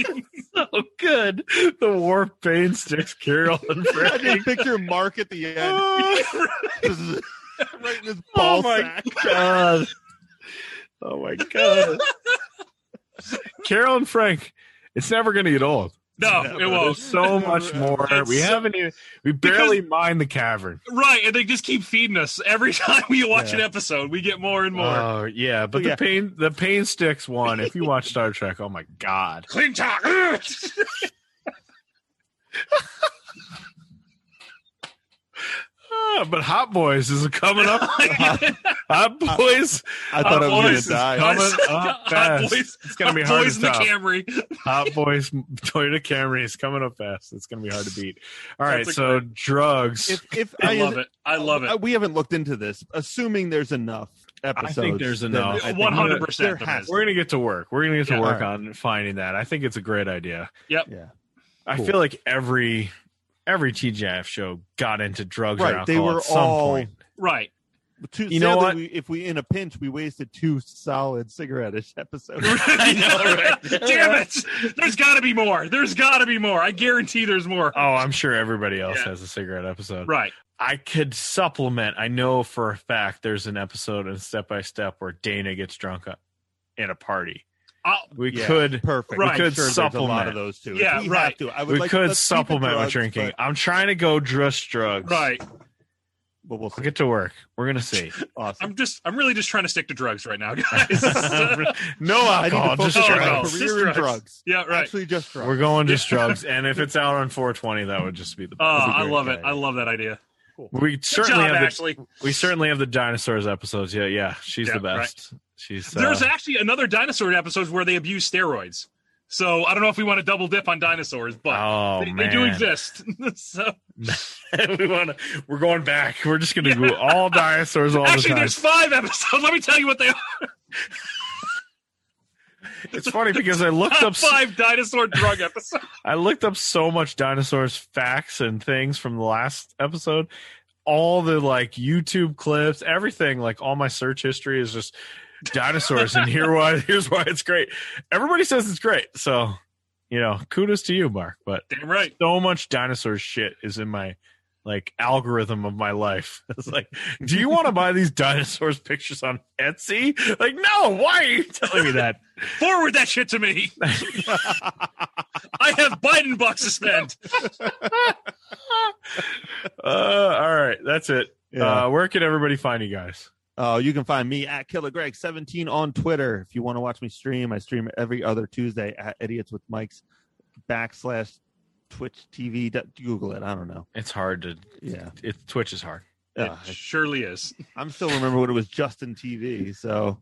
Speaker 1: so good. The wharf pain sticks Carol and
Speaker 2: [laughs] I
Speaker 1: Frank.
Speaker 2: just picture Mark at the end [laughs] right in his ball
Speaker 1: Oh my
Speaker 2: sack.
Speaker 1: god. Oh my god. Carol and Frank, it's never gonna get old.
Speaker 3: no,
Speaker 2: Yeah,
Speaker 3: it
Speaker 2: but
Speaker 1: There's
Speaker 3: won't.
Speaker 1: so much more. we
Speaker 3: It's-
Speaker 1: haven't even we barely mined the cavern.
Speaker 3: Right, and they just keep feeding us every [laughs] time we watch
Speaker 2: Yeah.
Speaker 3: an episode. We get more and more.
Speaker 1: Oh yeah, but
Speaker 2: Yeah.
Speaker 1: the pain the pain sticks one. If you watch Star Trek, oh my god.
Speaker 3: Clean talk.
Speaker 1: Ah, but Hot Boys is coming up. Hot, Hot Boys,
Speaker 2: I thought I was
Speaker 1: Boys
Speaker 2: gonna
Speaker 1: is
Speaker 2: die.
Speaker 1: coming up
Speaker 3: Hot
Speaker 1: fast.
Speaker 3: boys.
Speaker 1: It's gonna
Speaker 3: [laughs]
Speaker 1: be
Speaker 3: Hot
Speaker 1: hard
Speaker 3: boys
Speaker 1: to
Speaker 3: in the
Speaker 1: top.
Speaker 3: Camry.
Speaker 1: Hot Boys Toyota Camry is coming up fast. It's going to be hard to beat. All right,
Speaker 3: That's a
Speaker 1: so drugs.
Speaker 2: If if
Speaker 3: I love it. I love
Speaker 2: Uh,
Speaker 3: it.
Speaker 2: We haven't looked into this. Assuming there's enough episodes,
Speaker 1: there's
Speaker 2: then
Speaker 1: enough.
Speaker 2: I think
Speaker 3: 100%
Speaker 2: there
Speaker 3: there
Speaker 2: has
Speaker 3: is.
Speaker 1: We're going to get to work. We're going to get to
Speaker 3: Yeah.
Speaker 1: work
Speaker 2: All
Speaker 1: on finding that. I think it's a great idea.
Speaker 2: Yeah.
Speaker 1: I
Speaker 2: Cool.
Speaker 1: feel like every every TGIF show got into drugs or
Speaker 2: Right.
Speaker 1: alcohol
Speaker 2: They were
Speaker 1: at some
Speaker 2: all
Speaker 1: point.
Speaker 3: Right.
Speaker 2: two,
Speaker 1: You know
Speaker 2: sadly,
Speaker 1: what?
Speaker 2: We, if we in a pinch, we wasted two solid cigarette-ish
Speaker 3: [laughs]
Speaker 2: episodes.
Speaker 3: I know, right? Damn it! There's got to be more. There's got to be more. I guarantee there's more.
Speaker 1: Oh, I'm sure everybody else
Speaker 3: Yeah.
Speaker 1: has a cigarette episode.
Speaker 3: Right.
Speaker 1: I could supplement. I know for a fact there's an episode in Step by Step where Dana gets drunk at- at a party.
Speaker 3: i
Speaker 1: We
Speaker 2: Yeah,
Speaker 1: could
Speaker 2: Perfect.
Speaker 3: Right.
Speaker 2: I'm
Speaker 1: Could
Speaker 2: sure there's a lot
Speaker 1: supplement.
Speaker 2: of those too.
Speaker 3: Yeah,
Speaker 2: we Have
Speaker 3: right.
Speaker 2: to. I would
Speaker 1: we
Speaker 2: like-
Speaker 1: could
Speaker 2: let's keep it
Speaker 1: supplement with
Speaker 2: drugs,
Speaker 1: drinking.
Speaker 2: but-
Speaker 1: I'm trying to go just drugs.
Speaker 3: right.
Speaker 2: but we'll see.
Speaker 1: We'll get to work. We're gonna see.
Speaker 3: [laughs]
Speaker 1: [laughs]
Speaker 2: Awesome.
Speaker 3: I'm just. I'm really just trying to stick to drugs right now, [laughs] guys.
Speaker 1: no
Speaker 2: I need
Speaker 1: alcohol,
Speaker 2: to focus
Speaker 1: just
Speaker 3: Oh, no.
Speaker 2: on my
Speaker 1: drugs.
Speaker 3: Just
Speaker 2: career in
Speaker 3: drugs.
Speaker 2: drugs.
Speaker 3: yeah. Right.
Speaker 2: Actually, just drugs.
Speaker 1: We're going just drugs, and if it's out on 420, that would just be the.
Speaker 3: Oh,
Speaker 1: Best.
Speaker 3: I
Speaker 2: great
Speaker 3: love it.
Speaker 2: idea.
Speaker 3: I love that idea.
Speaker 1: we
Speaker 3: Good
Speaker 1: certainly
Speaker 3: job,
Speaker 1: have the,
Speaker 3: Ashley.
Speaker 1: we certainly have the dinosaurs episodes. Yeah, yeah, she's
Speaker 3: Yeah,
Speaker 1: the best. She's uh,
Speaker 3: There's actually another dinosaur episode where they abuse steroids. So I don't know if we want to double dip on dinosaurs, but
Speaker 1: oh
Speaker 3: they,
Speaker 1: man,
Speaker 3: they do exist. [laughs] so
Speaker 1: [laughs] we want to. We're going back. We're just gonna go [laughs] all dinosaurs all
Speaker 3: actually,
Speaker 1: the time.
Speaker 3: there's five episodes. [laughs] Let me tell you what they are.
Speaker 1: It's funny because I [laughs] looked up.
Speaker 3: Top
Speaker 1: s-
Speaker 3: five dinosaur drug episodes.
Speaker 1: I looked up so much dinosaurs facts and things from the last episode. All the like YouTube clips, everything, like all my search history is just dinosaurs and [laughs] here why here's why it's great. Everybody says it's great. So, you know, kudos to you, Mark. But
Speaker 3: Damn right.
Speaker 1: so much dinosaur shit is in my like algorithm of my life. [laughs] It's like, do you want to buy these dinosaurs pictures on Etsy? Like, no, why are you telling me that?
Speaker 3: Forward that shit to me. I have Biden bucks to spend.
Speaker 1: [laughs] Uh, all right, that's it.
Speaker 2: Yeah.
Speaker 1: Uh, where can everybody find you guys?
Speaker 2: Oh, you can find me at Killer Greg 17 on Twitter. If you want to watch me stream, I stream every other Tuesday at Idiots with Mike's backslash Twitch TV. dot- Google it. I don't know.
Speaker 1: It's hard to.
Speaker 2: Yeah.
Speaker 1: It, Twitch is hard.
Speaker 2: Uh,
Speaker 3: It surely is.
Speaker 2: I'm still remember when it was Justin TV. So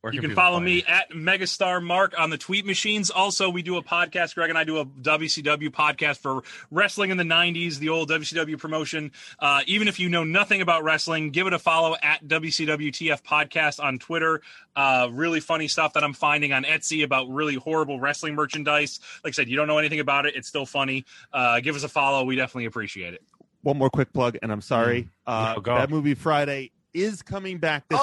Speaker 1: Where
Speaker 3: you
Speaker 1: can
Speaker 3: can
Speaker 1: people
Speaker 3: follow
Speaker 1: find
Speaker 3: me at Megastar Mark on the tweet machines. Also, we do a podcast. Greg and I do a WCW podcast for wrestling in the 90s, the old WCW promotion. Uh, even if you know nothing about wrestling, give it a follow at WCWTF Podcast on Twitter. Uh, really funny stuff that I'm finding on Etsy about really horrible wrestling merchandise. Like I said, you don't know anything about it, it's still funny. Uh, give us a follow. We definitely appreciate it.
Speaker 2: One more quick plug, and I'm
Speaker 1: Mm.
Speaker 2: sorry. Uh,
Speaker 1: Oh,
Speaker 3: No, go.
Speaker 2: That movie Friday is coming back this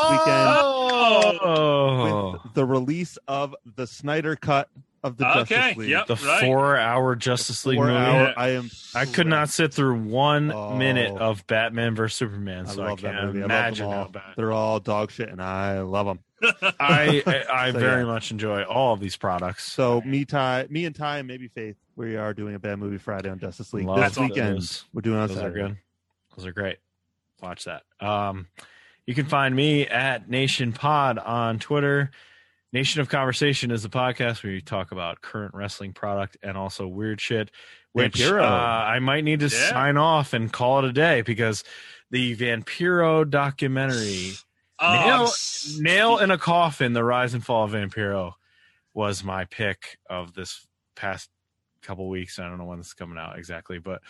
Speaker 2: weekend
Speaker 1: Oh.
Speaker 2: with the release of the Snyder cut of the Justice League.
Speaker 1: the four-hour Justice League movie.
Speaker 2: four-hour- I am.
Speaker 1: I could not sit through one minute of Batman versus Superman, so Oh. I,
Speaker 2: love that
Speaker 1: can't
Speaker 2: movie. I love them
Speaker 1: imagine how
Speaker 2: all.
Speaker 1: bad.
Speaker 2: They're all dog shit, and I love them. [laughs]
Speaker 1: I I, I
Speaker 2: So,
Speaker 1: very
Speaker 2: yeah.
Speaker 1: much enjoy all of these products.
Speaker 2: So me, Ty, me and Ty, and maybe Faith, we are doing a bad movie Friday on Justice League
Speaker 1: Love
Speaker 2: this weekend.
Speaker 1: those.
Speaker 2: We're doing it on
Speaker 1: those
Speaker 2: Saturday.
Speaker 1: are good. Those are great. Watch that. Um, you can find me at Nation Pod on Twitter. Nation of Conversation is the podcast where you talk about current wrestling product and also weird shit. Which uh,
Speaker 2: Vampiro.
Speaker 1: I might need to
Speaker 2: Yeah.
Speaker 1: sign off and call it a day because the Vampiro documentary,
Speaker 3: Oh, I'm
Speaker 1: Nail, Nail in a Coffin: The Rise and Fall of Vampiro, was my pick of this past couple weeks. I don't know when this is coming out exactly, but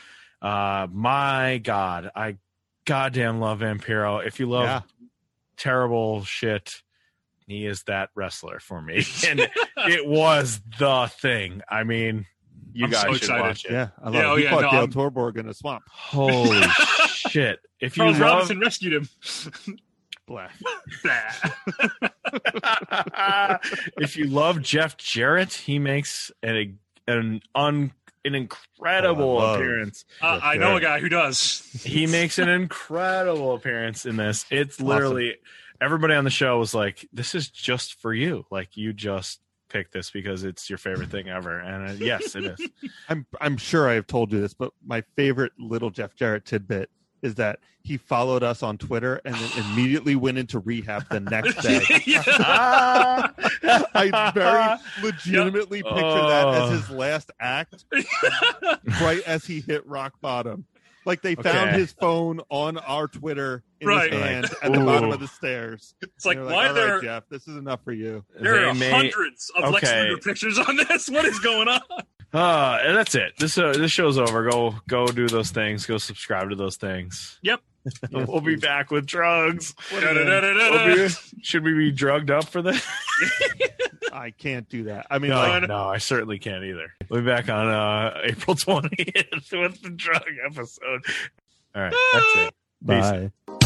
Speaker 1: uh my god, I goddamn love Vampiro. If you love
Speaker 2: Yeah.
Speaker 1: terrible shit, he is that wrestler for [laughs] me. And it was the thing. I mean, you
Speaker 2: I'm
Speaker 1: guys
Speaker 2: so
Speaker 1: should
Speaker 2: excited.
Speaker 1: watch it.
Speaker 2: Yeah, I love
Speaker 1: oh,
Speaker 2: it. He fought Dale Torborg in a swamp.
Speaker 1: [laughs] Holy shit. If you
Speaker 3: Charles
Speaker 1: love
Speaker 3: Robinson
Speaker 1: [laughs]
Speaker 3: rescued him. Uh,
Speaker 2: Black.
Speaker 1: [laughs] if you love Jeff Jarrett, he makes an an un an incredible
Speaker 3: Oh, I love
Speaker 1: appearance.
Speaker 3: Uh, I know a guy who does.
Speaker 1: He makes an incredible appearance in this. It's literally everybody on the show was like, "This is just for you. Like you just picked this because it's your favorite thing ever." And uh, yes, it is.
Speaker 2: I'm I'm sure I have told you this, but my favorite little Jeff Jarrett tidbit is that he followed us on Twitter
Speaker 1: [sighs]
Speaker 2: and then immediately went into rehab the
Speaker 1: [laughs]
Speaker 2: next day.
Speaker 3: [laughs]
Speaker 2: I very legitimately
Speaker 1: Yep.
Speaker 2: picture that as
Speaker 1: Oh.
Speaker 2: his last
Speaker 1: [laughs]
Speaker 2: act, right as he hit rock bottom. Like they found
Speaker 1: Okay.
Speaker 2: his phone on our Twitter in
Speaker 3: Right.
Speaker 2: his
Speaker 3: Right.
Speaker 2: hand at the bottom
Speaker 1: Ooh.
Speaker 2: of the stairs.
Speaker 3: It's like,
Speaker 2: And they're
Speaker 3: why
Speaker 2: "All
Speaker 3: there-
Speaker 2: Jeff? This is enough for you.
Speaker 3: There are
Speaker 1: They may-
Speaker 3: hundreds of Lex
Speaker 1: Okay.
Speaker 3: Luger pictures on this. [laughs] What is going on?
Speaker 1: Uh, and that's it. This uh, this show's over. Go go do those things. Go subscribe to those things.
Speaker 3: Yep.
Speaker 1: [laughs] we'll be back with drugs.
Speaker 3: Da-da-da-da-da.
Speaker 1: We'll be- should we be drugged up for this?
Speaker 2: I can't do that. I mean,
Speaker 1: no,
Speaker 2: like,
Speaker 1: no, I certainly can't either. We'll be back on uh, [laughs] April twentieth with the drug episode. All right, that's it. Peace.
Speaker 2: bye.